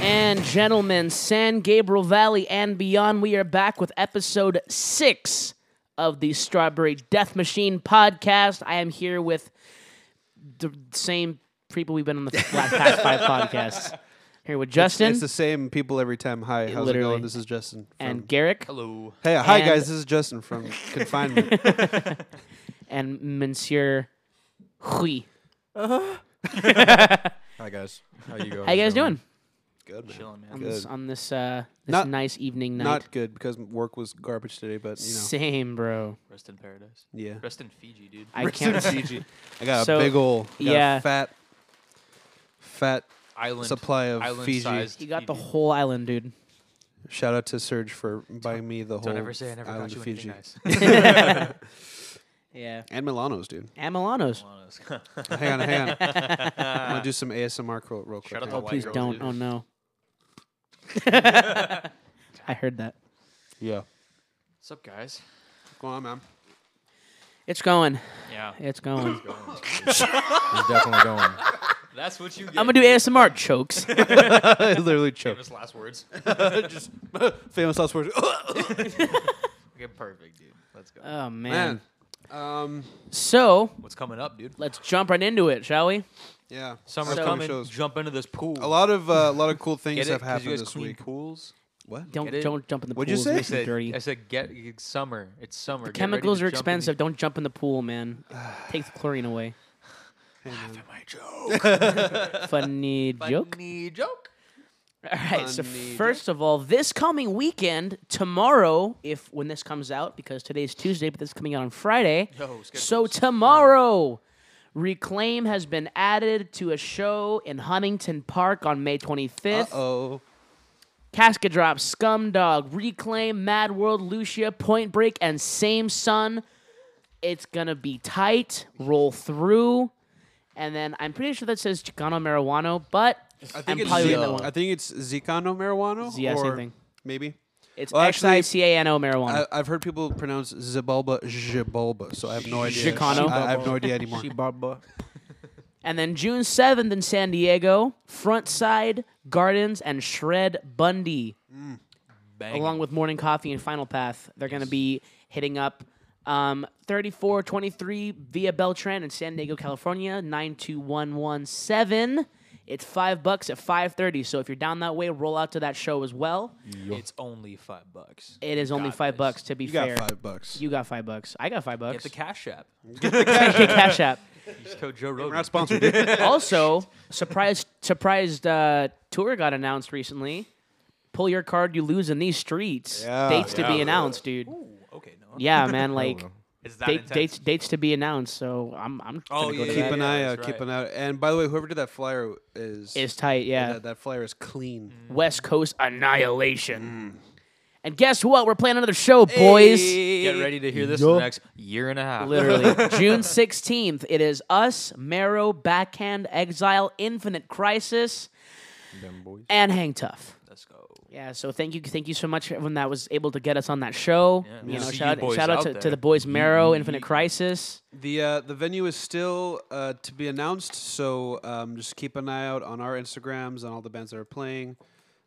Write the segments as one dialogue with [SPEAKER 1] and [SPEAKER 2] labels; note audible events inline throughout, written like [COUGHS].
[SPEAKER 1] and gentlemen, San Gabriel Valley and beyond, we are back with episode six of the Strawberry Death Machine podcast. I am here with the same people we've
[SPEAKER 2] [LAUGHS]
[SPEAKER 1] been on the past five podcasts. Here with Justin
[SPEAKER 2] It's the same people every time. Hi, how's
[SPEAKER 1] Literally.
[SPEAKER 2] it going? This is Justin. From,
[SPEAKER 1] and Garrick
[SPEAKER 3] Hello.
[SPEAKER 2] hey, hi
[SPEAKER 1] and-
[SPEAKER 2] guys. This is
[SPEAKER 1] [LAUGHS]
[SPEAKER 2] Justin from confinement.
[SPEAKER 1] and Monsieur Hui. [LAUGHS]
[SPEAKER 2] hi guys. How you going?
[SPEAKER 1] How you guys doing
[SPEAKER 2] Good. Man.
[SPEAKER 3] Chilling, man.
[SPEAKER 1] on this
[SPEAKER 2] Good.
[SPEAKER 1] on this uh, this
[SPEAKER 2] Not-
[SPEAKER 1] nice evening night?
[SPEAKER 2] Not good because work was garbage today, but you know,
[SPEAKER 1] Same, bro.
[SPEAKER 3] Rest in paradise.
[SPEAKER 2] yeah.
[SPEAKER 3] Rest in Fiji, dude.
[SPEAKER 1] I can't.
[SPEAKER 2] I got
[SPEAKER 1] So,
[SPEAKER 2] a big ol' I got a
[SPEAKER 1] yeah.
[SPEAKER 2] fat, fat.
[SPEAKER 3] Island
[SPEAKER 2] Supply of
[SPEAKER 3] island
[SPEAKER 2] Fiji.
[SPEAKER 3] sized
[SPEAKER 1] You got the
[SPEAKER 3] Fiji.
[SPEAKER 1] whole island, dude.
[SPEAKER 2] Shout out to Serge for buying me the whole
[SPEAKER 3] Don't ever say I never
[SPEAKER 2] island
[SPEAKER 3] got you
[SPEAKER 2] of
[SPEAKER 3] anything
[SPEAKER 2] Fiji [LAUGHS]
[SPEAKER 3] nice.
[SPEAKER 1] Yeah,
[SPEAKER 2] and Milano's,
[SPEAKER 3] [LAUGHS]
[SPEAKER 2] dude.
[SPEAKER 1] and Milano's.
[SPEAKER 2] hang on, hang on. I'm gonna do some ASMR real, real quick.
[SPEAKER 3] Shout out
[SPEAKER 2] Hang
[SPEAKER 3] to
[SPEAKER 2] on.
[SPEAKER 3] White
[SPEAKER 1] Please
[SPEAKER 3] girls,
[SPEAKER 1] don't.
[SPEAKER 3] dude.
[SPEAKER 1] Oh no. I heard that.
[SPEAKER 2] yeah.
[SPEAKER 3] What's up, guys?
[SPEAKER 2] Go on,
[SPEAKER 3] [LAUGHS]
[SPEAKER 2] man. [LAUGHS]
[SPEAKER 1] It's going.
[SPEAKER 3] Yeah,
[SPEAKER 1] It's going.
[SPEAKER 4] It's definitely going.
[SPEAKER 3] that's what you get.
[SPEAKER 1] I'm gonna do ASMR chokes.
[SPEAKER 2] I literally choked.
[SPEAKER 3] famous last words.
[SPEAKER 2] [LAUGHS] Just famous last [LAUGHS] words.
[SPEAKER 3] okay, perfect, dude. Let's go.
[SPEAKER 1] Oh man.
[SPEAKER 2] man. Um.
[SPEAKER 1] So
[SPEAKER 3] What's coming up, dude?
[SPEAKER 1] let's jump right into it, shall we?
[SPEAKER 2] Yeah.
[SPEAKER 3] Summer's
[SPEAKER 1] So-
[SPEAKER 3] coming.
[SPEAKER 2] shows.
[SPEAKER 3] Jump into this pool.
[SPEAKER 2] A lot of uh, a lot of cool things
[SPEAKER 3] Get it?
[SPEAKER 2] have
[SPEAKER 3] 'Cause you
[SPEAKER 2] happened
[SPEAKER 3] guys
[SPEAKER 2] this
[SPEAKER 3] clean
[SPEAKER 2] week.
[SPEAKER 3] Pools.
[SPEAKER 2] What?
[SPEAKER 1] Don't
[SPEAKER 3] Get it?
[SPEAKER 1] don't jump in the
[SPEAKER 2] What'd you
[SPEAKER 1] pools.
[SPEAKER 2] say?
[SPEAKER 1] It makes
[SPEAKER 3] I
[SPEAKER 1] it
[SPEAKER 3] said,
[SPEAKER 1] dirty.
[SPEAKER 3] I said, get it's summer. It's summer. Get ready
[SPEAKER 1] Chemicals
[SPEAKER 3] to
[SPEAKER 1] are
[SPEAKER 3] jump in
[SPEAKER 1] expensive. Don't jump in the pool, man. Take the chlorine away.
[SPEAKER 3] the- My joke.
[SPEAKER 2] [LAUGHS]
[SPEAKER 1] Funny joke.
[SPEAKER 3] Funny joke.
[SPEAKER 1] All right. So
[SPEAKER 2] Funny
[SPEAKER 1] first of all, this coming weekend, tomorrow, if when this comes out, because today's Tuesday, but this is coming out on Friday.
[SPEAKER 3] Yo,
[SPEAKER 1] So
[SPEAKER 3] schedules.
[SPEAKER 1] tomorrow, Reclaim has been added to a show in Huntington Park on May 25th.
[SPEAKER 2] Oh,
[SPEAKER 1] Casket Drop, Scumdog, Reclaim, Mad World, Lucia, Point Break, and Same Sun. It's gonna be tight. Roll through, and then I'm pretty sure that says Chicano Marijuano, but
[SPEAKER 2] I
[SPEAKER 1] I'm
[SPEAKER 2] think it's
[SPEAKER 1] probably
[SPEAKER 2] Z-
[SPEAKER 1] getting that one.
[SPEAKER 2] I think it's Zicano marijuano.
[SPEAKER 1] Yeah, same
[SPEAKER 2] or
[SPEAKER 1] thing.
[SPEAKER 2] Maybe.
[SPEAKER 1] it's
[SPEAKER 2] Well,
[SPEAKER 1] X I
[SPEAKER 2] actually,
[SPEAKER 1] C A N O Marijuana.
[SPEAKER 2] I, I've heard people pronounce Zibulba Zibulba, so I have no idea.
[SPEAKER 1] Chicano?
[SPEAKER 2] I, I have no idea anymore.
[SPEAKER 1] And then June 7th in San Diego, Frontside Gardens and Shred Bundy,
[SPEAKER 3] Bang.
[SPEAKER 1] along with Morning Coffee and Final Path. They're going to be hitting up um, 3423 Via Beltran in San Diego, California, 92117. It's five bucks at 5:30. So if you're down that way, roll out to that show as well.
[SPEAKER 3] It's only five bucks.
[SPEAKER 1] It is only
[SPEAKER 3] got
[SPEAKER 1] five
[SPEAKER 3] this.
[SPEAKER 1] bucks to be
[SPEAKER 2] You
[SPEAKER 1] fair.
[SPEAKER 2] got five bucks.
[SPEAKER 1] You got five bucks. I got five
[SPEAKER 3] Get
[SPEAKER 1] bucks. [LAUGHS]
[SPEAKER 3] the cash app.
[SPEAKER 1] Get Cash App.
[SPEAKER 3] Use code Joe
[SPEAKER 2] We're
[SPEAKER 3] Rogan.
[SPEAKER 2] not sponsored. dude.
[SPEAKER 1] also, surprised surprised uh, tour got announced recently. Pull your card, you lose in these streets.
[SPEAKER 2] Yeah.
[SPEAKER 1] dates to be
[SPEAKER 3] Yeah.
[SPEAKER 1] announced, dude.
[SPEAKER 3] Ooh, okay, no.
[SPEAKER 1] Yeah, man, like
[SPEAKER 4] well.
[SPEAKER 3] It's that
[SPEAKER 1] date,
[SPEAKER 3] intense.
[SPEAKER 1] dates dates to be announced. So I'm I'm
[SPEAKER 3] Oh,
[SPEAKER 1] gonna go
[SPEAKER 3] yeah,
[SPEAKER 1] to
[SPEAKER 2] keep
[SPEAKER 1] that.
[SPEAKER 2] an eye out.
[SPEAKER 3] that's
[SPEAKER 2] Keep
[SPEAKER 3] right.
[SPEAKER 2] an eye out. And by the way, whoever did that flyer is
[SPEAKER 1] It's tight, yeah.
[SPEAKER 2] that, that flyer is clean.
[SPEAKER 1] West Coast annihilation. And guess what? We're playing another show, boys.
[SPEAKER 3] Get ready to hear this in
[SPEAKER 4] Yup.
[SPEAKER 3] the next year and a half.
[SPEAKER 1] Literally, June 16th. It is us, Marrow, Backhand, Exile, Infinite Crisis,
[SPEAKER 4] Them boys.
[SPEAKER 1] and Hang Tough.
[SPEAKER 3] Let's go.
[SPEAKER 1] Yeah, so thank you, thank you so much, everyone that was able to get us on that show.
[SPEAKER 3] Yeah,
[SPEAKER 1] you
[SPEAKER 3] we'll
[SPEAKER 1] know,
[SPEAKER 3] see
[SPEAKER 1] shout,
[SPEAKER 3] you boys
[SPEAKER 1] shout out
[SPEAKER 3] out
[SPEAKER 1] to, to
[SPEAKER 3] there.
[SPEAKER 1] the boys Marrow, Infinite Crisis.
[SPEAKER 2] The uh, the venue is still uh, to be announced, so um, just keep an eye out on our Instagrams and all the bands that are playing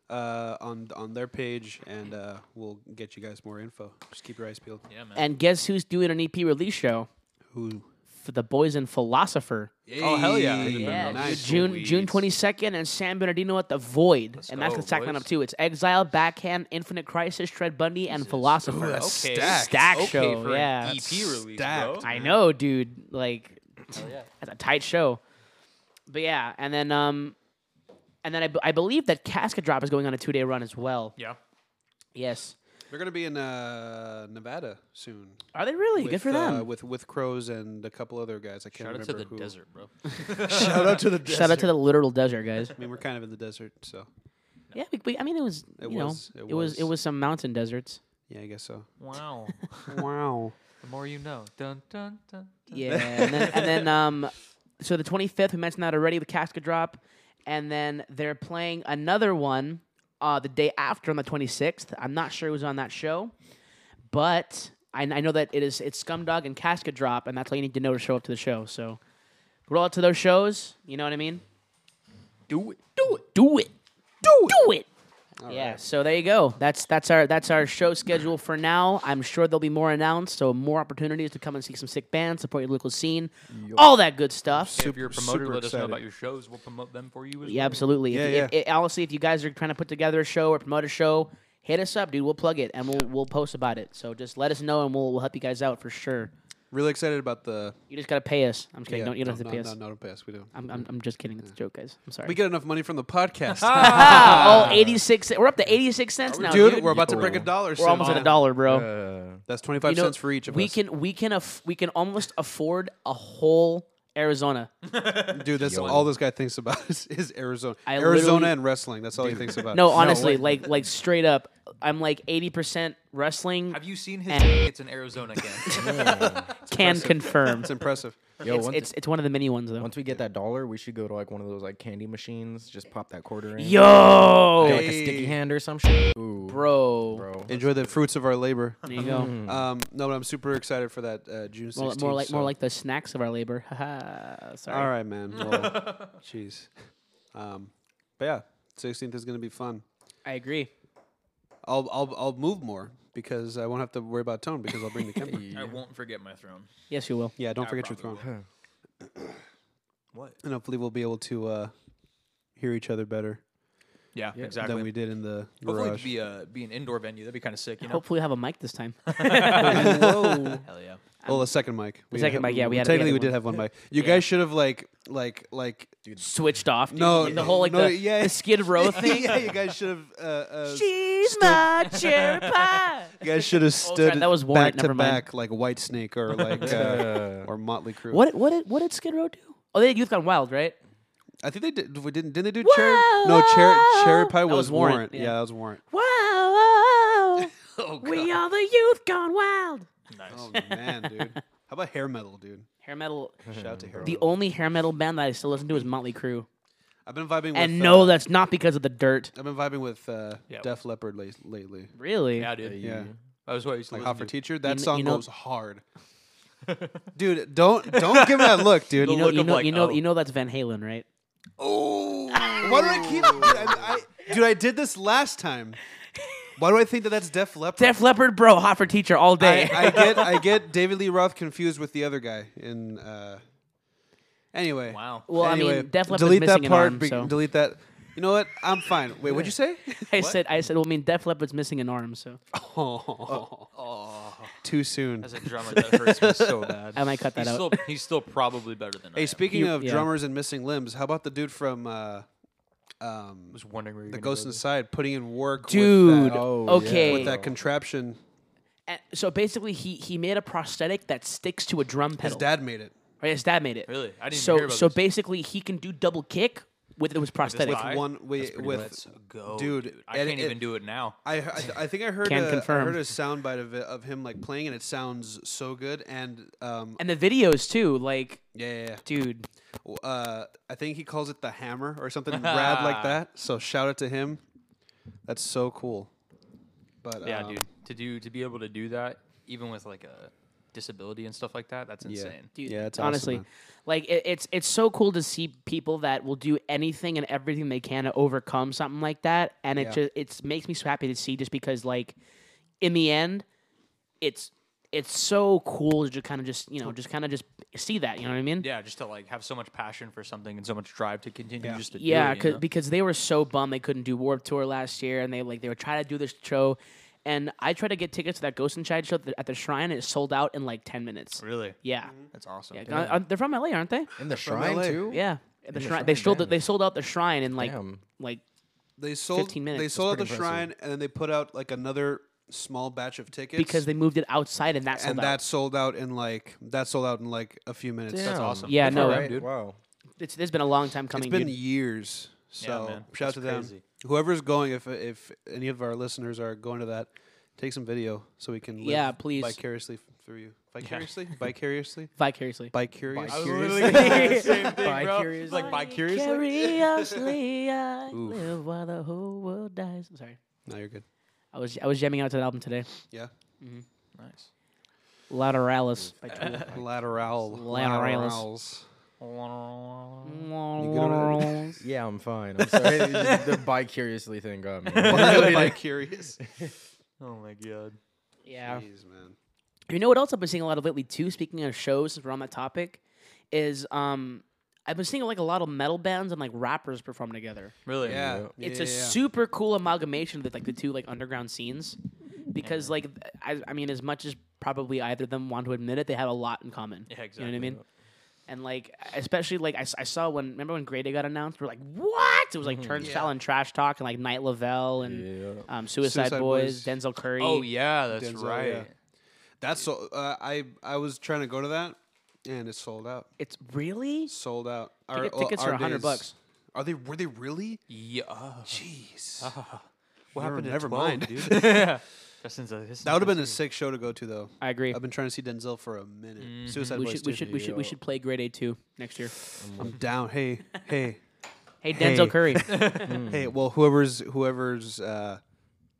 [SPEAKER 2] uh, on on their page, and uh, we'll get you guys more info. Just keep your eyes peeled.
[SPEAKER 3] Yeah, man.
[SPEAKER 1] And guess who's doing an EP release show
[SPEAKER 2] Who?
[SPEAKER 1] for the boys and Philosopher?
[SPEAKER 3] Oh, hell yeah.
[SPEAKER 1] Yeah,
[SPEAKER 2] nice.
[SPEAKER 1] June
[SPEAKER 3] Sweet.
[SPEAKER 1] June 22nd and San Bernardino at the Void, and that's
[SPEAKER 3] go,
[SPEAKER 1] the stack
[SPEAKER 3] boys.
[SPEAKER 1] lineup too. It's Exile, Backhand, Infinite Crisis, Tread Bundy, and Philosopher.
[SPEAKER 2] Ooh, that's
[SPEAKER 3] Okay.
[SPEAKER 2] stacked.
[SPEAKER 1] Stack
[SPEAKER 3] okay
[SPEAKER 1] show,
[SPEAKER 3] for
[SPEAKER 1] yeah.
[SPEAKER 3] An E EP release,
[SPEAKER 2] stacked.
[SPEAKER 3] bro.
[SPEAKER 1] I know, dude. Like, [CLEARS THROAT] that's a tight show. But yeah, and then um, and then I, b- I believe that Casket Drop is going on a two day run as well.
[SPEAKER 3] yeah.
[SPEAKER 1] Yes.
[SPEAKER 2] They're gonna be in uh, Nevada soon.
[SPEAKER 1] Are they really? Good
[SPEAKER 2] with,
[SPEAKER 1] for
[SPEAKER 2] uh,
[SPEAKER 1] them.
[SPEAKER 2] with with crows and a couple other guys. I can't
[SPEAKER 3] Shout out
[SPEAKER 2] remember
[SPEAKER 3] to the
[SPEAKER 2] who.
[SPEAKER 3] desert, bro.
[SPEAKER 2] [LAUGHS]
[SPEAKER 1] [LAUGHS]
[SPEAKER 2] Shout out
[SPEAKER 3] [LAUGHS]
[SPEAKER 2] to the desert.
[SPEAKER 1] Shout out to the literal desert
[SPEAKER 2] [LAUGHS]
[SPEAKER 1] guys.
[SPEAKER 2] I mean, we're kind of in the desert, so
[SPEAKER 1] yeah, we, we, I mean it was
[SPEAKER 2] It
[SPEAKER 1] you know
[SPEAKER 2] was,
[SPEAKER 1] it,
[SPEAKER 2] it
[SPEAKER 1] was. it
[SPEAKER 2] was.
[SPEAKER 1] was some mountain deserts.
[SPEAKER 2] yeah, I guess so.
[SPEAKER 3] wow.
[SPEAKER 2] wow.
[SPEAKER 3] The more you know. Dun, dun, dun.
[SPEAKER 1] Yeah, and then, and [LAUGHS] then um, so the 25th we mentioned that already with Casket Drop, and then they're playing another one uh the day after on the 26th. I'm not sure who's on that show, but I, I know that it is it's Scumdog and Casket Drop, and that's all you need to know to show up to the show. So roll out to those shows. You know what I mean?
[SPEAKER 3] Do it.
[SPEAKER 1] Do it. Do it. Do it. yeah. So there you go. That's that's our that's our show schedule for now. I'm sure there'll be more announced, so more opportunities to come and see some sick bands, support your local scene, all that good stuff.
[SPEAKER 3] if you're a
[SPEAKER 2] Super-
[SPEAKER 3] promoter,
[SPEAKER 2] super
[SPEAKER 3] let us know
[SPEAKER 2] excited.
[SPEAKER 3] about your shows. We'll promote them for you as
[SPEAKER 1] Yeah,
[SPEAKER 3] well.
[SPEAKER 1] absolutely. If,
[SPEAKER 2] Yeah,
[SPEAKER 1] if, i- honestly, if you guys are trying to put together a show or promote a show, hit us up, dude. We'll plug it and we'll we'll post about it. So just let us know and we'll we'll help you guys out for sure.
[SPEAKER 2] Really excited about the.
[SPEAKER 1] You just gotta pay us. I'm just kidding.
[SPEAKER 2] yeah,
[SPEAKER 1] don't you don't have
[SPEAKER 2] no,
[SPEAKER 1] to pay
[SPEAKER 2] no,
[SPEAKER 1] us.
[SPEAKER 2] No, no, don't pay us. We do.
[SPEAKER 1] I'm, I'm I'm just kidding. It's a joke, guys. I'm sorry.
[SPEAKER 2] We get enough money from the podcast,
[SPEAKER 3] [LAUGHS]
[SPEAKER 1] Ah, oh, 86 cents. We're up to 86 cents now,
[SPEAKER 2] dude,
[SPEAKER 1] dude.
[SPEAKER 2] We're about to break a
[SPEAKER 4] Yo.
[SPEAKER 2] dollar.
[SPEAKER 1] We're
[SPEAKER 2] soon.
[SPEAKER 1] almost at a dollar, bro.
[SPEAKER 4] Uh,
[SPEAKER 2] That's twenty five
[SPEAKER 1] You know,
[SPEAKER 2] cents for each of
[SPEAKER 1] we
[SPEAKER 2] us.
[SPEAKER 1] can we can aff- we can almost afford a whole Arizona.
[SPEAKER 2] Dude, that's
[SPEAKER 4] Yo.
[SPEAKER 2] all this guy thinks about [LAUGHS] is, is Arizona,
[SPEAKER 1] I
[SPEAKER 2] Arizona
[SPEAKER 1] literally-
[SPEAKER 2] and wrestling. That's all he thinks about.
[SPEAKER 1] No, honestly,
[SPEAKER 4] what-
[SPEAKER 1] like like straight up, I'm like 80% wrestling.
[SPEAKER 3] Have you seen his?
[SPEAKER 1] And-
[SPEAKER 3] It's in Arizona again.
[SPEAKER 1] [LAUGHS] can
[SPEAKER 2] [LAUGHS]
[SPEAKER 1] confirm.
[SPEAKER 2] it's impressive.
[SPEAKER 4] yo,
[SPEAKER 1] it's,
[SPEAKER 4] once,
[SPEAKER 1] it's it's one of the mini ones though.
[SPEAKER 4] once we get that dollar, we should go to like one of those like candy machines. Just pop that quarter in.
[SPEAKER 1] Yo,
[SPEAKER 4] Get, like a sticky
[SPEAKER 2] Hey.
[SPEAKER 4] hand or some shit. Ooh,
[SPEAKER 1] bro.
[SPEAKER 4] bro.
[SPEAKER 2] Enjoy the fruits of our labor.
[SPEAKER 1] There you go.
[SPEAKER 2] Um, no, but I'm super excited for that uh, June 16th.
[SPEAKER 1] Mm. More, more like more
[SPEAKER 2] so-
[SPEAKER 1] like the snacks of our labor. [LAUGHS] Haha. Sorry.
[SPEAKER 2] All right,
[SPEAKER 1] [LAUGHS]
[SPEAKER 2] man. Well, jeez. Um, but yeah, 16th is gonna be fun.
[SPEAKER 1] I agree.
[SPEAKER 2] I'll I'll I'll move more because I won't have to worry about tone because I'll bring
[SPEAKER 1] [LAUGHS]
[SPEAKER 2] the camera.
[SPEAKER 3] I won't forget my throne.
[SPEAKER 1] Yes, you will.
[SPEAKER 2] yeah, don't
[SPEAKER 3] I
[SPEAKER 2] forget your
[SPEAKER 3] probably
[SPEAKER 2] throne.
[SPEAKER 3] What?
[SPEAKER 2] And hopefully we'll be able to uh, hear each other better
[SPEAKER 3] Yeah,
[SPEAKER 2] than we
[SPEAKER 3] exactly.
[SPEAKER 2] did in the
[SPEAKER 3] Hopefully, it
[SPEAKER 2] garage.
[SPEAKER 3] could be a be an indoor venue. That'd be kind of sick. You know.
[SPEAKER 1] Hopefully, we have a mic this time.
[SPEAKER 2] Whoa.
[SPEAKER 3] Hell yeah.
[SPEAKER 2] Well, a second mic. We
[SPEAKER 1] second mic, yeah, we had- we had
[SPEAKER 2] technically we
[SPEAKER 1] one.
[SPEAKER 2] did have one
[SPEAKER 1] [LAUGHS]
[SPEAKER 2] mic. You guys should have like like like
[SPEAKER 1] Switched off. Dude.
[SPEAKER 2] No,
[SPEAKER 1] Like the whole like
[SPEAKER 2] no,
[SPEAKER 1] the,
[SPEAKER 2] yeah.
[SPEAKER 1] the Skid Row thing.
[SPEAKER 2] [LAUGHS] yeah, you guys should have
[SPEAKER 1] [LAUGHS]
[SPEAKER 2] uh, uh,
[SPEAKER 1] She's my cherry pie.
[SPEAKER 2] you guys should
[SPEAKER 1] [LAUGHS]
[SPEAKER 2] have
[SPEAKER 1] sorry,
[SPEAKER 2] stood
[SPEAKER 1] that was
[SPEAKER 2] back
[SPEAKER 1] Warrant,
[SPEAKER 2] to
[SPEAKER 1] never mind.
[SPEAKER 2] back like White
[SPEAKER 1] [LAUGHS]
[SPEAKER 2] Snake or like uh,
[SPEAKER 4] Uh,
[SPEAKER 2] or Motley Crue.
[SPEAKER 1] What what did, what did Skid Row do? Oh, they did Youth Gone Wild, right?
[SPEAKER 2] I think they did. we Didn't didn't they do cherry? No, cherry cherry pie was,
[SPEAKER 1] was Warrant,
[SPEAKER 2] Warrant.
[SPEAKER 1] yeah.
[SPEAKER 2] Yeah. that
[SPEAKER 1] [LAUGHS]
[SPEAKER 2] was Warrant.
[SPEAKER 1] Wow, [LAUGHS]
[SPEAKER 2] Oh
[SPEAKER 1] we are the Youth Gone Wild.
[SPEAKER 3] Nice.
[SPEAKER 2] Oh man, dude. How about hair metal, dude?
[SPEAKER 1] Hair metal.
[SPEAKER 2] Shout out to hair
[SPEAKER 1] The
[SPEAKER 2] metal.
[SPEAKER 1] only hair metal band that I still listen to is Motley Crue,
[SPEAKER 2] I've been vibing with
[SPEAKER 1] and
[SPEAKER 2] uh,
[SPEAKER 1] no, that's not because of the dirt.
[SPEAKER 2] I've been vibing with uh,
[SPEAKER 3] Yeah.
[SPEAKER 2] Def Leppard late, lately.
[SPEAKER 1] Mm-hmm. Really?
[SPEAKER 3] Yeah, dude.
[SPEAKER 2] Yeah.
[SPEAKER 3] That was what I used to
[SPEAKER 2] Like
[SPEAKER 3] listen
[SPEAKER 2] Hot for
[SPEAKER 3] to.
[SPEAKER 2] Teacher, that
[SPEAKER 1] kn-
[SPEAKER 2] song
[SPEAKER 1] you know-
[SPEAKER 2] goes
[SPEAKER 1] [LAUGHS]
[SPEAKER 2] hard. dude, don't don't give me that look, dude.
[SPEAKER 1] You know,
[SPEAKER 3] look
[SPEAKER 1] you
[SPEAKER 3] of
[SPEAKER 1] know,
[SPEAKER 3] like,
[SPEAKER 1] you know,
[SPEAKER 3] oh.
[SPEAKER 1] you know that's Van Halen, right?
[SPEAKER 2] Oh, why do I keep? Dude I, I, dude, I did this last time. Why do I think that that's Def Leppard?
[SPEAKER 1] Def Leppard, bro, hot for teacher all day.
[SPEAKER 2] I, I
[SPEAKER 1] [LAUGHS]
[SPEAKER 2] get I get David Lee Roth confused with the other guy in. Uh, anyway,
[SPEAKER 3] Wow.
[SPEAKER 1] well, I
[SPEAKER 2] Anyway,
[SPEAKER 1] mean, Def Leppard's
[SPEAKER 2] delete
[SPEAKER 1] missing
[SPEAKER 2] that part.
[SPEAKER 1] an arm.
[SPEAKER 2] be-
[SPEAKER 1] so
[SPEAKER 2] Delete that. You know what? I'm fine. Wait, what'd you say? [LAUGHS]
[SPEAKER 1] I said, I said, well, I mean, Def Leppard's missing an arm. So
[SPEAKER 2] Too soon.
[SPEAKER 3] As a drummer, that hurts me so bad.
[SPEAKER 1] I might cut that
[SPEAKER 3] [LAUGHS] he's
[SPEAKER 1] out.
[SPEAKER 3] Still, he's still probably better than I
[SPEAKER 2] Hey,
[SPEAKER 3] am.
[SPEAKER 2] speaking
[SPEAKER 1] You-
[SPEAKER 2] of
[SPEAKER 1] yeah.
[SPEAKER 2] drummers and missing limbs, how about the dude from uh, um,
[SPEAKER 3] I was wondering where you're
[SPEAKER 2] The
[SPEAKER 3] gonna
[SPEAKER 2] Ghost
[SPEAKER 3] go
[SPEAKER 2] Inside putting in work,
[SPEAKER 1] Dude,
[SPEAKER 2] With that,
[SPEAKER 4] oh,
[SPEAKER 1] okay.
[SPEAKER 4] yeah.
[SPEAKER 2] with that contraption,
[SPEAKER 1] And so basically, he he made a prosthetic that sticks to a drum pedal.
[SPEAKER 2] his dad made it
[SPEAKER 1] right, his dad made it.
[SPEAKER 3] Really? I didn't even
[SPEAKER 1] so
[SPEAKER 3] hear about
[SPEAKER 1] so
[SPEAKER 3] this.
[SPEAKER 1] basically, he can do double kick with it was prosthetic.
[SPEAKER 2] with
[SPEAKER 3] Aye.
[SPEAKER 2] one wi-
[SPEAKER 3] with.
[SPEAKER 2] with.
[SPEAKER 3] Let's go,
[SPEAKER 2] dude,
[SPEAKER 3] I
[SPEAKER 2] and
[SPEAKER 3] can't
[SPEAKER 2] it-
[SPEAKER 3] even do it now.
[SPEAKER 2] I, I I think I heard
[SPEAKER 1] Can
[SPEAKER 2] a, I
[SPEAKER 1] confirm.
[SPEAKER 2] heard a soundbite of it, of him like playing and it sounds so good and um
[SPEAKER 1] and the videos too, like,
[SPEAKER 2] yeah, yeah, yeah.
[SPEAKER 1] dude,
[SPEAKER 2] W- uh I think he calls it the hammer or
[SPEAKER 3] [LAUGHS]
[SPEAKER 2] something rad like that so shout out to him that's so cool but
[SPEAKER 3] Yeah,
[SPEAKER 2] um,
[SPEAKER 3] dude. To do to be able to do that, even with like a disability and stuff like that, that's
[SPEAKER 2] yeah
[SPEAKER 3] insane.
[SPEAKER 1] dude,
[SPEAKER 2] yeah it's awesome,
[SPEAKER 1] honestly,
[SPEAKER 2] man.
[SPEAKER 1] like it, it's it's so cool to see people that will do anything and everything they can to overcome something like that, and it
[SPEAKER 2] Yeah.
[SPEAKER 1] just it's makes me so happy to see just because like, in the end, it's it's so cool to just kind of just you know just kind of just see that you know what I mean?
[SPEAKER 3] Yeah, just to like have so much passion for something and so much drive to continue
[SPEAKER 2] Yeah.
[SPEAKER 3] just to
[SPEAKER 1] Yeah,
[SPEAKER 3] do it,
[SPEAKER 1] 'cause-
[SPEAKER 3] you know?
[SPEAKER 1] because they were so bummed they couldn't do Warp Tour last year, and they like they were trying to do this show, and I tried to get tickets to that Ghost and Child show at the, at the Shrine, and it sold out in like ten minutes.
[SPEAKER 3] really,
[SPEAKER 1] Yeah,
[SPEAKER 2] Mm-hmm.
[SPEAKER 3] that's awesome.
[SPEAKER 1] yeah, uh, uh, they're from LA, aren't they?
[SPEAKER 4] in the
[SPEAKER 2] from
[SPEAKER 4] shrine
[SPEAKER 2] LA.
[SPEAKER 4] too.
[SPEAKER 1] Yeah, the,
[SPEAKER 4] the
[SPEAKER 1] shrine, They
[SPEAKER 4] Shrine,
[SPEAKER 1] sold the,
[SPEAKER 4] damn.
[SPEAKER 1] they sold out the Shrine in like
[SPEAKER 4] Damn.
[SPEAKER 1] like
[SPEAKER 2] they sold
[SPEAKER 1] 15 minutes
[SPEAKER 2] they
[SPEAKER 1] is
[SPEAKER 2] sold out the
[SPEAKER 4] pretty impressive.
[SPEAKER 2] shrine and then they put out like another small batch of tickets
[SPEAKER 1] because they moved it outside and that sold
[SPEAKER 2] and
[SPEAKER 1] out.
[SPEAKER 2] that sold out in like that sold out in like a few minutes
[SPEAKER 4] Damn.
[SPEAKER 2] that's awesome
[SPEAKER 1] Yeah, no,
[SPEAKER 4] Alright,
[SPEAKER 3] dude.
[SPEAKER 4] Wow.
[SPEAKER 1] It's, it's been a long time
[SPEAKER 2] It's
[SPEAKER 1] coming.
[SPEAKER 2] been
[SPEAKER 1] dude.
[SPEAKER 2] years. So
[SPEAKER 3] Yeah, man.
[SPEAKER 2] shout out
[SPEAKER 3] That's
[SPEAKER 2] to them.
[SPEAKER 3] crazy.
[SPEAKER 2] Whoever's going, if if any of our listeners are going to that, take some video so we can live
[SPEAKER 1] Yeah, please.
[SPEAKER 2] vicariously f- through you. Vicariously, vicariously,
[SPEAKER 1] vicariously.
[SPEAKER 2] vicarious.
[SPEAKER 4] Bi-curious.
[SPEAKER 3] Like bi curiously.
[SPEAKER 1] Vicariously, I
[SPEAKER 2] [LAUGHS] Oof.
[SPEAKER 1] live while the whole world dies. I'm sorry.
[SPEAKER 2] No, you're good.
[SPEAKER 1] I was I was jamming out to the album today.
[SPEAKER 2] Yeah,
[SPEAKER 3] Nice. [LAUGHS]
[SPEAKER 1] Lateralis by Tool.
[SPEAKER 2] [LAUGHS] lateral,
[SPEAKER 1] Laterals.
[SPEAKER 2] laterals. [LAUGHS]
[SPEAKER 4] Yeah, I'm fine. I'm
[SPEAKER 1] [LAUGHS]
[SPEAKER 4] sorry. It's just the bi curiously thing got me.
[SPEAKER 2] By curious.
[SPEAKER 3] Oh my god.
[SPEAKER 1] yeah.
[SPEAKER 2] Jeez, man.
[SPEAKER 1] You know what else I've been seeing a lot of lately too. Speaking of shows, since we're on that topic, is um, I've been seeing like a lot of metal bands and like rappers perform together.
[SPEAKER 3] Really?
[SPEAKER 2] Yeah.
[SPEAKER 1] It's
[SPEAKER 2] yeah,
[SPEAKER 1] a
[SPEAKER 2] yeah.
[SPEAKER 1] super cool amalgamation of like the two like underground scenes, because like I, I mean, as much as probably either of them want to admit it, they have a lot in common.
[SPEAKER 3] Yeah,
[SPEAKER 1] You know
[SPEAKER 3] exactly.
[SPEAKER 1] what I mean? And like, especially like I, s- I saw when remember when Grey Day got announced, we're like, what? It was like Turnstile
[SPEAKER 2] Yeah.
[SPEAKER 1] and Trash Talk and like Night Lavelle and
[SPEAKER 4] Yeah.
[SPEAKER 1] um, Suicide,
[SPEAKER 2] Suicide
[SPEAKER 1] Boys,
[SPEAKER 2] Boys.
[SPEAKER 1] Denzel Curry.
[SPEAKER 3] Oh yeah, that's
[SPEAKER 2] Denzel,
[SPEAKER 3] right.
[SPEAKER 2] yeah. That's so. Uh, I I was trying to go to that, and it's sold out.
[SPEAKER 1] it's really
[SPEAKER 2] Sold out.
[SPEAKER 1] Ticket- tickets are 100
[SPEAKER 2] days-
[SPEAKER 1] bucks.
[SPEAKER 2] Are they? Were they really?
[SPEAKER 3] Yeah.
[SPEAKER 2] Jeez.
[SPEAKER 3] what
[SPEAKER 2] Never-
[SPEAKER 3] happened to
[SPEAKER 2] never
[SPEAKER 3] 12,
[SPEAKER 2] mind. [LAUGHS]
[SPEAKER 3] dude? Justin's like,
[SPEAKER 2] That would have been a sick show to go to, though.
[SPEAKER 1] I agree. Mm-hmm.
[SPEAKER 2] I've been trying to see Denzel for a minute. Suicide
[SPEAKER 1] we
[SPEAKER 2] Boys
[SPEAKER 1] should we
[SPEAKER 2] too.
[SPEAKER 1] should we should we should play Grade A two next year.
[SPEAKER 2] I'm down.
[SPEAKER 1] [LAUGHS]
[SPEAKER 2] Hey, hey,
[SPEAKER 1] Hey Denzel
[SPEAKER 2] Hey.
[SPEAKER 1] Curry. Hmm.
[SPEAKER 2] hey. Well, whoever's whoever's. Uh,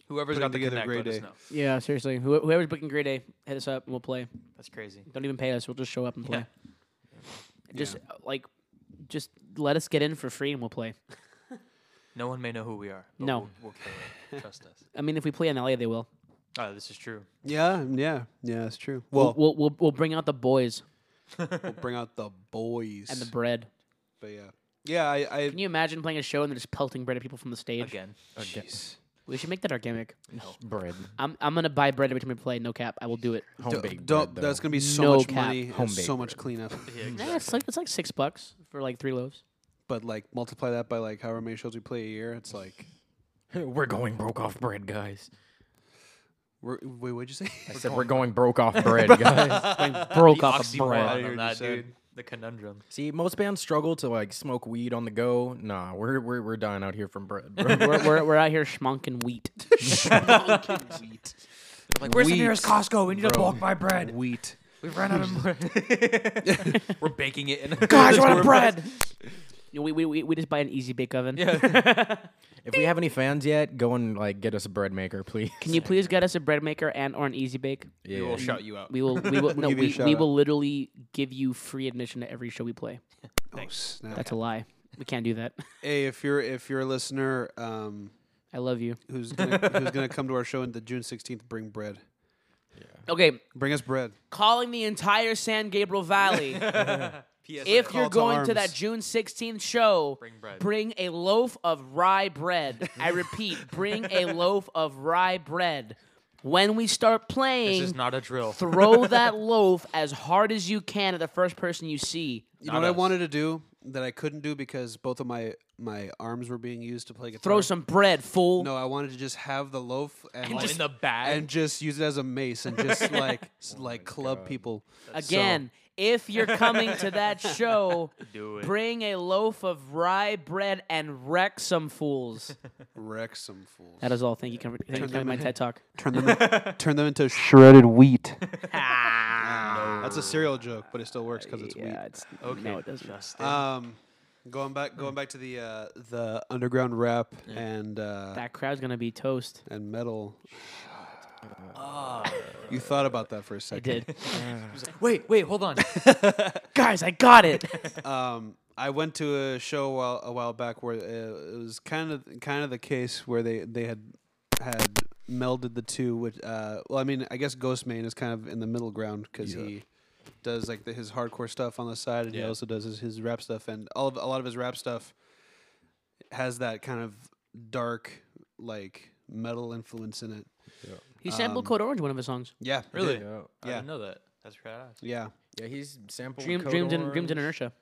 [SPEAKER 3] Whoever's
[SPEAKER 2] putting
[SPEAKER 3] got the
[SPEAKER 2] together
[SPEAKER 3] connect,
[SPEAKER 2] Grey
[SPEAKER 3] let us
[SPEAKER 2] Day.
[SPEAKER 3] know.
[SPEAKER 1] yeah, seriously. Who- Whoever's booking Grade A, hit us up and we'll play.
[SPEAKER 3] That's crazy.
[SPEAKER 1] Don't even pay us. We'll just show up and play.
[SPEAKER 3] Yeah.
[SPEAKER 1] Just uh, like, just let us get in for free and we'll play.
[SPEAKER 3] No one may know who we are. but
[SPEAKER 1] No.
[SPEAKER 3] We'll, we'll kill it. Trust us.
[SPEAKER 1] I mean, if we play in LA, they will.
[SPEAKER 3] Oh, this is true.
[SPEAKER 2] yeah, yeah, yeah. That's true. Well,
[SPEAKER 1] We'll we'll, we'll bring out the boys
[SPEAKER 2] we'll bring out the boys.
[SPEAKER 1] and the bread.
[SPEAKER 2] but yeah, yeah. I. I
[SPEAKER 1] Can you imagine playing a show and they're just pelting bread at people from the stage?
[SPEAKER 3] Again.
[SPEAKER 2] jeez.
[SPEAKER 1] We should make that our gimmick.
[SPEAKER 4] Bread.
[SPEAKER 1] I'm I'm gonna buy bread every time we play. No cap. I will do it.
[SPEAKER 4] Home
[SPEAKER 2] Don't-
[SPEAKER 4] baked
[SPEAKER 2] don't-
[SPEAKER 4] bread. Though.
[SPEAKER 2] that's gonna be so
[SPEAKER 1] No
[SPEAKER 2] much
[SPEAKER 1] cap.
[SPEAKER 2] money, and
[SPEAKER 4] Home baked
[SPEAKER 2] so much
[SPEAKER 4] bread.
[SPEAKER 2] cleanup. [LAUGHS]
[SPEAKER 3] Yeah,
[SPEAKER 1] Nah, it's like it's like six bucks for like three loaves.
[SPEAKER 2] But like multiply that by like however many shows we play a year, it's like
[SPEAKER 4] [LAUGHS] we're going broke off bread, guys.
[SPEAKER 2] we're, wait, what'd you say?
[SPEAKER 4] I said we're going
[SPEAKER 1] [LAUGHS]
[SPEAKER 4] broke off bread, guys.
[SPEAKER 1] broke
[SPEAKER 3] [LAUGHS] The
[SPEAKER 1] off a
[SPEAKER 3] oxymoron
[SPEAKER 1] bread.
[SPEAKER 2] I heard
[SPEAKER 3] on
[SPEAKER 2] you
[SPEAKER 3] that,
[SPEAKER 2] said.
[SPEAKER 3] dude. The conundrum.
[SPEAKER 4] See, most bands struggle to like smoke weed on the go. Nah, we're we're, we're dying out here from bread. bro.
[SPEAKER 1] we're, we're, we're out here schmonking
[SPEAKER 3] [LAUGHS]
[SPEAKER 1] wheat.
[SPEAKER 3] Like,
[SPEAKER 2] where's the nearest
[SPEAKER 3] Costco? We need to bulk my bread.
[SPEAKER 2] Wheat.
[SPEAKER 3] We've run out [LAUGHS] of bread. We're baking it in.
[SPEAKER 1] Guys,
[SPEAKER 3] [LAUGHS]
[SPEAKER 1] we're out of
[SPEAKER 3] bread.
[SPEAKER 1] You know, we, we, we we just buy an easy bake oven.
[SPEAKER 4] if we have any fans yet, go and like get us a bread maker, please.
[SPEAKER 1] Can you please get us a bread maker and or an easy bake?
[SPEAKER 3] We
[SPEAKER 4] Yeah.
[SPEAKER 3] will shout you out.
[SPEAKER 1] We will
[SPEAKER 2] [LAUGHS]
[SPEAKER 1] we will no,
[SPEAKER 2] give you a
[SPEAKER 1] we,
[SPEAKER 2] shout
[SPEAKER 1] we
[SPEAKER 2] out.
[SPEAKER 1] will literally give you free admission to every show we play.
[SPEAKER 2] Oh snap!
[SPEAKER 1] That's a lie. We can't do that.
[SPEAKER 2] hey, if you're if you're a listener um,
[SPEAKER 1] I love you.
[SPEAKER 2] who's gonna, who's gonna come to our show on the June sixteenth, bring bread.
[SPEAKER 1] Okay,
[SPEAKER 2] Bring us bread.
[SPEAKER 1] calling the entire San Gabriel
[SPEAKER 2] [LAUGHS]
[SPEAKER 1] Valley. if
[SPEAKER 2] Call
[SPEAKER 1] you're
[SPEAKER 2] to
[SPEAKER 1] going to that
[SPEAKER 2] arms.
[SPEAKER 1] June 16th show,
[SPEAKER 3] Bring bread.
[SPEAKER 1] bring a loaf of rye bread. I
[SPEAKER 2] [LAUGHS]
[SPEAKER 1] repeat, bring a loaf of rye bread. When we start playing,
[SPEAKER 2] [LAUGHS]
[SPEAKER 3] This is not a drill.
[SPEAKER 1] throw that loaf as hard as you can at the first person you see.
[SPEAKER 2] You know what I
[SPEAKER 3] us.
[SPEAKER 2] wanted to do that I couldn't do because both of my my arms were being used to play guitar.
[SPEAKER 1] Throw some bread, fool.
[SPEAKER 2] No, I wanted to just have the loaf and,
[SPEAKER 3] All
[SPEAKER 2] just
[SPEAKER 3] in the bag.
[SPEAKER 2] and just use it as a mace and just like s- like club people.
[SPEAKER 1] Again, if you're coming to that show,
[SPEAKER 3] [LAUGHS] Do it.
[SPEAKER 1] bring a loaf of rye bread and wreck some fools.
[SPEAKER 2] So, wreck some fools.
[SPEAKER 1] That is all. Thank you for thank you for coming to my TED Talk.
[SPEAKER 2] turn [LAUGHS] them in- turn them into shredded wheat.
[SPEAKER 3] No.
[SPEAKER 2] That's a cereal joke, but it still works because it's wheat.
[SPEAKER 1] yeah, it's, okay. no, it doesn't.
[SPEAKER 3] Justin.
[SPEAKER 2] Um, going back going back to the uh, the underground rap and uh,
[SPEAKER 1] That crowd's gonna be toast.
[SPEAKER 2] and metal.
[SPEAKER 3] Uh,
[SPEAKER 2] You thought about that for a
[SPEAKER 1] I
[SPEAKER 2] second.
[SPEAKER 1] did.
[SPEAKER 3] wait, wait,
[SPEAKER 2] [LAUGHS]
[SPEAKER 3] hold on.
[SPEAKER 1] Guys, I got it.
[SPEAKER 2] um, I went to a show a while, a while back where uh, it was kind of kind of the case where they, they had had melded the two. Which, uh, well, I mean, I guess Ghostman is kind of in the middle ground because he does like the, his hardcore stuff on the side, and he
[SPEAKER 3] Yeah.
[SPEAKER 2] also does his, his rap stuff, and all of, a lot of his rap stuff has that kind of dark like metal influence in it.
[SPEAKER 1] He sampled Code Orange in one of his songs.
[SPEAKER 2] Yeah,
[SPEAKER 3] Really?
[SPEAKER 4] Yeah.
[SPEAKER 3] I
[SPEAKER 2] Yeah.
[SPEAKER 3] didn't know that. That's badass.
[SPEAKER 2] yeah.
[SPEAKER 4] Oh, Yeah, he's sampled
[SPEAKER 1] Dream,
[SPEAKER 4] Code
[SPEAKER 1] dreams, in,
[SPEAKER 4] Orange,
[SPEAKER 1] dreams in inertia.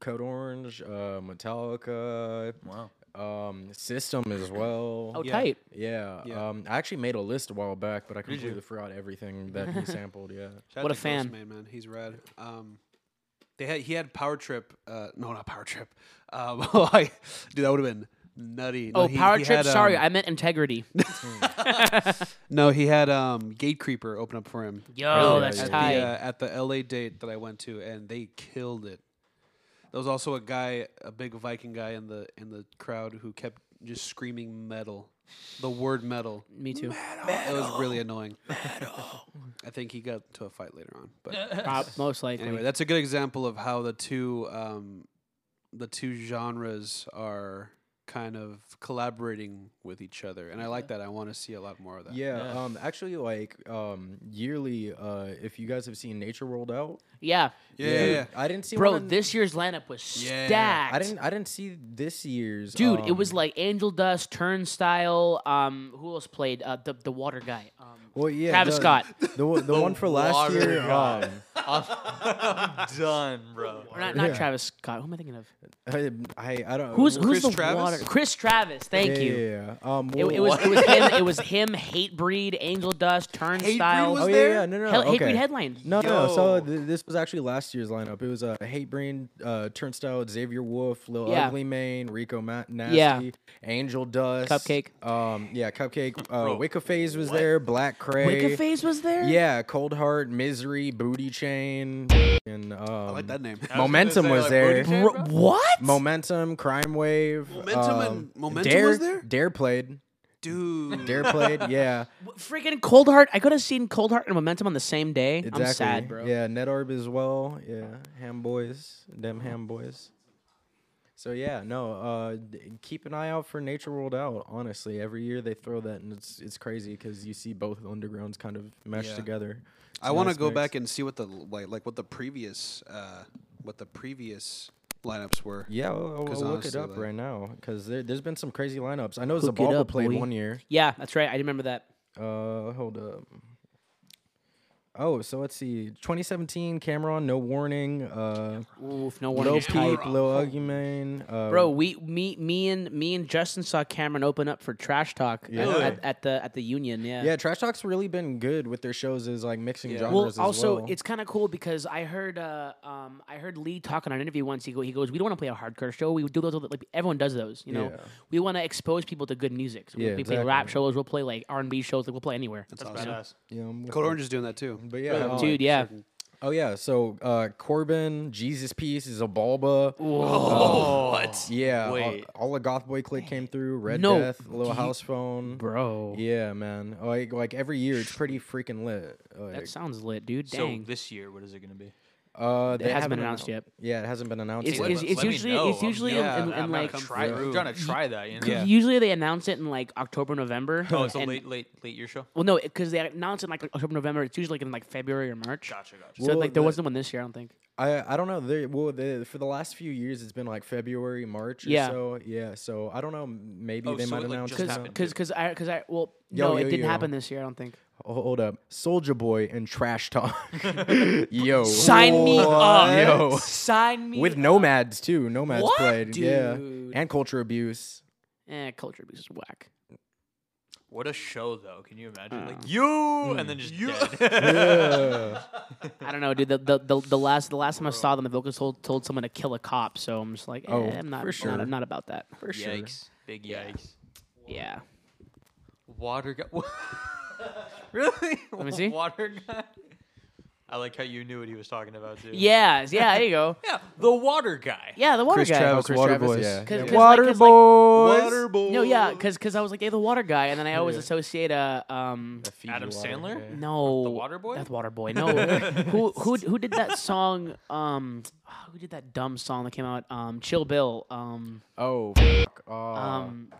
[SPEAKER 4] Code Orange, uh, Metallica,
[SPEAKER 3] Wow.
[SPEAKER 4] um, System as well.
[SPEAKER 1] Oh,
[SPEAKER 2] Yeah.
[SPEAKER 1] tight.
[SPEAKER 4] Yeah,
[SPEAKER 2] Yeah.
[SPEAKER 4] Um, I actually made a list a while back, but I completely forgot everything that
[SPEAKER 1] [LAUGHS]
[SPEAKER 4] he sampled. Yeah,
[SPEAKER 3] [LAUGHS]
[SPEAKER 2] Shout
[SPEAKER 1] What
[SPEAKER 2] out
[SPEAKER 1] a
[SPEAKER 2] to
[SPEAKER 1] fan.
[SPEAKER 2] Ghostman, man. He's rad. Um, they had he had Power Trip. Uh, no, not Power Trip. [LAUGHS] Um, oh, I, dude, that would have been nutty. No,
[SPEAKER 1] Oh,
[SPEAKER 2] he-
[SPEAKER 1] Power
[SPEAKER 2] he
[SPEAKER 1] Trip.
[SPEAKER 2] had,
[SPEAKER 1] sorry,
[SPEAKER 2] um,
[SPEAKER 1] I meant Integrity.
[SPEAKER 2] no, he had um, Gate Creeper open up for him
[SPEAKER 1] Yo,
[SPEAKER 4] Really?
[SPEAKER 1] Oh, that's
[SPEAKER 2] at the,
[SPEAKER 1] tight.
[SPEAKER 2] uh, at the L.A. date that I went to, and they killed it. There was also a guy, a big Viking guy in the in the crowd who kept just screaming metal, the word metal.
[SPEAKER 1] Me too.
[SPEAKER 2] It was really annoying. [LAUGHS] I think he got into a fight later on. But
[SPEAKER 1] Prob- most likely.
[SPEAKER 2] anyway, that's a good example of how the two um, the two genres are kind of collaborating with each other, and I like that. I want to see a lot more of that.
[SPEAKER 4] Yeah,
[SPEAKER 3] Yeah.
[SPEAKER 4] Um, actually, like um, yearly, uh, if you guys have seen Nature World out,
[SPEAKER 1] yeah.
[SPEAKER 2] yeah, yeah.
[SPEAKER 4] dude,
[SPEAKER 2] yeah.
[SPEAKER 4] I didn't see
[SPEAKER 1] Bro,
[SPEAKER 4] one in-
[SPEAKER 1] this year's lineup was
[SPEAKER 2] Yeah.
[SPEAKER 1] stacked.
[SPEAKER 4] I didn't. I didn't see this year's.
[SPEAKER 1] Dude, it was
[SPEAKER 4] um,
[SPEAKER 1] like Angel Dust, Turnstile. Um, who else played? Uh, the the water guy. Um,
[SPEAKER 4] well, yeah,
[SPEAKER 1] Travis
[SPEAKER 4] the,
[SPEAKER 1] Scott.
[SPEAKER 4] The, one- the one for last
[SPEAKER 3] water
[SPEAKER 4] year.
[SPEAKER 3] guy.
[SPEAKER 4] Um,
[SPEAKER 3] [LAUGHS] I'm done, bro.
[SPEAKER 1] or not, not
[SPEAKER 4] Yeah.
[SPEAKER 1] Travis Scott. Who am I thinking of?
[SPEAKER 4] I, I, I don't.
[SPEAKER 1] Who's
[SPEAKER 4] yeah,
[SPEAKER 1] who's
[SPEAKER 2] Chris
[SPEAKER 1] the
[SPEAKER 2] Travis?
[SPEAKER 1] water? Chris Travis. Thank
[SPEAKER 4] yeah,
[SPEAKER 1] you.
[SPEAKER 4] yeah, yeah. Um,
[SPEAKER 1] It, it was it was him. It was him. Hatebreed, Angel Dust, Turnstile.
[SPEAKER 4] Oh
[SPEAKER 2] was-
[SPEAKER 4] yeah,
[SPEAKER 2] there?
[SPEAKER 4] yeah, no, no, no.
[SPEAKER 1] Hell,
[SPEAKER 4] okay.
[SPEAKER 1] Hatebreed headline.
[SPEAKER 4] No, no. So
[SPEAKER 3] Yo.
[SPEAKER 4] th- this was actually last year's lineup. It was a uh, Hate Brain, uh, Turnstile, Xavier Wolf, Lil
[SPEAKER 1] Yeah.
[SPEAKER 4] Ugly Mane, Rico Ma- Nasty,
[SPEAKER 1] Yeah.
[SPEAKER 4] Angel Dust,
[SPEAKER 1] Cupcake.
[SPEAKER 4] Um, yeah, Cupcake. Uh, Wicca Phase was there. Black Cray.
[SPEAKER 1] Wicca Phase was there.
[SPEAKER 4] Yeah, Cold Heart, Misery, Booty Chain, and um,
[SPEAKER 2] I like that name.
[SPEAKER 4] Momentum
[SPEAKER 3] say,
[SPEAKER 4] was
[SPEAKER 3] like,
[SPEAKER 4] there.
[SPEAKER 3] Booty Chain?
[SPEAKER 1] Bro, what?
[SPEAKER 4] Momentum, Crime Wave.
[SPEAKER 2] Momentum and-
[SPEAKER 4] um,
[SPEAKER 2] Momentum
[SPEAKER 4] Dare,
[SPEAKER 2] was there?
[SPEAKER 4] Dare played.
[SPEAKER 2] Dude,
[SPEAKER 4] Dare
[SPEAKER 2] [LAUGHS]
[SPEAKER 4] played. Yeah,
[SPEAKER 1] Freaking Cold Heart. I could have seen Cold Heart and Momentum on the same day.
[SPEAKER 4] exactly.
[SPEAKER 1] I'm sad, bro.
[SPEAKER 4] Yeah, NetArb as well. Yeah, Ham Boys, them Ham Boys. So yeah, no. Uh, d- keep an eye out for Nature World Out. Honestly, every year they throw that, and it's it's crazy because you see both undergrounds kind of meshed
[SPEAKER 2] Yeah.
[SPEAKER 4] together.
[SPEAKER 2] I want to
[SPEAKER 4] nice
[SPEAKER 2] go
[SPEAKER 4] mix.
[SPEAKER 2] back and see what the like like what the previous uh, what the previous lineups were.
[SPEAKER 4] Yeah, I'll, I'll-
[SPEAKER 2] 'Cause
[SPEAKER 4] I'll look it
[SPEAKER 2] honestly,
[SPEAKER 4] up
[SPEAKER 2] like-
[SPEAKER 4] right now because there, there's been some crazy lineups. I know
[SPEAKER 1] Hook it
[SPEAKER 4] Zababa
[SPEAKER 1] up,
[SPEAKER 4] played
[SPEAKER 1] boy.
[SPEAKER 4] one year.
[SPEAKER 1] Yeah, that's right. I remember that.
[SPEAKER 4] Uh, hold up. Oh, so let's see. 2017, Cameron, no warning. Uh,
[SPEAKER 1] Oof, no warning.
[SPEAKER 4] Lil
[SPEAKER 1] is tight.
[SPEAKER 4] Peep, Lil Uggy Mane. Uh,
[SPEAKER 1] Bro, we me me and me and Justin saw Cameron open up for Trash Talk at-
[SPEAKER 4] Yeah.
[SPEAKER 1] at, at the at the Union. Yeah.
[SPEAKER 4] Yeah, Trash Talk's really been good with their shows, is like mixing genres
[SPEAKER 1] Well,
[SPEAKER 4] as
[SPEAKER 1] also
[SPEAKER 4] well.
[SPEAKER 1] it's kind of cool because I heard uh, um, I heard Lee talk on an interview once. He, go, he goes, "We don't want to play a hardcore show. We do those like everyone does those. You know,
[SPEAKER 4] Yeah.
[SPEAKER 1] we want to expose people to good music. So we,
[SPEAKER 4] Yeah,
[SPEAKER 1] we play rap
[SPEAKER 4] exactly.
[SPEAKER 1] shows. We'll play like R and B shows. Like we'll play anywhere.
[SPEAKER 2] That's
[SPEAKER 1] You know?
[SPEAKER 2] awesome.
[SPEAKER 4] yeah, I'm with
[SPEAKER 2] Code
[SPEAKER 4] you.
[SPEAKER 2] Orange is doing that too.
[SPEAKER 4] But yeah, um,
[SPEAKER 1] Dude, yeah.
[SPEAKER 4] oh yeah. So uh, Corbin, Jesus Piece, Zabalba.
[SPEAKER 3] Oh, what?
[SPEAKER 4] Yeah,
[SPEAKER 3] Wait.
[SPEAKER 4] all, all the Goth Boy clique came through. Red
[SPEAKER 1] No,
[SPEAKER 4] Death, Little House Phone.
[SPEAKER 1] bro,
[SPEAKER 4] Yeah, man. Like like every year, it's pretty freaking lit. Like,
[SPEAKER 1] that sounds lit, dude.
[SPEAKER 3] So
[SPEAKER 1] Dang,
[SPEAKER 3] this year, what is it gonna be?
[SPEAKER 4] uh,
[SPEAKER 1] it
[SPEAKER 4] they
[SPEAKER 1] hasn't been
[SPEAKER 4] haven't
[SPEAKER 1] announced yet.
[SPEAKER 4] Yeah, it hasn't been announced
[SPEAKER 1] It's,
[SPEAKER 4] yet.
[SPEAKER 1] it's,
[SPEAKER 3] Let-
[SPEAKER 1] it's
[SPEAKER 3] let me
[SPEAKER 1] usually
[SPEAKER 3] know.
[SPEAKER 1] it's
[SPEAKER 3] I'm
[SPEAKER 1] usually
[SPEAKER 2] down.
[SPEAKER 1] in, in,
[SPEAKER 2] I'm
[SPEAKER 1] in
[SPEAKER 2] not
[SPEAKER 1] like
[SPEAKER 2] coming
[SPEAKER 3] Try,
[SPEAKER 2] Ooh.
[SPEAKER 3] I'm trying to try that. You know?
[SPEAKER 1] [LAUGHS]
[SPEAKER 2] Yeah.
[SPEAKER 1] usually they announce it in like October November.
[SPEAKER 3] Oh, it's a
[SPEAKER 1] and-
[SPEAKER 3] late, late, late year show.
[SPEAKER 1] Well, no, because they announce it in like October November. It's usually like in like February or March.
[SPEAKER 3] Gotcha, gotcha.
[SPEAKER 1] So
[SPEAKER 4] Well,
[SPEAKER 1] like there
[SPEAKER 4] the-
[SPEAKER 1] wasn't one this year. I don't think.
[SPEAKER 4] I I don't know. They, well, they, for the last few years, it's been like February, March. Or
[SPEAKER 1] Yeah.
[SPEAKER 4] So yeah. So I don't know. m- Maybe
[SPEAKER 3] Oh,
[SPEAKER 4] they
[SPEAKER 3] so
[SPEAKER 4] might
[SPEAKER 3] it, like,
[SPEAKER 4] announce
[SPEAKER 3] just
[SPEAKER 4] it now.
[SPEAKER 3] happened.
[SPEAKER 1] Because because I because I well
[SPEAKER 4] Yo,
[SPEAKER 1] no
[SPEAKER 4] yo,
[SPEAKER 1] it didn't
[SPEAKER 4] yo.
[SPEAKER 1] happen this year. I don't think.
[SPEAKER 4] Ho- Hold up, Soldier Boy and
[SPEAKER 3] [LAUGHS]
[SPEAKER 4] Trash Talk. [LAUGHS] Yo.
[SPEAKER 1] Sign me up.
[SPEAKER 4] Yo. [LAUGHS]
[SPEAKER 1] Sign me
[SPEAKER 4] With
[SPEAKER 1] up.
[SPEAKER 4] Nomads too. Nomads
[SPEAKER 1] What?
[SPEAKER 4] played. Yeah.
[SPEAKER 1] Dude.
[SPEAKER 4] And Culture
[SPEAKER 1] [LAUGHS]
[SPEAKER 4] Abuse.
[SPEAKER 1] Eh, culture abuse is whack.
[SPEAKER 3] What a show, though. Can you imagine?
[SPEAKER 1] Mm.
[SPEAKER 3] Like you, and then just you.
[SPEAKER 1] [LAUGHS]
[SPEAKER 4] Yeah.
[SPEAKER 1] I don't know, dude.
[SPEAKER 4] [LAUGHS]
[SPEAKER 1] The, the, the, the last the last time I saw them, the vocalist told, told someone to kill a cop. So I'm just like, eh,
[SPEAKER 4] Oh,
[SPEAKER 1] I'm not,
[SPEAKER 4] for sure.
[SPEAKER 1] not I'm not about that.
[SPEAKER 4] For sure.
[SPEAKER 3] Yikes! Big yikes!
[SPEAKER 1] Yeah.
[SPEAKER 3] Water guy. [LAUGHS] really?
[SPEAKER 1] Let me see.
[SPEAKER 3] Water guy. I like how you knew what he was talking about too.
[SPEAKER 1] Yeah. Yeah. There you
[SPEAKER 4] [LAUGHS]
[SPEAKER 1] go.
[SPEAKER 3] Yeah, the water guy.
[SPEAKER 1] Yeah. The water
[SPEAKER 2] Chris
[SPEAKER 1] guy.
[SPEAKER 2] Travis,
[SPEAKER 4] Oh, Chris
[SPEAKER 2] Water
[SPEAKER 4] Travis,
[SPEAKER 2] Boys.
[SPEAKER 4] yeah.
[SPEAKER 1] Cause, 'cause,
[SPEAKER 4] Water
[SPEAKER 1] like, 'cause, like,
[SPEAKER 2] Water Boy.
[SPEAKER 1] no, yeah, because I was like, hey, the water guy, and then I always associate a um.
[SPEAKER 3] Adam Sandler?
[SPEAKER 1] No,
[SPEAKER 3] Water Boy?
[SPEAKER 1] That's Water Boy.
[SPEAKER 3] [LAUGHS]
[SPEAKER 1] No, who who who did that song? Um, [SIGHS] who did that dumb song that came out? Um, Chill Bill. Um,
[SPEAKER 4] Oh, fuck. Oh,
[SPEAKER 1] um,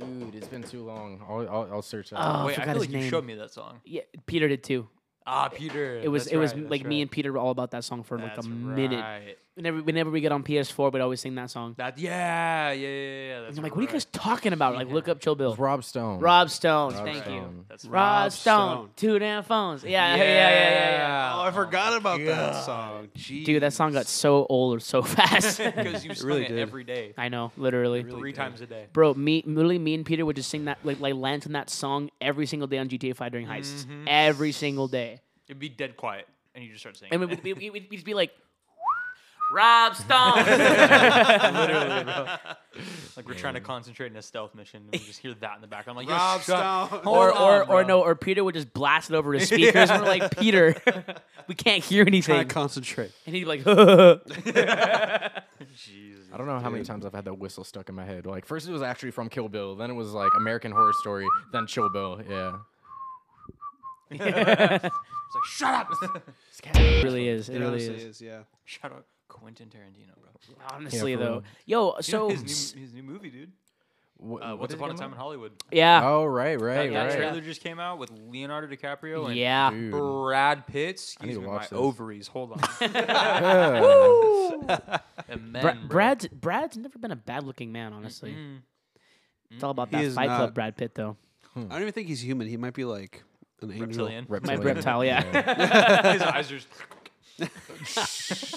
[SPEAKER 4] dude, it's been too long. I'll, I'll, I'll search that.
[SPEAKER 1] oh, I
[SPEAKER 3] Wait, I
[SPEAKER 1] forgot
[SPEAKER 3] feel
[SPEAKER 1] his
[SPEAKER 3] like
[SPEAKER 1] name.
[SPEAKER 3] you showed me that song.
[SPEAKER 1] Yeah, Peter did too.
[SPEAKER 3] Ah, Peter.
[SPEAKER 1] It was
[SPEAKER 3] that's
[SPEAKER 1] it was
[SPEAKER 3] right, that's
[SPEAKER 1] like me
[SPEAKER 3] right.
[SPEAKER 1] and Peter were all about that song for like
[SPEAKER 3] That's
[SPEAKER 1] a minute.
[SPEAKER 3] right.
[SPEAKER 1] Whenever whenever we get on PS4, we'd always sing that song.
[SPEAKER 3] That yeah, yeah, yeah, yeah. That's
[SPEAKER 1] I'm like, what are you
[SPEAKER 3] right.
[SPEAKER 1] guys talking about? Like, look up Chill Bill.
[SPEAKER 4] Rob Stone.
[SPEAKER 1] Rob Stone.
[SPEAKER 4] Rob
[SPEAKER 1] thank you.
[SPEAKER 4] Stone.
[SPEAKER 3] That's
[SPEAKER 1] Rob,
[SPEAKER 2] Rob
[SPEAKER 1] Stone.
[SPEAKER 2] Stone.
[SPEAKER 1] Two damn phones. Yeah, yeah, yeah, yeah, yeah. yeah.
[SPEAKER 2] Oh, I forgot about that song. Jeez.
[SPEAKER 1] Dude, that song got so old so [LAUGHS]
[SPEAKER 3] [LAUGHS]
[SPEAKER 1] fast. [LAUGHS]
[SPEAKER 3] because you sung
[SPEAKER 2] really
[SPEAKER 3] it
[SPEAKER 2] did.
[SPEAKER 3] every day,
[SPEAKER 1] I know, literally.
[SPEAKER 3] three times a day.
[SPEAKER 1] Bro, me, literally, me and Peter would just sing that, like, like Lance and that song every single day on GTA 5 during heists. Every single day.
[SPEAKER 3] It'd be dead quiet, and you just start singing.
[SPEAKER 1] And we'd,
[SPEAKER 3] [LAUGHS]
[SPEAKER 1] we we we'd just be like, [LAUGHS] Rob Stone.
[SPEAKER 3] [LAUGHS] like we're trying to concentrate in a stealth mission, and we just hear that in the background. I'm like,
[SPEAKER 2] Rob
[SPEAKER 3] Yo, shut-
[SPEAKER 1] [LAUGHS]
[SPEAKER 2] Stone.
[SPEAKER 3] Hold
[SPEAKER 1] or, or,
[SPEAKER 3] on,
[SPEAKER 1] or
[SPEAKER 3] bro.
[SPEAKER 1] no, or Peter would just blast it over his speakers. And we're like, Peter, we can't hear
[SPEAKER 2] Trying
[SPEAKER 1] anything. [LAUGHS]
[SPEAKER 2] to concentrate.
[SPEAKER 1] And he'd be like, [LAUGHS]
[SPEAKER 3] Jesus.
[SPEAKER 4] I don't know how many times I've had that whistle stuck in my head. Like first it was actually from Kill Bill, then it was like American Horror Story, then Chill Bill. Yeah.
[SPEAKER 3] [LAUGHS] It's like shut up,
[SPEAKER 1] [LAUGHS] It really is. It,
[SPEAKER 2] It
[SPEAKER 1] really
[SPEAKER 2] honestly
[SPEAKER 1] is.
[SPEAKER 2] is, yeah.
[SPEAKER 3] shut up, Quentin Tarantino, bro. You know
[SPEAKER 1] Honestly,
[SPEAKER 4] Yeah, for
[SPEAKER 1] though,
[SPEAKER 4] real.
[SPEAKER 1] yo, so
[SPEAKER 3] his,
[SPEAKER 1] s-
[SPEAKER 3] new, his new movie, dude.
[SPEAKER 4] Wh-
[SPEAKER 3] Uh,
[SPEAKER 4] what
[SPEAKER 3] Once
[SPEAKER 4] did it
[SPEAKER 3] upon a
[SPEAKER 4] come
[SPEAKER 3] time in
[SPEAKER 4] out?
[SPEAKER 3] Hollywood.
[SPEAKER 1] yeah,
[SPEAKER 4] Oh right, right,
[SPEAKER 3] That, that
[SPEAKER 1] yeah,
[SPEAKER 4] right.
[SPEAKER 1] yeah.
[SPEAKER 3] trailer just came out with Leonardo DiCaprio and
[SPEAKER 1] yeah. [LAUGHS]
[SPEAKER 4] Dude.
[SPEAKER 3] Brad Pitt.
[SPEAKER 4] need
[SPEAKER 3] Excuse
[SPEAKER 4] to
[SPEAKER 3] me,
[SPEAKER 4] watch
[SPEAKER 3] my
[SPEAKER 4] this.
[SPEAKER 3] ovaries. Hold on.
[SPEAKER 4] [LAUGHS]
[SPEAKER 3] [LAUGHS]
[SPEAKER 4] Yeah.
[SPEAKER 3] The men,
[SPEAKER 1] Bra-
[SPEAKER 3] bro.
[SPEAKER 1] Brad's Brad's never been a bad looking man, honestly.
[SPEAKER 3] Mm.
[SPEAKER 1] It's all about
[SPEAKER 2] He
[SPEAKER 1] that
[SPEAKER 2] is
[SPEAKER 1] Fight Club
[SPEAKER 2] not.
[SPEAKER 1] Brad Pitt, though.
[SPEAKER 2] I don't even think he's human. He might be like an angel.
[SPEAKER 3] reptilian.
[SPEAKER 1] My
[SPEAKER 4] Reptilian.
[SPEAKER 1] reptile, yeah.
[SPEAKER 3] [LAUGHS] His eyes are just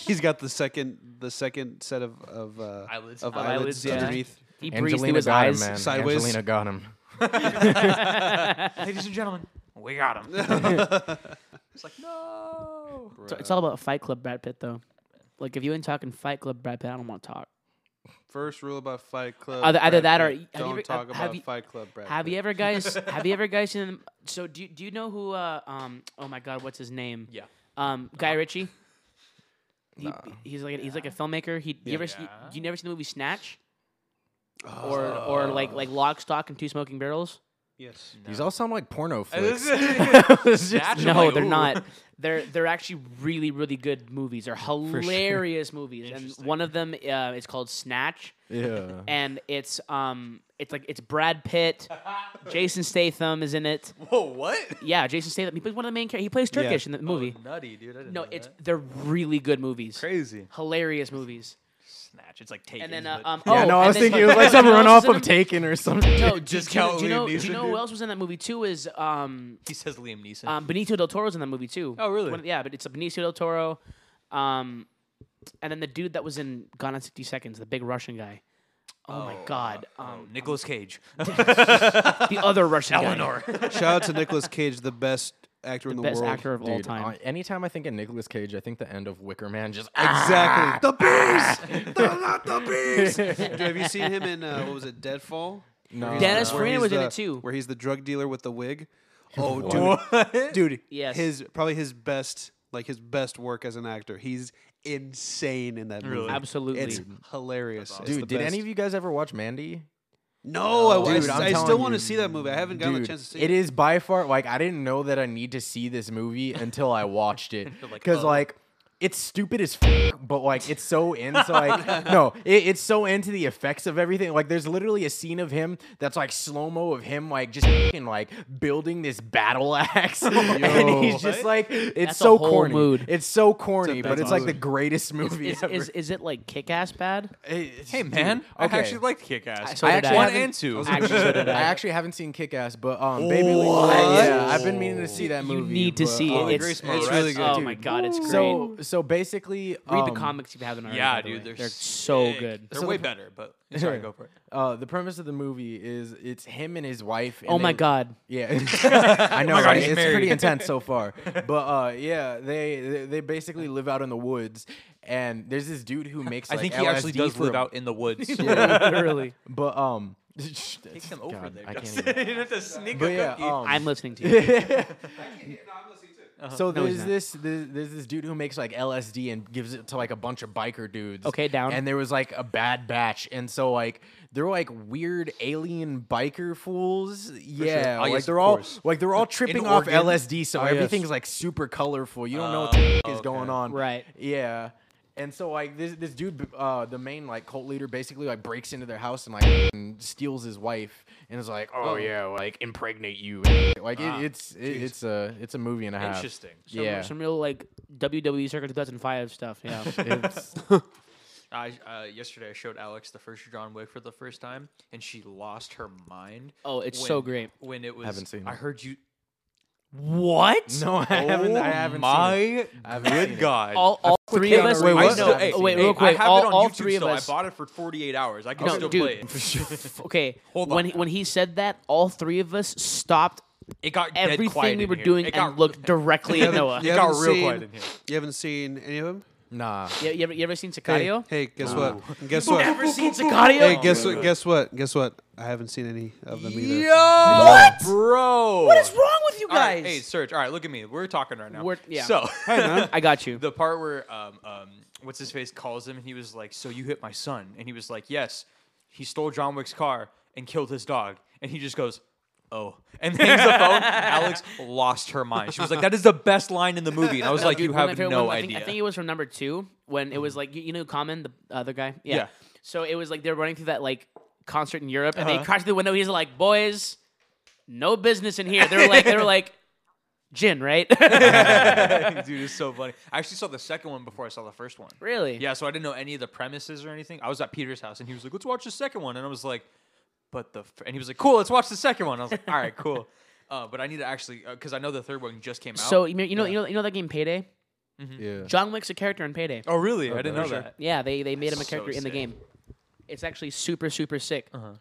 [SPEAKER 2] He's got the second the second set of of uh,
[SPEAKER 3] Eyelids.
[SPEAKER 2] of
[SPEAKER 3] Of
[SPEAKER 1] eyelids,
[SPEAKER 2] eyelids
[SPEAKER 1] yeah. [LAUGHS]
[SPEAKER 2] underneath.
[SPEAKER 1] [LAUGHS] he breathes through
[SPEAKER 4] Angelina
[SPEAKER 1] his
[SPEAKER 4] got
[SPEAKER 1] eyes.
[SPEAKER 4] him, man.
[SPEAKER 2] sideways.
[SPEAKER 4] Angelina got him.
[SPEAKER 1] [LAUGHS]
[SPEAKER 3] [LAUGHS] ladies and gentlemen, we got him. it's like no. [LAUGHS]
[SPEAKER 1] So It's all about Fight Club Brad Pitt, though. Like if you ain't talking Fight Club Brad Pitt, I don't want to talk.
[SPEAKER 2] [LAUGHS] First rule about Fight Club.
[SPEAKER 1] Either- either
[SPEAKER 2] Brad
[SPEAKER 1] that or-
[SPEAKER 2] Pitt,
[SPEAKER 1] have you
[SPEAKER 2] don't
[SPEAKER 1] ever-
[SPEAKER 2] talk
[SPEAKER 1] have
[SPEAKER 2] about
[SPEAKER 1] you-
[SPEAKER 2] Fight Club. Brad
[SPEAKER 1] Have
[SPEAKER 2] Pitt.
[SPEAKER 1] you ever guys? have you ever guys seen? So do you- do you know who? Uh, um. Oh my God, what's his name?
[SPEAKER 3] Yeah.
[SPEAKER 1] Um. Guy Ritchie. He, He's like a, he's like a filmmaker. He you ever s- you-
[SPEAKER 3] Yeah.
[SPEAKER 1] you, never seen the movie Snatch? Or or like like Lock, Stock, and Two Smoking Barrels?
[SPEAKER 2] Yes.
[SPEAKER 4] These all sound like porno flicks.
[SPEAKER 3] [LAUGHS] Snatch, I'm
[SPEAKER 1] no,
[SPEAKER 3] like,
[SPEAKER 1] they're
[SPEAKER 3] ooh.
[SPEAKER 1] not. They're they're actually really really good movies. They're hilarious movies, and
[SPEAKER 3] Interesting.
[SPEAKER 1] one of them uh, is called Snatch. [LAUGHS]
[SPEAKER 4] yeah.
[SPEAKER 1] and it's um it's like it's Brad Pitt,
[SPEAKER 4] [LAUGHS]
[SPEAKER 1] Jason Statham is in it.
[SPEAKER 3] Whoa, what?
[SPEAKER 1] Yeah, Jason Statham. He plays one of the main characters. He plays Turkish in the [LAUGHS] movie.
[SPEAKER 3] Oh, nutty, dude. I didn't
[SPEAKER 1] no,
[SPEAKER 3] know
[SPEAKER 1] it's
[SPEAKER 3] that.
[SPEAKER 1] they're really good movies.
[SPEAKER 3] crazy.
[SPEAKER 1] Hilarious movies.
[SPEAKER 3] Snatch. It's like taking.
[SPEAKER 1] And then uh, um oh,
[SPEAKER 4] Yeah, no, I
[SPEAKER 1] and
[SPEAKER 4] was
[SPEAKER 1] then-
[SPEAKER 4] thinking it
[SPEAKER 1] [LAUGHS]
[SPEAKER 4] was like
[SPEAKER 1] you know
[SPEAKER 4] some
[SPEAKER 1] who else
[SPEAKER 4] runoff
[SPEAKER 1] is in
[SPEAKER 4] of
[SPEAKER 1] it?
[SPEAKER 4] Taken or something.
[SPEAKER 1] No, just
[SPEAKER 3] count
[SPEAKER 1] do you
[SPEAKER 3] Liam
[SPEAKER 1] know,
[SPEAKER 3] Neeson,
[SPEAKER 1] do you know
[SPEAKER 3] dude.
[SPEAKER 1] who else was in that movie too? Is um,
[SPEAKER 3] he says Liam Neeson.
[SPEAKER 1] um Benito del Toro's in that movie too.
[SPEAKER 3] Oh, really?
[SPEAKER 1] One of- yeah, but it's a Benicio del Toro, um, and then the dude that was in Gone in sixty seconds, the big Russian guy. Oh, my God!
[SPEAKER 3] oh,
[SPEAKER 1] Um,
[SPEAKER 3] Nicolas Cage.
[SPEAKER 1] the other Russian guy.
[SPEAKER 3] [LAUGHS] Eleanor.
[SPEAKER 2] Shout
[SPEAKER 1] [LAUGHS]
[SPEAKER 2] out to Nicolas Cage, the best actor in the
[SPEAKER 1] best
[SPEAKER 2] world.
[SPEAKER 1] actor of all
[SPEAKER 4] Dude,
[SPEAKER 1] time.
[SPEAKER 4] uh, anytime I think of Nicolas Cage, I think the end of Wicker Man just ah,
[SPEAKER 2] Exactly. The
[SPEAKER 1] [LAUGHS]
[SPEAKER 2] beast. [LAUGHS] the, not the beast. Dude, have you seen him in uh, what was it? Deadfall.
[SPEAKER 4] No.
[SPEAKER 1] Dennis
[SPEAKER 2] Where
[SPEAKER 1] Farina
[SPEAKER 2] he's
[SPEAKER 1] was in
[SPEAKER 2] the-
[SPEAKER 1] it, too.
[SPEAKER 2] Where he's the drug dealer with the wig. Oh, dude, dude.
[SPEAKER 1] Yes.
[SPEAKER 2] His probably his best like his best work as an actor. He's insane in that movie.
[SPEAKER 1] Absolutely.
[SPEAKER 2] It's hilarious. It's the
[SPEAKER 4] Dude, did
[SPEAKER 2] best.
[SPEAKER 4] any of you guys ever watch Mandy?
[SPEAKER 2] No, I, I-
[SPEAKER 4] Dude, I'm
[SPEAKER 2] I still
[SPEAKER 4] telling
[SPEAKER 2] want to
[SPEAKER 4] you,
[SPEAKER 2] see that movie. I haven't gotten
[SPEAKER 4] Dude,
[SPEAKER 2] the chance to see
[SPEAKER 4] it is by far like I didn't know that I need to see this movie until I
[SPEAKER 2] [LAUGHS]
[SPEAKER 4] watched it
[SPEAKER 3] like,
[SPEAKER 4] because
[SPEAKER 3] oh.
[SPEAKER 4] like it's stupid as f- but like it's so into
[SPEAKER 2] [LAUGHS]
[SPEAKER 4] like no it, it's so into the effects of everything like there's literally a scene of him that's like slow mo of him like just fing like building this battle
[SPEAKER 2] [LAUGHS]
[SPEAKER 4] [LAUGHS] axe and he's just like it's
[SPEAKER 1] That's a
[SPEAKER 4] so
[SPEAKER 1] whole
[SPEAKER 4] corny
[SPEAKER 1] mood.
[SPEAKER 4] it's so corny but
[SPEAKER 2] bad
[SPEAKER 4] it's like the
[SPEAKER 2] mood.
[SPEAKER 4] greatest movie
[SPEAKER 1] Is,
[SPEAKER 4] ever
[SPEAKER 1] is, is it like kick ass bad?
[SPEAKER 4] It's-
[SPEAKER 3] hey
[SPEAKER 4] dude,
[SPEAKER 3] man, I
[SPEAKER 4] okay.
[SPEAKER 3] actually liked Kick Ass.
[SPEAKER 1] so did I.
[SPEAKER 3] one
[SPEAKER 1] haven't-
[SPEAKER 3] and two.
[SPEAKER 1] I actually so did
[SPEAKER 4] I
[SPEAKER 1] I.
[SPEAKER 4] actually haven't seen Kick Ass, but um, Baby Lincoln, I, yeah, I've been meaning to see that
[SPEAKER 1] You
[SPEAKER 4] movie.
[SPEAKER 1] need to
[SPEAKER 4] but,
[SPEAKER 1] see
[SPEAKER 4] um,
[SPEAKER 1] it. It's,
[SPEAKER 3] Grace
[SPEAKER 1] it's
[SPEAKER 3] Moretz.
[SPEAKER 2] really good.
[SPEAKER 1] Oh my god, it's great.
[SPEAKER 4] So, so basically,
[SPEAKER 1] Read the
[SPEAKER 4] um,
[SPEAKER 1] comics if you haven't already.
[SPEAKER 3] Yeah,
[SPEAKER 1] by the
[SPEAKER 3] dude,
[SPEAKER 1] way.
[SPEAKER 3] they're
[SPEAKER 1] so
[SPEAKER 3] sick.
[SPEAKER 1] good.
[SPEAKER 3] They're
[SPEAKER 4] So
[SPEAKER 3] way
[SPEAKER 4] the-
[SPEAKER 3] better, but sorry, go for it.
[SPEAKER 4] Uh, the premise of the movie is it's him and his wife. And
[SPEAKER 1] Oh my
[SPEAKER 4] they-
[SPEAKER 1] god. [LAUGHS]
[SPEAKER 4] Yeah, [LAUGHS] I know.
[SPEAKER 3] Oh God,
[SPEAKER 4] right?
[SPEAKER 3] he's
[SPEAKER 4] It's
[SPEAKER 3] married.
[SPEAKER 4] pretty intense
[SPEAKER 3] [LAUGHS]
[SPEAKER 4] so far. But uh, yeah, they, they they basically live out in the woods, and there's this dude who makes.
[SPEAKER 3] I
[SPEAKER 4] like,
[SPEAKER 3] think he actually
[SPEAKER 4] LSD
[SPEAKER 3] does
[SPEAKER 4] for
[SPEAKER 3] live
[SPEAKER 4] a-
[SPEAKER 3] out in the woods.
[SPEAKER 1] [LAUGHS] Literally.
[SPEAKER 4] But um, [LAUGHS]
[SPEAKER 3] Take him over
[SPEAKER 4] God,
[SPEAKER 3] there.
[SPEAKER 4] I can't
[SPEAKER 3] Justin.
[SPEAKER 4] even-
[SPEAKER 3] you have to sneak
[SPEAKER 4] But
[SPEAKER 3] a
[SPEAKER 4] yeah,
[SPEAKER 3] cookie.
[SPEAKER 4] um,
[SPEAKER 1] I'm listening to you.
[SPEAKER 4] So
[SPEAKER 1] No, he's
[SPEAKER 4] there's
[SPEAKER 1] not.
[SPEAKER 4] this, there's there's this dude who makes like LSD and gives it to like a bunch of biker dudes.
[SPEAKER 1] Okay, down.
[SPEAKER 4] And there was like a bad batch, and so like they're like weird alien biker fools. Yeah,
[SPEAKER 3] Ah,
[SPEAKER 4] like
[SPEAKER 3] yes,
[SPEAKER 4] they're
[SPEAKER 3] of
[SPEAKER 4] all
[SPEAKER 3] course.
[SPEAKER 4] like they're all tripping off
[SPEAKER 3] Oregon?
[SPEAKER 4] LSD, so
[SPEAKER 2] Ah, yes.
[SPEAKER 4] everything's like super colorful. You don't know what the f- is
[SPEAKER 3] okay.
[SPEAKER 4] going on.
[SPEAKER 1] Right.
[SPEAKER 4] Yeah. And so like this this dude uh the main like cult leader basically like breaks into their house and like f***ing steals his wife and is like oh, yeah like impregnate you like it, it's it, it's a it's a movie and a half
[SPEAKER 3] Interesting.
[SPEAKER 1] Some-
[SPEAKER 4] [LAUGHS] yeah.
[SPEAKER 1] Some real like E WWE Circa 2005 stuff. Yeah.
[SPEAKER 4] [LAUGHS] [LAUGHS] It's-
[SPEAKER 3] I, uh, yesterday, I showed Alex the first John Wick for the first time, and she lost her mind.
[SPEAKER 1] Oh, it's so
[SPEAKER 3] when-
[SPEAKER 1] great.
[SPEAKER 3] When it was,
[SPEAKER 4] Haven't seen
[SPEAKER 3] I
[SPEAKER 4] it.
[SPEAKER 3] heard you.
[SPEAKER 1] What?
[SPEAKER 4] no, I haven't. I
[SPEAKER 3] Oh
[SPEAKER 4] haven't
[SPEAKER 3] my
[SPEAKER 4] seen it. I haven't seen
[SPEAKER 3] Good
[SPEAKER 4] it.
[SPEAKER 3] God!
[SPEAKER 1] All, all three of
[SPEAKER 4] on a
[SPEAKER 1] us.
[SPEAKER 4] Wait,
[SPEAKER 1] I
[SPEAKER 4] what?
[SPEAKER 1] know.
[SPEAKER 4] No,
[SPEAKER 1] oh, wait, real quick.
[SPEAKER 3] I have
[SPEAKER 1] all
[SPEAKER 3] it on
[SPEAKER 1] all
[SPEAKER 3] YouTube
[SPEAKER 1] three of
[SPEAKER 3] still.
[SPEAKER 1] us.
[SPEAKER 3] I bought it for 48 hours. I can
[SPEAKER 1] No,
[SPEAKER 3] still play
[SPEAKER 1] dude.
[SPEAKER 3] it.
[SPEAKER 1] okay.
[SPEAKER 3] Hold
[SPEAKER 1] when
[SPEAKER 3] on.
[SPEAKER 1] He, when he said that, all three of us stopped
[SPEAKER 3] It got dead quiet
[SPEAKER 1] everything we
[SPEAKER 3] in
[SPEAKER 1] were
[SPEAKER 3] here.
[SPEAKER 1] doing
[SPEAKER 3] It
[SPEAKER 1] and
[SPEAKER 3] got, [LAUGHS]
[SPEAKER 1] looked directly at Noah.
[SPEAKER 2] You
[SPEAKER 3] it got
[SPEAKER 2] haven't
[SPEAKER 3] real
[SPEAKER 2] seen-
[SPEAKER 3] quiet in here.
[SPEAKER 2] You haven't seen any of them?
[SPEAKER 4] Nah.
[SPEAKER 1] You, you, ever, you ever seen
[SPEAKER 2] Hey,
[SPEAKER 1] Sicario?
[SPEAKER 2] Hey, guess what? [LAUGHS] Guess what?
[SPEAKER 3] Ever seen
[SPEAKER 2] Hey,
[SPEAKER 1] Sicario?
[SPEAKER 2] guess what? Guess what? Guess what? I haven't seen any of them either.
[SPEAKER 3] Yo,
[SPEAKER 1] What?
[SPEAKER 3] bro?
[SPEAKER 1] What is wrong with you
[SPEAKER 3] All right,
[SPEAKER 1] guys?
[SPEAKER 3] hey, Serge. All right, look at me. We're talking right
[SPEAKER 1] [LAUGHS]
[SPEAKER 3] now. [LAUGHS]
[SPEAKER 1] We're- yeah.
[SPEAKER 3] So
[SPEAKER 2] Hey, man.
[SPEAKER 1] I got you.
[SPEAKER 3] the part where um, um, what's his face calls him and he was like, "So you hit my son?" And he was like, "Yes, he stole John Wick's car and killed his dog." And he just goes, "Oh," and then hangs
[SPEAKER 1] [LAUGHS]
[SPEAKER 3] the phone. Alex lost her mind. She was like, "That is the best line in the movie," and I was like,
[SPEAKER 1] Dude,
[SPEAKER 3] "You
[SPEAKER 1] one of my
[SPEAKER 3] have
[SPEAKER 1] favorite
[SPEAKER 3] no
[SPEAKER 1] ones, I think,
[SPEAKER 3] idea." Mm-hmm.
[SPEAKER 1] I think it was from number two when it was like you, you know Common, the other guy. Yeah.
[SPEAKER 3] Yeah.
[SPEAKER 1] So it was like they're running through that like concert in Europe,
[SPEAKER 3] Uh-huh.
[SPEAKER 1] and they crashed through the window. He's like, "Boys, no business in here." They were like,
[SPEAKER 3] [LAUGHS]
[SPEAKER 1] "They were like, gin, right?" [LAUGHS]
[SPEAKER 3] Dude, it's so funny. I actually saw the second one before I saw the first one.
[SPEAKER 1] really?
[SPEAKER 3] Yeah, so I didn't know any of the premises or anything. I was at Peter's house and he was like, "Let's watch the second one," and I was like, "But the," f-, and he was like, "Cool, let's watch the second one." I was like,
[SPEAKER 1] [LAUGHS]
[SPEAKER 3] "All right, cool." Uh, but I need to actually because I know the third one just came out.
[SPEAKER 1] So you know, you know, you know, you know that game Payday.
[SPEAKER 4] Yeah.
[SPEAKER 1] John Wick's a character in Payday.
[SPEAKER 3] oh really? I didn't know
[SPEAKER 4] for sure.
[SPEAKER 3] that.
[SPEAKER 1] Yeah, they they made him a
[SPEAKER 3] So
[SPEAKER 1] character in the
[SPEAKER 3] sick.
[SPEAKER 1] game. It's actually super super sick.
[SPEAKER 3] Uh-huh.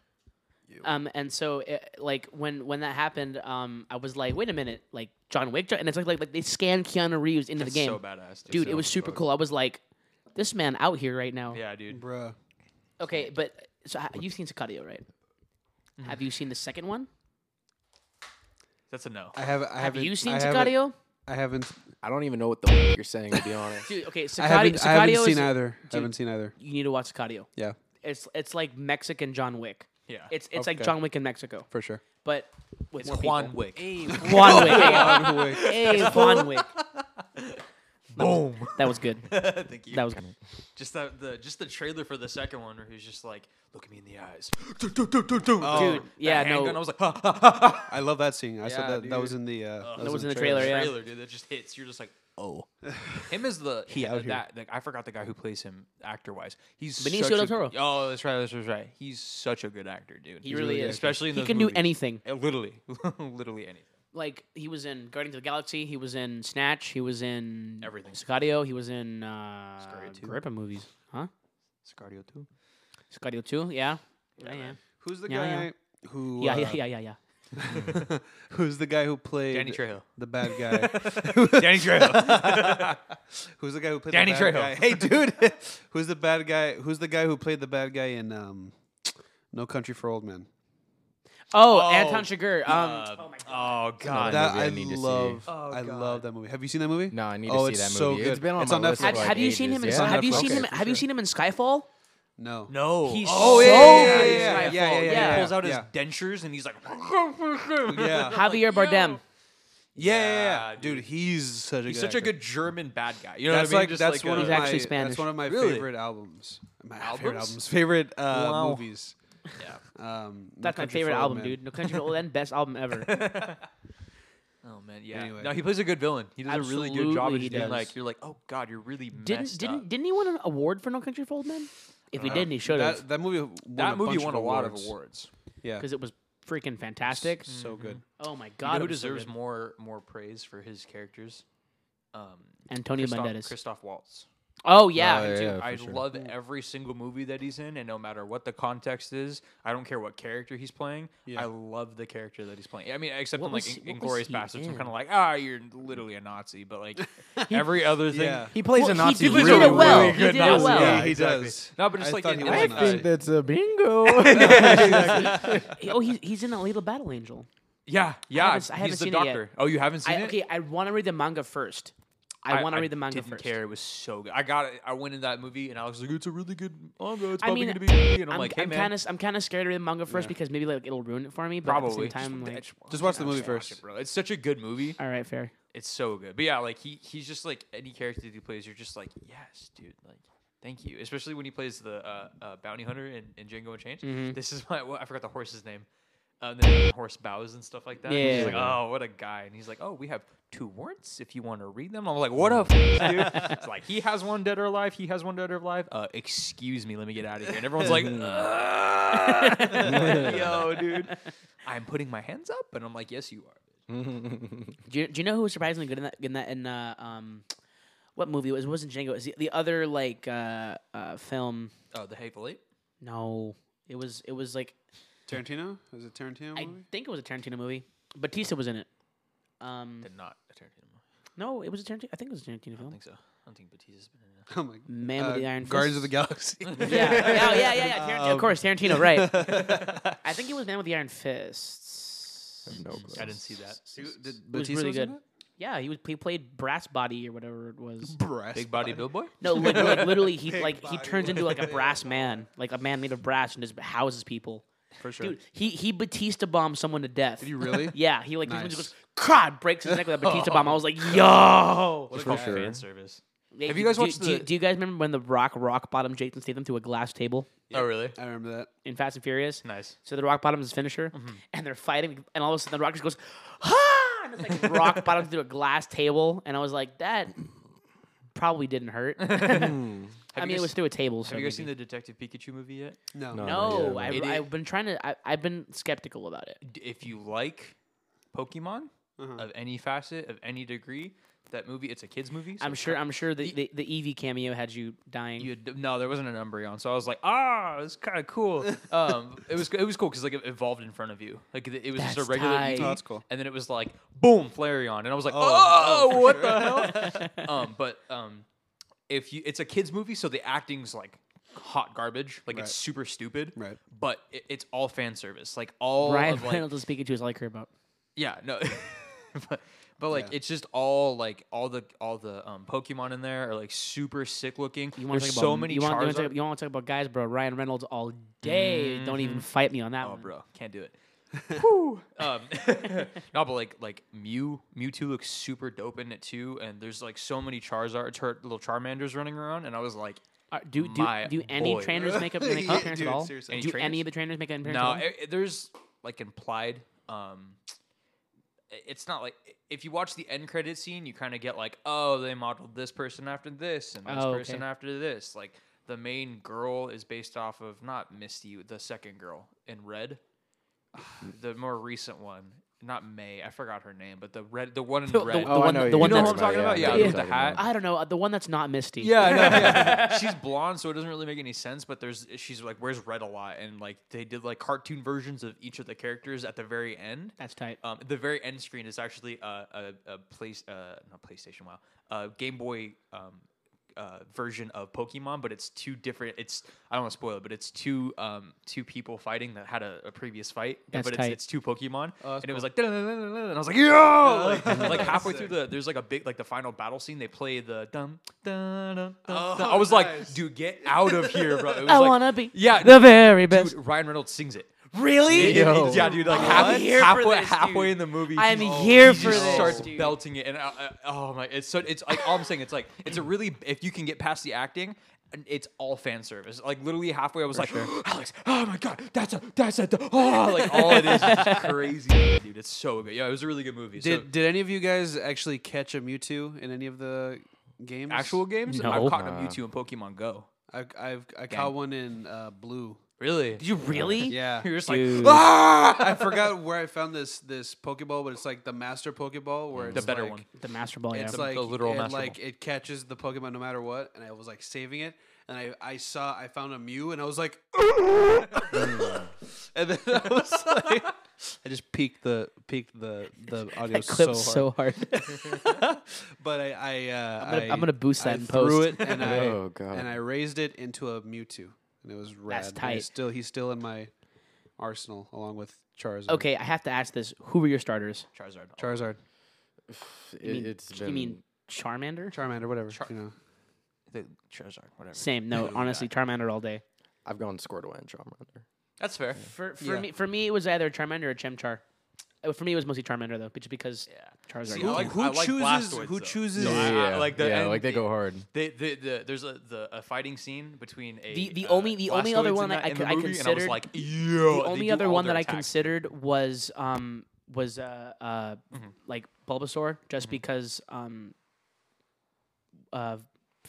[SPEAKER 1] Um, and so it, like when when that happened, um, I was like, wait a minute, like John Wick, John, and it's like like, like they scanned Keanu Reeves into
[SPEAKER 3] That's
[SPEAKER 1] the game.
[SPEAKER 3] so badass, dude.
[SPEAKER 1] dude, it was super cool. I was like, this man out here right now.
[SPEAKER 3] Yeah, dude.
[SPEAKER 2] Bruh.
[SPEAKER 1] Okay, but so ha- you've seen Sicario, right? Have you seen the second one?
[SPEAKER 3] That's a no.
[SPEAKER 2] I have. I
[SPEAKER 1] Have
[SPEAKER 2] haven't-
[SPEAKER 1] you seen
[SPEAKER 2] I haven't-
[SPEAKER 1] Sicario?
[SPEAKER 2] I haven't.
[SPEAKER 5] I don't even know what the
[SPEAKER 4] [LAUGHS]
[SPEAKER 5] f- you're saying to be honest.
[SPEAKER 1] Dude, okay, Sicario.
[SPEAKER 2] I haven't,
[SPEAKER 1] Sicario
[SPEAKER 2] I haven't
[SPEAKER 1] is,
[SPEAKER 2] seen either.
[SPEAKER 1] dude.
[SPEAKER 2] I haven't seen either.
[SPEAKER 1] You need to watch Sicario.
[SPEAKER 2] Yeah,
[SPEAKER 1] It's it's like Mexican John Wick.
[SPEAKER 3] Yeah.
[SPEAKER 1] It's it's like
[SPEAKER 2] Okay.
[SPEAKER 1] John Wick in Mexico,
[SPEAKER 2] for sure.
[SPEAKER 1] but with
[SPEAKER 3] It's
[SPEAKER 1] more
[SPEAKER 3] Juan
[SPEAKER 1] people.
[SPEAKER 3] Wick.
[SPEAKER 1] Juan Wick. hey,
[SPEAKER 2] John Wick.
[SPEAKER 1] hey, Juan Wick.
[SPEAKER 3] Boom.
[SPEAKER 1] That was good.
[SPEAKER 3] [LAUGHS] Thank you.
[SPEAKER 1] That was
[SPEAKER 3] just that the just the trailer for the second one where he was just like, "Look at me in the eyes." [LAUGHS] Oh,
[SPEAKER 1] dude. Yeah,
[SPEAKER 3] Handgun,
[SPEAKER 1] no,
[SPEAKER 3] I was like, [LAUGHS] ha, ha, ha, ha.
[SPEAKER 2] I love that scene. I
[SPEAKER 3] Yeah,
[SPEAKER 2] said that that was
[SPEAKER 3] dude.
[SPEAKER 2] in the uh,
[SPEAKER 1] that was in the
[SPEAKER 3] The
[SPEAKER 1] trailer. yeah.
[SPEAKER 3] trailer, dude, that just hits. You're just like, oh. him is the
[SPEAKER 2] He out here.
[SPEAKER 3] that, like, I forgot the guy who plays him actor wise. He's
[SPEAKER 1] Benicio
[SPEAKER 3] such
[SPEAKER 1] del
[SPEAKER 3] a-
[SPEAKER 1] Toro.
[SPEAKER 3] Oh, that's right, that's right, that's right. He's such a good actor, dude.
[SPEAKER 1] He really is.
[SPEAKER 3] especially in
[SPEAKER 1] He
[SPEAKER 3] those
[SPEAKER 1] can
[SPEAKER 3] movies.
[SPEAKER 1] do anything.
[SPEAKER 3] Uh, Literally, [LAUGHS] literally anything.
[SPEAKER 1] Like he was in Guardians of the Galaxy. He was in Snatch. He was in
[SPEAKER 3] Everything.
[SPEAKER 1] Sicario. He was in uh,
[SPEAKER 3] Sicario two.
[SPEAKER 1] Grippa movies, huh?
[SPEAKER 3] Scardio too.
[SPEAKER 1] Sicario two. Yeah. Yeah, yeah,
[SPEAKER 2] Who's the
[SPEAKER 1] Yeah,
[SPEAKER 2] guy
[SPEAKER 1] yeah.
[SPEAKER 2] who?
[SPEAKER 1] [LAUGHS] yeah,
[SPEAKER 2] uh,
[SPEAKER 1] yeah, yeah, yeah, yeah.
[SPEAKER 2] who's the guy who played
[SPEAKER 3] Danny Trejo. [LAUGHS]
[SPEAKER 2] the bad guy?
[SPEAKER 3] Danny Trejo.
[SPEAKER 2] who's the guy who played
[SPEAKER 3] Danny
[SPEAKER 2] the bad
[SPEAKER 3] Trejo.
[SPEAKER 2] guy? Hey,
[SPEAKER 3] [LAUGHS]
[SPEAKER 2] dude. who's the bad guy? Who's the guy who played the bad guy in um, No Country for Old Men?
[SPEAKER 1] Oh,
[SPEAKER 3] Oh,
[SPEAKER 1] Anton Chigurh. Um,
[SPEAKER 3] Uh, oh God.
[SPEAKER 2] That
[SPEAKER 4] movie I
[SPEAKER 2] I
[SPEAKER 4] need to see.
[SPEAKER 2] love.
[SPEAKER 3] Oh,
[SPEAKER 2] I
[SPEAKER 3] God.
[SPEAKER 2] love that movie. Have you seen that movie?
[SPEAKER 4] No, I need
[SPEAKER 2] Oh,
[SPEAKER 4] to see
[SPEAKER 2] it's
[SPEAKER 4] that
[SPEAKER 2] so
[SPEAKER 4] movie.
[SPEAKER 2] good.
[SPEAKER 4] It's been on
[SPEAKER 2] It's
[SPEAKER 4] my
[SPEAKER 2] on
[SPEAKER 4] list
[SPEAKER 2] Netflix.
[SPEAKER 1] have,
[SPEAKER 4] for like
[SPEAKER 1] have you
[SPEAKER 4] ages.
[SPEAKER 1] seen him? In,
[SPEAKER 4] yeah.
[SPEAKER 2] It's on
[SPEAKER 1] Have you
[SPEAKER 2] Netflix.
[SPEAKER 1] seen him?
[SPEAKER 2] Okay, for
[SPEAKER 1] Have you
[SPEAKER 2] sure.
[SPEAKER 1] seen him in Skyfall?
[SPEAKER 2] No.
[SPEAKER 3] [LAUGHS] no.
[SPEAKER 1] He's
[SPEAKER 3] oh,
[SPEAKER 1] so
[SPEAKER 3] yeah, yeah,
[SPEAKER 1] good
[SPEAKER 3] yeah,
[SPEAKER 1] in
[SPEAKER 3] yeah,
[SPEAKER 1] Skyfall.
[SPEAKER 3] yeah, yeah, yeah,
[SPEAKER 1] Yeah.
[SPEAKER 3] He pulls out
[SPEAKER 2] Yeah.
[SPEAKER 3] his dentures and he's like.
[SPEAKER 2] Yeah.
[SPEAKER 1] [LAUGHS] Javier Bardem.
[SPEAKER 2] Yeah,
[SPEAKER 3] Yeah,
[SPEAKER 2] yeah, yeah.
[SPEAKER 3] dude.
[SPEAKER 2] Dude. he's such a
[SPEAKER 3] He's
[SPEAKER 2] good
[SPEAKER 3] such
[SPEAKER 2] actor.
[SPEAKER 3] a good German bad guy. You know
[SPEAKER 2] that's
[SPEAKER 3] what I mean?
[SPEAKER 2] like
[SPEAKER 3] Just
[SPEAKER 2] that's
[SPEAKER 3] like
[SPEAKER 2] one
[SPEAKER 3] a-
[SPEAKER 1] He's
[SPEAKER 2] of
[SPEAKER 1] actually
[SPEAKER 2] my
[SPEAKER 1] Spanish.
[SPEAKER 2] that's one of my
[SPEAKER 3] Really?
[SPEAKER 2] favorite albums. My favorite
[SPEAKER 3] Albums?
[SPEAKER 2] albums, favorite uh,
[SPEAKER 3] Wow.
[SPEAKER 2] movies.
[SPEAKER 3] Yeah.
[SPEAKER 2] Um, No
[SPEAKER 1] That's my
[SPEAKER 2] Country
[SPEAKER 1] favorite
[SPEAKER 2] for Old
[SPEAKER 1] album,
[SPEAKER 2] Men.
[SPEAKER 1] dude. No Country for Old Men, best album
[SPEAKER 3] [LAUGHS]
[SPEAKER 1] ever.
[SPEAKER 3] Oh man, yeah.
[SPEAKER 2] Anyway.
[SPEAKER 3] No, he plays a good villain. He does a really good job.
[SPEAKER 1] Absolutely
[SPEAKER 3] Of
[SPEAKER 1] he
[SPEAKER 3] just being
[SPEAKER 1] does.
[SPEAKER 3] like you're like, oh god, you're really
[SPEAKER 1] Didn't
[SPEAKER 3] messed
[SPEAKER 1] didn't
[SPEAKER 3] up.
[SPEAKER 1] didn't he win an award for No Country for Old Men? If he
[SPEAKER 2] Uh,
[SPEAKER 1] didn't, he should have
[SPEAKER 2] That, that movie. Won
[SPEAKER 3] that
[SPEAKER 2] a
[SPEAKER 3] movie
[SPEAKER 2] bunch
[SPEAKER 3] won a lot of awards.
[SPEAKER 2] Yeah,
[SPEAKER 1] because it was freaking fantastic.
[SPEAKER 2] so good.
[SPEAKER 1] Oh my
[SPEAKER 3] You know
[SPEAKER 1] god,
[SPEAKER 3] who
[SPEAKER 1] it was so
[SPEAKER 3] deserves
[SPEAKER 1] good.
[SPEAKER 3] more more praise for his characters? Um,
[SPEAKER 1] Antonio
[SPEAKER 3] Christoph,
[SPEAKER 1] Banderas.
[SPEAKER 3] Christoph Waltz.
[SPEAKER 1] Oh yeah,
[SPEAKER 4] Oh,
[SPEAKER 1] dude.
[SPEAKER 4] yeah, for
[SPEAKER 3] I
[SPEAKER 4] sure.
[SPEAKER 3] love every single movie that he's in, and no matter what the context is, I don't care what character he's playing.
[SPEAKER 2] Yeah.
[SPEAKER 3] I love the character that he's playing. I mean, except
[SPEAKER 1] What
[SPEAKER 3] in
[SPEAKER 1] was
[SPEAKER 3] like
[SPEAKER 1] he- what was
[SPEAKER 3] Inglorious
[SPEAKER 1] he
[SPEAKER 3] Bastards, I'm
[SPEAKER 1] in?
[SPEAKER 3] kind of like, ah, you're literally a Nazi.
[SPEAKER 1] [LAUGHS]
[SPEAKER 3] But like every [LAUGHS] other thing,
[SPEAKER 2] Yeah.
[SPEAKER 4] He plays
[SPEAKER 1] Well,
[SPEAKER 4] a
[SPEAKER 1] he
[SPEAKER 4] Nazi
[SPEAKER 1] did
[SPEAKER 4] really,
[SPEAKER 1] it well.
[SPEAKER 4] really
[SPEAKER 1] He
[SPEAKER 4] good.
[SPEAKER 1] did it
[SPEAKER 4] Nazi.
[SPEAKER 1] well.
[SPEAKER 2] Yeah,
[SPEAKER 1] Yeah,
[SPEAKER 2] he
[SPEAKER 3] exactly.
[SPEAKER 2] does.
[SPEAKER 3] No, but just
[SPEAKER 2] I
[SPEAKER 3] like
[SPEAKER 2] thought
[SPEAKER 3] in
[SPEAKER 2] he
[SPEAKER 3] life,
[SPEAKER 2] was
[SPEAKER 3] I think
[SPEAKER 4] that's
[SPEAKER 1] [LAUGHS]
[SPEAKER 4] a [LAUGHS] bingo.
[SPEAKER 1] He- oh, he's he's in a little battle angel.
[SPEAKER 3] yeah, yeah.
[SPEAKER 1] haven't s- I haven't
[SPEAKER 3] he's the
[SPEAKER 1] seen it yet.
[SPEAKER 3] doctor. Oh, you haven't seen
[SPEAKER 1] I,
[SPEAKER 3] it?
[SPEAKER 1] okay, I want to read the manga first. I, want to read the manga
[SPEAKER 3] didn't
[SPEAKER 1] first.
[SPEAKER 3] Care. It was so good. I got it. I went in that movie and I was like, it's a really good manga. It's
[SPEAKER 1] I
[SPEAKER 3] probably
[SPEAKER 1] mean,
[SPEAKER 3] gonna be good. And I'm,
[SPEAKER 1] I'm,
[SPEAKER 3] like, hey man,
[SPEAKER 1] kind of I'm kind of scared to read the manga first because maybe like it'll ruin it for me. But
[SPEAKER 3] probably.
[SPEAKER 1] at the
[SPEAKER 3] [LAUGHS]
[SPEAKER 1] same time, like,
[SPEAKER 3] just,
[SPEAKER 2] Just watch the movie
[SPEAKER 3] watch it,
[SPEAKER 2] first.
[SPEAKER 3] bro. It's such a good movie.
[SPEAKER 1] all right, fair.
[SPEAKER 3] It's so good. But yeah, like he he's just like any character that he plays, you're just like, yes, dude. Like, thank you. Especially when he plays the uh, uh, bounty hunter in, in Django Unchained. This is [LAUGHS] my well, I forgot the horse's name. Uh, and then the horse bows and stuff like that. And
[SPEAKER 1] Yeah.
[SPEAKER 3] He's like, oh, what a guy. And he's like, oh, we have two warrants if you want to read them. I'm like, what a f- dude. It's like, he has one dead or alive. He has one dead or alive. Uh, excuse me, let me get out of here. And everyone's like, [LAUGHS] "Ah." yo, dude. I'm putting my hands up. And I'm like, yes, you are.
[SPEAKER 1] Do you, do you know who was surprisingly good in that in that in uh, um what movie it was? It wasn't Django. It was the, the other like uh, uh film.
[SPEAKER 3] Oh, the Hateful Eight?
[SPEAKER 1] No, it was it was like
[SPEAKER 2] Tarantino is it Tarantino
[SPEAKER 1] I
[SPEAKER 2] movie? [LAUGHS]
[SPEAKER 1] think it was a Tarantino movie. Batista was in it. Um,
[SPEAKER 3] Did not a Tarantino movie.
[SPEAKER 1] no, it was a Tarantino. I think it was a Tarantino
[SPEAKER 3] I
[SPEAKER 1] film.
[SPEAKER 3] think so. I don't think Batista's been in
[SPEAKER 2] Oh my.
[SPEAKER 1] Man with
[SPEAKER 2] uh,
[SPEAKER 1] the Iron
[SPEAKER 2] Guardians
[SPEAKER 1] Fist.
[SPEAKER 2] of the Um,
[SPEAKER 1] [LAUGHS]
[SPEAKER 2] Galaxy. [LAUGHS]
[SPEAKER 1] Yeah, oh, yeah, yeah, yeah. yeah. Tarantino, of course, Tarantino, right?
[SPEAKER 2] [LAUGHS]
[SPEAKER 1] I think it was Man with the Iron Fists.
[SPEAKER 4] no
[SPEAKER 3] it. I didn't see that.
[SPEAKER 2] Did
[SPEAKER 1] It was
[SPEAKER 2] Batista
[SPEAKER 1] really
[SPEAKER 2] in
[SPEAKER 1] good.
[SPEAKER 2] it?
[SPEAKER 1] Yeah, he was he played Brass Body or whatever it was.
[SPEAKER 2] Brass
[SPEAKER 3] Big body bill boy.
[SPEAKER 1] No, like,
[SPEAKER 2] [LAUGHS]
[SPEAKER 1] like literally, he
[SPEAKER 2] Big
[SPEAKER 1] like he
[SPEAKER 2] body.
[SPEAKER 1] turns into like a
[SPEAKER 2] [LAUGHS]
[SPEAKER 1] brass man, like a man made of brass, and just houses people.
[SPEAKER 2] for sure.
[SPEAKER 1] Dude, he he Batista bombs someone to death.
[SPEAKER 2] Did you really?
[SPEAKER 1] [LAUGHS] Yeah, he like
[SPEAKER 2] Nice.
[SPEAKER 1] just goes, God, breaks his neck with a Batista bomb. I
[SPEAKER 3] [LAUGHS]
[SPEAKER 1] was like, yo.
[SPEAKER 3] What a
[SPEAKER 4] For
[SPEAKER 3] call for
[SPEAKER 4] sure.
[SPEAKER 3] fan service.
[SPEAKER 1] Hey,
[SPEAKER 3] Have
[SPEAKER 1] do-
[SPEAKER 3] you guys
[SPEAKER 1] do-
[SPEAKER 3] watched
[SPEAKER 1] do, you-
[SPEAKER 3] the-
[SPEAKER 1] Do you guys remember when the Rock rock bottom Jason Statham to a glass table
[SPEAKER 3] Oh really?
[SPEAKER 2] I remember that.
[SPEAKER 1] in Fast and Furious?
[SPEAKER 3] Nice.
[SPEAKER 1] So the rock bottom is his finisher,
[SPEAKER 3] Mm-hmm.
[SPEAKER 1] and they're fighting, and all of a sudden the rock just goes, ha! And it's like
[SPEAKER 3] [LAUGHS]
[SPEAKER 1] rock bottom through a glass table, and I was like, that probably didn't hurt.
[SPEAKER 3] [LAUGHS]
[SPEAKER 1] [LAUGHS] I
[SPEAKER 3] Have
[SPEAKER 1] mean,
[SPEAKER 3] you
[SPEAKER 1] it
[SPEAKER 3] guys-
[SPEAKER 1] was through a table. So
[SPEAKER 3] Have you guys seen
[SPEAKER 1] maybe.
[SPEAKER 3] the Detective Pikachu movie yet?
[SPEAKER 2] No.
[SPEAKER 4] No.
[SPEAKER 1] No,
[SPEAKER 4] Yeah,
[SPEAKER 1] I,
[SPEAKER 3] no. It
[SPEAKER 1] I've been trying to. I, I've been skeptical about it.
[SPEAKER 3] D- If you like Pokemon of any facet, of any degree, that movie it's a kids movie. so
[SPEAKER 1] I'm
[SPEAKER 3] it's
[SPEAKER 1] sure.
[SPEAKER 3] ki-
[SPEAKER 1] I'm sure the the, the Eevee cameo had you dying.
[SPEAKER 3] you had- no, there wasn't an Umbreon, so I was like, ah, it's kind of [LAUGHS] cool. um, it was it was cool because like it evolved in front of you, like it, it was just
[SPEAKER 1] That's
[SPEAKER 3] a regular.
[SPEAKER 1] tight.
[SPEAKER 3] Eevee,
[SPEAKER 2] Oh, that's cool.
[SPEAKER 3] And then it was like boom, Flareon, and I was like,
[SPEAKER 2] Oh,
[SPEAKER 3] oh, [LAUGHS] what the hell?
[SPEAKER 2] [LAUGHS]
[SPEAKER 3] um, but um, if you, it's a kids movie, so the acting's like hot garbage, like
[SPEAKER 2] Right.
[SPEAKER 3] it's super stupid,
[SPEAKER 2] Right.
[SPEAKER 3] But it, it's all fan service, like all
[SPEAKER 1] Ryan
[SPEAKER 3] of, like,
[SPEAKER 1] Reynolds is speaking to us like her about.
[SPEAKER 3] yeah, no. [LAUGHS] but but like
[SPEAKER 2] Yeah.
[SPEAKER 3] it's just all like all the all the um, Pokemon in there are like super sick looking.
[SPEAKER 1] You wanna
[SPEAKER 3] There's
[SPEAKER 1] talk
[SPEAKER 3] so
[SPEAKER 1] about,
[SPEAKER 3] many
[SPEAKER 1] You want,
[SPEAKER 3] Charizard.
[SPEAKER 1] to talk, you want to talk about guys, bro? Ryan Reynolds all day. Don't even fight me on that
[SPEAKER 3] oh,
[SPEAKER 1] one.
[SPEAKER 3] bro,
[SPEAKER 1] [LAUGHS]
[SPEAKER 3] can't do it. [LAUGHS] Whew. Um, [LAUGHS] no, but like like Mew Mewtwo looks super dope in it too, and there's like so many Charizard char- little Charmanders running around, and I was like,
[SPEAKER 1] Are- do do,
[SPEAKER 3] My
[SPEAKER 1] do any
[SPEAKER 3] boy.
[SPEAKER 1] trainers
[SPEAKER 3] [LAUGHS]
[SPEAKER 1] make up make an
[SPEAKER 2] Yeah,
[SPEAKER 1] appearance
[SPEAKER 2] dude,
[SPEAKER 1] at all?
[SPEAKER 2] seriously.
[SPEAKER 3] Any
[SPEAKER 1] do any
[SPEAKER 3] trainers?
[SPEAKER 1] of the trainers make an appearance?
[SPEAKER 3] no,
[SPEAKER 1] at all?
[SPEAKER 3] it- it- there's like implied. Um, i- it's not like if you watch the end credit scene, you kind of get like, oh, they modeled this person after this and this
[SPEAKER 1] Oh, okay.
[SPEAKER 3] person after this. Like the main girl is based off of not Misty, the second girl in red, [SIGHS] the more recent one. Not May, I forgot her name, but the red, the one in
[SPEAKER 1] The- the- [LAUGHS]
[SPEAKER 3] red.
[SPEAKER 1] the Oh, I one- know the
[SPEAKER 5] who
[SPEAKER 1] one
[SPEAKER 5] you're
[SPEAKER 1] that's-
[SPEAKER 3] You know who I'm talking
[SPEAKER 5] I
[SPEAKER 3] about?
[SPEAKER 5] know
[SPEAKER 3] Yeah,
[SPEAKER 5] who
[SPEAKER 3] with
[SPEAKER 5] you're
[SPEAKER 3] the
[SPEAKER 5] talking
[SPEAKER 3] hat.
[SPEAKER 4] [LAUGHS]
[SPEAKER 5] about.
[SPEAKER 1] I don't know. uh, The one that's not Misty.
[SPEAKER 3] Yeah, I know. yeah. [LAUGHS] she's blonde, so it doesn't really make any sense. But there's she's like wears red a lot, and like they did like cartoon versions of each of the characters at the very end.
[SPEAKER 1] that's tight.
[SPEAKER 3] Um, the very end screen is actually uh, a a place uh not PlayStation wow uh Game Boy um uh version of Pokemon, but it's two different. It's I don't want to spoil it, but it's two um two people fighting that had a, a previous fight,
[SPEAKER 1] That's
[SPEAKER 3] but
[SPEAKER 1] tight.
[SPEAKER 3] it's, it's two Pokemon,
[SPEAKER 2] Oh, that's
[SPEAKER 3] and it was
[SPEAKER 2] cool.
[SPEAKER 1] [LAUGHS]
[SPEAKER 3] like
[SPEAKER 4] [LAUGHS]
[SPEAKER 3] "Da-da-da-da-da-da," and I was like yo, [LAUGHS] like, like halfway through the there's like a big like the final battle scene they play the dum dum dum. dum, dum.
[SPEAKER 2] Oh,
[SPEAKER 3] I was
[SPEAKER 2] nice.
[SPEAKER 3] like, dude, get out of here, bro.
[SPEAKER 1] [LAUGHS]
[SPEAKER 3] It was
[SPEAKER 1] I
[SPEAKER 3] like-
[SPEAKER 1] wanna be
[SPEAKER 3] yeah,
[SPEAKER 1] the very best.
[SPEAKER 3] dude. Ryan Reynolds sings it.
[SPEAKER 1] really?
[SPEAKER 3] Yeah,
[SPEAKER 4] Yo.
[SPEAKER 3] Yeah, dude. Like
[SPEAKER 1] I'm
[SPEAKER 3] half,
[SPEAKER 1] here for
[SPEAKER 3] halfway,
[SPEAKER 1] this,
[SPEAKER 3] halfway
[SPEAKER 1] dude.
[SPEAKER 3] in the movie,
[SPEAKER 1] I'm
[SPEAKER 3] he-
[SPEAKER 1] here
[SPEAKER 3] he
[SPEAKER 1] for
[SPEAKER 3] just
[SPEAKER 1] this,
[SPEAKER 3] starts
[SPEAKER 1] dude.
[SPEAKER 3] belting it, and I, I, oh my, it's so it's like all I'm saying. It's like it's a really if you can get past the acting, and it's all fan service. Like literally halfway, I was like, [GASPS] Alex, oh my god, that's a that's a oh like all it is
[SPEAKER 1] [LAUGHS]
[SPEAKER 3] is just crazy, dude. It's so good. Yeah, it was a really good movie.
[SPEAKER 2] Did
[SPEAKER 3] so,
[SPEAKER 2] Did any of you guys actually catch a Mewtwo in any of the games?
[SPEAKER 3] actual games?
[SPEAKER 1] No.
[SPEAKER 3] I've caught a
[SPEAKER 5] Nah.
[SPEAKER 3] Mewtwo in Pokemon Go.
[SPEAKER 2] I I've, I caught one in uh, blue.
[SPEAKER 3] Really?
[SPEAKER 1] [LAUGHS] Did you really?
[SPEAKER 2] [LAUGHS] Yeah.
[SPEAKER 3] You're just
[SPEAKER 1] Dude.
[SPEAKER 3] like ah!
[SPEAKER 2] I forgot where I found this this Pokeball, but it's like the Master Pokeball, where it's
[SPEAKER 3] the better
[SPEAKER 2] like-
[SPEAKER 3] one.
[SPEAKER 1] The Master Ball.
[SPEAKER 2] It's
[SPEAKER 1] yeah.
[SPEAKER 3] the
[SPEAKER 2] like
[SPEAKER 3] literal
[SPEAKER 2] it,
[SPEAKER 3] Master Ball.
[SPEAKER 2] like it catches the Pokemon no matter what, and I was like saving it, and I, I saw I found a Mew, and I was like, [LAUGHS] and then I was like, Mm. [LAUGHS] I just peaked the peaked the the audio
[SPEAKER 1] that clip's
[SPEAKER 2] so
[SPEAKER 1] so
[SPEAKER 2] hard,
[SPEAKER 1] hard.
[SPEAKER 3] [LAUGHS]
[SPEAKER 2] but I I, uh,
[SPEAKER 1] I'm gonna-
[SPEAKER 2] I
[SPEAKER 1] I'm gonna boost that
[SPEAKER 2] I
[SPEAKER 1] in
[SPEAKER 2] threw
[SPEAKER 1] post.
[SPEAKER 5] [LAUGHS]
[SPEAKER 2] it and I
[SPEAKER 5] Oh, God.
[SPEAKER 2] and I raised it into a Mewtwo, and it was rad.
[SPEAKER 1] That's
[SPEAKER 2] And
[SPEAKER 1] tight.
[SPEAKER 2] He's still he's still in my arsenal along with Charizard.
[SPEAKER 1] okay, I have to ask this. Who were your starters?
[SPEAKER 3] Charizard.
[SPEAKER 2] Charizard,
[SPEAKER 1] You mean,
[SPEAKER 5] It- It's
[SPEAKER 1] you mean
[SPEAKER 5] been.
[SPEAKER 1] Charmander?
[SPEAKER 2] Charmander, whatever
[SPEAKER 3] Char-
[SPEAKER 2] you know.
[SPEAKER 3] The Charizard. Whatever.
[SPEAKER 1] Same. No, honestly, Charmander all day.
[SPEAKER 5] I've gone Squirtle and Charmander.
[SPEAKER 3] That's fair.
[SPEAKER 1] For for
[SPEAKER 2] Yeah.
[SPEAKER 1] me, for me, it was either Charmander or Chemchar. Uh, For me, it was mostly Charmander though, just because
[SPEAKER 3] Yeah.
[SPEAKER 1] Charizard.
[SPEAKER 3] See,
[SPEAKER 1] is
[SPEAKER 3] I like-
[SPEAKER 1] king.
[SPEAKER 2] who
[SPEAKER 3] I like
[SPEAKER 2] chooses?
[SPEAKER 3] Blastoise,
[SPEAKER 2] who
[SPEAKER 3] though.
[SPEAKER 2] chooses?
[SPEAKER 3] No, I-
[SPEAKER 5] Yeah,
[SPEAKER 3] uh, like the-
[SPEAKER 5] yeah,
[SPEAKER 3] and
[SPEAKER 5] like they
[SPEAKER 3] the-
[SPEAKER 5] go
[SPEAKER 1] [LAUGHS]
[SPEAKER 5] hard.
[SPEAKER 3] They, the, the, there's a the a fighting scene between a
[SPEAKER 1] The- the
[SPEAKER 3] uh,
[SPEAKER 1] only- the only other
[SPEAKER 3] Blastoise
[SPEAKER 1] one
[SPEAKER 3] in
[SPEAKER 1] that I
[SPEAKER 3] in the
[SPEAKER 1] could- I
[SPEAKER 3] movie, and I was
[SPEAKER 1] considered-
[SPEAKER 3] like yo
[SPEAKER 1] the
[SPEAKER 3] they
[SPEAKER 1] only
[SPEAKER 3] do
[SPEAKER 1] other
[SPEAKER 3] all
[SPEAKER 1] one
[SPEAKER 3] their
[SPEAKER 1] that I
[SPEAKER 3] attacks.
[SPEAKER 1] considered was um was uh uh
[SPEAKER 3] Mm-hmm.
[SPEAKER 1] like Bulbasaur, just because um uh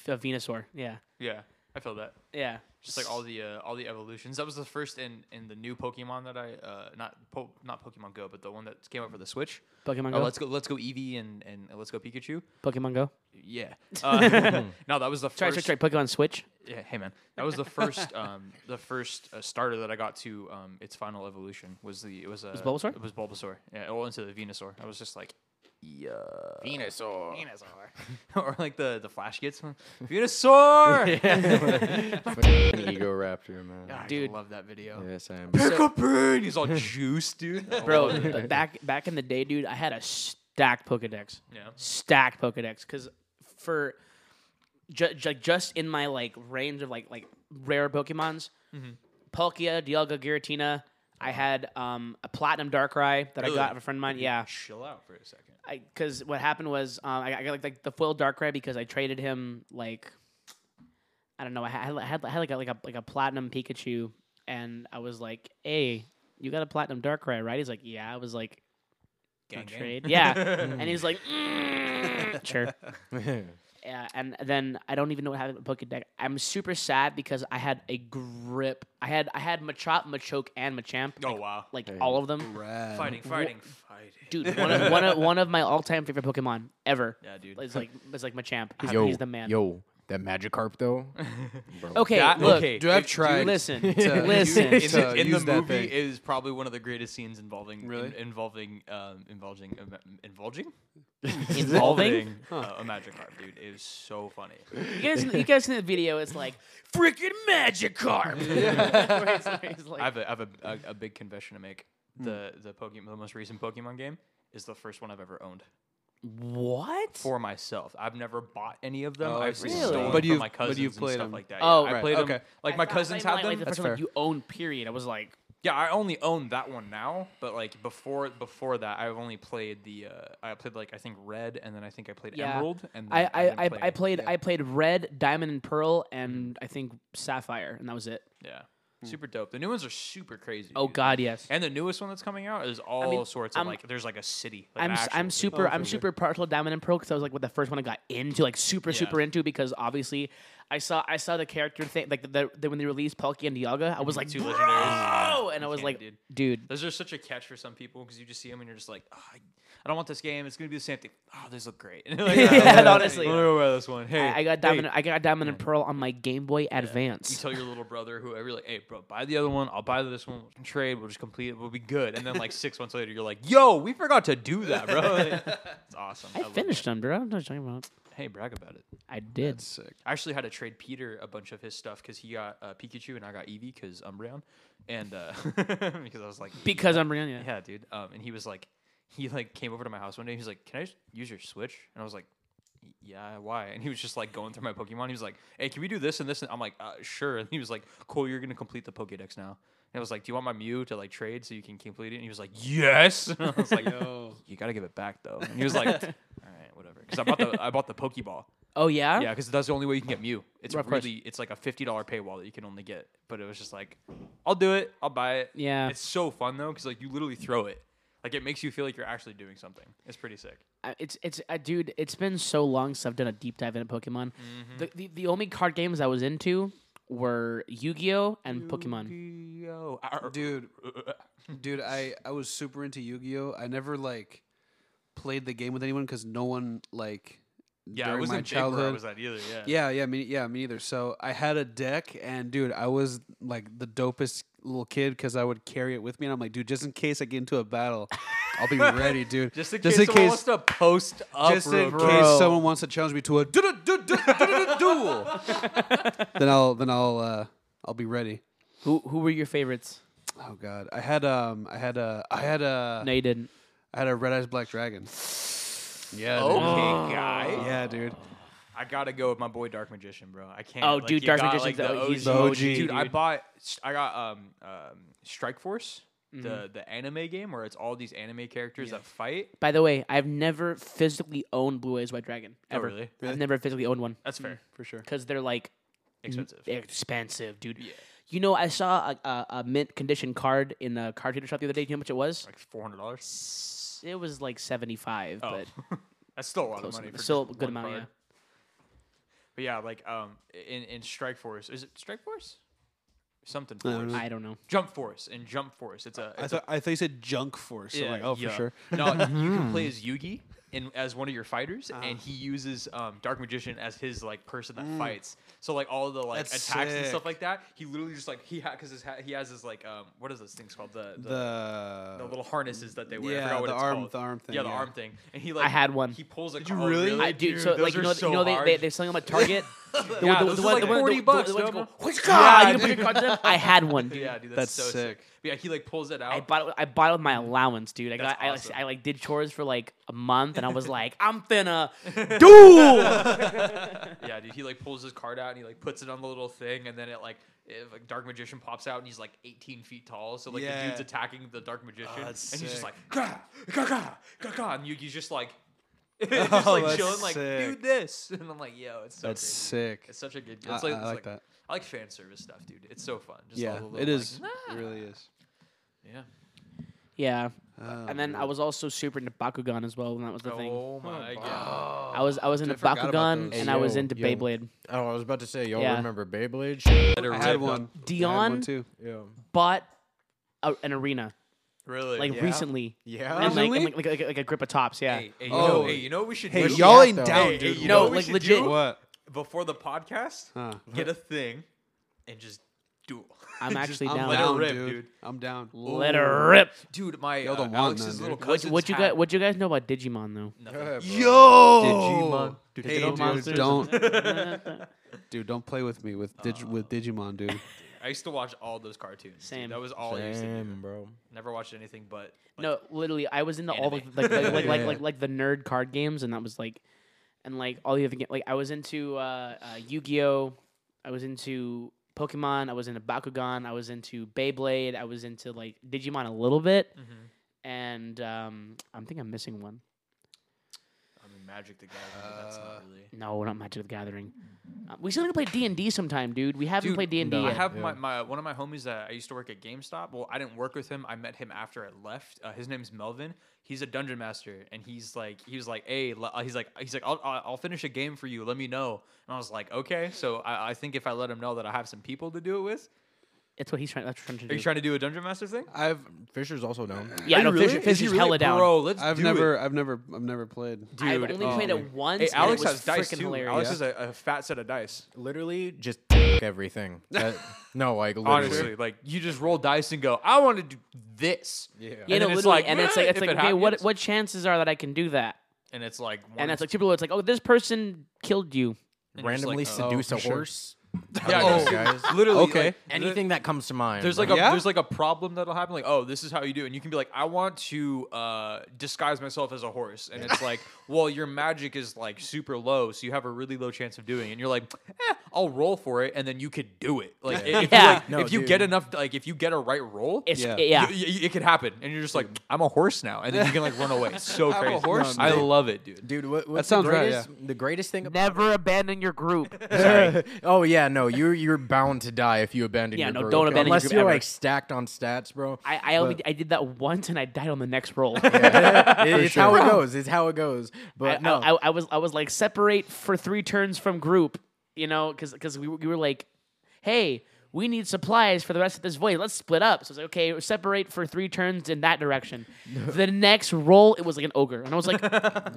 [SPEAKER 1] v- uh, Venusaur. Yeah,
[SPEAKER 3] yeah I feel that
[SPEAKER 1] yeah.
[SPEAKER 3] just like all the uh, all the evolutions that was the first in in the new Pokemon that I uh not po- not Pokemon Go but the one that came out for the Switch
[SPEAKER 5] Mm-hmm.
[SPEAKER 1] Pokemon
[SPEAKER 3] Uh,
[SPEAKER 1] Go.
[SPEAKER 3] let's go let's go Eevee and and uh, let's go Pikachu
[SPEAKER 1] Pokemon Go.
[SPEAKER 3] [LAUGHS] yeah uh, no that was the
[SPEAKER 1] Sorry,
[SPEAKER 3] first
[SPEAKER 1] sorry, sorry. Pokemon Switch.
[SPEAKER 3] Yeah, hey man that was the first um the first uh, starter that I got to um its final evolution was the it was a
[SPEAKER 1] Bulbasaur?
[SPEAKER 3] it was Bulbasaur yeah well into the Venusaur I was just like yeah
[SPEAKER 5] Venusaur.
[SPEAKER 3] [LAUGHS] or like the the Flash gets one. [LAUGHS] Venusaur.
[SPEAKER 5] Ego Raptor, man.
[SPEAKER 1] Dude.
[SPEAKER 3] I love that video.
[SPEAKER 5] Yes, I am.
[SPEAKER 3] [LAUGHS] Pick a brain. He's all juiced, dude. Oh, [LAUGHS]
[SPEAKER 1] Bro, b- back back in the day, dude, I had a stack stacked Pokedex,
[SPEAKER 3] Yeah.
[SPEAKER 1] stacked Pokedex. Because for ju- ju- just in my like range of like like rare Pokemons, Palkia, Dialga, Giratina. I had um, a platinum Darkrai that I got
[SPEAKER 3] Ugh.
[SPEAKER 1] from a friend of mine. Yeah,
[SPEAKER 3] Chill out for a second.
[SPEAKER 1] because what happened was um, I, I got like, like the foil Darkrai because I traded him like I don't know I had, I had, I had like a, like a like a platinum Pikachu and I was like hey you got a platinum Darkrai right he's like yeah I was like "Can I
[SPEAKER 3] Gang, gang.
[SPEAKER 1] trade
[SPEAKER 3] [LAUGHS]
[SPEAKER 1] yeah and he's like "Mm, sure [LAUGHS] yeah and then I don't even know what happened with Pokedex I'm super sad because I had a grip I had I had Machop Machoke and Machamp
[SPEAKER 3] Oh wow.
[SPEAKER 1] like all of them
[SPEAKER 2] Rad.
[SPEAKER 3] Fighting, fighting, fighting.
[SPEAKER 1] dude one of, one of, one of my all time favorite Pokemon ever
[SPEAKER 3] [LAUGHS] Yeah, dude.
[SPEAKER 1] it's like it's like Machamp. He's,
[SPEAKER 5] yo,
[SPEAKER 1] he's the man.
[SPEAKER 5] Yo, that Magikarp though.
[SPEAKER 1] [LAUGHS]
[SPEAKER 5] Bro.
[SPEAKER 1] Okay,
[SPEAKER 3] That-
[SPEAKER 1] look.
[SPEAKER 3] okay.
[SPEAKER 2] Dude, I've
[SPEAKER 3] if-
[SPEAKER 2] tried.
[SPEAKER 1] Listen,
[SPEAKER 2] to
[SPEAKER 1] listen.
[SPEAKER 2] use-
[SPEAKER 3] in,
[SPEAKER 2] to
[SPEAKER 3] the, in the
[SPEAKER 2] use that
[SPEAKER 3] movie
[SPEAKER 2] thing.
[SPEAKER 3] is probably one of the greatest scenes involving
[SPEAKER 2] Really?
[SPEAKER 3] in, involving um, involving um, involving
[SPEAKER 1] Involving.
[SPEAKER 3] uh, a Magikarp, dude. It was so funny.
[SPEAKER 1] You guys, you guys in the video, it's like freaking
[SPEAKER 3] [LAUGHS]
[SPEAKER 1] Magikarp. [LAUGHS] Where it's like- it's like-
[SPEAKER 3] I have a, I have a, a, a big confession to make.
[SPEAKER 2] Hmm.
[SPEAKER 3] The the Pokemon, the most recent Pokemon game is the first one I've ever owned
[SPEAKER 1] what?
[SPEAKER 3] for myself. I've never bought any of them.
[SPEAKER 2] Oh, I
[SPEAKER 3] I've
[SPEAKER 2] see.
[SPEAKER 3] really?
[SPEAKER 1] Really?
[SPEAKER 3] stolen
[SPEAKER 2] But
[SPEAKER 3] but
[SPEAKER 2] you've-
[SPEAKER 3] from my
[SPEAKER 2] but
[SPEAKER 3] cousins
[SPEAKER 2] you've
[SPEAKER 3] and
[SPEAKER 2] played
[SPEAKER 3] stuff
[SPEAKER 2] 'em.
[SPEAKER 3] like that.
[SPEAKER 1] Oh,
[SPEAKER 3] yeah,
[SPEAKER 1] right,
[SPEAKER 3] I played 'em-
[SPEAKER 2] okay.
[SPEAKER 3] Like
[SPEAKER 1] I
[SPEAKER 3] my
[SPEAKER 1] thought- I
[SPEAKER 3] cousins
[SPEAKER 1] thought
[SPEAKER 3] had
[SPEAKER 1] you meant, Like
[SPEAKER 3] them.
[SPEAKER 1] the
[SPEAKER 3] That's
[SPEAKER 1] first
[SPEAKER 3] fair.
[SPEAKER 1] one you own, period. I was like,
[SPEAKER 3] Yeah, I only own that one now, but like before before that, I've only played the uh, I played like I think red, and then I think I played
[SPEAKER 1] yeah.
[SPEAKER 3] emerald, and
[SPEAKER 1] I
[SPEAKER 3] then
[SPEAKER 1] I,
[SPEAKER 3] I've
[SPEAKER 1] I,
[SPEAKER 3] been
[SPEAKER 1] I
[SPEAKER 3] playing-
[SPEAKER 1] played I played red, diamond, and pearl, and I think sapphire, and that was it.
[SPEAKER 3] yeah, super dope. The new ones are super crazy.
[SPEAKER 1] Oh
[SPEAKER 3] dude.
[SPEAKER 1] God, yes.
[SPEAKER 3] And the newest one that's coming out is all sorts of
[SPEAKER 1] I'm-
[SPEAKER 3] like there's like a city. Like
[SPEAKER 1] I'm
[SPEAKER 3] an
[SPEAKER 1] s-
[SPEAKER 3] actual
[SPEAKER 1] I'm
[SPEAKER 3] city.
[SPEAKER 1] super I'm super partial to Diamond and Pearl because I was like with the first one I got into like super
[SPEAKER 3] Yeah.
[SPEAKER 1] super into because obviously I saw I saw the character thing like the, the, the- when they released Palkia and Dialga I was like
[SPEAKER 3] Two
[SPEAKER 1] bro
[SPEAKER 3] legendaries. Yeah.
[SPEAKER 1] and I
[SPEAKER 3] You
[SPEAKER 1] was
[SPEAKER 3] can't,
[SPEAKER 1] like dude,
[SPEAKER 3] dude. Those are such a catch for some people because you just see them and you're just like, "Ah, I, I don't want this game. It's gonna be the same thing. Oh, these look great. [LAUGHS] And like,
[SPEAKER 1] [LAUGHS] Yeah, honestly.
[SPEAKER 3] I'm gonna go buy this one. Hey,
[SPEAKER 1] I, I got
[SPEAKER 3] hey,
[SPEAKER 1] Diamond I got Diamond and Pearl on my Game Boy
[SPEAKER 3] You
[SPEAKER 1] Advance
[SPEAKER 3] tell your little brother, whoever, like, hey, bro, buy the other one. I'll buy this one. We can trade. We'll just complete it. We'll be good. And then, like, six months later, you're like, yo, we forgot to do that, bro. Like, it's awesome.
[SPEAKER 1] I
[SPEAKER 3] love
[SPEAKER 1] finished them bro I'm not talking about
[SPEAKER 3] it. Hey, brag about it.
[SPEAKER 1] I did
[SPEAKER 2] Sick.
[SPEAKER 3] I actually had to trade Peter a bunch of his stuff because he got uh, Pikachu and I got Eevee because Umbreon. And uh, [LAUGHS] because I was like,
[SPEAKER 1] because I'm Brianna yeah.
[SPEAKER 3] [LAUGHS] yeah, dude. Um, and he was like, he like came over to my house one day. He was like, "Can I just use your Switch?" And I was like, "Y- "Yeah, why?" And he was just like going through my Pokemon. He was like, "Hey, can we do this and this?" And I'm like, uh, "Sure." And he was like, "Cool, you're gonna complete the Pokédex now." And I was like, "Do you want my Mew to like trade so you can complete it?" And he was like, "Yes." [LAUGHS] And I was like,
[SPEAKER 2] Yo.
[SPEAKER 3] "You gotta give it back though." And he was like, "All right, whatever." Because I bought the I bought the Pokeball.
[SPEAKER 1] oh yeah
[SPEAKER 3] Yeah, because that's the only way you can get Mew. It's
[SPEAKER 1] Of course.
[SPEAKER 3] really it's like a fifty dollar paywall that you can only get. But it was just like, I'll do it. I'll buy it.
[SPEAKER 1] Yeah.
[SPEAKER 3] It's so fun though, because like you literally throw it. Like it makes you feel like you're actually doing something. It's pretty sick.
[SPEAKER 1] I- it's it's uh, dude. It's been so long since I've done a deep dive into Pokemon.
[SPEAKER 3] Mm-hmm.
[SPEAKER 1] The, the the only card games I was into were Yu-Gi-Oh and Pokemon.
[SPEAKER 3] Yo, arr.
[SPEAKER 2] [LAUGHS] Dude, dude, I I was super into Yu-Gi-Oh. I never like played the game with anyone because no one like
[SPEAKER 3] Yeah, it
[SPEAKER 2] during my
[SPEAKER 3] wasn't big where I
[SPEAKER 2] childhood.
[SPEAKER 3] was that either. Yeah.
[SPEAKER 2] Yeah, yeah, me, yeah, me either. So I had a deck, and dude, I was like the dopest little kid because I would carry it with me, and I'm like, dude, just in case I get into a battle, I'll be ready, dude.
[SPEAKER 3] Just in case someone wants to post up,
[SPEAKER 2] just in
[SPEAKER 3] real quick.
[SPEAKER 2] case someone wants to challenge me to a du- du- du- du- du- du- du- duel, then I'll then I'll uh, I'll be ready.
[SPEAKER 1] Who who were your favorites?
[SPEAKER 2] Oh god, I had um, I had a, I had a,
[SPEAKER 1] No, you didn't.
[SPEAKER 2] I had a red eyes black dragon. Yeah, dude.
[SPEAKER 3] Okay, guy.
[SPEAKER 2] yeah, dude.
[SPEAKER 3] I gotta go with my boy Dark Magician, bro. I can't.
[SPEAKER 1] Oh,
[SPEAKER 3] like,
[SPEAKER 1] dude,
[SPEAKER 3] you
[SPEAKER 1] Dark
[SPEAKER 3] got,
[SPEAKER 1] Magician's
[SPEAKER 3] like,
[SPEAKER 1] the- he's
[SPEAKER 2] the OG,
[SPEAKER 3] dude, I
[SPEAKER 1] dude.
[SPEAKER 3] bought. I got um um Strike Force,
[SPEAKER 1] Mm-hmm.
[SPEAKER 3] the the anime game where it's all these anime characters that fight.
[SPEAKER 1] By the way, I've never physically owned Blue Eyes White Dragon ever.
[SPEAKER 3] Oh, really?
[SPEAKER 1] I've never physically owned one
[SPEAKER 3] That's fair,
[SPEAKER 2] For sure.
[SPEAKER 1] because they're like
[SPEAKER 3] expensive.
[SPEAKER 1] they're expensive, dude.
[SPEAKER 3] Yeah.
[SPEAKER 1] You know, I saw a, a, a mint condition card in a card trader shop the other day. Do you know how much it was?
[SPEAKER 3] Like four hundred dollars.
[SPEAKER 1] S- It was like seventy five,
[SPEAKER 3] Oh,
[SPEAKER 1] but
[SPEAKER 3] that's still a lot
[SPEAKER 1] close
[SPEAKER 3] of money.
[SPEAKER 1] enough.
[SPEAKER 3] For
[SPEAKER 1] Still
[SPEAKER 3] just
[SPEAKER 1] a good
[SPEAKER 3] one
[SPEAKER 1] amount,
[SPEAKER 3] card.
[SPEAKER 1] yeah.
[SPEAKER 3] But yeah, like um in in Strike Force is it Strike Force? Something
[SPEAKER 2] I don't
[SPEAKER 3] Force.
[SPEAKER 1] I don't know.
[SPEAKER 3] Jump Force and Jump Force. It's a.
[SPEAKER 2] I
[SPEAKER 3] it's a-
[SPEAKER 2] thought I thought you said junk force. So I'm like, oh, for
[SPEAKER 3] yeah.
[SPEAKER 2] sure.
[SPEAKER 3] No,
[SPEAKER 2] [LAUGHS]
[SPEAKER 3] you can play as Yugi in as one of your fighters,
[SPEAKER 1] Uh-huh.
[SPEAKER 3] and he uses um, Dark Magician as his like person
[SPEAKER 1] Mm.
[SPEAKER 3] that fights. So like all the like
[SPEAKER 2] That's
[SPEAKER 3] attacks and stuff
[SPEAKER 2] sick.
[SPEAKER 3] like that, he literally just like he because his ha- he has his like um what is those things called the the,
[SPEAKER 2] The,
[SPEAKER 3] the little harnesses that they wear. I
[SPEAKER 2] yeah,
[SPEAKER 3] forgot what
[SPEAKER 2] the
[SPEAKER 3] it's
[SPEAKER 2] arm-
[SPEAKER 3] called.
[SPEAKER 2] the arm thing,
[SPEAKER 3] Yeah, the
[SPEAKER 2] yeah.
[SPEAKER 3] arm thing. And he like
[SPEAKER 1] had one.
[SPEAKER 3] He pulls a.
[SPEAKER 2] you
[SPEAKER 3] oh,
[SPEAKER 2] really?
[SPEAKER 1] I, dude, so
[SPEAKER 3] Those
[SPEAKER 1] like you
[SPEAKER 3] are
[SPEAKER 1] know,
[SPEAKER 3] so
[SPEAKER 1] you know they,
[SPEAKER 3] hard. [LAUGHS]
[SPEAKER 1] they they sell them at Target. The,
[SPEAKER 3] Yeah,
[SPEAKER 1] the-
[SPEAKER 3] those
[SPEAKER 1] the
[SPEAKER 3] are
[SPEAKER 1] one-
[SPEAKER 3] like
[SPEAKER 1] the one- the-
[SPEAKER 3] 40
[SPEAKER 1] the-
[SPEAKER 3] bucks,
[SPEAKER 1] the one you
[SPEAKER 3] Domo.
[SPEAKER 1] go, [LAUGHS] "Whiska!"
[SPEAKER 2] Yeah,
[SPEAKER 1] You didn't put your cards in? I had one, dude.
[SPEAKER 3] [LAUGHS] Yeah, dude,
[SPEAKER 2] That's
[SPEAKER 3] that's, so sick.
[SPEAKER 2] sick.
[SPEAKER 3] Yeah, he like pulls it out.
[SPEAKER 1] I bought it. I bought it with my allowance, dude. I
[SPEAKER 3] That's
[SPEAKER 1] got. I,
[SPEAKER 3] awesome.
[SPEAKER 1] I, like did chores for like a month, and I was
[SPEAKER 3] [LAUGHS]
[SPEAKER 1] like, I'm finna do.
[SPEAKER 3] yeah, dude, he like pulls his card out and he like puts it on the little thing, and then it like. If, like dark magician pops out and he's like 18 feet tall, so like the dude's
[SPEAKER 2] Yeah.
[SPEAKER 3] attacking the dark magician, and
[SPEAKER 2] that's
[SPEAKER 3] he's just
[SPEAKER 2] sick.
[SPEAKER 3] like "Gah, gah, gah, gah, gah," and Yugi's
[SPEAKER 2] [LAUGHS]
[SPEAKER 3] just like, [LAUGHS] just like
[SPEAKER 2] Oh, that's
[SPEAKER 3] chilling, like do
[SPEAKER 2] sick.
[SPEAKER 3] this, [LAUGHS] and I'm like, yo, it's so
[SPEAKER 2] That's
[SPEAKER 3] crazy.
[SPEAKER 2] sick.
[SPEAKER 3] It's such a good. It's
[SPEAKER 2] I-
[SPEAKER 3] like,
[SPEAKER 2] I
[SPEAKER 3] it's
[SPEAKER 2] like that.
[SPEAKER 3] I like fan service stuff, dude. It's so fun. Just all
[SPEAKER 2] Yeah,
[SPEAKER 3] the little,
[SPEAKER 2] it
[SPEAKER 3] like,
[SPEAKER 2] is. It really is.
[SPEAKER 3] yeah.
[SPEAKER 1] yeah,
[SPEAKER 2] Oh,
[SPEAKER 1] and then I was also super into Bakugan as well, and that was the thing.
[SPEAKER 3] Oh my god.
[SPEAKER 1] I was I
[SPEAKER 3] Oh,
[SPEAKER 1] was into
[SPEAKER 2] I forgot about
[SPEAKER 1] Bakugan,
[SPEAKER 2] those.
[SPEAKER 1] and I was
[SPEAKER 4] Yo,
[SPEAKER 1] into
[SPEAKER 4] yo.
[SPEAKER 1] Beyblade.
[SPEAKER 4] Oh, I was about to say, y'all
[SPEAKER 1] Yeah.
[SPEAKER 4] remember Beyblade? Shit.
[SPEAKER 2] I had one. I had
[SPEAKER 1] Dion
[SPEAKER 2] one too.
[SPEAKER 4] Yeah.
[SPEAKER 1] bought a, uh, an arena
[SPEAKER 3] Really?
[SPEAKER 1] like
[SPEAKER 3] yeah.
[SPEAKER 1] recently,
[SPEAKER 4] Yeah.
[SPEAKER 1] and like,
[SPEAKER 2] Really?
[SPEAKER 1] and, like, like like a grip of tops. Yeah,
[SPEAKER 3] Hey, hey, you
[SPEAKER 2] Oh.
[SPEAKER 3] know, hey, you know what we should
[SPEAKER 2] Hey,
[SPEAKER 3] do
[SPEAKER 2] y'all
[SPEAKER 4] out,
[SPEAKER 2] ain't
[SPEAKER 4] though.
[SPEAKER 2] down,
[SPEAKER 3] Hey, hey,
[SPEAKER 2] dude.
[SPEAKER 3] you
[SPEAKER 1] No,
[SPEAKER 3] know what we
[SPEAKER 1] like,
[SPEAKER 3] should
[SPEAKER 1] legit.
[SPEAKER 3] do?
[SPEAKER 2] What?
[SPEAKER 3] before the podcast?
[SPEAKER 2] Huh.
[SPEAKER 3] Get a thing and just duel.
[SPEAKER 1] I'm
[SPEAKER 3] [LAUGHS] Just
[SPEAKER 1] actually
[SPEAKER 2] I'm
[SPEAKER 1] down.
[SPEAKER 3] let it
[SPEAKER 2] down,
[SPEAKER 3] rip,
[SPEAKER 2] dude.
[SPEAKER 3] dude.
[SPEAKER 2] I'm down.
[SPEAKER 1] Let her rip.
[SPEAKER 3] Dude, my
[SPEAKER 2] Y'all
[SPEAKER 3] uh,
[SPEAKER 2] don't want none,
[SPEAKER 3] Alex's
[SPEAKER 2] dude.
[SPEAKER 3] little
[SPEAKER 1] What
[SPEAKER 3] cousin's
[SPEAKER 1] what you guys
[SPEAKER 3] hat-
[SPEAKER 1] what you guys know about Digimon though?
[SPEAKER 3] Nothing.
[SPEAKER 2] Yo,
[SPEAKER 3] Digimon.
[SPEAKER 2] Hey,
[SPEAKER 3] Digital
[SPEAKER 2] dude,
[SPEAKER 1] monsters.
[SPEAKER 2] don't, [LAUGHS] dude, don't play with me with dig- with Digimon, dude.
[SPEAKER 3] I used to watch all those cartoons. dude.
[SPEAKER 1] Same.
[SPEAKER 3] That was all I used to do.
[SPEAKER 4] Damn, bro.
[SPEAKER 3] Never watched anything but like,
[SPEAKER 1] no, literally, I was into all the,
[SPEAKER 3] anime.
[SPEAKER 1] like like like, like,
[SPEAKER 4] Yeah.
[SPEAKER 1] like like the nerd card games, and that was like, and like all the other ga- like I was into uh, uh, Yu Gi Oh, I was into Pokemon, I was into Bakugan, I was into Beyblade, I was into like Digimon a little bit,
[SPEAKER 3] mhm.
[SPEAKER 1] and um, I think I'm missing one.
[SPEAKER 3] I mean Magic the Gathering, but that's
[SPEAKER 2] Uh,
[SPEAKER 3] not really.
[SPEAKER 1] No, not Magic the Gathering. Uh, we still need to play D and D sometime, dude. We haven't
[SPEAKER 3] Dude,
[SPEAKER 1] played D and
[SPEAKER 4] no,
[SPEAKER 1] D
[SPEAKER 3] I
[SPEAKER 1] yet.
[SPEAKER 3] have
[SPEAKER 4] Yeah.
[SPEAKER 3] my, my one of my homies that I used to work at GameStop. Well, I didn't work with him. I met him after I left. Uh, his name's Melvin. He's a dungeon master, and he's like, he was like, hey, le- uh, he's like, he's like, I'll, I'll I'll finish a game for you. Let me know. And I was like, okay. So I, I think if I let him know that I have some people to do it with,
[SPEAKER 1] That's what he's trying. That's what I'm trying
[SPEAKER 3] are
[SPEAKER 1] to
[SPEAKER 3] you
[SPEAKER 1] do.
[SPEAKER 3] trying to do a dungeon master thing?
[SPEAKER 2] I've
[SPEAKER 4] Fisher's also down.
[SPEAKER 1] yeah,
[SPEAKER 2] Are
[SPEAKER 1] no,
[SPEAKER 2] you really?
[SPEAKER 1] Fish,
[SPEAKER 2] Is
[SPEAKER 1] Fish
[SPEAKER 2] he
[SPEAKER 1] is
[SPEAKER 2] really?
[SPEAKER 1] hella down.
[SPEAKER 3] Bro, let's
[SPEAKER 2] [LAUGHS] I've
[SPEAKER 3] do
[SPEAKER 2] never
[SPEAKER 3] it.
[SPEAKER 2] I've never I've never played.
[SPEAKER 1] I've
[SPEAKER 3] Dude,
[SPEAKER 1] only
[SPEAKER 3] oh,
[SPEAKER 1] played it
[SPEAKER 2] dude.
[SPEAKER 1] once.
[SPEAKER 3] Hey,
[SPEAKER 1] and
[SPEAKER 3] Alex
[SPEAKER 1] it was
[SPEAKER 3] has dice
[SPEAKER 1] freaking
[SPEAKER 3] too.
[SPEAKER 1] Hilarious.
[SPEAKER 3] Alex
[SPEAKER 2] Yeah.
[SPEAKER 3] has a, a fat set of dice.
[SPEAKER 4] Literally, just [LAUGHS]
[SPEAKER 2] [LAUGHS]
[SPEAKER 4] everything. That, no, like literally.
[SPEAKER 3] Honestly, like you just roll dice and go, I want to do this.
[SPEAKER 4] Yeah.
[SPEAKER 1] Yeah,
[SPEAKER 3] And
[SPEAKER 1] no,
[SPEAKER 3] then it's
[SPEAKER 1] literally,
[SPEAKER 3] like,
[SPEAKER 1] and it's like,
[SPEAKER 3] "Eh,"
[SPEAKER 1] it's
[SPEAKER 3] if
[SPEAKER 1] like,
[SPEAKER 3] it
[SPEAKER 1] okay, what
[SPEAKER 3] happens.
[SPEAKER 1] what chances are that I can do that?
[SPEAKER 3] And it's like, one
[SPEAKER 1] And
[SPEAKER 3] in
[SPEAKER 1] it's like, two people, it's like, oh, this person killed you.
[SPEAKER 3] And you're just
[SPEAKER 4] randomly
[SPEAKER 1] [LAUGHS]
[SPEAKER 3] like,
[SPEAKER 2] oh,
[SPEAKER 4] seduce
[SPEAKER 2] for
[SPEAKER 4] a
[SPEAKER 2] sure.
[SPEAKER 4] horse.
[SPEAKER 3] Yeah,
[SPEAKER 4] Hello,
[SPEAKER 3] no,
[SPEAKER 4] guys.
[SPEAKER 3] literally.
[SPEAKER 2] Okay.
[SPEAKER 3] like,
[SPEAKER 4] Anything that comes to mind.
[SPEAKER 3] There's
[SPEAKER 4] bro.
[SPEAKER 3] like a
[SPEAKER 2] Yeah?
[SPEAKER 3] there's like a problem that'll happen. Like, oh, this is how you do, it. and you can be like, I want to uh, disguise myself as a horse, and it's
[SPEAKER 1] [LAUGHS]
[SPEAKER 3] like, well, your magic is like super low, so you have a really low chance of doing. it. And you're like, eh, I'll roll for it, and then you could do it. Like, i- if,
[SPEAKER 1] Yeah.
[SPEAKER 3] you, like,
[SPEAKER 4] No,
[SPEAKER 3] if you
[SPEAKER 4] dude.
[SPEAKER 3] get enough, like, if you get a right roll.
[SPEAKER 1] It's yeah.
[SPEAKER 2] Yeah.
[SPEAKER 1] yeah.
[SPEAKER 3] you- you- it could happen, and you're just like, I'm a horse now, and then you can like run away. It's
[SPEAKER 2] [LAUGHS]
[SPEAKER 3] so
[SPEAKER 2] I'm a
[SPEAKER 3] crazy.
[SPEAKER 2] horse
[SPEAKER 3] I
[SPEAKER 2] now.
[SPEAKER 3] love it, dude.
[SPEAKER 4] dude. What, what's
[SPEAKER 2] sounds
[SPEAKER 4] the
[SPEAKER 2] right,
[SPEAKER 4] greatest, The greatest thing. About
[SPEAKER 1] Never abandon your group.
[SPEAKER 4] oh yeah, no, you're you're bound to die if you abandon
[SPEAKER 1] Yeah,
[SPEAKER 4] your
[SPEAKER 1] no,
[SPEAKER 4] group.
[SPEAKER 1] don't abandon your
[SPEAKER 4] unless
[SPEAKER 1] group
[SPEAKER 4] you're
[SPEAKER 1] ever.
[SPEAKER 4] like stacked on stats, bro.
[SPEAKER 1] I, I only
[SPEAKER 4] But-
[SPEAKER 1] I did that once and I died on the next
[SPEAKER 3] [LAUGHS]
[SPEAKER 1] roll.
[SPEAKER 4] Yeah, it- it's how
[SPEAKER 1] sure.
[SPEAKER 4] it goes. It's how it goes.
[SPEAKER 1] I,
[SPEAKER 4] But oh, no,
[SPEAKER 1] I, I was I was like separate for three turns from group, you know, because we, were- we were like, hey, we need supplies for the rest of this void. Let's split up. So it's like, okay, separate for three turns in that
[SPEAKER 4] [LAUGHS]
[SPEAKER 1] direction. the next roll, it was like an ogre, and I was like, I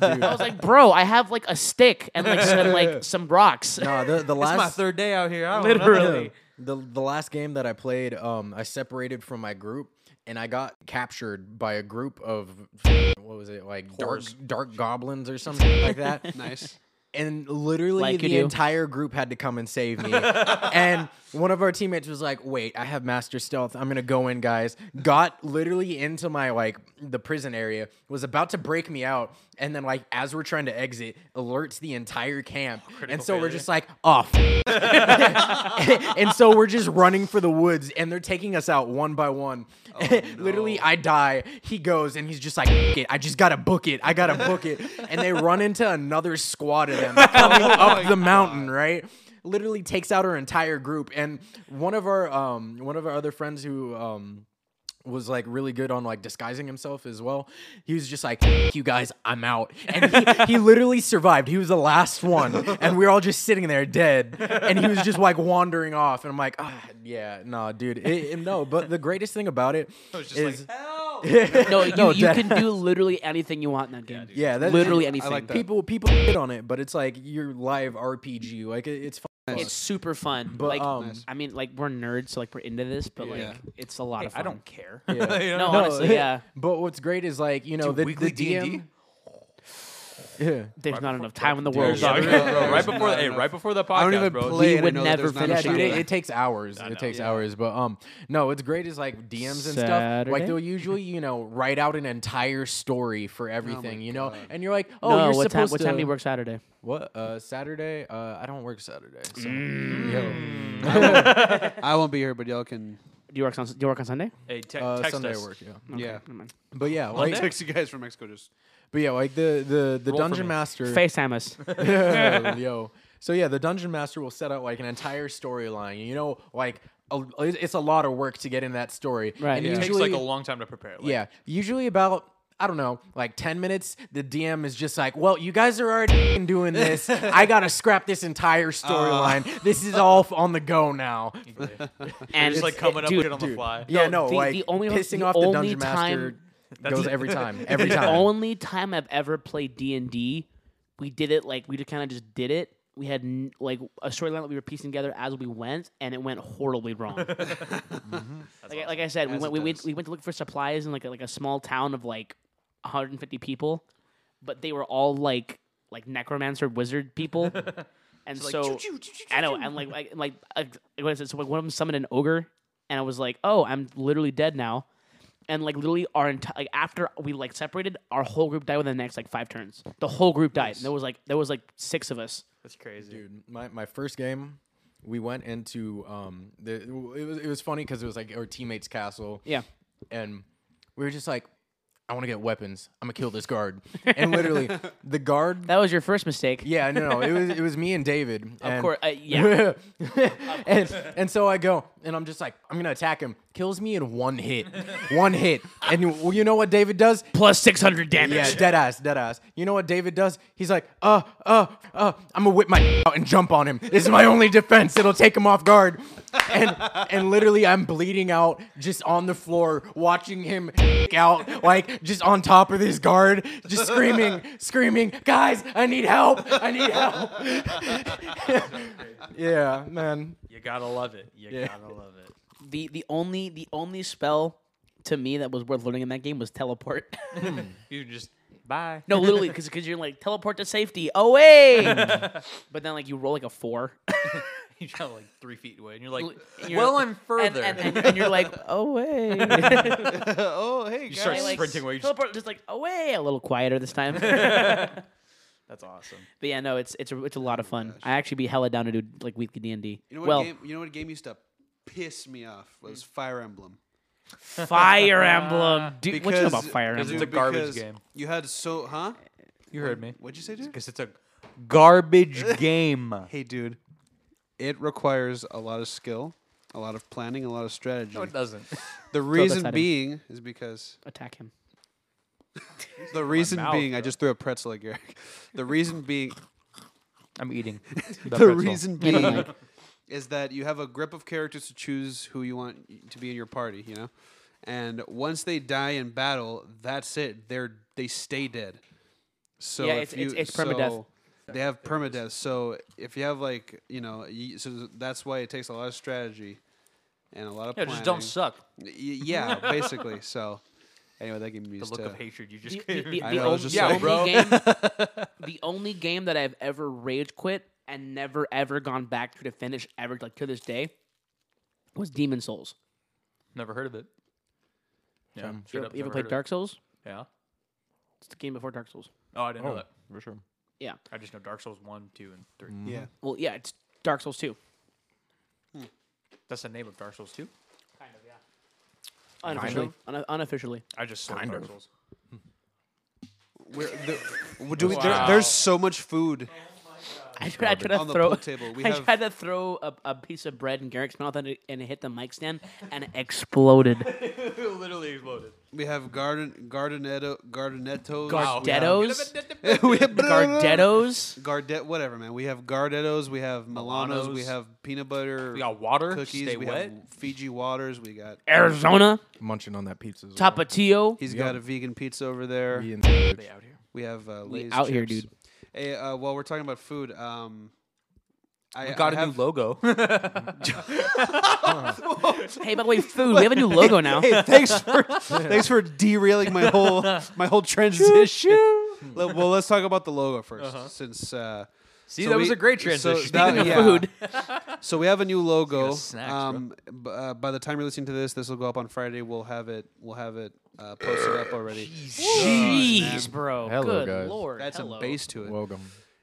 [SPEAKER 1] was like, bro, I have like a stick and like some
[SPEAKER 4] [LAUGHS]
[SPEAKER 1] like some rocks.
[SPEAKER 4] no, the the
[SPEAKER 3] It's my
[SPEAKER 4] [LAUGHS] last
[SPEAKER 3] third day out here. I don't know.
[SPEAKER 1] Literally.
[SPEAKER 4] the the last game that I played, um, I separated from my group and I got captured by a group of what was it like
[SPEAKER 3] Whores.
[SPEAKER 4] dark dark goblins or something like that.
[SPEAKER 2] [LAUGHS] Nice.
[SPEAKER 4] and literally
[SPEAKER 1] Like you
[SPEAKER 4] the
[SPEAKER 1] do.
[SPEAKER 4] entire group had to come and
[SPEAKER 1] [LAUGHS]
[SPEAKER 4] save me. and one of our teammates was like, "Wait, I have master stealth. I'm gonna go in, guys." Got literally into my like the prison area, was about to break me out, and then like as we're trying to exit, alerts the entire camp, and so we're
[SPEAKER 3] failure.
[SPEAKER 4] just like, "Off." and so we're just running for the woods, and they're taking us out one by one. [LAUGHS] literally, I die. He goes, and he's just like, "F- it. I just gotta book it. I gotta book it. And they run into another squad of them coming up the mountain, right? Literally takes out our entire group. And one of our um one of our other friends who um was like really good on like disguising himself as well. He was just like, "F you guys, I'm out. And he,
[SPEAKER 1] [LAUGHS]
[SPEAKER 4] he literally survived. He was the last one. And we were all just sitting there dead. And he was just like wandering off. And I'm like, ah, yeah, no, dude. It, it- no, but the greatest thing about it
[SPEAKER 3] I was just
[SPEAKER 4] is
[SPEAKER 3] like, help.
[SPEAKER 4] [LAUGHS]
[SPEAKER 1] No, you,
[SPEAKER 4] No,
[SPEAKER 1] you
[SPEAKER 4] that-
[SPEAKER 1] can do literally anything you want in that game.
[SPEAKER 4] yeah, that,
[SPEAKER 1] literally
[SPEAKER 4] and
[SPEAKER 1] anything.
[SPEAKER 2] like that.
[SPEAKER 4] [LAUGHS] People people shit on it, but it's like your live RPG. Like it, it's fun.
[SPEAKER 1] It's super fun.
[SPEAKER 4] But,
[SPEAKER 1] like,
[SPEAKER 4] um,
[SPEAKER 1] I mean, like we're nerds, so like we're into this, but
[SPEAKER 2] Yeah.
[SPEAKER 1] like it's a lot of fun.
[SPEAKER 3] I don't care.
[SPEAKER 4] Yeah.
[SPEAKER 3] [LAUGHS] You know?
[SPEAKER 4] [LAUGHS]
[SPEAKER 1] No, honestly, yeah.
[SPEAKER 4] But what's great is like you know
[SPEAKER 3] Dude,
[SPEAKER 4] the,
[SPEAKER 3] weekly
[SPEAKER 4] the DM.
[SPEAKER 3] D&D?
[SPEAKER 4] [LAUGHS]
[SPEAKER 6] Yeah.
[SPEAKER 1] There's
[SPEAKER 3] Right
[SPEAKER 1] not enough time in the world.
[SPEAKER 2] There's
[SPEAKER 3] Bro,
[SPEAKER 2] not
[SPEAKER 1] yet.
[SPEAKER 2] enough- Yeah.
[SPEAKER 3] right before the hey, right before the podcast,
[SPEAKER 2] I don't even
[SPEAKER 3] bro.
[SPEAKER 2] play
[SPEAKER 1] We
[SPEAKER 2] it. I
[SPEAKER 1] would
[SPEAKER 2] know that
[SPEAKER 1] never
[SPEAKER 2] there's not
[SPEAKER 1] finish
[SPEAKER 2] enough
[SPEAKER 4] Yeah, dude,
[SPEAKER 1] Yeah.
[SPEAKER 4] it,
[SPEAKER 2] time.
[SPEAKER 4] it takes hours.
[SPEAKER 3] I know.
[SPEAKER 4] It takes
[SPEAKER 2] Yeah.
[SPEAKER 4] hours. But um, no, what's great is like DMs and stuff.
[SPEAKER 1] Saturday?
[SPEAKER 4] Like they'll usually, you know, write out an entire story
[SPEAKER 3] Oh
[SPEAKER 4] for everything, you know,
[SPEAKER 2] God.
[SPEAKER 4] and you're like, [LAUGHS] oh,
[SPEAKER 1] no,
[SPEAKER 4] you're
[SPEAKER 1] what
[SPEAKER 4] supposed
[SPEAKER 1] time? What
[SPEAKER 4] to.
[SPEAKER 1] time do you work Saturday?
[SPEAKER 4] What? Uh, Saturday? Uh, I don't work Saturday. So.
[SPEAKER 3] Mm.
[SPEAKER 2] I won't be here, but y'all can.
[SPEAKER 1] Do you work on? Do you work on Sunday?
[SPEAKER 3] Hey, te-
[SPEAKER 4] Uh,
[SPEAKER 3] text
[SPEAKER 4] Sunday
[SPEAKER 3] us.
[SPEAKER 4] work. Yeah.
[SPEAKER 2] Yeah. [LAUGHS]
[SPEAKER 1] Never mind.
[SPEAKER 4] But yeah,
[SPEAKER 2] I'll
[SPEAKER 4] like,
[SPEAKER 2] text you guys from Mexico. Just [LAUGHS]
[SPEAKER 4] but yeah, like the the the
[SPEAKER 3] Roll for
[SPEAKER 4] dungeon
[SPEAKER 3] me.
[SPEAKER 4] master.
[SPEAKER 1] Facetime
[SPEAKER 3] [LAUGHS]
[SPEAKER 1] us.
[SPEAKER 4] [LAUGHS] yo. So yeah, the dungeon master will set out like an entire storyline. You know, like a, it's a lot of work to get in that story.
[SPEAKER 1] Right.
[SPEAKER 4] And
[SPEAKER 1] Yeah.
[SPEAKER 3] It
[SPEAKER 4] usually,
[SPEAKER 3] takes like a long time to prepare. Like,
[SPEAKER 4] yeah, usually about. I don't know, like 10 minutes, the DM is just like, well, you guys are already [LAUGHS] doing this. I got to scrap this entire storyline.
[SPEAKER 1] Uh.
[SPEAKER 4] this is all f- on the
[SPEAKER 1] [LAUGHS]
[SPEAKER 4] go now.
[SPEAKER 1] and
[SPEAKER 3] Just
[SPEAKER 1] it's-
[SPEAKER 3] like coming up
[SPEAKER 1] dude,
[SPEAKER 3] with it on the fly.
[SPEAKER 4] yeah, no,
[SPEAKER 1] the-
[SPEAKER 4] like
[SPEAKER 1] the only-
[SPEAKER 4] pissing
[SPEAKER 1] the
[SPEAKER 4] off the
[SPEAKER 1] only
[SPEAKER 4] dungeon master
[SPEAKER 1] time-
[SPEAKER 4] goes
[SPEAKER 1] [LAUGHS]
[SPEAKER 4] every time. Every
[SPEAKER 1] the
[SPEAKER 4] time.
[SPEAKER 1] only time I've ever played D and D, we did it like we just kind of just did it. We had n- like a storyline that we were piecing together as we went, and it went horribly
[SPEAKER 3] [LAUGHS]
[SPEAKER 1] wrong. like,
[SPEAKER 3] Mm-hmm.
[SPEAKER 1] I- like I said, we
[SPEAKER 2] As
[SPEAKER 1] went
[SPEAKER 2] it
[SPEAKER 1] we, went
[SPEAKER 2] does.
[SPEAKER 1] we went to look for supplies in like a, like a small town of like 150 people, but they were all like like necromancer wizard
[SPEAKER 3] [LAUGHS]
[SPEAKER 1] people, and
[SPEAKER 3] It's
[SPEAKER 1] so
[SPEAKER 3] like, choo, choo, choo, choo,
[SPEAKER 1] I know,
[SPEAKER 3] choo.
[SPEAKER 1] and like, like, like, uh, what is it? So like, one of them summoned an ogre, and I was like, oh, I'm literally dead now, and like, literally, our entire like after we like separated, our whole group died within the next like five turns. The whole group died, and there was like there was like six of us.
[SPEAKER 3] that's crazy.
[SPEAKER 4] dude my, my first game we went into um the it was, it was funny because it was like our teammates castle
[SPEAKER 1] Yeah,
[SPEAKER 4] and we were just like i want to get weapons i'm gonna kill this guard and
[SPEAKER 1] [LAUGHS]
[SPEAKER 4] literally the guard
[SPEAKER 1] that was your first mistake.
[SPEAKER 4] yeah no no it was it was me and david of
[SPEAKER 1] Of course, uh,
[SPEAKER 4] [LAUGHS]
[SPEAKER 1] yeah.
[SPEAKER 4] and, and so I go, and I'm just like, I'm gonna attack him. Kills me in one hit, one hit. And you- well, you know what David does?
[SPEAKER 1] Plus six hundred damage. [LAUGHS]
[SPEAKER 4] Yeah, dead ass, dead ass. You know what David does? He's like, uh, uh, uh, I'm gonna whip my [LAUGHS] out and jump on him. This is my only defense. It'll take him off guard. And and literally, I'm bleeding out just on the floor, watching him [LAUGHS] out, like just on top of this guard, just
[SPEAKER 5] [LAUGHS]
[SPEAKER 4] screaming, screaming, guys, I need help, I need help. [LAUGHS] yeah, man.
[SPEAKER 3] You gotta love it. You gotta love it.
[SPEAKER 1] The the only the only spell to me that was worth learning in that game was teleport. [LAUGHS]
[SPEAKER 3] You can just bye.
[SPEAKER 1] no, literally, because because you're like teleport to safety. Oh [LAUGHS] wait, but then like you roll like a four.
[SPEAKER 3] [LAUGHS] you travel like three feet away, and you're like,
[SPEAKER 1] you're-
[SPEAKER 3] well, I'm
[SPEAKER 1] and,
[SPEAKER 3] further.
[SPEAKER 1] and, and, and you're [LAUGHS] like, oh wait.
[SPEAKER 2] oh hey
[SPEAKER 3] [LAUGHS] you
[SPEAKER 2] guys.
[SPEAKER 3] start
[SPEAKER 1] [LAUGHS] I, like,
[SPEAKER 3] sprinting away. You just,
[SPEAKER 1] teleport, just like away, a little quieter this [LAUGHS] time. but
[SPEAKER 3] that's awesome.
[SPEAKER 1] yeah, no, it's it's a, it's a lot of fun. I actually be hella down to do like weekly D and D.
[SPEAKER 2] You know what
[SPEAKER 1] Well,
[SPEAKER 2] game? You know what game used to piss me off was Fire Emblem.
[SPEAKER 1] Fire
[SPEAKER 2] [LAUGHS]
[SPEAKER 1] Emblem. Dude, what you know about
[SPEAKER 2] Because-
[SPEAKER 1] Fire
[SPEAKER 3] because
[SPEAKER 1] Emblem?
[SPEAKER 3] it's a garbage
[SPEAKER 2] because
[SPEAKER 3] game.
[SPEAKER 2] You had so huh?
[SPEAKER 3] You heard me.
[SPEAKER 2] What'd you say, dude?
[SPEAKER 3] Because it's a garbage [LAUGHS] game.
[SPEAKER 2] Hey, dude. It requires a lot of skill, a lot of planning, a lot of strategy.
[SPEAKER 3] No, it doesn't.
[SPEAKER 2] the reason
[SPEAKER 1] at him.
[SPEAKER 2] being is because
[SPEAKER 1] Attack [LAUGHS] him.
[SPEAKER 2] the reason
[SPEAKER 3] mouth,
[SPEAKER 2] being I
[SPEAKER 3] bro.
[SPEAKER 2] just threw a pretzel at Garrick. [LAUGHS] The reason
[SPEAKER 3] [LAUGHS]
[SPEAKER 2] being
[SPEAKER 3] I'm
[SPEAKER 4] [LAUGHS]
[SPEAKER 3] eating.
[SPEAKER 2] the reason
[SPEAKER 1] Hit him,
[SPEAKER 2] being
[SPEAKER 1] Mike.
[SPEAKER 2] is that you have a grip of characters to choose who you want y- to be in your party, you know? And once they die in battle, that's it. They're they stay dead. So
[SPEAKER 1] Yeah, it's-
[SPEAKER 2] if
[SPEAKER 1] it's-
[SPEAKER 2] you-
[SPEAKER 1] it's permadeath.
[SPEAKER 2] so They have permadeath. So if you have like, you know, y so that's why it takes a lot of strategy and a lot of
[SPEAKER 3] Yeah,
[SPEAKER 2] planning.
[SPEAKER 3] just don't suck.
[SPEAKER 2] Y- yeah, basically. So anyway, that gave me
[SPEAKER 3] The
[SPEAKER 2] used
[SPEAKER 3] look
[SPEAKER 2] to
[SPEAKER 3] of hatred you just
[SPEAKER 1] The,
[SPEAKER 3] gave
[SPEAKER 1] the, the,
[SPEAKER 3] [LAUGHS] me.
[SPEAKER 2] I
[SPEAKER 1] the
[SPEAKER 2] know, I
[SPEAKER 1] only,
[SPEAKER 2] was just
[SPEAKER 1] the
[SPEAKER 2] like-
[SPEAKER 1] only game,
[SPEAKER 2] [LAUGHS]
[SPEAKER 1] the only game that I've ever rage quit and never ever gone back to to finish ever like to this day was Demon Souls.
[SPEAKER 3] Never heard of it. Yeah,
[SPEAKER 4] Um,
[SPEAKER 1] You
[SPEAKER 3] straight
[SPEAKER 1] ever,
[SPEAKER 3] up
[SPEAKER 1] you ever
[SPEAKER 3] never
[SPEAKER 1] played
[SPEAKER 3] heard of
[SPEAKER 1] Dark Souls?
[SPEAKER 3] it. Yeah.
[SPEAKER 1] It's the game before Dark Souls.
[SPEAKER 3] Oh, I didn't know that.
[SPEAKER 4] for sure.
[SPEAKER 1] Yeah.
[SPEAKER 3] I just know Dark Souls one, two, and three.
[SPEAKER 2] Yeah.
[SPEAKER 1] Well, yeah, it's Dark Souls two.
[SPEAKER 3] That's the name of Dark Souls two.
[SPEAKER 1] Kind of, yeah. Unofficially, Uno- unofficially.
[SPEAKER 2] Oh,
[SPEAKER 3] I just sold Dark Souls.
[SPEAKER 2] We're, the, w- do we, there,
[SPEAKER 3] Wow.
[SPEAKER 2] there's so much food.
[SPEAKER 1] I tried, I tried to
[SPEAKER 2] On the
[SPEAKER 1] throw
[SPEAKER 2] pool table,
[SPEAKER 1] [LAUGHS]
[SPEAKER 2] we
[SPEAKER 1] I
[SPEAKER 2] have-
[SPEAKER 1] tried to throw a, a piece of bread in Garrick's mouth and it, and it hit the mic stand and it exploded.
[SPEAKER 3] Literally exploded.
[SPEAKER 2] We have garden gardenetto gardenettos.
[SPEAKER 1] Wow.
[SPEAKER 2] we have-
[SPEAKER 1] Ghettos? [LAUGHS]
[SPEAKER 2] we have
[SPEAKER 1] Gardettos.
[SPEAKER 2] Gardet, whatever, man. We have Gardettos, we have Milanos, we
[SPEAKER 3] Milanos.
[SPEAKER 2] have peanut butter.
[SPEAKER 3] We got water.
[SPEAKER 2] cookies.
[SPEAKER 3] Stay
[SPEAKER 2] we
[SPEAKER 3] wet.
[SPEAKER 2] have Fiji waters. We got.
[SPEAKER 1] Arizona.
[SPEAKER 4] Munching on that pizza. as well.
[SPEAKER 1] Tapatio.
[SPEAKER 2] He's got a vegan pizza over there.
[SPEAKER 4] Me and-
[SPEAKER 3] Stay out here.
[SPEAKER 2] We have uh,
[SPEAKER 1] We
[SPEAKER 2] Lay's
[SPEAKER 1] out here,
[SPEAKER 2] chips.
[SPEAKER 1] dude.
[SPEAKER 2] Hey, uh, while we're talking about food, um, I
[SPEAKER 3] We got
[SPEAKER 2] I
[SPEAKER 3] a new
[SPEAKER 2] have,
[SPEAKER 3] logo.
[SPEAKER 1] Hey, by the way, food. We have a new
[SPEAKER 2] [LAUGHS]
[SPEAKER 3] [LAUGHS]
[SPEAKER 1] logo now.
[SPEAKER 2] [LAUGHS] Hey, thanks for thanks for derailing my whole my whole transition. Le- well, let's talk about the logo 1st since. Uh,
[SPEAKER 3] Uh-huh. See,
[SPEAKER 2] so
[SPEAKER 3] that was
[SPEAKER 2] we-
[SPEAKER 3] a great
[SPEAKER 2] so
[SPEAKER 3] transition.
[SPEAKER 2] that-
[SPEAKER 3] Speaking of
[SPEAKER 2] yeah.
[SPEAKER 3] food.
[SPEAKER 2] [LAUGHS] so we have a new logo.
[SPEAKER 3] snacks, bro.
[SPEAKER 2] um, b- uh, by the time you're listening to this, this will go up on Friday. We'll have it. We'll have it uh, posted up already.
[SPEAKER 1] Jeez, bro.
[SPEAKER 4] Hello,
[SPEAKER 1] Good
[SPEAKER 4] guys.
[SPEAKER 1] lord.
[SPEAKER 2] That's
[SPEAKER 1] hello.
[SPEAKER 2] a base to it.
[SPEAKER 4] Welcome.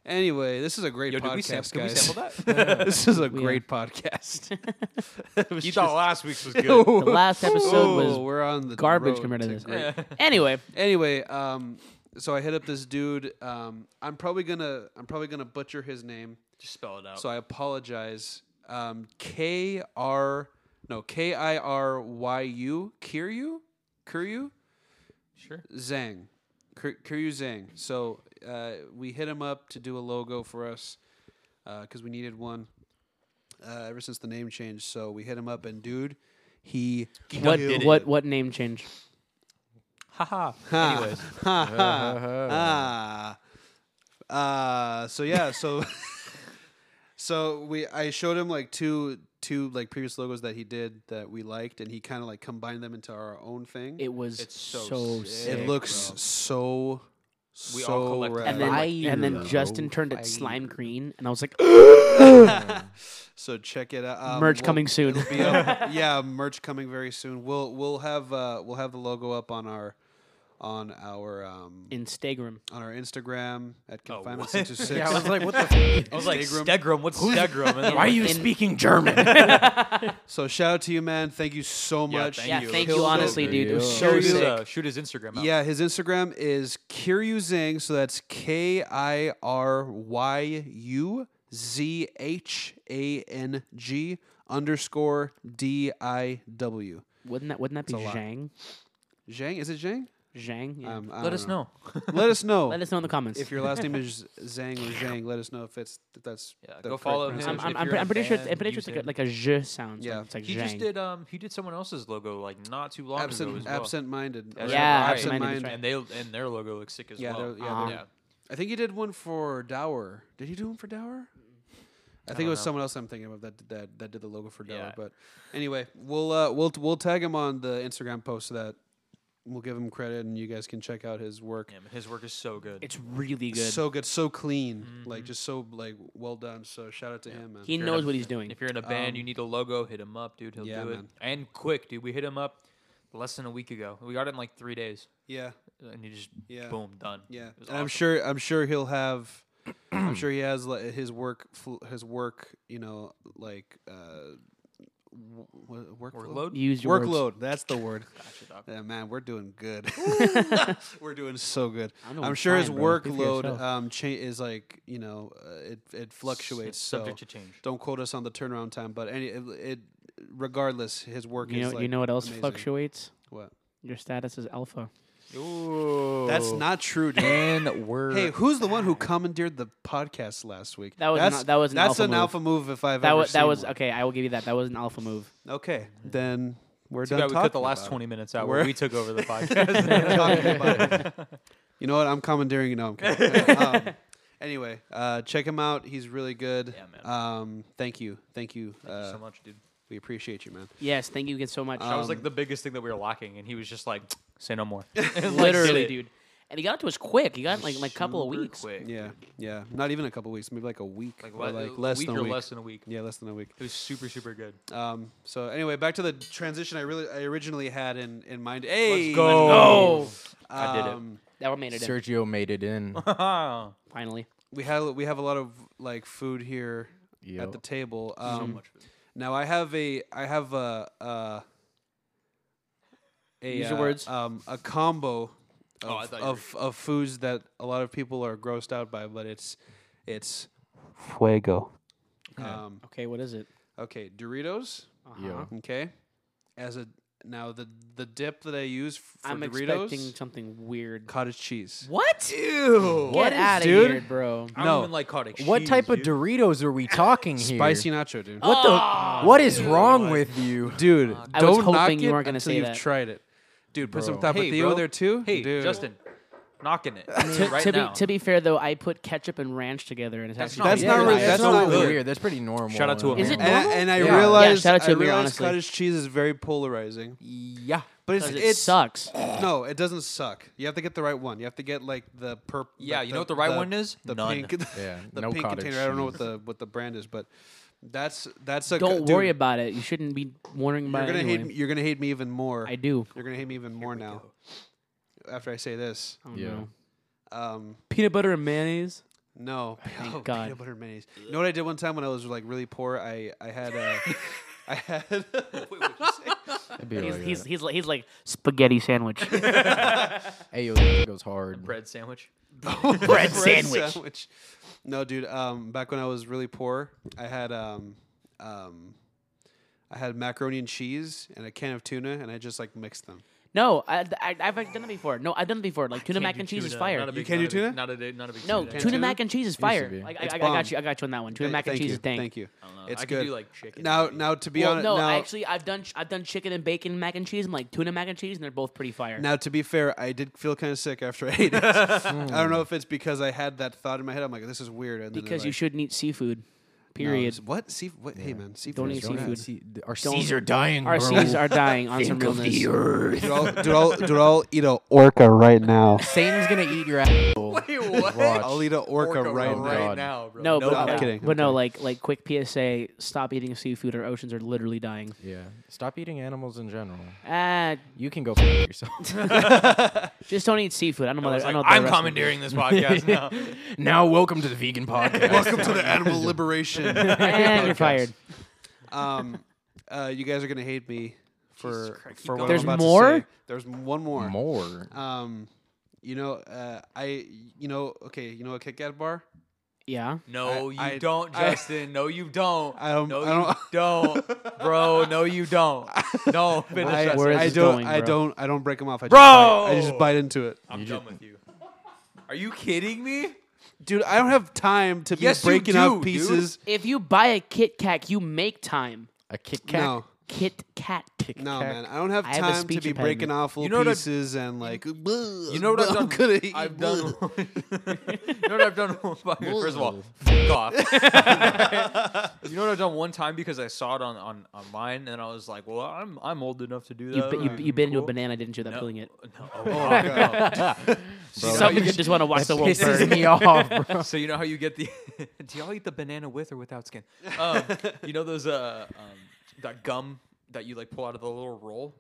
[SPEAKER 2] Anyway, this is a great
[SPEAKER 3] [LAUGHS] Yo, did we sam-
[SPEAKER 2] podcast,
[SPEAKER 3] can we
[SPEAKER 2] guys.
[SPEAKER 3] sample
[SPEAKER 2] [LAUGHS] that? this is a
[SPEAKER 1] We-
[SPEAKER 2] great podcast. It was
[SPEAKER 3] [LAUGHS] You
[SPEAKER 2] just-
[SPEAKER 3] thought last week's was
[SPEAKER 1] [LAUGHS]
[SPEAKER 3] good.
[SPEAKER 1] The last episode
[SPEAKER 2] [LAUGHS] Oh,
[SPEAKER 1] was
[SPEAKER 2] we're on the
[SPEAKER 1] garbage
[SPEAKER 2] road
[SPEAKER 1] compared to
[SPEAKER 2] to
[SPEAKER 1] this.
[SPEAKER 2] great.
[SPEAKER 1] anyway.
[SPEAKER 2] Anyway, um, so I hit up this dude. Um, I'm probably gonna I'm probably gonna butcher his name,
[SPEAKER 3] Just spell it out.
[SPEAKER 2] so I apologize. Um, K R no K I R Y U Kiryu Kiryu
[SPEAKER 3] sure.
[SPEAKER 2] Zhang Kir- Kiryu Zhang. So uh, we hit him up to do a logo for us because we needed one uh, ever since the name changed. So we hit him up, and dude, he
[SPEAKER 1] What
[SPEAKER 2] killed it.
[SPEAKER 1] what what name change?
[SPEAKER 3] Haha.
[SPEAKER 2] Ah.
[SPEAKER 3] Anyways,
[SPEAKER 2] Ha, ha. ah. Uh, so yeah, so [LAUGHS] so we I showed him like two two like previous logos that he did that we liked and he kind of like combined them into our own thing. It,
[SPEAKER 1] It was
[SPEAKER 3] It's
[SPEAKER 1] so,
[SPEAKER 3] so sick.
[SPEAKER 1] sick.
[SPEAKER 3] sick,
[SPEAKER 2] looks
[SPEAKER 3] bro.
[SPEAKER 2] so
[SPEAKER 3] We all
[SPEAKER 2] so
[SPEAKER 3] collectively
[SPEAKER 2] rad.
[SPEAKER 1] and then and then
[SPEAKER 4] Fire.
[SPEAKER 1] Justin turned it slime green, and I was like,
[SPEAKER 2] so check it out. Um,
[SPEAKER 1] merch
[SPEAKER 2] we'll-
[SPEAKER 1] coming soon.
[SPEAKER 2] it'll be up- yeah, merch coming very soon. We'll we'll have uh we'll have the logo up on our on our um
[SPEAKER 1] [LAUGHS] Instagram.
[SPEAKER 2] on our Instagram at
[SPEAKER 3] Oh,
[SPEAKER 2] confinement
[SPEAKER 3] what?
[SPEAKER 2] six two
[SPEAKER 5] [LAUGHS]
[SPEAKER 2] six.
[SPEAKER 5] Yeah, I
[SPEAKER 4] [LAUGHS]
[SPEAKER 5] was like, what the? F-?
[SPEAKER 3] I was like Stegrum. What's Stegrum? And then
[SPEAKER 5] Why are you
[SPEAKER 1] In-
[SPEAKER 5] speaking German? [LAUGHS]
[SPEAKER 2] So shout out to you, man. Thank you so
[SPEAKER 3] Yeah,
[SPEAKER 2] much.
[SPEAKER 3] thank
[SPEAKER 1] Yeah,
[SPEAKER 3] you.
[SPEAKER 1] thank
[SPEAKER 2] Killed
[SPEAKER 1] you,
[SPEAKER 2] it.
[SPEAKER 1] honestly, dude. It was so
[SPEAKER 2] Yeah.
[SPEAKER 3] shoot,
[SPEAKER 2] Shoot
[SPEAKER 3] his,
[SPEAKER 2] sick.
[SPEAKER 1] sick.
[SPEAKER 3] uh, shoot his Instagram out?
[SPEAKER 2] Yeah, his Instagram is Kiryu Zing. So that's K I R Y U Z H A N G underscore D I W.
[SPEAKER 1] Wouldn't that wouldn't that be
[SPEAKER 2] a lot.
[SPEAKER 1] Zhang?
[SPEAKER 2] Zhang? Is it Zhang?
[SPEAKER 1] Zhang. Yeah.
[SPEAKER 2] Um, I
[SPEAKER 3] Let
[SPEAKER 2] don't
[SPEAKER 3] us know.
[SPEAKER 2] Let us
[SPEAKER 3] [LAUGHS]
[SPEAKER 2] know.
[SPEAKER 1] Let us know in the comments.
[SPEAKER 2] if your last name is Zhang or Zhang, let us know if it's if that's
[SPEAKER 3] Yeah,
[SPEAKER 2] the
[SPEAKER 3] go
[SPEAKER 2] correct
[SPEAKER 3] follow him.
[SPEAKER 1] I'm,
[SPEAKER 2] pronunciation.
[SPEAKER 1] I'm,
[SPEAKER 3] if
[SPEAKER 1] I'm,
[SPEAKER 3] you're
[SPEAKER 1] pre-
[SPEAKER 3] a
[SPEAKER 1] I'm pretty sure it's,
[SPEAKER 3] fan,
[SPEAKER 1] I'm pretty sure
[SPEAKER 3] use
[SPEAKER 1] it's like
[SPEAKER 3] it.
[SPEAKER 1] a, like a zh sound. so
[SPEAKER 2] Yeah.
[SPEAKER 1] it's like
[SPEAKER 3] He
[SPEAKER 1] Zhang.
[SPEAKER 3] just did. Um, he did someone else's logo like not too long
[SPEAKER 2] absent
[SPEAKER 3] ago as well.
[SPEAKER 2] absent-minded.
[SPEAKER 3] That's
[SPEAKER 1] Yeah,
[SPEAKER 3] right.
[SPEAKER 1] absent-minded,
[SPEAKER 2] absent-minded.
[SPEAKER 1] that's
[SPEAKER 3] And they and their logo looks sick as
[SPEAKER 2] Yeah,
[SPEAKER 3] well.
[SPEAKER 2] they're- yeah,
[SPEAKER 1] they're-
[SPEAKER 3] yeah.
[SPEAKER 2] I think he did one for Dower. Did he do one for Dower? I, think
[SPEAKER 3] don't
[SPEAKER 2] it was
[SPEAKER 3] know.
[SPEAKER 2] someone else I'm thinking of that that that did the logo for Dower.
[SPEAKER 3] Yeah.
[SPEAKER 2] But anyway, we'll uh, we'll we'll tag him on the Instagram post so that we'll give him credit and you guys can check out his work.
[SPEAKER 3] Yeah, man, His work is so good. Mm-hmm.
[SPEAKER 1] It's really good.
[SPEAKER 2] So good, so clean, like just so like well done. So shout out to him, man.
[SPEAKER 1] he
[SPEAKER 3] Fair
[SPEAKER 1] knows
[SPEAKER 3] enough.
[SPEAKER 1] what he's doing.
[SPEAKER 3] If you're in a band,
[SPEAKER 2] Um,
[SPEAKER 3] you need a logo, hit him up, dude. He'll
[SPEAKER 2] yeah,
[SPEAKER 3] do it.
[SPEAKER 2] man.
[SPEAKER 3] And quick, dude. We hit him up less than a week ago. We got it in like three days,
[SPEAKER 2] yeah,
[SPEAKER 3] and you just
[SPEAKER 2] Yeah.
[SPEAKER 3] boom done.
[SPEAKER 2] yeah.
[SPEAKER 3] It
[SPEAKER 2] And
[SPEAKER 3] was
[SPEAKER 2] I'm
[SPEAKER 3] awesome.
[SPEAKER 2] sure I'm sure he'll
[SPEAKER 3] [CLEARS THROAT]
[SPEAKER 2] have. I'm sure he has like, his work fl- his work you know like uh, w- w- workflow?
[SPEAKER 3] Workload.
[SPEAKER 1] Use your words.
[SPEAKER 2] workload. That's the word. Yeah, man, we're doing good. [LAUGHS] we're doing so good.
[SPEAKER 1] I'm doing
[SPEAKER 2] I'm sure his
[SPEAKER 1] fine, bro. Speak for
[SPEAKER 2] workload
[SPEAKER 1] yourself.
[SPEAKER 2] um, cha- is like you know uh, it it fluctuates.
[SPEAKER 3] It's
[SPEAKER 2] So
[SPEAKER 3] subject to change.
[SPEAKER 2] don't quote us on the turnaround time, but any it, it regardless, his work
[SPEAKER 1] You
[SPEAKER 2] is
[SPEAKER 1] know,
[SPEAKER 2] like,
[SPEAKER 1] you know what else
[SPEAKER 2] amazing.
[SPEAKER 1] fluctuates?
[SPEAKER 2] What?
[SPEAKER 1] Your status is alpha.
[SPEAKER 4] Ooh.
[SPEAKER 2] That's not true, dude.
[SPEAKER 4] And we're
[SPEAKER 2] Hey, who's the one who commandeered the podcast last week?
[SPEAKER 1] That was an
[SPEAKER 2] that's,
[SPEAKER 1] al- that was an
[SPEAKER 2] that's
[SPEAKER 1] alpha
[SPEAKER 2] an
[SPEAKER 1] move.
[SPEAKER 2] alpha move if I've
[SPEAKER 1] That
[SPEAKER 2] ever
[SPEAKER 1] was that
[SPEAKER 2] seen
[SPEAKER 1] was
[SPEAKER 2] one.
[SPEAKER 1] okay. I will give you that. That was an alpha move.
[SPEAKER 2] Okay, then we're
[SPEAKER 3] Too
[SPEAKER 2] done.
[SPEAKER 3] bad we cut the
[SPEAKER 2] talking
[SPEAKER 3] last
[SPEAKER 2] about it.
[SPEAKER 3] 20 minutes out
[SPEAKER 2] We're-
[SPEAKER 3] where we took
[SPEAKER 2] [LAUGHS]
[SPEAKER 3] over the podcast. [LAUGHS]
[SPEAKER 2] talking about it. You know what? I'm commandeering you. No, I'm kidding. um, anyway, uh, check him out. He's really good.
[SPEAKER 3] Yeah, man.
[SPEAKER 2] Um, thank you. Thank you.
[SPEAKER 3] Thank you
[SPEAKER 2] uh,
[SPEAKER 3] so much, dude.
[SPEAKER 2] We appreciate you, man.
[SPEAKER 1] Yes, thank you again so much.
[SPEAKER 3] That
[SPEAKER 2] [LAUGHS]
[SPEAKER 3] was like the biggest thing that we were lacking, and he was just like, "Say no more." And, like, did
[SPEAKER 1] literally,
[SPEAKER 3] it.
[SPEAKER 1] dude. And he got to us quick. He got like in, like a couple of
[SPEAKER 3] Super
[SPEAKER 1] weeks.
[SPEAKER 3] Quick.
[SPEAKER 2] Yeah, yeah. Not even a couple weeks. Maybe like a week.
[SPEAKER 3] Like,
[SPEAKER 2] or
[SPEAKER 3] le-
[SPEAKER 2] like
[SPEAKER 3] a
[SPEAKER 2] less
[SPEAKER 3] week
[SPEAKER 2] than
[SPEAKER 3] or
[SPEAKER 2] a week.
[SPEAKER 3] less than a week.
[SPEAKER 2] yeah, less than a week.
[SPEAKER 3] It was super, super good.
[SPEAKER 2] Um, so anyway, back to the transition I really I originally had in, in mind. Hey,
[SPEAKER 3] [LAUGHS] go. I did it.
[SPEAKER 2] Um,
[SPEAKER 1] That one made it in
[SPEAKER 4] Sergio made it in.
[SPEAKER 3] Ah,
[SPEAKER 1] finally.
[SPEAKER 2] we have we have a lot of like food here at
[SPEAKER 4] Yep.
[SPEAKER 2] the table. Um,
[SPEAKER 3] so much. food.
[SPEAKER 2] Now I have a I have a uh, a
[SPEAKER 1] Use your
[SPEAKER 2] uh,
[SPEAKER 1] words.
[SPEAKER 2] um a combo of
[SPEAKER 3] Oh, I thought you were-
[SPEAKER 2] of, of foods that a lot of people are grossed out by, but it's it's fuego. Um,
[SPEAKER 1] Okay, what is it?
[SPEAKER 2] okay, Doritos.
[SPEAKER 4] Yeah.
[SPEAKER 3] Uh-huh.
[SPEAKER 2] Okay, as a now the the dip that I use f- for
[SPEAKER 1] I'm
[SPEAKER 2] Doritos
[SPEAKER 1] expecting something weird.
[SPEAKER 2] cottage cheese.
[SPEAKER 1] What?
[SPEAKER 3] Ew.
[SPEAKER 1] Get out of
[SPEAKER 2] dude?
[SPEAKER 1] here, bro.
[SPEAKER 3] I
[SPEAKER 2] No.
[SPEAKER 3] don't even like cottage cheese.
[SPEAKER 4] What type of
[SPEAKER 3] dude.
[SPEAKER 4] Doritos are we talking here?
[SPEAKER 2] Spicy nacho, dude.
[SPEAKER 4] What the? what is wrong with you? [LAUGHS]
[SPEAKER 2] Dude,
[SPEAKER 1] Oh. I was
[SPEAKER 2] don't knock
[SPEAKER 1] hoping you
[SPEAKER 2] it
[SPEAKER 1] weren't gonna
[SPEAKER 2] until
[SPEAKER 1] say
[SPEAKER 2] you've
[SPEAKER 1] that.
[SPEAKER 2] tried it. Dude, put some
[SPEAKER 4] Bro.
[SPEAKER 2] tapatio
[SPEAKER 3] bro.
[SPEAKER 2] there too.
[SPEAKER 3] Hey,
[SPEAKER 2] Dude.
[SPEAKER 3] Justin. knocking it
[SPEAKER 1] To,
[SPEAKER 3] right
[SPEAKER 1] to
[SPEAKER 3] now.
[SPEAKER 1] be, to be fair though, I put ketchup and ranch together, and it's actually
[SPEAKER 3] not-
[SPEAKER 1] pretty
[SPEAKER 2] That's
[SPEAKER 1] good.
[SPEAKER 2] not really-
[SPEAKER 4] it's
[SPEAKER 2] that's
[SPEAKER 4] not
[SPEAKER 2] not
[SPEAKER 4] really
[SPEAKER 2] good.
[SPEAKER 4] weird. That's pretty normal.
[SPEAKER 3] Shout out to
[SPEAKER 4] man.
[SPEAKER 3] Amir.
[SPEAKER 1] Is it
[SPEAKER 2] And, I- and I
[SPEAKER 4] Yeah. Yeah,
[SPEAKER 2] realized
[SPEAKER 1] shout out to
[SPEAKER 2] I
[SPEAKER 1] Amir,
[SPEAKER 2] realized
[SPEAKER 1] honestly.
[SPEAKER 2] cottage cheese is very polarizing.
[SPEAKER 3] yeah.
[SPEAKER 2] But it's,
[SPEAKER 1] Because it
[SPEAKER 2] it's
[SPEAKER 1] sucks.
[SPEAKER 2] No, it doesn't suck. You have to get the right one. You have to get like the purple.
[SPEAKER 3] Yeah, you know what the right one is?
[SPEAKER 2] The
[SPEAKER 3] None.
[SPEAKER 2] pink. [LAUGHS]
[SPEAKER 4] Yeah,
[SPEAKER 2] the
[SPEAKER 4] no
[SPEAKER 2] pink
[SPEAKER 4] cottage
[SPEAKER 2] container. I don't know what
[SPEAKER 4] cheese.
[SPEAKER 2] the what the brand is, but that's that's a.
[SPEAKER 1] Don't
[SPEAKER 2] dude,
[SPEAKER 1] worry about it. You shouldn't be worrying about
[SPEAKER 2] You're gonna
[SPEAKER 1] it.
[SPEAKER 2] hate.
[SPEAKER 1] anyway.
[SPEAKER 2] me- You're gonna hate me even more.
[SPEAKER 1] I do.
[SPEAKER 2] You're gonna hate me even more now. After I say this,
[SPEAKER 1] Oh,
[SPEAKER 4] Yeah.
[SPEAKER 1] no.
[SPEAKER 2] um,
[SPEAKER 1] Peanut butter and mayonnaise.
[SPEAKER 2] no, [LAUGHS] no
[SPEAKER 1] God.
[SPEAKER 2] peanut butter minis. You know what I did one time when I was like really poor? I I had a, I had.
[SPEAKER 4] That'd be
[SPEAKER 1] He's,
[SPEAKER 4] like
[SPEAKER 1] he's,
[SPEAKER 4] that.
[SPEAKER 1] he's, like, he's like spaghetti
[SPEAKER 2] [LAUGHS]
[SPEAKER 1] sandwich.
[SPEAKER 4] Ayo, that goes hard.
[SPEAKER 3] Bread sandwich.
[SPEAKER 2] [LAUGHS]
[SPEAKER 1] bread sandwich.
[SPEAKER 2] No, dude. Um, back when I was really poor, I had um, um, I had macaroni and cheese and a can of tuna, and I just like mixed them.
[SPEAKER 1] No, I, I, I've done it before. No, I've done it before. Like tuna mac and cheese is fire.
[SPEAKER 2] big- can't do tuna?
[SPEAKER 3] Not a not a big
[SPEAKER 1] No, [LAUGHS]
[SPEAKER 3] fan.
[SPEAKER 1] tuna,
[SPEAKER 2] Can't tuna?
[SPEAKER 1] mac and cheese is
[SPEAKER 4] to
[SPEAKER 1] fire.
[SPEAKER 4] be.
[SPEAKER 1] Like, I,
[SPEAKER 2] It's
[SPEAKER 1] I, I got
[SPEAKER 2] bomb.
[SPEAKER 1] you. I got you on that one. Tuna
[SPEAKER 2] Hey,
[SPEAKER 1] mac and
[SPEAKER 2] thank
[SPEAKER 1] cheese
[SPEAKER 2] you,
[SPEAKER 1] is dank.
[SPEAKER 2] Thank you.
[SPEAKER 3] I don't know.
[SPEAKER 2] It's
[SPEAKER 3] I
[SPEAKER 2] good.
[SPEAKER 3] Could do like chicken.
[SPEAKER 2] now,
[SPEAKER 3] maybe.
[SPEAKER 2] now to be
[SPEAKER 1] Well,
[SPEAKER 2] honest,
[SPEAKER 1] no,
[SPEAKER 2] now,
[SPEAKER 1] actually, I've done ch- I've done chicken and bacon mac and cheese. I'm like tuna mac and cheese, and they're both pretty fire.
[SPEAKER 2] now to be fair, I did feel kind of sick after [LAUGHS] I ate it.
[SPEAKER 1] Mm.
[SPEAKER 2] I don't know if it's because I had that thought in my head. I'm like, this is weird. And then
[SPEAKER 1] because
[SPEAKER 2] like,
[SPEAKER 1] you shouldn't eat seafood.
[SPEAKER 2] no,
[SPEAKER 1] Period.
[SPEAKER 2] it's- what? See, what? Hey, man, seafood.
[SPEAKER 1] Don't
[SPEAKER 2] is
[SPEAKER 1] eat
[SPEAKER 2] good.
[SPEAKER 1] seafood.
[SPEAKER 4] Our
[SPEAKER 1] Don't-
[SPEAKER 4] seas are dying.
[SPEAKER 1] Our
[SPEAKER 4] bro.
[SPEAKER 1] seas are dying
[SPEAKER 2] [LAUGHS]
[SPEAKER 1] on some realness.
[SPEAKER 2] Dude, I'll, dude, I'll, dude, I'll eat a orca right now.
[SPEAKER 4] Satan's gonna eat your asshole.
[SPEAKER 3] [LAUGHS] what?
[SPEAKER 4] Watch.
[SPEAKER 2] I'll eat a orca, right, now.
[SPEAKER 4] God.
[SPEAKER 3] now, bro.
[SPEAKER 1] No, but,
[SPEAKER 2] I'm
[SPEAKER 1] uh,
[SPEAKER 2] kidding,
[SPEAKER 1] but
[SPEAKER 2] I'm
[SPEAKER 1] no, like like quick PSA: stop eating seafood. Our oceans are literally dying.
[SPEAKER 4] Yeah. Stop eating animals in general.
[SPEAKER 1] Ah, [LAUGHS]
[SPEAKER 4] You can go f- yourself.
[SPEAKER 1] just don't eat seafood. I don't know.
[SPEAKER 3] I
[SPEAKER 1] I,
[SPEAKER 3] was
[SPEAKER 1] don't
[SPEAKER 3] like,
[SPEAKER 1] know what the
[SPEAKER 3] I'm
[SPEAKER 1] rest of-
[SPEAKER 3] commandeering this podcast now.
[SPEAKER 4] now, welcome to the [LAUGHS] vegan podcast.
[SPEAKER 2] [LAUGHS] Welcome to the animal
[SPEAKER 3] [LAUGHS]
[SPEAKER 2] liberation.
[SPEAKER 1] [LAUGHS] And you're fired.
[SPEAKER 2] Um, uh, you guys are gonna hate me for
[SPEAKER 3] Christ, keep
[SPEAKER 2] for what
[SPEAKER 3] going.
[SPEAKER 2] I'm
[SPEAKER 1] There's
[SPEAKER 2] about
[SPEAKER 1] more?
[SPEAKER 2] To say. There's m- one more.
[SPEAKER 4] More.
[SPEAKER 2] Um, you know, uh, I, you know, okay, you know, a Kit Kat bar.
[SPEAKER 1] Yeah.
[SPEAKER 3] No,
[SPEAKER 2] I-
[SPEAKER 3] you
[SPEAKER 2] I-
[SPEAKER 3] don't,
[SPEAKER 2] I-
[SPEAKER 3] Justin. no, you don't.
[SPEAKER 2] I don't-
[SPEAKER 3] No,
[SPEAKER 2] I
[SPEAKER 3] you [LAUGHS] don't. bro. No, you don't. No, finish
[SPEAKER 2] I,
[SPEAKER 3] Justin.
[SPEAKER 1] Where is
[SPEAKER 2] I
[SPEAKER 1] this
[SPEAKER 2] don't,
[SPEAKER 1] going,
[SPEAKER 2] I
[SPEAKER 1] bro?
[SPEAKER 2] don't, I don't break them off. I
[SPEAKER 3] Bro!
[SPEAKER 2] just bite, I just bite into it,
[SPEAKER 3] I'm done with you. Are you kidding me?
[SPEAKER 2] dude. I don't have time to be
[SPEAKER 3] Yes, you
[SPEAKER 2] breaking
[SPEAKER 3] do,
[SPEAKER 2] up
[SPEAKER 3] dude.
[SPEAKER 2] pieces.
[SPEAKER 1] If you buy a Kit Kat, you make time.
[SPEAKER 4] A Kit Kat.
[SPEAKER 2] No,
[SPEAKER 1] Kit Kat.
[SPEAKER 2] no, man, I don't have
[SPEAKER 1] I have a
[SPEAKER 2] time to
[SPEAKER 1] speech
[SPEAKER 2] be breaking
[SPEAKER 1] impediment.
[SPEAKER 2] off
[SPEAKER 3] You
[SPEAKER 2] little
[SPEAKER 3] know what I've-
[SPEAKER 2] pieces and like.
[SPEAKER 3] You know what
[SPEAKER 2] [LAUGHS]
[SPEAKER 3] I've done?
[SPEAKER 2] Could eat
[SPEAKER 3] I've done.
[SPEAKER 2] bleh.
[SPEAKER 3] [LAUGHS] you know what I've done? [LAUGHS] One fucking- First of all, fuck off. [LAUGHS] you know what I've done one time because I saw it on on online and I was like, well, I'm I'm old enough to do that.
[SPEAKER 1] You, bi- you,
[SPEAKER 3] Like,
[SPEAKER 1] you bit into a
[SPEAKER 3] cool.
[SPEAKER 1] banana, didn't you? That peeling it. [LAUGHS]
[SPEAKER 3] No. Oh, God. [LAUGHS]
[SPEAKER 1] Some people just want to watch the world
[SPEAKER 4] Pisses
[SPEAKER 1] burn.
[SPEAKER 4] me off, bro.
[SPEAKER 3] so you know how you get the? [LAUGHS] do y'all eat the banana with or
[SPEAKER 2] [LAUGHS]
[SPEAKER 3] without skin? Um, you know those uh um, that gum that you like pull out of the little roll.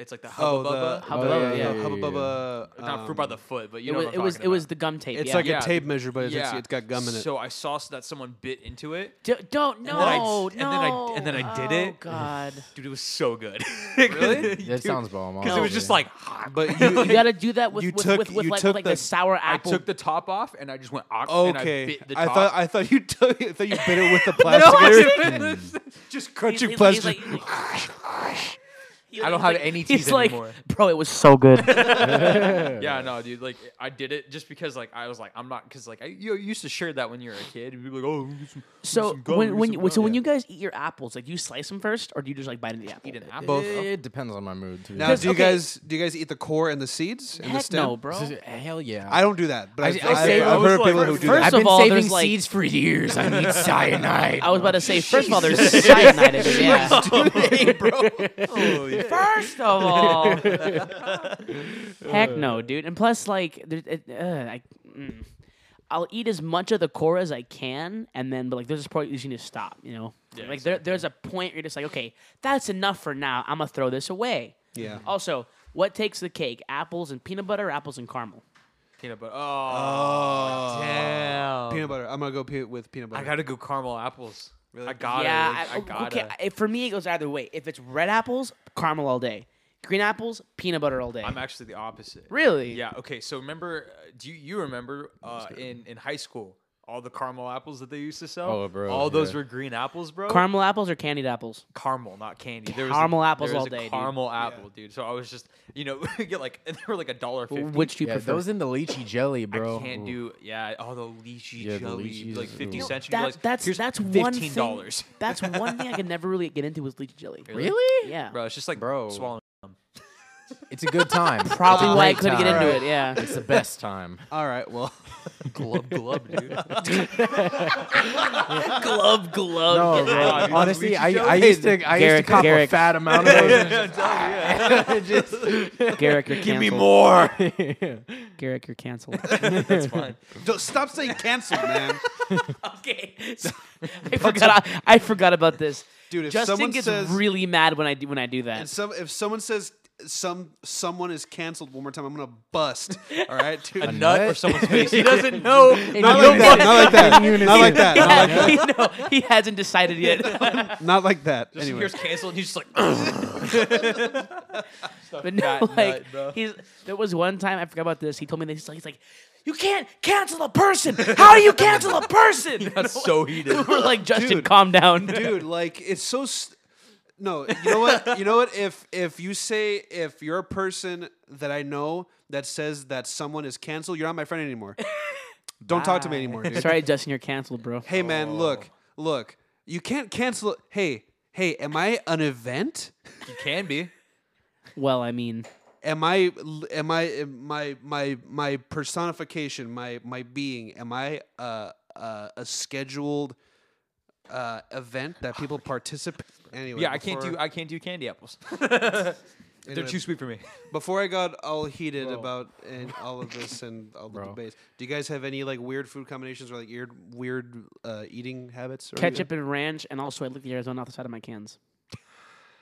[SPEAKER 3] It's like the hubba
[SPEAKER 2] Oh, the um,
[SPEAKER 3] bubba.
[SPEAKER 1] Hubba Bubba, yeah.
[SPEAKER 2] Hubba Bubba.
[SPEAKER 3] Not fruit by the foot, but [LAUGHS] you
[SPEAKER 1] it
[SPEAKER 3] know
[SPEAKER 1] was
[SPEAKER 3] what
[SPEAKER 1] it
[SPEAKER 3] I'm
[SPEAKER 1] was
[SPEAKER 3] talking
[SPEAKER 1] it was
[SPEAKER 3] about.
[SPEAKER 1] the gum tape.
[SPEAKER 2] It's
[SPEAKER 1] yeah.
[SPEAKER 2] like
[SPEAKER 3] Yeah.
[SPEAKER 2] a tape measure, but it's,
[SPEAKER 3] Yeah.
[SPEAKER 2] it's got gum in it.
[SPEAKER 3] So I saw s- that someone bit into it.
[SPEAKER 1] D- don't
[SPEAKER 3] then I-
[SPEAKER 1] no
[SPEAKER 3] and then I-
[SPEAKER 1] no.
[SPEAKER 3] and then I did
[SPEAKER 1] oh,
[SPEAKER 3] it.
[SPEAKER 1] God,
[SPEAKER 3] [LAUGHS] Dude, it was so good. [LAUGHS] really?
[SPEAKER 4] That sounds bomb.
[SPEAKER 3] Because it was just like,
[SPEAKER 2] but
[SPEAKER 3] [LAUGHS]
[SPEAKER 2] you,
[SPEAKER 1] you gotta do that with
[SPEAKER 2] You
[SPEAKER 1] with,
[SPEAKER 2] took-
[SPEAKER 1] with, with
[SPEAKER 2] you
[SPEAKER 1] like,
[SPEAKER 2] took
[SPEAKER 1] like the,
[SPEAKER 2] the-
[SPEAKER 1] sour
[SPEAKER 3] I
[SPEAKER 1] apple.
[SPEAKER 3] took the top off and I just went, "Ah," and I
[SPEAKER 2] okay.
[SPEAKER 3] bit the
[SPEAKER 2] I
[SPEAKER 3] top.
[SPEAKER 2] thought
[SPEAKER 3] [LAUGHS]
[SPEAKER 2] I thought you [LAUGHS] took I thought you bit it with [LAUGHS] the plastic. [LAUGHS] Hmm.
[SPEAKER 3] [LAUGHS]
[SPEAKER 1] [LAUGHS] He's-
[SPEAKER 3] just crunching
[SPEAKER 1] he's-
[SPEAKER 3] plastic.
[SPEAKER 1] he's
[SPEAKER 3] [LAUGHS]
[SPEAKER 1] like- he's like- he's
[SPEAKER 3] I don't
[SPEAKER 1] like-
[SPEAKER 3] have any
[SPEAKER 1] he's
[SPEAKER 3] teeth
[SPEAKER 1] like,
[SPEAKER 3] anymore.
[SPEAKER 1] Bro, it was so good.
[SPEAKER 3] Yeah, no, dude. Like, I did it just because, like, I was like, I'm not, because, like, I, you used to share that when you were a kid. And people were like, oh, get some, get
[SPEAKER 1] [LAUGHS] So
[SPEAKER 3] some gum,
[SPEAKER 1] when
[SPEAKER 3] get
[SPEAKER 1] when
[SPEAKER 3] some
[SPEAKER 1] you, so
[SPEAKER 3] gum."
[SPEAKER 1] when you guys eat your apples, like do you slice them first, or do you just like bite into the apple?
[SPEAKER 3] eat an apple,
[SPEAKER 2] Both.
[SPEAKER 3] [LAUGHS]
[SPEAKER 4] It depends on my mood. To be
[SPEAKER 2] now,
[SPEAKER 1] Because,
[SPEAKER 2] do you
[SPEAKER 1] okay.
[SPEAKER 2] guys do you guys eat the core and the seeds and the
[SPEAKER 1] Heck
[SPEAKER 2] stem?
[SPEAKER 1] no, bro.
[SPEAKER 4] honest. Hell yeah.
[SPEAKER 2] I don't do that, but I,
[SPEAKER 4] I
[SPEAKER 2] have
[SPEAKER 4] say- I
[SPEAKER 2] I've
[SPEAKER 3] was
[SPEAKER 2] heard of
[SPEAKER 3] like,
[SPEAKER 2] people who do
[SPEAKER 1] first
[SPEAKER 2] that.
[SPEAKER 1] of all, there's, like- Oh.
[SPEAKER 4] for years.
[SPEAKER 1] [LAUGHS]
[SPEAKER 4] I need cyanide.
[SPEAKER 1] I was about to say, first of all, there's cyanide in it.
[SPEAKER 3] [LAUGHS]
[SPEAKER 1] Yeah.
[SPEAKER 3] Oh,
[SPEAKER 1] [LAUGHS] first of all,
[SPEAKER 3] [LAUGHS]
[SPEAKER 1] heck no, dude. And plus, like, there, it, uh, I, mm. I'll eat as much of the core as I can, and then, but like, there's a point you just need to stop. You know, like there, there's a point where you're just like, okay, that's enough for now. I'm gonna throw this away.
[SPEAKER 2] [LAUGHS] Yeah.
[SPEAKER 1] Also, what takes the cake? Apples and peanut butter, or apples and caramel.
[SPEAKER 3] peanut butter. Oh, damn.
[SPEAKER 2] Peanut butter. I'm gonna go pe- with peanut butter.
[SPEAKER 3] I gotta go caramel apples. Really? I gotta.
[SPEAKER 1] yeah,
[SPEAKER 3] Yeah, I, gotta.
[SPEAKER 1] okay. I- for me, it goes either way. If it's red apples, caramel all day. Green apples, peanut butter all day.
[SPEAKER 3] I'm actually the opposite.
[SPEAKER 1] really?
[SPEAKER 3] Yeah. Okay. So remember, uh, do you, you remember uh, in in high school all the caramel apples that they used to sell?
[SPEAKER 4] Oh, bro,
[SPEAKER 3] All those
[SPEAKER 4] yeah.
[SPEAKER 3] were green apples, bro.
[SPEAKER 1] Caramel apples or candied apples?
[SPEAKER 3] caramel, not candy. There was
[SPEAKER 1] Caramel
[SPEAKER 3] a,
[SPEAKER 1] apples
[SPEAKER 3] there was
[SPEAKER 1] all
[SPEAKER 3] a
[SPEAKER 1] day, dude.
[SPEAKER 3] Caramel apple, dude. So I was just, you know, [LAUGHS] we get like they were like a dollar fifty.
[SPEAKER 1] Which do you
[SPEAKER 4] Yeah,
[SPEAKER 1] prefer?
[SPEAKER 4] those in the lychee jelly,
[SPEAKER 3] I
[SPEAKER 4] bro.
[SPEAKER 3] can't do. Yeah. Oh, the lychee
[SPEAKER 4] Yeah, the
[SPEAKER 3] jelly,
[SPEAKER 4] lychees
[SPEAKER 3] like
[SPEAKER 4] is-
[SPEAKER 3] fifty
[SPEAKER 4] Ooh.
[SPEAKER 3] cents.
[SPEAKER 1] That-
[SPEAKER 3] you'd be like,
[SPEAKER 1] that's
[SPEAKER 3] "Here's
[SPEAKER 1] that's one
[SPEAKER 3] fifteen
[SPEAKER 1] thing. [LAUGHS]
[SPEAKER 3] dollars,
[SPEAKER 1] That's one thing I could never really get into was leech jelly.
[SPEAKER 4] Really?
[SPEAKER 1] Yeah.
[SPEAKER 3] bro. It's just like
[SPEAKER 4] Bro.
[SPEAKER 3] swallowing.
[SPEAKER 5] It's a good time.
[SPEAKER 1] Probably
[SPEAKER 5] It's a
[SPEAKER 1] why I
[SPEAKER 5] great
[SPEAKER 1] couldn't get
[SPEAKER 5] time.
[SPEAKER 1] into it. Yeah.
[SPEAKER 5] [LAUGHS] It's the best time.
[SPEAKER 2] All right. [LAUGHS] Well,
[SPEAKER 3] glub glub, [LAUGHS] dude.
[SPEAKER 1] glove,
[SPEAKER 5] No,
[SPEAKER 1] glove. Get
[SPEAKER 5] bro.
[SPEAKER 1] out.
[SPEAKER 3] dude,
[SPEAKER 5] honestly,
[SPEAKER 3] that's what
[SPEAKER 5] I, I used to I used
[SPEAKER 1] Garrick-
[SPEAKER 5] to cop a
[SPEAKER 1] Garrick.
[SPEAKER 5] fat amount of those.
[SPEAKER 3] I'm telling you, yeah. [LAUGHS]
[SPEAKER 5] Just-
[SPEAKER 1] [LAUGHS] Garrick, you're canceled.
[SPEAKER 5] Give me more.
[SPEAKER 1] [LAUGHS] Garrick, you're canceled. [LAUGHS]
[SPEAKER 3] That's fine.
[SPEAKER 2] don't, stop saying cancel, [LAUGHS] man.
[SPEAKER 1] okay. [LAUGHS] So- I forgot. I, I forgot about this.
[SPEAKER 2] Dude, if
[SPEAKER 1] Justin
[SPEAKER 2] someone
[SPEAKER 1] gets
[SPEAKER 2] says
[SPEAKER 1] really mad when I do when I do
[SPEAKER 2] and
[SPEAKER 1] that.
[SPEAKER 2] some, if someone says some someone is canceled one more time, I'm gonna bust. All [LAUGHS] right, dude.
[SPEAKER 3] A nut or
[SPEAKER 5] nut?
[SPEAKER 3] [LAUGHS] someone's face. He doesn't know.
[SPEAKER 2] Not [LAUGHS]
[SPEAKER 3] [LAUGHS]
[SPEAKER 2] like that. Not like that. Not like that. Not
[SPEAKER 1] [LAUGHS]
[SPEAKER 2] like
[SPEAKER 1] he, no, he hasn't decided yet.
[SPEAKER 2] that. Not like that.
[SPEAKER 3] Just
[SPEAKER 2] Anyway.
[SPEAKER 3] hears canceled, and he's just [LAUGHS] like. Stuff
[SPEAKER 1] [LAUGHS] But no,
[SPEAKER 3] got nut,
[SPEAKER 1] like
[SPEAKER 3] bro.
[SPEAKER 1] he's, there was one time I forgot about this. He told me this. He's like, he's like, you can't cancel a person. How do you cancel a person? [LAUGHS]
[SPEAKER 3] That's so heated.
[SPEAKER 1] We're like, [LAUGHS] Justin,
[SPEAKER 2] Dude.
[SPEAKER 1] calm down, [LAUGHS]
[SPEAKER 2] dude like it's so st- no you know what you know what if if you say if you're a person that i know that says that someone is canceled you're not my friend anymore don't talk to me
[SPEAKER 3] [LAUGHS]
[SPEAKER 2] anymore dude.
[SPEAKER 1] Sorry, Justin, you're canceled, bro.
[SPEAKER 2] hey man look look you can't cancel hey hey am i an event
[SPEAKER 3] You can be.
[SPEAKER 1] Well, I mean,
[SPEAKER 2] am i l- am i am my my my personification my my being am i uh, uh, a scheduled uh, event that people participate anyway
[SPEAKER 3] Oh Yeah, I can't
[SPEAKER 2] before-
[SPEAKER 3] do. I can't do candy [LAUGHS] apples. They're
[SPEAKER 2] Anyway.
[SPEAKER 3] too sweet for me. [LAUGHS]
[SPEAKER 2] Before I got all heated about and all of this and all the debates, do you guys have any like weird food combinations or like weird weird uh, eating habits? Or anything?
[SPEAKER 1] ketchup and ranch, and also I licked the Arizona off the side of my cans.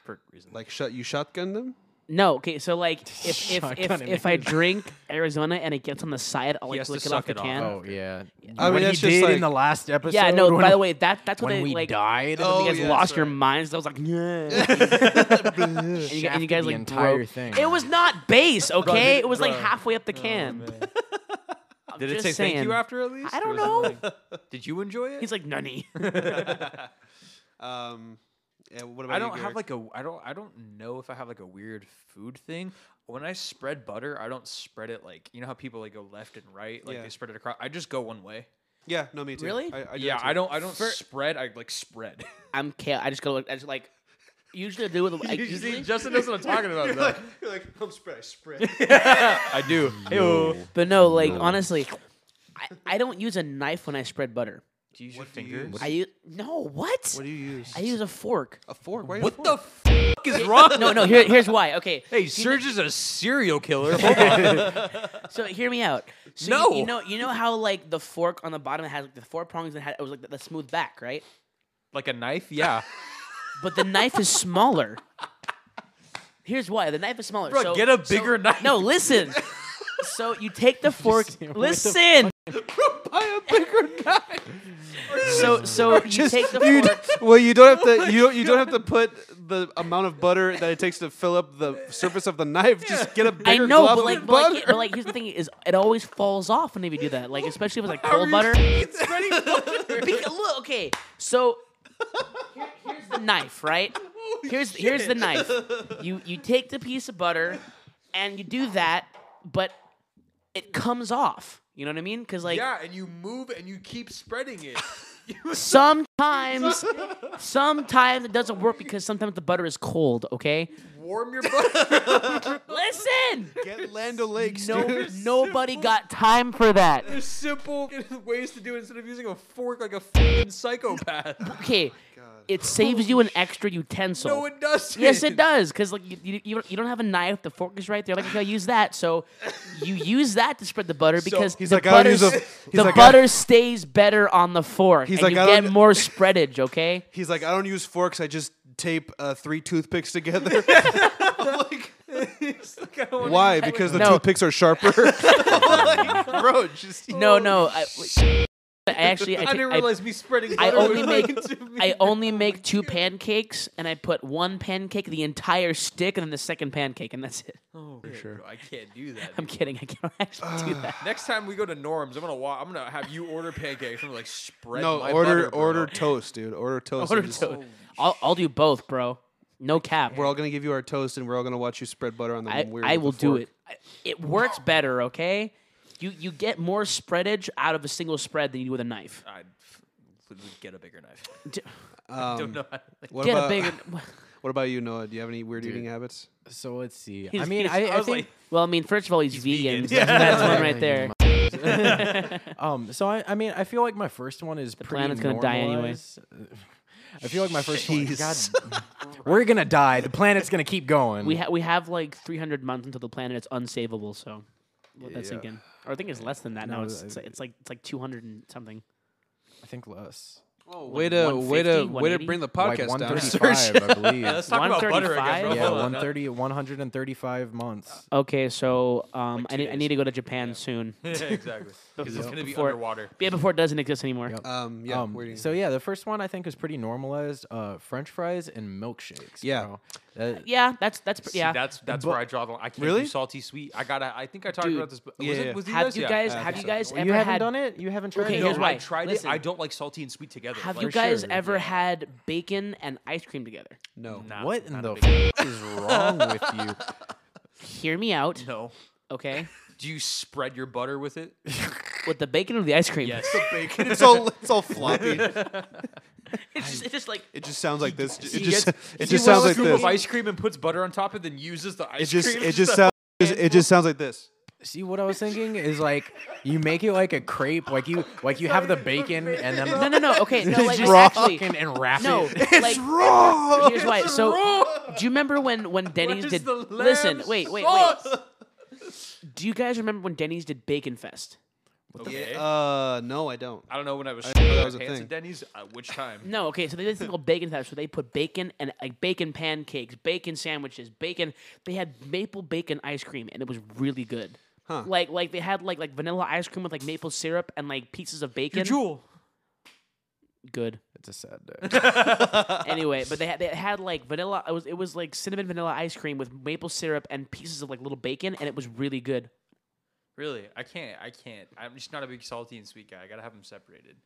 [SPEAKER 3] For reason.
[SPEAKER 2] Like shut you shotgun them?
[SPEAKER 1] No, okay, so like if if if, if I drink Arizona and it gets on the side, I'll like
[SPEAKER 3] He has
[SPEAKER 1] lick
[SPEAKER 3] to
[SPEAKER 1] it off
[SPEAKER 3] suck
[SPEAKER 1] the
[SPEAKER 3] it off.
[SPEAKER 1] can.
[SPEAKER 5] Oh yeah.
[SPEAKER 2] I mean,
[SPEAKER 5] what he
[SPEAKER 2] that's just
[SPEAKER 5] did
[SPEAKER 2] like-
[SPEAKER 5] in the last episode.
[SPEAKER 1] yeah, no.
[SPEAKER 5] when-
[SPEAKER 1] By the way, that that's what
[SPEAKER 5] when
[SPEAKER 1] I
[SPEAKER 5] we
[SPEAKER 1] like.
[SPEAKER 5] died,
[SPEAKER 2] Oh,
[SPEAKER 1] you guys
[SPEAKER 2] yeah,
[SPEAKER 1] lost
[SPEAKER 2] that's
[SPEAKER 1] your
[SPEAKER 2] right.
[SPEAKER 1] minds. I was like, yeah. and, you, and you guys
[SPEAKER 5] the
[SPEAKER 1] like
[SPEAKER 5] entire
[SPEAKER 1] broke-
[SPEAKER 5] thing.
[SPEAKER 1] It
[SPEAKER 5] [LAUGHS]
[SPEAKER 1] was not base, okay?
[SPEAKER 3] did-
[SPEAKER 1] It was like
[SPEAKER 3] bro. Oh,
[SPEAKER 1] halfway up the can. [LAUGHS] I'm
[SPEAKER 3] Did it
[SPEAKER 1] just
[SPEAKER 3] say thank
[SPEAKER 1] saying.
[SPEAKER 3] you after at least?
[SPEAKER 1] I don't
[SPEAKER 3] Or was it
[SPEAKER 1] know.
[SPEAKER 3] like, Did you enjoy it?
[SPEAKER 1] He's like, nunny.
[SPEAKER 3] [LAUGHS]
[SPEAKER 2] Um, yeah, what about
[SPEAKER 3] I don't have like a. I don't. I don't know if I have like a weird food thing. When I spread butter, I don't spread it like you know how people like go left and right, like
[SPEAKER 2] Yeah.
[SPEAKER 3] they spread it across. I just go one way.
[SPEAKER 2] yeah, no, me too.
[SPEAKER 1] Really?
[SPEAKER 2] I, I do
[SPEAKER 3] yeah,
[SPEAKER 2] that too.
[SPEAKER 3] I don't. I don't spread. I like spread.
[SPEAKER 1] [LAUGHS] I'm kale. I just go. I just like. Usually I do
[SPEAKER 3] [LAUGHS]
[SPEAKER 1] it. Like, usually,
[SPEAKER 3] Justin knows what I'm talking about.
[SPEAKER 2] You're [LAUGHS] like, [LAUGHS] you're like I'm spread,
[SPEAKER 1] [LAUGHS]
[SPEAKER 2] I spread.
[SPEAKER 3] [LAUGHS] I [LAUGHS] do.
[SPEAKER 1] but no, like honestly, I, I don't use a knife when I spread butter.
[SPEAKER 3] Do you use
[SPEAKER 2] What
[SPEAKER 3] your
[SPEAKER 2] do you
[SPEAKER 3] fingers?
[SPEAKER 2] use?
[SPEAKER 1] I use no what?
[SPEAKER 2] what do you use?
[SPEAKER 1] I use a
[SPEAKER 3] [LAUGHS]
[SPEAKER 1] fork.
[SPEAKER 2] a fork. Why
[SPEAKER 3] What
[SPEAKER 2] a
[SPEAKER 3] the
[SPEAKER 2] fork?
[SPEAKER 3] f- is [LAUGHS] wrong?
[SPEAKER 1] No, no. Here, here's why. Okay.
[SPEAKER 3] Hey, Serge is a serial [LAUGHS] killer. Hold on.
[SPEAKER 1] So hear me out. So
[SPEAKER 3] No.
[SPEAKER 1] You, you know, you know how like the fork on the bottom has like, the four prongs and had, it was like the, the smooth back, right?
[SPEAKER 3] like a
[SPEAKER 1] [LAUGHS]
[SPEAKER 3] knife? Yeah.
[SPEAKER 1] But the knife is smaller. Here's why. The knife is smaller.
[SPEAKER 3] Bro,
[SPEAKER 1] so,
[SPEAKER 3] get a
[SPEAKER 1] so-
[SPEAKER 3] bigger knife.
[SPEAKER 1] No, listen. so you take
[SPEAKER 2] [LAUGHS]
[SPEAKER 1] the fork. listen.
[SPEAKER 2] Buy a bigger knife.
[SPEAKER 1] So so you take the
[SPEAKER 2] You d-
[SPEAKER 1] fork.
[SPEAKER 2] well, you don't have to. You don't, you don't have to put the amount of butter that it takes to fill up the surface of the knife. [LAUGHS] Just get a bigger
[SPEAKER 1] I know,
[SPEAKER 2] glove
[SPEAKER 1] but
[SPEAKER 2] of
[SPEAKER 1] like, but
[SPEAKER 2] butter.
[SPEAKER 1] like, but like, here's the thing: is it always falls off whenever you do that? Like, especially with like cold butter. Beca- look, okay, so here- here's the knife, right? Here's here's the knife. You you take the piece of butter, and you do that, but it comes off. You know what I mean? Because like
[SPEAKER 3] and you move and you keep spreading it.
[SPEAKER 1] sometimes, sometimes it doesn't work because sometimes the butter is cold. Okay,
[SPEAKER 3] Warm
[SPEAKER 1] [LAUGHS]
[SPEAKER 3] your butt.
[SPEAKER 1] listen,
[SPEAKER 2] Get Lando Lakes.
[SPEAKER 1] no nobody got time for that.
[SPEAKER 3] There's simple ways to do it instead of using a fork like a fucking psychopath.
[SPEAKER 1] [LAUGHS] Okay, it saves you an extra utensil.
[SPEAKER 3] No, it doesn't.
[SPEAKER 1] Yes,
[SPEAKER 2] [LAUGHS]
[SPEAKER 1] it does, because like you, you, you don't- you don't have a knife. The fork is right there. Like, okay, I'll use that. So you use that to spread the butter because
[SPEAKER 2] he's
[SPEAKER 1] the
[SPEAKER 2] like, I gotta
[SPEAKER 1] butter,
[SPEAKER 2] use a-
[SPEAKER 1] s-
[SPEAKER 2] he's
[SPEAKER 1] the
[SPEAKER 2] like, I-
[SPEAKER 1] butter stays better on the fork.
[SPEAKER 2] He's
[SPEAKER 1] and
[SPEAKER 2] like,
[SPEAKER 1] you
[SPEAKER 2] I
[SPEAKER 1] get
[SPEAKER 2] don't- [LAUGHS]
[SPEAKER 1] more spreadage. Okay,
[SPEAKER 2] He's like, I don't use forks. I just tape uh, three
[SPEAKER 1] [LAUGHS]
[SPEAKER 2] toothpicks together. [LAUGHS] I'm
[SPEAKER 3] [LAUGHS]
[SPEAKER 2] like, why? Because the
[SPEAKER 1] No.
[SPEAKER 2] toothpicks
[SPEAKER 1] [LAUGHS]
[SPEAKER 2] are sharper. Like, bro,
[SPEAKER 3] [LAUGHS]
[SPEAKER 2] just
[SPEAKER 1] no, no.
[SPEAKER 2] Oh,
[SPEAKER 1] I, I actually, I,
[SPEAKER 3] I
[SPEAKER 1] take-
[SPEAKER 3] didn't
[SPEAKER 1] I-
[SPEAKER 3] realize me spreading
[SPEAKER 1] I
[SPEAKER 3] butter [LAUGHS]
[SPEAKER 1] only
[SPEAKER 3] was
[SPEAKER 1] make
[SPEAKER 2] [LAUGHS]
[SPEAKER 3] into me.
[SPEAKER 1] I only make two pancakes, and I put one pancake, the entire stick, and then the second pancake, and that's it.
[SPEAKER 3] Oh, for
[SPEAKER 2] sure.
[SPEAKER 3] I can't do
[SPEAKER 1] [LAUGHS]
[SPEAKER 3] that.
[SPEAKER 1] I'm
[SPEAKER 3] dude.
[SPEAKER 1] kidding. I can't actually
[SPEAKER 2] Ah,
[SPEAKER 1] do that.
[SPEAKER 3] Next time we go to Norm's, I'm gonna wa- I'm gonna have you order pancakes. I'm gonna like spread.
[SPEAKER 2] no.
[SPEAKER 3] my
[SPEAKER 2] Order
[SPEAKER 3] butter, bro.
[SPEAKER 2] order toast, dude. Order toast.
[SPEAKER 1] Order
[SPEAKER 2] and just-
[SPEAKER 1] toast. I'll, I'll do both, bro. No cap.
[SPEAKER 2] We're all gonna give you our toast, and we're all gonna watch you spread butter on the
[SPEAKER 1] I,
[SPEAKER 2] weird.
[SPEAKER 1] I
[SPEAKER 2] with the
[SPEAKER 1] will do
[SPEAKER 2] fork.
[SPEAKER 1] it. I- It works better, okay? You you get more spreadage out of a single spread than you do with a knife.
[SPEAKER 3] I'd- completely get a bigger knife. [LAUGHS]
[SPEAKER 2] Um,
[SPEAKER 3] Don't know. How to, like,
[SPEAKER 2] What
[SPEAKER 1] Get
[SPEAKER 2] about
[SPEAKER 1] a
[SPEAKER 2] [LAUGHS]
[SPEAKER 1] bigger.
[SPEAKER 2] what about you, Noah? Do you have any weird eating habits?
[SPEAKER 4] So let's see.
[SPEAKER 3] He's-
[SPEAKER 4] I mean,
[SPEAKER 3] he's-
[SPEAKER 4] I, I,
[SPEAKER 3] was
[SPEAKER 4] think
[SPEAKER 3] like,
[SPEAKER 1] well, I mean, first of all, he's,
[SPEAKER 3] He's
[SPEAKER 1] vegan.
[SPEAKER 3] vegan.
[SPEAKER 1] so That's one right
[SPEAKER 4] Yeah.
[SPEAKER 1] there.
[SPEAKER 4] Um, so I, I mean, I feel like my first one is the pretty
[SPEAKER 1] planet's gonna die anyway.
[SPEAKER 4] normalized. [LAUGHS] I feel like my first
[SPEAKER 2] Jeez.
[SPEAKER 4] one. God, [LAUGHS]
[SPEAKER 5] We're gonna die. The planet's gonna keep going.
[SPEAKER 1] We ha- we have like 300 months until the planet is unsavable. So let that sink
[SPEAKER 2] Yeah.
[SPEAKER 1] in. Or I think it's less than that. No,
[SPEAKER 4] No,
[SPEAKER 1] it's, it's
[SPEAKER 4] I-
[SPEAKER 1] like- it's like it's like 200 and something.
[SPEAKER 4] I think less.
[SPEAKER 2] Oh,
[SPEAKER 1] Like
[SPEAKER 2] way to way to
[SPEAKER 1] 150,
[SPEAKER 2] way to bring the podcast
[SPEAKER 4] like
[SPEAKER 2] down.
[SPEAKER 4] 135,
[SPEAKER 2] [LAUGHS]
[SPEAKER 4] I believe.
[SPEAKER 3] yeah, let's talk about butter again, bro.
[SPEAKER 1] 135?
[SPEAKER 4] yeah,
[SPEAKER 3] Hold [LAUGHS] on,
[SPEAKER 4] 130, 135 months.
[SPEAKER 1] Okay, so um,
[SPEAKER 3] Like
[SPEAKER 1] I,
[SPEAKER 3] two
[SPEAKER 1] need, I
[SPEAKER 3] days.
[SPEAKER 1] need to go to Japan soon.
[SPEAKER 3] that- Yeah,
[SPEAKER 2] [LAUGHS]
[SPEAKER 3] exactly. Because it's gonna be
[SPEAKER 1] Before-
[SPEAKER 3] underwater.
[SPEAKER 1] Yeah, before it doesn't exist anymore.
[SPEAKER 4] Yep.
[SPEAKER 2] Um, yeah,
[SPEAKER 4] Um,
[SPEAKER 2] weird eating.
[SPEAKER 4] so yeah, the first one I think is pretty normalized. Uh, French fries and milkshakes.
[SPEAKER 2] Yeah.
[SPEAKER 4] bro. That-
[SPEAKER 1] Yeah, that's that's pr-
[SPEAKER 3] See,
[SPEAKER 1] yeah.
[SPEAKER 3] that's that's where I draw the line. I can't
[SPEAKER 2] Really?
[SPEAKER 3] do salty sweet. I gotta. I think I talked
[SPEAKER 1] Dude,
[SPEAKER 3] about this. But was
[SPEAKER 2] yeah, yeah.
[SPEAKER 3] it, was it
[SPEAKER 1] have you
[SPEAKER 3] Yeah.
[SPEAKER 1] guys
[SPEAKER 2] I
[SPEAKER 1] have you
[SPEAKER 2] think so.
[SPEAKER 1] guys
[SPEAKER 4] you
[SPEAKER 1] ever
[SPEAKER 4] haven't
[SPEAKER 1] had
[SPEAKER 4] done it. You haven't tried
[SPEAKER 1] Okay,
[SPEAKER 4] it.
[SPEAKER 3] No,
[SPEAKER 1] here's why.
[SPEAKER 3] I tried
[SPEAKER 1] Listen.
[SPEAKER 3] it. I don't like salty and sweet together.
[SPEAKER 1] have
[SPEAKER 3] like,
[SPEAKER 1] you guys
[SPEAKER 4] sure,
[SPEAKER 1] ever had bacon and ice cream together?
[SPEAKER 2] no.
[SPEAKER 3] Nah,
[SPEAKER 4] What in
[SPEAKER 3] not a
[SPEAKER 4] the
[SPEAKER 3] big-
[SPEAKER 4] f- is wrong with you?
[SPEAKER 1] [LAUGHS] Hear me out,
[SPEAKER 3] No.
[SPEAKER 1] okay?
[SPEAKER 3] Do you spread your butter
[SPEAKER 2] [LAUGHS]
[SPEAKER 3] with it?
[SPEAKER 1] With the bacon or the ice cream?
[SPEAKER 3] Yes.
[SPEAKER 2] bacon. [LAUGHS] It's all it's
[SPEAKER 3] [LAUGHS]
[SPEAKER 2] all floppy.
[SPEAKER 1] it's just it's just like
[SPEAKER 2] It just sounds like this. It
[SPEAKER 3] He
[SPEAKER 2] just
[SPEAKER 3] gets-
[SPEAKER 2] it
[SPEAKER 3] he
[SPEAKER 2] just sounds
[SPEAKER 3] wants a
[SPEAKER 2] like
[SPEAKER 3] scoop
[SPEAKER 2] this.
[SPEAKER 3] of ice cream and puts butter on top and then uses the ice
[SPEAKER 2] It just
[SPEAKER 3] cream.
[SPEAKER 2] it just
[SPEAKER 3] to- [LAUGHS]
[SPEAKER 2] sounds it just sounds like this.
[SPEAKER 4] See what I was thinking is like you make it like a crepe, like you like you have the bacon and then
[SPEAKER 1] no
[SPEAKER 4] [LAUGHS]
[SPEAKER 1] no no okay no
[SPEAKER 4] It's
[SPEAKER 1] like
[SPEAKER 4] just
[SPEAKER 1] like, actually
[SPEAKER 4] fucking and wrap
[SPEAKER 1] no
[SPEAKER 4] it. [LAUGHS]
[SPEAKER 1] like
[SPEAKER 2] Raw.
[SPEAKER 1] here's why so do you remember when when Denny's
[SPEAKER 3] Where's
[SPEAKER 1] did
[SPEAKER 3] the
[SPEAKER 1] listen
[SPEAKER 3] lamb
[SPEAKER 1] wait wait wait
[SPEAKER 3] sauce?
[SPEAKER 1] do you guys remember when Denny's did Bacon Fest?
[SPEAKER 3] [LAUGHS] Okay.
[SPEAKER 2] [LAUGHS] Uh, no, I don't.
[SPEAKER 3] I don't know when I was
[SPEAKER 2] didn't know
[SPEAKER 3] shitting
[SPEAKER 2] that
[SPEAKER 3] my
[SPEAKER 2] was a
[SPEAKER 3] pants
[SPEAKER 2] thing.
[SPEAKER 3] at Denny's. Uh,
[SPEAKER 2] [LAUGHS]
[SPEAKER 3] which time?
[SPEAKER 1] No, okay. So they did this thing called bacon fest, where they put bacon and like bacon pancakes, bacon sandwiches, bacon. They had maple bacon ice cream, and it was really good.
[SPEAKER 2] Huh.
[SPEAKER 1] Like like they had like like vanilla ice cream with like maple syrup and like pieces of bacon.
[SPEAKER 3] Jewel.
[SPEAKER 1] Good.
[SPEAKER 4] It's a sad day.
[SPEAKER 1] anyway, but they had, they had like vanilla. It was it was like cinnamon vanilla ice cream with maple syrup and pieces of like little bacon, and it was really good.
[SPEAKER 3] Really, I can't. I can't. I'm just not a big salty and sweet guy. I gotta have them separated.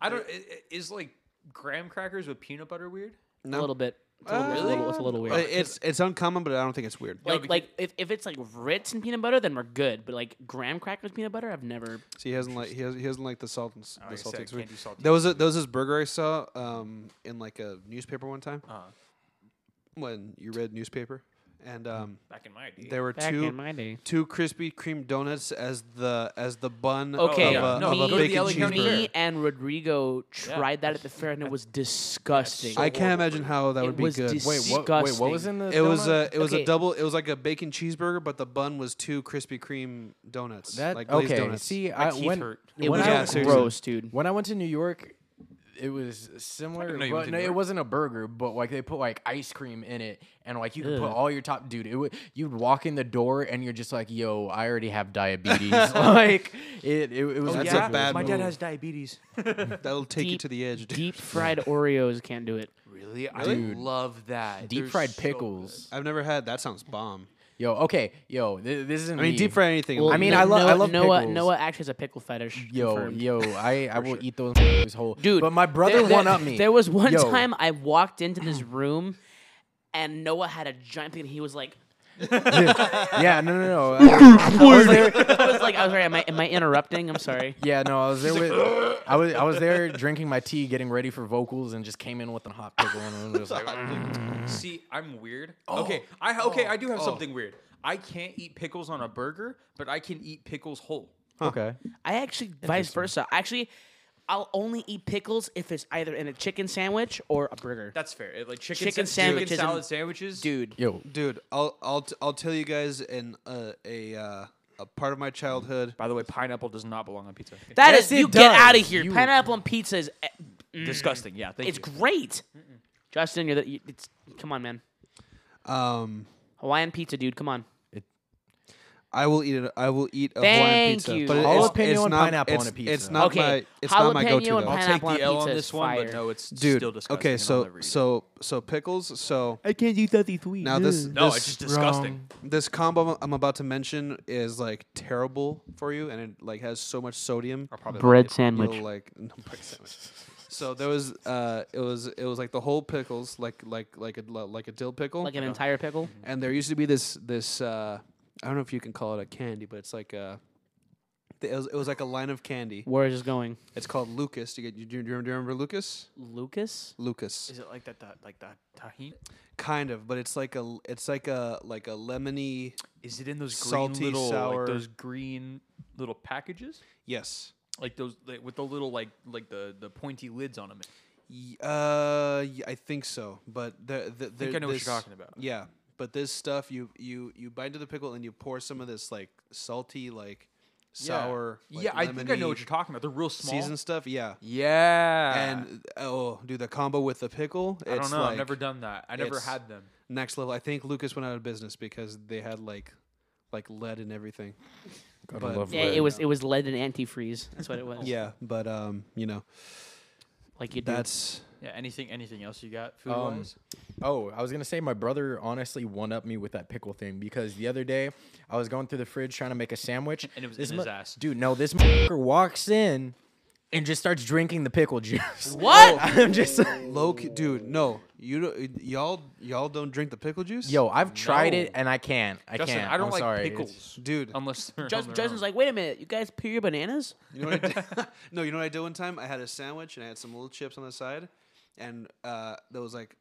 [SPEAKER 3] I don't. i- i- Is like graham crackers with peanut butter weird?
[SPEAKER 1] A
[SPEAKER 2] No.
[SPEAKER 1] little bit. It's
[SPEAKER 3] Oh,
[SPEAKER 1] a little, it's a little, it's a little weird.
[SPEAKER 2] Uh, It's it's uncommon, but I don't think it's weird.
[SPEAKER 1] like
[SPEAKER 3] because-
[SPEAKER 1] like if, if it's like Ritz and peanut butter, then we're good. But like graham crackers peanut butter, I've never.
[SPEAKER 2] See, he doesn't like he doesn't, he doesn't like the salt and s-
[SPEAKER 3] Like
[SPEAKER 2] the
[SPEAKER 3] I Oh, said,
[SPEAKER 2] salty.
[SPEAKER 3] I
[SPEAKER 2] and sweet.
[SPEAKER 3] can't do salty
[SPEAKER 2] There was a, there was this burger I saw um, in like a newspaper one time
[SPEAKER 3] Uh,
[SPEAKER 2] when you read newspaper, and um,
[SPEAKER 3] back in my day.
[SPEAKER 2] there were
[SPEAKER 1] Back
[SPEAKER 2] two
[SPEAKER 1] in my day.
[SPEAKER 2] two crispy cream donuts as the as the bun
[SPEAKER 1] Okay,
[SPEAKER 2] of,
[SPEAKER 3] yeah.
[SPEAKER 2] a,
[SPEAKER 3] No,
[SPEAKER 2] of a
[SPEAKER 3] go to the
[SPEAKER 2] bacon
[SPEAKER 3] LA County
[SPEAKER 2] cheeseburger.
[SPEAKER 1] Me and Rodrigo tried that at the fair, and it [LAUGHS] was disgusting.
[SPEAKER 3] so
[SPEAKER 2] I can't imagine how that
[SPEAKER 1] It
[SPEAKER 2] would be
[SPEAKER 1] was
[SPEAKER 2] good.
[SPEAKER 1] dis-
[SPEAKER 4] Wait, what? Wait, what was
[SPEAKER 1] Disgusting.
[SPEAKER 4] in the?
[SPEAKER 2] it was
[SPEAKER 4] donut?
[SPEAKER 2] a it was
[SPEAKER 1] Okay.
[SPEAKER 2] a double it was like a bacon cheeseburger, but the bun was two Krispy Kreme donuts.
[SPEAKER 4] that
[SPEAKER 2] like glazed
[SPEAKER 4] okay.
[SPEAKER 2] donuts.
[SPEAKER 4] See,
[SPEAKER 3] My
[SPEAKER 4] I
[SPEAKER 3] teeth
[SPEAKER 4] when
[SPEAKER 3] hurt. Oh,
[SPEAKER 1] it
[SPEAKER 4] when
[SPEAKER 1] was
[SPEAKER 4] I
[SPEAKER 2] Yeah, seriously.
[SPEAKER 1] gross, dude.
[SPEAKER 4] When I went to New York, it was similar.
[SPEAKER 3] know you went
[SPEAKER 4] But
[SPEAKER 3] to
[SPEAKER 4] no,
[SPEAKER 3] New
[SPEAKER 4] it
[SPEAKER 3] York.
[SPEAKER 4] wasn't a burger, but like they put like ice cream in it, and like you could put
[SPEAKER 1] Ugh.
[SPEAKER 4] all your top. Dude, it would you'd walk in the door and you're just like, "Yo, I already
[SPEAKER 1] [LAUGHS]
[SPEAKER 4] have diabetes." [LAUGHS] like it, it, it
[SPEAKER 2] That's
[SPEAKER 4] was.
[SPEAKER 2] a
[SPEAKER 4] ridiculous.
[SPEAKER 2] bad
[SPEAKER 3] Oh, My
[SPEAKER 2] move.
[SPEAKER 3] dad has [LAUGHS] diabetes.
[SPEAKER 2] That'll take you
[SPEAKER 1] Deep-
[SPEAKER 2] to the edge, dude.
[SPEAKER 1] Deep fried Oreos can't do it.
[SPEAKER 3] Really? I
[SPEAKER 4] Dude.
[SPEAKER 3] love that.
[SPEAKER 4] Deep
[SPEAKER 3] They're
[SPEAKER 4] fried
[SPEAKER 3] so
[SPEAKER 4] pickles.
[SPEAKER 2] I've never had. That sounds bomb.
[SPEAKER 4] yo, okay, yo, th- this isn't.
[SPEAKER 2] I mean,
[SPEAKER 4] me.
[SPEAKER 2] deep fry anything.
[SPEAKER 4] I mean, I
[SPEAKER 1] love.
[SPEAKER 4] lo- I love
[SPEAKER 1] Noah.
[SPEAKER 4] pickles.
[SPEAKER 1] Noah actually has a pickle fetish.
[SPEAKER 4] Yo,
[SPEAKER 1] confirmed.
[SPEAKER 4] yo, I, I will eat those things whole.
[SPEAKER 1] dude.
[SPEAKER 4] but my brother
[SPEAKER 1] there- there-
[SPEAKER 4] one up me.
[SPEAKER 1] There was one
[SPEAKER 4] Yo. [LAUGHS]
[SPEAKER 1] time I walked into
[SPEAKER 4] [CLEARS THROAT]
[SPEAKER 1] this room, and Noah had a giant thing. And he was like, [LAUGHS]
[SPEAKER 4] yeah, no, no, no. I, I was there.
[SPEAKER 1] I was like, I was sorry. Am I, am I interrupting? I'm sorry.
[SPEAKER 4] Yeah, no, I was there with. I was I was there drinking my tea, getting ready for vocals, and just came in with a hot pickle, and it
[SPEAKER 1] [LAUGHS]
[SPEAKER 4] was like,
[SPEAKER 3] good. Oh. See, I'm weird. okay, I okay, I do have something weird. I can't eat pickles on a burger, but I can eat pickles whole.
[SPEAKER 4] okay.
[SPEAKER 1] I actually vice versa. Actually, I'll only eat pickles if it's either in a chicken sandwich or a burger.
[SPEAKER 3] That's fair. It- Like chicken,
[SPEAKER 1] Chicken
[SPEAKER 3] sa-
[SPEAKER 1] sandwiches and-
[SPEAKER 3] chicken salad sandwiches.
[SPEAKER 1] Dude,
[SPEAKER 4] Yo,
[SPEAKER 2] dude, I'll I'll t- I'll tell you guys in uh, a uh, a part of my childhood.
[SPEAKER 3] By the way, pineapple does not belong on pizza.
[SPEAKER 1] that
[SPEAKER 4] Yes,
[SPEAKER 1] is
[SPEAKER 4] it
[SPEAKER 1] you get
[SPEAKER 4] does.
[SPEAKER 1] out of here.
[SPEAKER 4] You-
[SPEAKER 1] Pineapple on pizza is eh,
[SPEAKER 3] disgusting. Yeah, thank
[SPEAKER 1] it's
[SPEAKER 3] you.
[SPEAKER 1] great. Justin, you're the you, it's come on, man.
[SPEAKER 2] Um,
[SPEAKER 1] Hawaiian pizza, dude. Come on.
[SPEAKER 2] I will eat it. I will eat a Hawaiian
[SPEAKER 1] Thank
[SPEAKER 2] pizza.
[SPEAKER 1] you.
[SPEAKER 2] But it-
[SPEAKER 4] Jalapeno
[SPEAKER 2] it's, it's
[SPEAKER 4] and
[SPEAKER 2] not,
[SPEAKER 4] pineapple on
[SPEAKER 2] it's,
[SPEAKER 4] a pizza.
[SPEAKER 2] It's not
[SPEAKER 1] Okay,
[SPEAKER 2] my. It's not my
[SPEAKER 1] jalapeno
[SPEAKER 2] go-to
[SPEAKER 1] and
[SPEAKER 2] though.
[SPEAKER 1] pine-
[SPEAKER 3] I'll take
[SPEAKER 1] Pineapple on
[SPEAKER 3] the L
[SPEAKER 1] pizza
[SPEAKER 3] on
[SPEAKER 1] is
[SPEAKER 3] this one,
[SPEAKER 1] fire.
[SPEAKER 3] but no, it's
[SPEAKER 2] dude.
[SPEAKER 3] still disgusting.
[SPEAKER 2] okay,
[SPEAKER 3] and I'll
[SPEAKER 2] so
[SPEAKER 3] never eat it.
[SPEAKER 2] so so pickles. So
[SPEAKER 1] I can't eat that sweet.
[SPEAKER 2] now
[SPEAKER 4] Mm.
[SPEAKER 2] this
[SPEAKER 3] no,
[SPEAKER 2] this,
[SPEAKER 3] it's just disgusting.
[SPEAKER 2] this combo I'm about to mention is like terrible for you, and it like has so much sodium.
[SPEAKER 3] I'll probably
[SPEAKER 1] bread
[SPEAKER 3] like it.
[SPEAKER 1] sandwich.
[SPEAKER 2] You'll, like [LAUGHS] no, bread sandwich. So there was uh, it was it was like the whole pickles, like like like a like a dill pickle,
[SPEAKER 1] Like an entire pickle.
[SPEAKER 2] and there used to be this this uh, I don't know if you can call it a candy, but it's like a the, it, was, it was like a line of candy.
[SPEAKER 1] Where is this going?
[SPEAKER 2] It's called Lucas. Do you, get, you, do you remember- do you remember Lucas?
[SPEAKER 1] Lucas?
[SPEAKER 2] Lucas.
[SPEAKER 3] Is it like that? that like that tahini?
[SPEAKER 2] kind of, but it's like a it's like a like a lemony.
[SPEAKER 3] Is it in those green
[SPEAKER 2] Salty,
[SPEAKER 3] little
[SPEAKER 2] sour-
[SPEAKER 3] like those green little packages?
[SPEAKER 2] Yes.
[SPEAKER 3] Like those like, with the little like like the the pointy lids on them.
[SPEAKER 2] Y- Uh, y- I think so, but the, the, the
[SPEAKER 3] I know what you're
[SPEAKER 2] this-
[SPEAKER 3] talking about.
[SPEAKER 2] Yeah, but this stuff you you you bite into the pickle and you pour some of this like salty like sour.
[SPEAKER 3] Yeah,
[SPEAKER 2] like,
[SPEAKER 3] I think I know what
[SPEAKER 2] lemony
[SPEAKER 3] you're talking about. They're real small.
[SPEAKER 2] Seasoned stuff, yeah.
[SPEAKER 3] Yeah.
[SPEAKER 2] And oh, do the combo with the pickle.
[SPEAKER 3] I don't
[SPEAKER 2] it's
[SPEAKER 3] know.
[SPEAKER 2] Like
[SPEAKER 3] I've never done that. I never
[SPEAKER 2] it's-
[SPEAKER 3] had them.
[SPEAKER 2] Next level. I think Lucas went out of business because they had like like lead and everything. But-
[SPEAKER 1] Yeah, it was it was lead and antifreeze. That's what it was.
[SPEAKER 2] Yeah, but um, you know,
[SPEAKER 1] like you do.
[SPEAKER 2] that's
[SPEAKER 3] Yeah. Anything? Anything else you got? Food
[SPEAKER 4] Um,
[SPEAKER 3] wise?
[SPEAKER 4] Oh, I was gonna say my brother honestly one up me with that pickle thing because the other day I was going through the fridge trying to make a sandwich
[SPEAKER 3] [LAUGHS] And it was
[SPEAKER 4] This
[SPEAKER 3] in his
[SPEAKER 4] mo-
[SPEAKER 3] ass.
[SPEAKER 4] Dude, no, this motherfucker walks in and just starts drinking the
[SPEAKER 3] [LAUGHS]
[SPEAKER 4] pickle juice.
[SPEAKER 1] what?
[SPEAKER 4] [LAUGHS] I'm just
[SPEAKER 2] low key, dude. No, you don't, y'all y'all don't drink the pickle juice.
[SPEAKER 4] yo, I've tried it
[SPEAKER 3] No.
[SPEAKER 4] and I can't. I
[SPEAKER 3] Justin,
[SPEAKER 4] can't.
[SPEAKER 3] I don't
[SPEAKER 4] I'm
[SPEAKER 3] like
[SPEAKER 4] sorry. It's-
[SPEAKER 3] pickles
[SPEAKER 2] dude.
[SPEAKER 3] unless they're on
[SPEAKER 1] Just,
[SPEAKER 3] their
[SPEAKER 1] Justin's
[SPEAKER 3] own.
[SPEAKER 1] like, wait a minute, you guys peel your bananas?
[SPEAKER 2] You know what I did? [LAUGHS] no, you know what I did one time? I had a sandwich and I had some little chips on the side, and uh, there was like,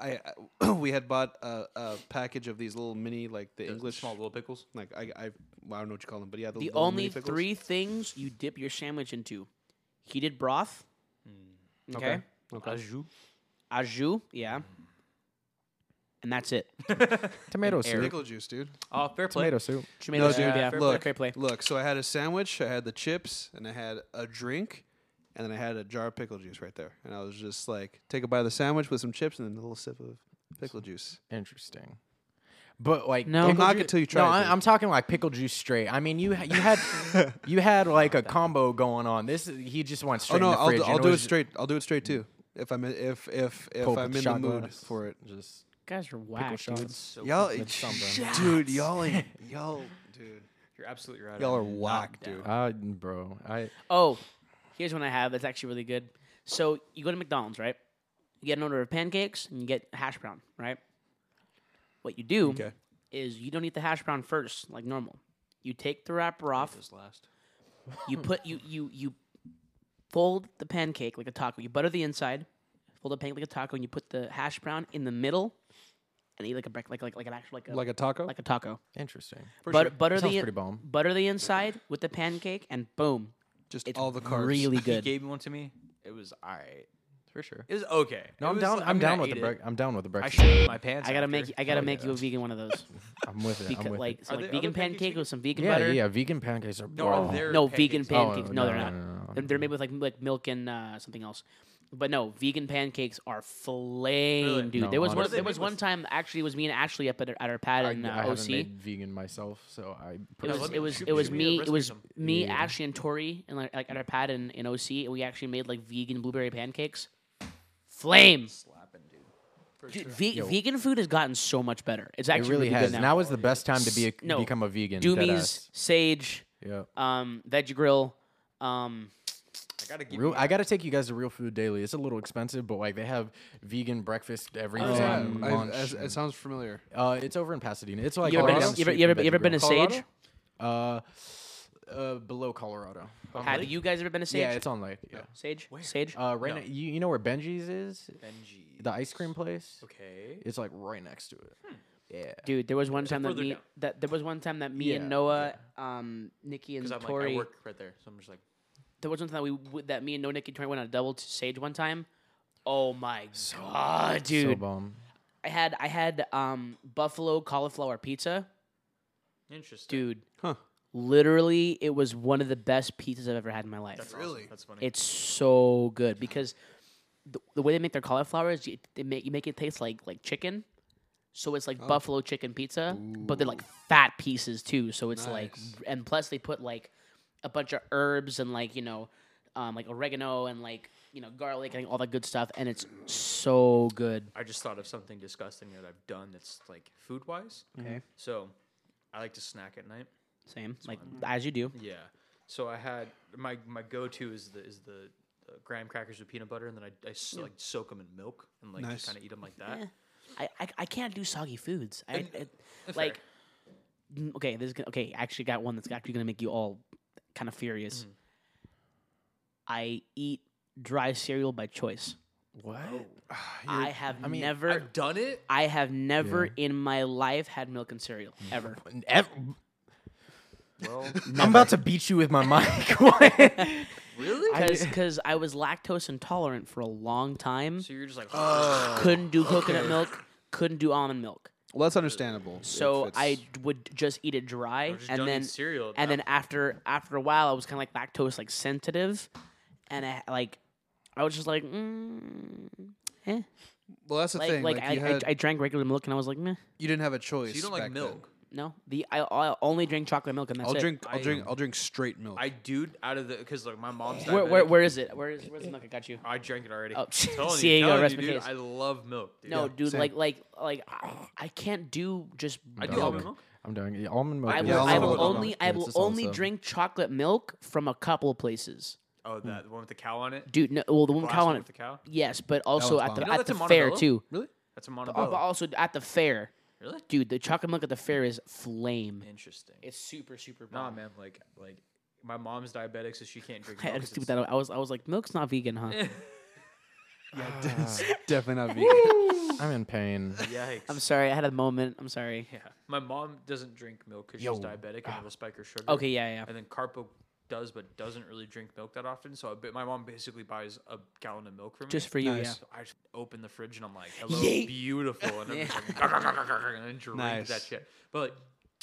[SPEAKER 2] I I- [CLEARS THROAT] we had bought a, a package of these little mini like the
[SPEAKER 3] The
[SPEAKER 2] English
[SPEAKER 3] small little pickles.
[SPEAKER 2] like I I, well, I don't know what you call them, but yeah, the,
[SPEAKER 1] The
[SPEAKER 2] little mini
[SPEAKER 1] only
[SPEAKER 2] pickles.
[SPEAKER 1] three things you dip your sandwich into: heated broth, Mm. okay, okay.
[SPEAKER 2] Okay.
[SPEAKER 1] au jus, yeah, and that's it.
[SPEAKER 4] Tomato soup.
[SPEAKER 2] pickle juice, dude.
[SPEAKER 3] Oh, fair play.
[SPEAKER 4] Tomato soup.
[SPEAKER 1] Tomato soup,
[SPEAKER 2] dude,
[SPEAKER 1] yeah.
[SPEAKER 3] fair
[SPEAKER 2] Look,
[SPEAKER 1] fair play.
[SPEAKER 2] look. So I had a sandwich, I had the chips, and I had a drink, and then I had a jar of pickle juice right there, and I was just like, take a bite of the sandwich with some chips, and then a little sip of pickle juice.
[SPEAKER 4] Interesting. But like
[SPEAKER 1] No.
[SPEAKER 4] pickle
[SPEAKER 2] knock
[SPEAKER 4] ju-
[SPEAKER 2] it till you try
[SPEAKER 4] No,
[SPEAKER 2] it,
[SPEAKER 4] I,
[SPEAKER 2] dude.
[SPEAKER 4] I'm talking like pickle juice straight. I mean, you ha- you had
[SPEAKER 2] [LAUGHS]
[SPEAKER 4] you had
[SPEAKER 3] [LAUGHS]
[SPEAKER 4] like a combo going on. This is- he just went straight.
[SPEAKER 2] oh no,
[SPEAKER 4] in the
[SPEAKER 2] I'll,
[SPEAKER 4] fridge
[SPEAKER 2] do,
[SPEAKER 4] and
[SPEAKER 2] I'll do it
[SPEAKER 4] was
[SPEAKER 2] straight. I'll do it straight too. If I'm if if if
[SPEAKER 4] Coke
[SPEAKER 2] I'm
[SPEAKER 4] with
[SPEAKER 2] in the
[SPEAKER 4] shot
[SPEAKER 2] mood
[SPEAKER 4] glass.
[SPEAKER 2] for it,
[SPEAKER 4] Just
[SPEAKER 1] Guys are whack.
[SPEAKER 4] pickle
[SPEAKER 1] dude.
[SPEAKER 4] shots.
[SPEAKER 2] y'all,
[SPEAKER 4] with something.
[SPEAKER 2] dude, y'all, ain't- y'all, dude,
[SPEAKER 3] You're absolutely right.
[SPEAKER 2] y'all
[SPEAKER 3] I
[SPEAKER 2] are
[SPEAKER 3] am not
[SPEAKER 2] whack,
[SPEAKER 3] down.
[SPEAKER 2] dude.
[SPEAKER 4] Uh, bro, I
[SPEAKER 1] Oh, here's one I have that's actually really good. So you go to McDonald's, right? You get an order of pancakes and you get hash brown, right? What you do
[SPEAKER 2] Okay.
[SPEAKER 1] is you don't eat the hash brown first, like normal. You take the wrapper off.
[SPEAKER 3] This last.
[SPEAKER 1] You put you you you fold the pancake like a taco. You butter the inside, fold the pancake like a taco, and you put the hash brown in the middle, and eat like a break, like like like an actual like a
[SPEAKER 2] Like a taco.
[SPEAKER 1] like a taco.
[SPEAKER 4] interesting.
[SPEAKER 1] Butter, butter
[SPEAKER 4] Sounds
[SPEAKER 1] the
[SPEAKER 4] pretty bomb.
[SPEAKER 1] butter the inside with the pancake, and boom,
[SPEAKER 2] Just
[SPEAKER 1] it's
[SPEAKER 2] all the carbs.
[SPEAKER 1] really
[SPEAKER 3] He
[SPEAKER 1] good.
[SPEAKER 3] gave one to me. It was all right.
[SPEAKER 4] For sure.
[SPEAKER 3] It was okay.
[SPEAKER 4] [LAUGHS] No,
[SPEAKER 3] It
[SPEAKER 4] I'm
[SPEAKER 3] was-
[SPEAKER 4] down.
[SPEAKER 3] I
[SPEAKER 4] I'm
[SPEAKER 3] mean,
[SPEAKER 4] down
[SPEAKER 3] I
[SPEAKER 4] with
[SPEAKER 3] ate
[SPEAKER 4] the
[SPEAKER 3] it.
[SPEAKER 4] break. I'm down with the
[SPEAKER 3] I
[SPEAKER 4] breakfast.
[SPEAKER 3] shit my pants.
[SPEAKER 1] I gotta
[SPEAKER 3] after.
[SPEAKER 1] make you- I gotta
[SPEAKER 4] Oh,
[SPEAKER 1] make
[SPEAKER 4] yeah.
[SPEAKER 1] you a vegan one of those.
[SPEAKER 4] [LAUGHS] I'm with it.
[SPEAKER 1] Beca-
[SPEAKER 4] I'm with
[SPEAKER 1] like
[SPEAKER 4] it.
[SPEAKER 1] some
[SPEAKER 3] Are
[SPEAKER 1] like
[SPEAKER 3] there
[SPEAKER 1] vegan
[SPEAKER 3] other pancakes
[SPEAKER 1] pancake
[SPEAKER 3] vegan?
[SPEAKER 1] with some vegan
[SPEAKER 4] Yeah,
[SPEAKER 1] butter.
[SPEAKER 4] yeah. Vegan pancakes are.
[SPEAKER 3] No,
[SPEAKER 4] bomb.
[SPEAKER 3] they're
[SPEAKER 1] No vegan
[SPEAKER 3] pancakes.
[SPEAKER 4] Oh,
[SPEAKER 1] pancakes. no, they're
[SPEAKER 4] no,
[SPEAKER 1] not.
[SPEAKER 4] no, no, no,
[SPEAKER 1] They're- They're made with like like milk and uh, something else. But no, vegan pancakes are flame,
[SPEAKER 3] Really?
[SPEAKER 1] dude.
[SPEAKER 4] No,
[SPEAKER 1] there was one,
[SPEAKER 4] honestly.
[SPEAKER 1] there was one time actually it was me and Ashley up at, our- at our pad
[SPEAKER 4] I,
[SPEAKER 1] in
[SPEAKER 4] I
[SPEAKER 1] uh,
[SPEAKER 4] haven't
[SPEAKER 1] OC.
[SPEAKER 4] made vegan myself, so I.
[SPEAKER 1] It was,
[SPEAKER 3] let me-
[SPEAKER 1] it was
[SPEAKER 3] shoot-
[SPEAKER 1] it was
[SPEAKER 3] shoot me a
[SPEAKER 1] me it
[SPEAKER 3] recipe
[SPEAKER 1] was
[SPEAKER 3] some-
[SPEAKER 1] me Ashley and Tori and like, like at our pad in, in OC and we actually made like vegan blueberry pancakes. Flame. Dude, ve- vegan food has gotten so much better. It's
[SPEAKER 4] It
[SPEAKER 1] actually
[SPEAKER 4] really
[SPEAKER 1] good
[SPEAKER 4] has.
[SPEAKER 1] now.
[SPEAKER 4] Now is the best time to be a,
[SPEAKER 1] no.
[SPEAKER 4] become a vegan.
[SPEAKER 1] Doomies,
[SPEAKER 4] Doomies.
[SPEAKER 1] sage,
[SPEAKER 4] Yeah.
[SPEAKER 1] um, veggie grill, um,
[SPEAKER 3] I gotta give
[SPEAKER 4] Real,
[SPEAKER 3] you-
[SPEAKER 4] I gotta take you guys to Real Food Daily. It's a little expensive, but like they have vegan breakfast, everything.
[SPEAKER 2] Oh, Yeah, I-
[SPEAKER 4] lunch,
[SPEAKER 2] as- it sounds familiar.
[SPEAKER 4] uh, it's over in Pasadena. It's like
[SPEAKER 1] You ever,
[SPEAKER 4] right
[SPEAKER 1] been,
[SPEAKER 4] down the
[SPEAKER 1] you ever,
[SPEAKER 4] street
[SPEAKER 1] you
[SPEAKER 4] from
[SPEAKER 1] ever, you ever
[SPEAKER 4] Veggie
[SPEAKER 1] been to
[SPEAKER 4] Grill.
[SPEAKER 1] Sage?
[SPEAKER 2] Colorado?
[SPEAKER 4] Uh, uh, below Colorado.
[SPEAKER 3] Oh,
[SPEAKER 4] Um,
[SPEAKER 1] Have you guys ever been to Oh, Sage? Oh,
[SPEAKER 4] Yeah, it's on like yeah.
[SPEAKER 1] Sage. Sage.
[SPEAKER 4] Uh, right, ne- you you know where Benji's is,
[SPEAKER 3] Benji.
[SPEAKER 4] the ice cream place.
[SPEAKER 3] Okay.
[SPEAKER 4] It's like right next to it.
[SPEAKER 1] Hmm.
[SPEAKER 4] Yeah.
[SPEAKER 1] Dude, there was one time that
[SPEAKER 3] further
[SPEAKER 1] me
[SPEAKER 3] down.
[SPEAKER 1] that there was one time that me and
[SPEAKER 4] Yeah,
[SPEAKER 1] Noah, um, Nikki and
[SPEAKER 3] Because I'm like
[SPEAKER 1] Tori.
[SPEAKER 3] I work right there, so I'm just like
[SPEAKER 1] there was one time that we w- that me and Noah, Nikki, and Tori went on a double to Sage one time. Oh my god,
[SPEAKER 4] So
[SPEAKER 1] dude!
[SPEAKER 4] bomb.
[SPEAKER 1] I had I had um buffalo cauliflower pizza,
[SPEAKER 3] interesting.
[SPEAKER 1] dude.
[SPEAKER 2] Huh.
[SPEAKER 1] Literally, it was one of the best pizzas I've ever had in my life.
[SPEAKER 3] That's awesome.
[SPEAKER 2] Really?
[SPEAKER 3] That's funny.
[SPEAKER 1] It's so good because the, the way they make their cauliflower is you, they make you make it taste like like chicken. So it's like buffalo chicken pizza, but they're like fat pieces too. So it's like
[SPEAKER 2] Nice.
[SPEAKER 1] and plus they put like a bunch of herbs and like, you know, um, like oregano and like, you know, garlic and all that good stuff and it's so good.
[SPEAKER 3] I just thought of something disgusting that I've done that's like food wise.
[SPEAKER 1] Okay.
[SPEAKER 3] So I like to snack at night.
[SPEAKER 1] Same. Like as you do.
[SPEAKER 3] Yeah. So I had my my go to is the is the uh, graham crackers with peanut butter, and then I, I s- like soak them in milk and like
[SPEAKER 2] Nice.
[SPEAKER 3] just kind of eat them like that.
[SPEAKER 1] Eh, I, I I can't do soggy foods. I,
[SPEAKER 3] And-
[SPEAKER 1] I like mm, okay, this is gonna, okay. I actually got one that's actually gonna make you all kind of furious.
[SPEAKER 3] Mm-hmm.
[SPEAKER 1] I eat dry cereal by choice.
[SPEAKER 5] What?
[SPEAKER 1] I have
[SPEAKER 5] mean,
[SPEAKER 1] never
[SPEAKER 3] I've done it.
[SPEAKER 1] I have never in my life had milk and cereal ever. [LAUGHS]
[SPEAKER 5] Ev-
[SPEAKER 3] [LAUGHS] Well,
[SPEAKER 5] I'm about to beat you with my mic. [LAUGHS] What?
[SPEAKER 3] really?
[SPEAKER 1] Because I was lactose intolerant for a long time.
[SPEAKER 3] So you're just like,
[SPEAKER 1] [LAUGHS] couldn't do
[SPEAKER 3] [LAUGHS]
[SPEAKER 1] coconut milk. Couldn't do almond milk.
[SPEAKER 2] Well, that's understandable.
[SPEAKER 1] So
[SPEAKER 2] if it's-
[SPEAKER 1] I d- would just eat it dry,
[SPEAKER 3] just
[SPEAKER 1] and
[SPEAKER 3] don't eat
[SPEAKER 1] then
[SPEAKER 3] cereal at
[SPEAKER 1] and
[SPEAKER 3] that
[SPEAKER 1] then after after a while, I was kind of like lactose like sensitive, and I like I was just like, mm, eh.
[SPEAKER 2] well, that's the
[SPEAKER 1] like
[SPEAKER 2] thing.
[SPEAKER 1] like,
[SPEAKER 2] Like,
[SPEAKER 1] I,
[SPEAKER 2] you,
[SPEAKER 1] I-
[SPEAKER 2] had,
[SPEAKER 1] I drank regular milk, and I was like, meh,
[SPEAKER 2] you didn't have a choice.
[SPEAKER 3] so you don't like
[SPEAKER 2] back then.
[SPEAKER 3] milk.
[SPEAKER 1] no. The I, I only drink chocolate milk, and that's
[SPEAKER 2] I'll
[SPEAKER 1] it.
[SPEAKER 2] drink. I'll
[SPEAKER 3] I,
[SPEAKER 2] drink.
[SPEAKER 3] um,
[SPEAKER 2] I'll drink straight milk.
[SPEAKER 3] I [LAUGHS] do out of the because like my mom's diabetic.
[SPEAKER 1] Where, where where is it? Where is where's the milk? I got you.
[SPEAKER 3] I drank it already.
[SPEAKER 1] Oh, [LAUGHS]
[SPEAKER 3] telling
[SPEAKER 1] see,
[SPEAKER 3] you,
[SPEAKER 1] you go,
[SPEAKER 3] telling
[SPEAKER 1] rest
[SPEAKER 3] you,
[SPEAKER 1] my
[SPEAKER 3] dude,
[SPEAKER 1] case.
[SPEAKER 3] I love milk. Dude.
[SPEAKER 1] No, dude,
[SPEAKER 2] same.
[SPEAKER 1] like like like I- I can't do just
[SPEAKER 3] I do
[SPEAKER 1] milk.
[SPEAKER 3] almond milk.
[SPEAKER 4] I'm doing it. almond milk.
[SPEAKER 1] I will,
[SPEAKER 4] is
[SPEAKER 1] I
[SPEAKER 2] almond
[SPEAKER 1] will
[SPEAKER 2] milk.
[SPEAKER 1] only I
[SPEAKER 4] Yeah,
[SPEAKER 1] will
[SPEAKER 4] it's a
[SPEAKER 1] only
[SPEAKER 4] salsa.
[SPEAKER 1] drink chocolate milk from a couple of places.
[SPEAKER 3] Oh, that the one with the cow on it.
[SPEAKER 1] Mm. Dude, no, well the one
[SPEAKER 3] Last
[SPEAKER 1] cow
[SPEAKER 3] one
[SPEAKER 1] on it.
[SPEAKER 3] with the cow.
[SPEAKER 1] Yes, but also
[SPEAKER 2] one's
[SPEAKER 1] at the,
[SPEAKER 2] bomb. You
[SPEAKER 3] know
[SPEAKER 1] at
[SPEAKER 3] that's
[SPEAKER 1] the
[SPEAKER 3] in
[SPEAKER 1] fair
[SPEAKER 3] Montebello?
[SPEAKER 1] too.
[SPEAKER 2] really?
[SPEAKER 3] That's a
[SPEAKER 1] Oh, but
[SPEAKER 3] Montebello.
[SPEAKER 1] also at the fair,
[SPEAKER 3] Really?
[SPEAKER 1] dude, the chocolate milk at the fair is flame.
[SPEAKER 3] Interesting.
[SPEAKER 1] It's super super
[SPEAKER 3] Nah,
[SPEAKER 1] bomb.
[SPEAKER 3] man. Like, like my mom's diabetic, so she can't drink.
[SPEAKER 1] [LAUGHS] I had
[SPEAKER 3] milk
[SPEAKER 1] to
[SPEAKER 3] 'cause
[SPEAKER 1] stupid that.
[SPEAKER 3] it's-
[SPEAKER 1] out. I was I was like, milk's not vegan,
[SPEAKER 3] [LAUGHS]
[SPEAKER 1] huh?
[SPEAKER 2] It's [LAUGHS] definitely not
[SPEAKER 1] [LAUGHS]
[SPEAKER 3] Oh,
[SPEAKER 2] vegan.
[SPEAKER 4] I'm in pain.
[SPEAKER 3] Yikes.
[SPEAKER 1] I'm sorry, I had a moment. I'm sorry.
[SPEAKER 3] yeah. My mom doesn't drink milk because she's diabetic and it'll spike her sugar.
[SPEAKER 1] Ah. Okay, yeah, yeah.
[SPEAKER 3] And then Carpo does, but doesn't really drink milk that often. So I, bet my mom basically buys a gallon of milk for me.
[SPEAKER 1] Just for you,
[SPEAKER 2] Nice.
[SPEAKER 3] So I just open the fridge and I'm like, hello,
[SPEAKER 1] Yeah.
[SPEAKER 3] beautiful. And I'm
[SPEAKER 1] [LAUGHS]
[SPEAKER 3] just like, "Gah, gah, gah, gah, gah, gah," and I drink that
[SPEAKER 2] Nice.
[SPEAKER 3] shit. But like,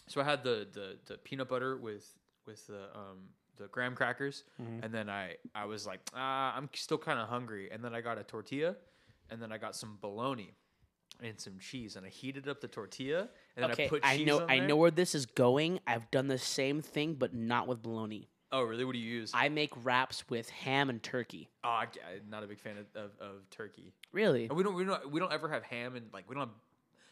[SPEAKER 3] so I had the, the, the peanut butter with, with the, um, the graham crackers.
[SPEAKER 1] Mm-hmm.
[SPEAKER 3] And then I, I was like, ah, I'm still kind of hungry. And then I got a tortilla and then I got some bologna and some cheese and I heated up the tortilla
[SPEAKER 1] yeah.
[SPEAKER 3] and then
[SPEAKER 1] Okay,
[SPEAKER 3] I put
[SPEAKER 1] I
[SPEAKER 3] cheese
[SPEAKER 1] know
[SPEAKER 3] on
[SPEAKER 1] I
[SPEAKER 3] there.
[SPEAKER 1] know where this is going. I've done the same thing, but not with bologna.
[SPEAKER 3] Oh, really? What do you use?
[SPEAKER 1] I make wraps with ham and turkey.
[SPEAKER 3] Oh, I, am not a big fan of, of, of turkey.
[SPEAKER 1] Really?
[SPEAKER 3] And we don't we don't we don't ever have ham and like we don't. Have,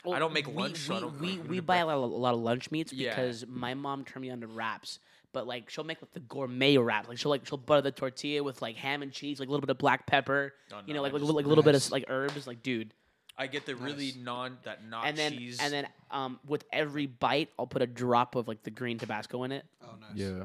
[SPEAKER 1] Well,
[SPEAKER 3] I don't make
[SPEAKER 1] we-
[SPEAKER 3] lunch. so
[SPEAKER 1] We,
[SPEAKER 3] I don't
[SPEAKER 1] we,
[SPEAKER 3] cook
[SPEAKER 1] we
[SPEAKER 3] into
[SPEAKER 1] buy a lot, of, a lot of lunch meats
[SPEAKER 3] Yeah.
[SPEAKER 1] because my mom turned me on to wraps. But like she'll make like the gourmet wraps. Like she'll like she'll butter the tortilla with like ham and cheese, like a little bit of black pepper,
[SPEAKER 3] Oh,
[SPEAKER 1] you
[SPEAKER 3] no,
[SPEAKER 1] know, like
[SPEAKER 3] I
[SPEAKER 1] like,
[SPEAKER 3] just-
[SPEAKER 1] like a little bit of like herbs, like dude.
[SPEAKER 3] I get the really non that not
[SPEAKER 1] And then
[SPEAKER 3] cheese.
[SPEAKER 1] and then um with every bite I'll put a drop of like the green Tabasco in it.
[SPEAKER 2] oh, nice.
[SPEAKER 4] Yeah.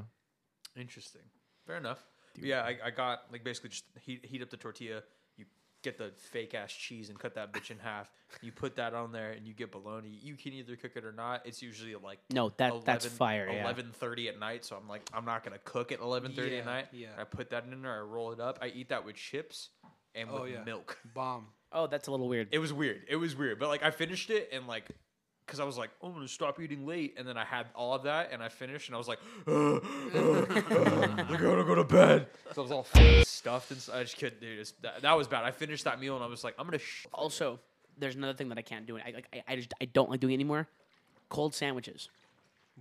[SPEAKER 3] interesting. Fair enough. But yeah, I, I got like basically just heat heat up the tortilla. You get the fake ass cheese and cut that bitch in half. You put that on there and you get bologna. You can either cook it or not. It's usually like
[SPEAKER 1] No, that that's
[SPEAKER 3] 11
[SPEAKER 1] fire. Yeah.
[SPEAKER 3] 11:30 at night, so I'm like, I'm not gonna cook at 11:30
[SPEAKER 2] Yeah,
[SPEAKER 3] at night.
[SPEAKER 2] yeah.
[SPEAKER 3] I put that in there. I roll it up. I eat that with chips and with
[SPEAKER 2] Oh, yeah.
[SPEAKER 3] milk.
[SPEAKER 2] Bomb.
[SPEAKER 1] Oh, that's a little weird.
[SPEAKER 3] It was weird. It was weird. But like I finished it and like because I was like, "Oh, I'm gonna stop eating late, and then I had all of that, and I finished, and I was like, [GASPS] I gotta go to bed. So I was all fucking stuffed, and s- I just couldn't, dude. It's, that, that was bad. I finished that meal, and I was like, I'm gonna. Sh-
[SPEAKER 1] also, there's another thing that I can't do. and I like I, I just I don't like doing it anymore. Cold sandwiches.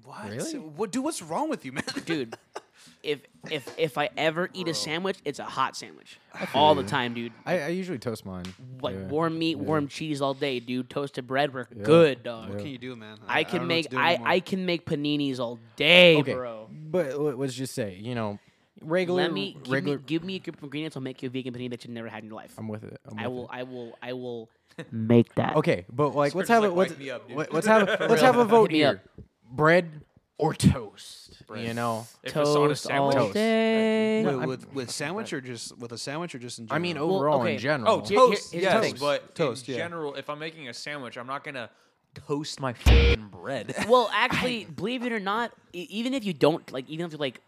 [SPEAKER 2] What?
[SPEAKER 4] Really?
[SPEAKER 2] What? Dude, what's wrong with you, man? [LAUGHS]
[SPEAKER 1] dude. If if if I ever eat a sandwich, it's a hot sandwich all the time, dude.
[SPEAKER 4] I, I usually toast mine.
[SPEAKER 1] Like
[SPEAKER 4] Yeah.
[SPEAKER 1] warm meat, warm cheese all day, dude. Toasted bread, we're good, dog.
[SPEAKER 2] What can you do, man?
[SPEAKER 1] I can
[SPEAKER 2] don't know what
[SPEAKER 1] make
[SPEAKER 2] to do
[SPEAKER 1] I,
[SPEAKER 2] anymore.
[SPEAKER 1] I can make paninis all day,
[SPEAKER 4] Okay.
[SPEAKER 1] bro.
[SPEAKER 4] But l- let's just say, you know, regular.
[SPEAKER 1] Let me give,
[SPEAKER 4] regular.
[SPEAKER 1] me give me a group of ingredients. I'll make you a vegan panini that you've never had in your life.
[SPEAKER 4] I'm with it. I'm
[SPEAKER 1] I
[SPEAKER 4] with
[SPEAKER 1] will,
[SPEAKER 4] it.
[SPEAKER 1] I will, I
[SPEAKER 4] [LAUGHS]
[SPEAKER 1] will make that.
[SPEAKER 4] Okay, but like, let's
[SPEAKER 3] just,
[SPEAKER 4] have
[SPEAKER 3] like,
[SPEAKER 4] a let's,
[SPEAKER 3] wake me up, dude.
[SPEAKER 4] let- let's have
[SPEAKER 3] [LAUGHS]
[SPEAKER 4] a, let's have a vote
[SPEAKER 1] me
[SPEAKER 4] here. Bread or toast? You
[SPEAKER 3] Bread.
[SPEAKER 4] know,
[SPEAKER 3] if it's on a
[SPEAKER 1] Toast Oh, all
[SPEAKER 3] sandwich,
[SPEAKER 1] day.
[SPEAKER 2] Wait,
[SPEAKER 4] No, I'm-
[SPEAKER 2] with with sandwich or just with a sandwich or just in general?
[SPEAKER 4] I mean overall
[SPEAKER 1] okay.
[SPEAKER 4] in general.
[SPEAKER 3] Oh,
[SPEAKER 1] Here- here- here's
[SPEAKER 3] toast.
[SPEAKER 1] the
[SPEAKER 3] yes,
[SPEAKER 1] thing.
[SPEAKER 3] but
[SPEAKER 2] Toast,
[SPEAKER 3] in
[SPEAKER 2] yeah.
[SPEAKER 3] general, if I'm making a sandwich, I'm not gonna toast my fucking bread.
[SPEAKER 1] Well, actually, believe it or not, e- even if you don't like, even if you like,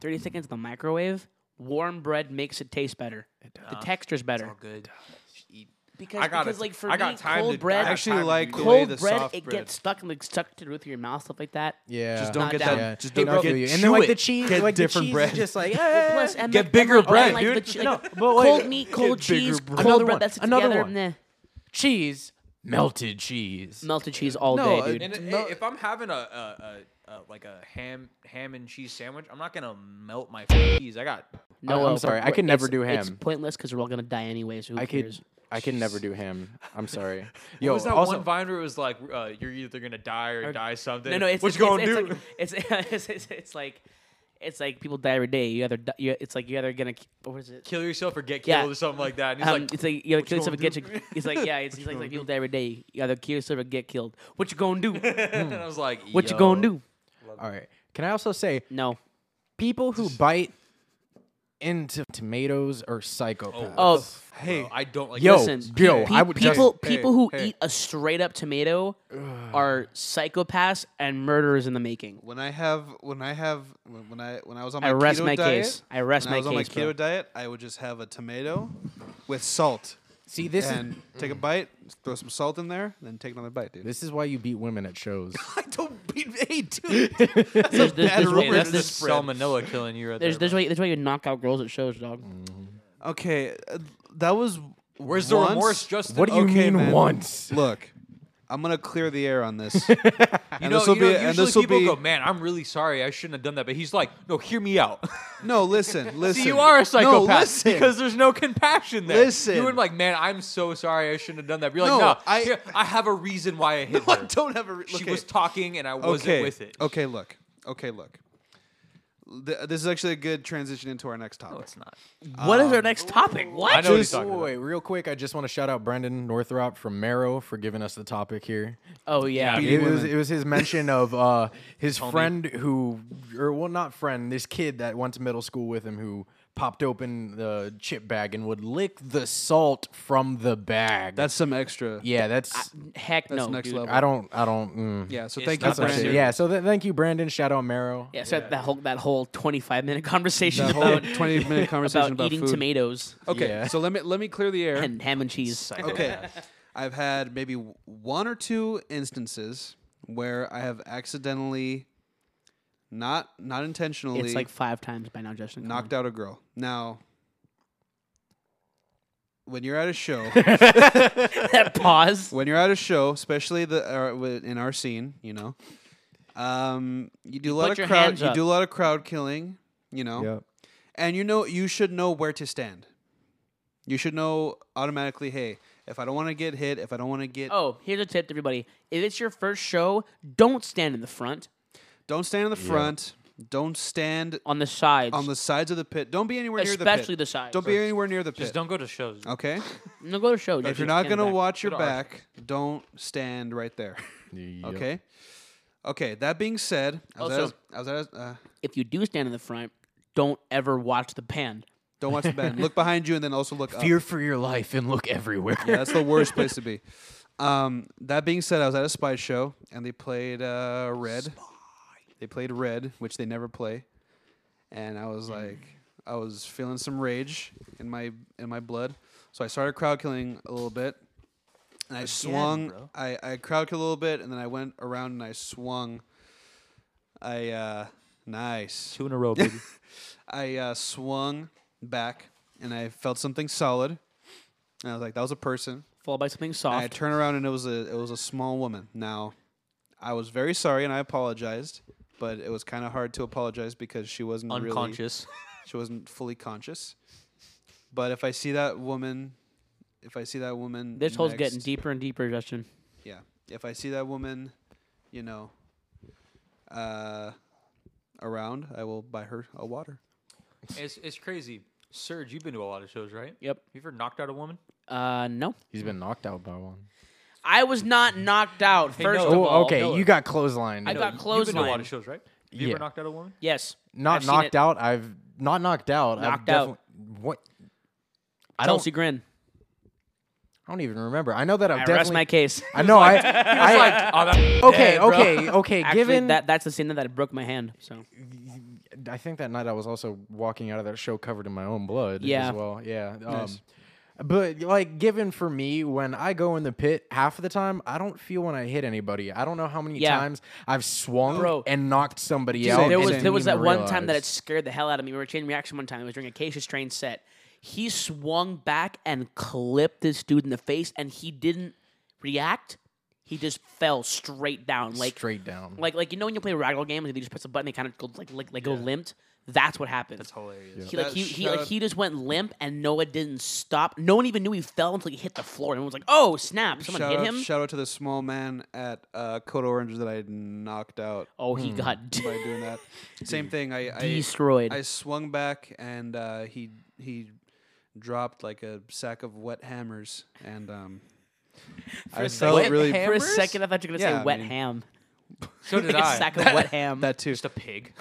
[SPEAKER 1] thirty seconds in the microwave, warm bread makes it taste better. The texture's better.
[SPEAKER 3] good. Just eat.
[SPEAKER 1] Because,
[SPEAKER 3] I got
[SPEAKER 1] because
[SPEAKER 3] it.
[SPEAKER 1] like for
[SPEAKER 3] I
[SPEAKER 1] me,
[SPEAKER 3] got time
[SPEAKER 1] cold
[SPEAKER 3] to-
[SPEAKER 1] bread,
[SPEAKER 3] I got
[SPEAKER 2] Actually
[SPEAKER 3] time to
[SPEAKER 2] like
[SPEAKER 3] do
[SPEAKER 2] the
[SPEAKER 3] that.
[SPEAKER 2] way
[SPEAKER 1] cold
[SPEAKER 2] the
[SPEAKER 1] bread,
[SPEAKER 2] soft
[SPEAKER 1] it
[SPEAKER 2] bread-
[SPEAKER 1] gets stuck and like stuck to the roof of your mouth, stuff like that.
[SPEAKER 4] yeah.
[SPEAKER 2] Just don't
[SPEAKER 1] Not
[SPEAKER 2] get
[SPEAKER 1] down.
[SPEAKER 2] that.
[SPEAKER 1] Yeah.
[SPEAKER 2] Just
[SPEAKER 4] Hey,
[SPEAKER 2] don't
[SPEAKER 4] bro,
[SPEAKER 2] get.
[SPEAKER 4] you. And
[SPEAKER 2] chew
[SPEAKER 4] then like
[SPEAKER 2] it.
[SPEAKER 4] the cheese,
[SPEAKER 2] Get
[SPEAKER 4] like the
[SPEAKER 2] different
[SPEAKER 4] cheese
[SPEAKER 2] bread.
[SPEAKER 4] is
[SPEAKER 1] [LAUGHS]
[SPEAKER 4] just like "Ah,
[SPEAKER 1] Plus, and
[SPEAKER 2] Get
[SPEAKER 1] like,
[SPEAKER 2] bigger
[SPEAKER 1] and, like,
[SPEAKER 2] bread,
[SPEAKER 1] and, like, the
[SPEAKER 2] dude.
[SPEAKER 1] che-
[SPEAKER 2] No,
[SPEAKER 1] like,
[SPEAKER 4] but wait.
[SPEAKER 1] cold meat, cold
[SPEAKER 2] Get bigger
[SPEAKER 1] cheese,
[SPEAKER 2] bread.
[SPEAKER 1] cold
[SPEAKER 4] Another
[SPEAKER 1] bread.
[SPEAKER 4] one.
[SPEAKER 1] That's
[SPEAKER 4] Another
[SPEAKER 1] together.
[SPEAKER 4] one.
[SPEAKER 1] Nah.
[SPEAKER 4] [LAUGHS] cheese, melted cheese.
[SPEAKER 1] Melted cheese all
[SPEAKER 2] No,
[SPEAKER 1] day, dude.
[SPEAKER 2] uh,
[SPEAKER 3] And
[SPEAKER 2] No-
[SPEAKER 3] i- if I'm having a, a, a, a like a ham ham and cheese sandwich, I'm not gonna melt my f- cheese. I got
[SPEAKER 1] no,
[SPEAKER 4] I'm
[SPEAKER 1] uh, but
[SPEAKER 4] sorry, I
[SPEAKER 1] we're-
[SPEAKER 4] could never
[SPEAKER 1] it's-
[SPEAKER 4] do
[SPEAKER 1] It's
[SPEAKER 4] ham.
[SPEAKER 1] pointless because we're all gonna die anyways. Who
[SPEAKER 4] I could
[SPEAKER 1] cares?
[SPEAKER 4] I could never do ham.
[SPEAKER 3] [LAUGHS]
[SPEAKER 4] I'm sorry.
[SPEAKER 3] what
[SPEAKER 4] Yo,
[SPEAKER 3] was that
[SPEAKER 4] also
[SPEAKER 3] one vine where it was like uh, you're either gonna die or, die something.
[SPEAKER 1] No, no, it's
[SPEAKER 3] what
[SPEAKER 1] it's,
[SPEAKER 3] you gonna
[SPEAKER 1] it's,
[SPEAKER 3] do?
[SPEAKER 1] It's like, it's, [LAUGHS] it's, it's, it's like it's like people die every day. You either die, you, it's like you either gonna k- what is it?
[SPEAKER 3] Kill yourself or get
[SPEAKER 1] Yeah.
[SPEAKER 3] killed or something like that. And he's
[SPEAKER 1] Um,
[SPEAKER 3] like,
[SPEAKER 1] it's like you either
[SPEAKER 3] you
[SPEAKER 1] kill yourself or
[SPEAKER 3] gonna
[SPEAKER 1] get. your- It's like yeah, it's, it's like, like people die every day. You either kill yourself or get killed.
[SPEAKER 3] [LAUGHS]
[SPEAKER 1] What you gonna do?
[SPEAKER 3] [LAUGHS] and I was like,
[SPEAKER 1] What you gonna do?
[SPEAKER 4] All right. Can I also say
[SPEAKER 1] No.
[SPEAKER 5] People who bite into tomatoes are psychopaths.
[SPEAKER 1] Oh,
[SPEAKER 3] Hey, I don't like.
[SPEAKER 5] Yo.
[SPEAKER 3] this. [LAUGHS]
[SPEAKER 1] listen,
[SPEAKER 5] yo,
[SPEAKER 1] pe-
[SPEAKER 5] I would just-
[SPEAKER 1] people
[SPEAKER 2] hey,
[SPEAKER 1] people who
[SPEAKER 2] hey.
[SPEAKER 1] eat a straight up tomato are psychopaths and murderers in the making.
[SPEAKER 2] [LAUGHS] When I have when I have when when I when I was on my
[SPEAKER 1] I rest
[SPEAKER 2] keto
[SPEAKER 1] my
[SPEAKER 2] diet,
[SPEAKER 1] case. I rest
[SPEAKER 2] when
[SPEAKER 1] my
[SPEAKER 2] I was on my
[SPEAKER 1] case, bro.
[SPEAKER 2] keto diet, I would just have a tomato with salt
[SPEAKER 5] See, this is
[SPEAKER 2] and take a bite, throw some salt in there, then take another bite, dude.
[SPEAKER 5] this is why you beat women at shows.
[SPEAKER 4] [LAUGHS]
[SPEAKER 2] I don't beat hey, dude.
[SPEAKER 1] There's, there's,
[SPEAKER 2] bad
[SPEAKER 1] there's,
[SPEAKER 2] rumor
[SPEAKER 1] way-
[SPEAKER 3] Hey, that's
[SPEAKER 1] there's,
[SPEAKER 3] the
[SPEAKER 1] there's,
[SPEAKER 3] salmonella killing you right
[SPEAKER 1] there's,
[SPEAKER 3] there.
[SPEAKER 1] there's way there's way you knock out girls at shows, dog.
[SPEAKER 2] Mm. Okay, uh, that was
[SPEAKER 3] Where's the
[SPEAKER 2] once-
[SPEAKER 3] remorse, Justin?
[SPEAKER 5] What do you
[SPEAKER 2] Okay,
[SPEAKER 5] mean
[SPEAKER 2] man.
[SPEAKER 5] once?
[SPEAKER 2] Look, I'm gonna clear the air on this. you
[SPEAKER 3] You know, you know, usually people go, "Man, I'm really sorry. I shouldn't have done that." But he's like, "No, hear me out. [LAUGHS]
[SPEAKER 2] No, listen, listen.
[SPEAKER 3] See, you are a psychopath
[SPEAKER 2] No, listen.
[SPEAKER 3] because there's no compassion there.
[SPEAKER 2] Listen.
[SPEAKER 3] you were like, "Man, I'm so sorry. I shouldn't have done that." But you're
[SPEAKER 2] No,
[SPEAKER 3] like, "No,
[SPEAKER 2] I-
[SPEAKER 3] I, here, I have a reason why I
[SPEAKER 2] [LAUGHS]
[SPEAKER 3] hit
[SPEAKER 2] No, [LAUGHS] I
[SPEAKER 3] her.
[SPEAKER 2] don't have a. Re-
[SPEAKER 3] She
[SPEAKER 2] okay.
[SPEAKER 3] was talking, and I wasn't
[SPEAKER 2] okay.
[SPEAKER 3] with it.
[SPEAKER 2] Okay, look. Okay, look. Th- this is actually a good transition into our next topic.
[SPEAKER 3] No, it's not.
[SPEAKER 1] What
[SPEAKER 2] Um,
[SPEAKER 1] is our next topic?
[SPEAKER 3] I
[SPEAKER 1] What?
[SPEAKER 3] know what he's
[SPEAKER 2] Just-
[SPEAKER 3] talking
[SPEAKER 4] Wait,
[SPEAKER 3] about.
[SPEAKER 4] wait, real quick, I just want to shout out Brendan Northrop from Marrow for giving us the topic here.
[SPEAKER 1] Oh yeah.
[SPEAKER 2] Yeah.
[SPEAKER 4] It was,
[SPEAKER 2] women.
[SPEAKER 4] it was his mention of [LAUGHS] uh, his friend who, or well, not friend, this kid that went to middle school with him who popped open the chip bag and would lick the salt from the bag.
[SPEAKER 2] That's some extra.
[SPEAKER 4] yeah, that's
[SPEAKER 1] Heck
[SPEAKER 2] That's
[SPEAKER 1] no.
[SPEAKER 2] next
[SPEAKER 1] dude.
[SPEAKER 2] level.
[SPEAKER 4] I don't, I don't. Mm.
[SPEAKER 2] Yeah. So
[SPEAKER 3] It's
[SPEAKER 2] thank you,
[SPEAKER 3] not
[SPEAKER 4] That's
[SPEAKER 3] that
[SPEAKER 4] actually-
[SPEAKER 2] Brandon.
[SPEAKER 3] serious.
[SPEAKER 4] yeah. So th- thank you, Brandon. Shout out Marrow.
[SPEAKER 1] Yeah, so that whole that whole 25 minute [LAUGHS] conversation
[SPEAKER 2] That whole
[SPEAKER 1] about
[SPEAKER 2] 20
[SPEAKER 1] [LAUGHS]
[SPEAKER 2] minute
[SPEAKER 1] about,
[SPEAKER 2] conversation about,
[SPEAKER 1] eating
[SPEAKER 2] food.
[SPEAKER 1] tomatoes
[SPEAKER 2] Okay,
[SPEAKER 4] Yeah.
[SPEAKER 2] so let me let me clear the air.
[SPEAKER 1] and ham and cheese.
[SPEAKER 2] [LAUGHS] Okay, I've had maybe w- one or two instances where I have accidentally, not not intentionally,
[SPEAKER 1] It's like five times by now, Justin. come
[SPEAKER 2] knocked
[SPEAKER 1] on.
[SPEAKER 2] out a girl. Now, when you're at
[SPEAKER 1] [LAUGHS]
[SPEAKER 2] a show,
[SPEAKER 1] [LAUGHS] that pause.
[SPEAKER 2] when you're at a show, especially the uh, wi- in our scene, you know, um, you do a
[SPEAKER 1] put
[SPEAKER 2] lot
[SPEAKER 1] your
[SPEAKER 2] of crowd,
[SPEAKER 1] hands
[SPEAKER 2] you
[SPEAKER 1] up.
[SPEAKER 2] do a lot of crowd killing, you know,
[SPEAKER 4] Yep.
[SPEAKER 2] and you know you should know where to stand. You should know automatically. Hey, if I don't want to get hit, if I don't want to get,
[SPEAKER 1] Oh, here's a tip to everybody. If it's your first show, don't stand in the front,
[SPEAKER 2] don't stand in the front. Don't stand
[SPEAKER 1] on the sides.
[SPEAKER 2] on the sides of the pit. Don't be anywhere near the pit.
[SPEAKER 1] Especially the sides.
[SPEAKER 2] Don't be anywhere near the pit.
[SPEAKER 3] Just don't go to shows.
[SPEAKER 2] Okay.
[SPEAKER 1] no, go to shows.
[SPEAKER 2] if
[SPEAKER 1] Just
[SPEAKER 2] you're not
[SPEAKER 1] stand
[SPEAKER 2] gonna
[SPEAKER 1] back.
[SPEAKER 2] watch your
[SPEAKER 3] Good arc.
[SPEAKER 2] back, don't stand right there. Okay. Okay. That being said, I was
[SPEAKER 1] Also-
[SPEAKER 2] at, a- I was at a- uh,
[SPEAKER 1] If you do stand in the front, don't ever watch the band.
[SPEAKER 2] Don't watch the band. look behind you and then also look up.
[SPEAKER 4] Fear for your life and look everywhere.
[SPEAKER 2] Yeah, that's the worst place to be. Um, that being said, I was at a spy show and they played uh, Red. They played Red, which they never play. And I was like, I was feeling some rage in my in my blood, so I started crowd killing a little bit. And I swung. I, I crowd killed a little bit, and then I went around and I swung. I uh, nice.
[SPEAKER 3] Two in a
[SPEAKER 2] [LAUGHS]
[SPEAKER 3] row, baby.
[SPEAKER 2] I uh, swung back and I felt something solid. And I was like, that was a person.
[SPEAKER 1] Followed by something
[SPEAKER 2] And I
[SPEAKER 1] soft.
[SPEAKER 2] turned around and it was a it was a small woman. Now, I was very sorry and I apologized, but it was kind of hard to apologize because she wasn't really-
[SPEAKER 3] Unconscious.
[SPEAKER 2] she wasn't fully conscious. But if I see that woman, if I see that woman,
[SPEAKER 1] this hole's getting
[SPEAKER 2] next-
[SPEAKER 1] deeper and deeper, Justin.
[SPEAKER 2] Yeah, if I see that woman, you know, uh, around, I will buy her a water.
[SPEAKER 3] it's it's crazy. Serge, you've been to a lot of shows, right?
[SPEAKER 1] Yep.
[SPEAKER 3] You ever knocked out a woman?
[SPEAKER 1] Uh, no.
[SPEAKER 4] He's been knocked out by one.
[SPEAKER 1] I was not knocked out. First
[SPEAKER 3] no.
[SPEAKER 1] of
[SPEAKER 4] Oh,
[SPEAKER 1] all,
[SPEAKER 4] okay.
[SPEAKER 1] No.
[SPEAKER 4] You got clothesline.
[SPEAKER 1] I got
[SPEAKER 3] You've been to a lot
[SPEAKER 1] clothesline.
[SPEAKER 3] of shows, right? You
[SPEAKER 4] Yeah.
[SPEAKER 3] ever knocked out a
[SPEAKER 1] [LAUGHS]
[SPEAKER 3] woman?
[SPEAKER 1] Yes.
[SPEAKER 4] not
[SPEAKER 1] I've seen
[SPEAKER 4] knocked
[SPEAKER 1] it.
[SPEAKER 4] out. I've not knocked out.
[SPEAKER 1] Knocked
[SPEAKER 4] I've
[SPEAKER 1] out.
[SPEAKER 4] defi- What? I don't.
[SPEAKER 1] Chelsea Grin.
[SPEAKER 4] I don't even remember. I know that I've
[SPEAKER 1] I rest
[SPEAKER 4] definitely.
[SPEAKER 1] my case. [LAUGHS]
[SPEAKER 4] I know. I.
[SPEAKER 3] He was
[SPEAKER 4] I-
[SPEAKER 3] like, "Oh, that-
[SPEAKER 4] [LAUGHS] okay.
[SPEAKER 3] dead, bro."
[SPEAKER 4] Okay. Okay.
[SPEAKER 1] Actually,
[SPEAKER 4] given
[SPEAKER 1] that that's the scene that I broke my hand. So
[SPEAKER 4] I think that night I was also walking out of that show covered in my own blood
[SPEAKER 1] Yeah.
[SPEAKER 4] as well. Yeah. Um, But like given for me, when I go in the pit, half of the time I don't feel when I hit anybody. I don't know how many
[SPEAKER 1] Yeah.
[SPEAKER 4] times I've swung
[SPEAKER 1] Bro.
[SPEAKER 4] and knocked somebody out.
[SPEAKER 1] there
[SPEAKER 4] and
[SPEAKER 1] was
[SPEAKER 4] didn't
[SPEAKER 1] there was that
[SPEAKER 4] even
[SPEAKER 1] one time that it
[SPEAKER 4] realize.
[SPEAKER 1] scared the hell out of me. We were at chain reaction one time. It was during a Acacia's train set. He swung back and clipped this dude in the face, and he didn't react. He just fell straight down, like
[SPEAKER 4] straight down.
[SPEAKER 1] like like you know when you play ragdoll games, and you just press a button, they kind of go like like, like go limped. That's what happened.
[SPEAKER 3] That's
[SPEAKER 1] [LAUGHS]
[SPEAKER 3] hilarious.
[SPEAKER 1] He like
[SPEAKER 2] That
[SPEAKER 1] he, he like
[SPEAKER 2] shot-
[SPEAKER 1] he just went limp, and Noah didn't stop. No one even knew he fell until he hit the floor. And everyone was like, "Oh snap! Someone
[SPEAKER 2] shout
[SPEAKER 1] hit
[SPEAKER 2] out,
[SPEAKER 1] him."
[SPEAKER 2] Shout out to the small man at uh, Code Orange that I knocked out
[SPEAKER 1] oh, he got [LAUGHS]
[SPEAKER 2] by doing that. Same thing. I I,
[SPEAKER 1] destroyed.
[SPEAKER 2] I swung back and uh, he he dropped like a sack of wet hammers and um, I
[SPEAKER 1] [LAUGHS]
[SPEAKER 2] felt
[SPEAKER 1] Wet-
[SPEAKER 2] really
[SPEAKER 1] for a second. I thought you were gonna
[SPEAKER 2] Yeah, I
[SPEAKER 1] say wet
[SPEAKER 2] mean-
[SPEAKER 1] ham. [LAUGHS]
[SPEAKER 3] So did
[SPEAKER 1] a
[SPEAKER 3] I.
[SPEAKER 1] sack of
[SPEAKER 2] [LAUGHS]
[SPEAKER 1] wet ham.
[SPEAKER 2] That too.
[SPEAKER 3] Just a pig.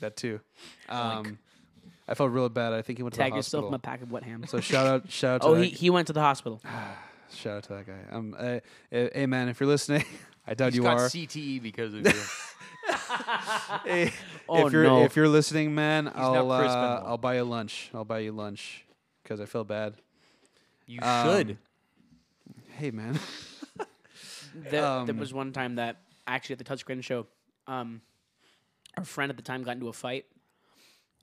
[SPEAKER 2] That too. Um, I felt real bad. I think he went to
[SPEAKER 1] Tag
[SPEAKER 2] the
[SPEAKER 1] yourself
[SPEAKER 2] hospital.
[SPEAKER 1] in a pack of wet ham.
[SPEAKER 2] [LAUGHS] so shout out, shout out to
[SPEAKER 1] oh,
[SPEAKER 2] that,
[SPEAKER 1] he, he went to the hospital.
[SPEAKER 2] shout out to that guy. Um, uh, uh, hey man, if you're listening, [LAUGHS] I doubt
[SPEAKER 3] He's
[SPEAKER 2] you
[SPEAKER 3] got
[SPEAKER 2] are.
[SPEAKER 3] CTE because of you.
[SPEAKER 2] Hey,
[SPEAKER 1] [LAUGHS] Oh,
[SPEAKER 2] [LAUGHS] if you're
[SPEAKER 1] no.
[SPEAKER 2] if you're listening, man, I'll
[SPEAKER 3] Chris
[SPEAKER 2] uh,
[SPEAKER 3] Benoit.
[SPEAKER 2] I'll buy you lunch. I'll buy you lunch because I feel bad.
[SPEAKER 3] You
[SPEAKER 2] Um,
[SPEAKER 3] should.
[SPEAKER 2] Hey man, [LAUGHS]
[SPEAKER 1] There, there
[SPEAKER 2] Um,
[SPEAKER 1] was one time that actually at the touchscreen show, um, our friend at the time got into a fight,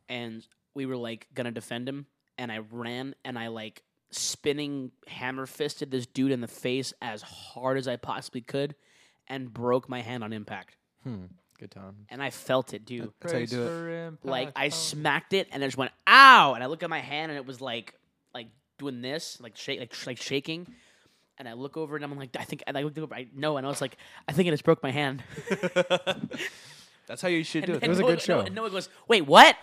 [SPEAKER 1] and we were like gonna defend him, and I ran and I like spinning hammer fisted this dude in the face as hard as I possibly could, and broke my hand on impact,
[SPEAKER 4] Good time.
[SPEAKER 1] and I felt it, dude.
[SPEAKER 2] that's how you do it.
[SPEAKER 3] Uh,
[SPEAKER 1] Like
[SPEAKER 3] oh.
[SPEAKER 1] I smacked it and I just went ow, and I look at my hand and it was like like doing this, like shake, like, sh- like shaking. And I look over and I'm like, I think and I looked over. I know, and I was like, I think it just broke my hand. [LAUGHS]
[SPEAKER 2] That's how you should do it.
[SPEAKER 1] And
[SPEAKER 4] was a
[SPEAKER 1] Noah-
[SPEAKER 4] good
[SPEAKER 1] Noah-
[SPEAKER 4] show.
[SPEAKER 1] Noah goes, wait, what?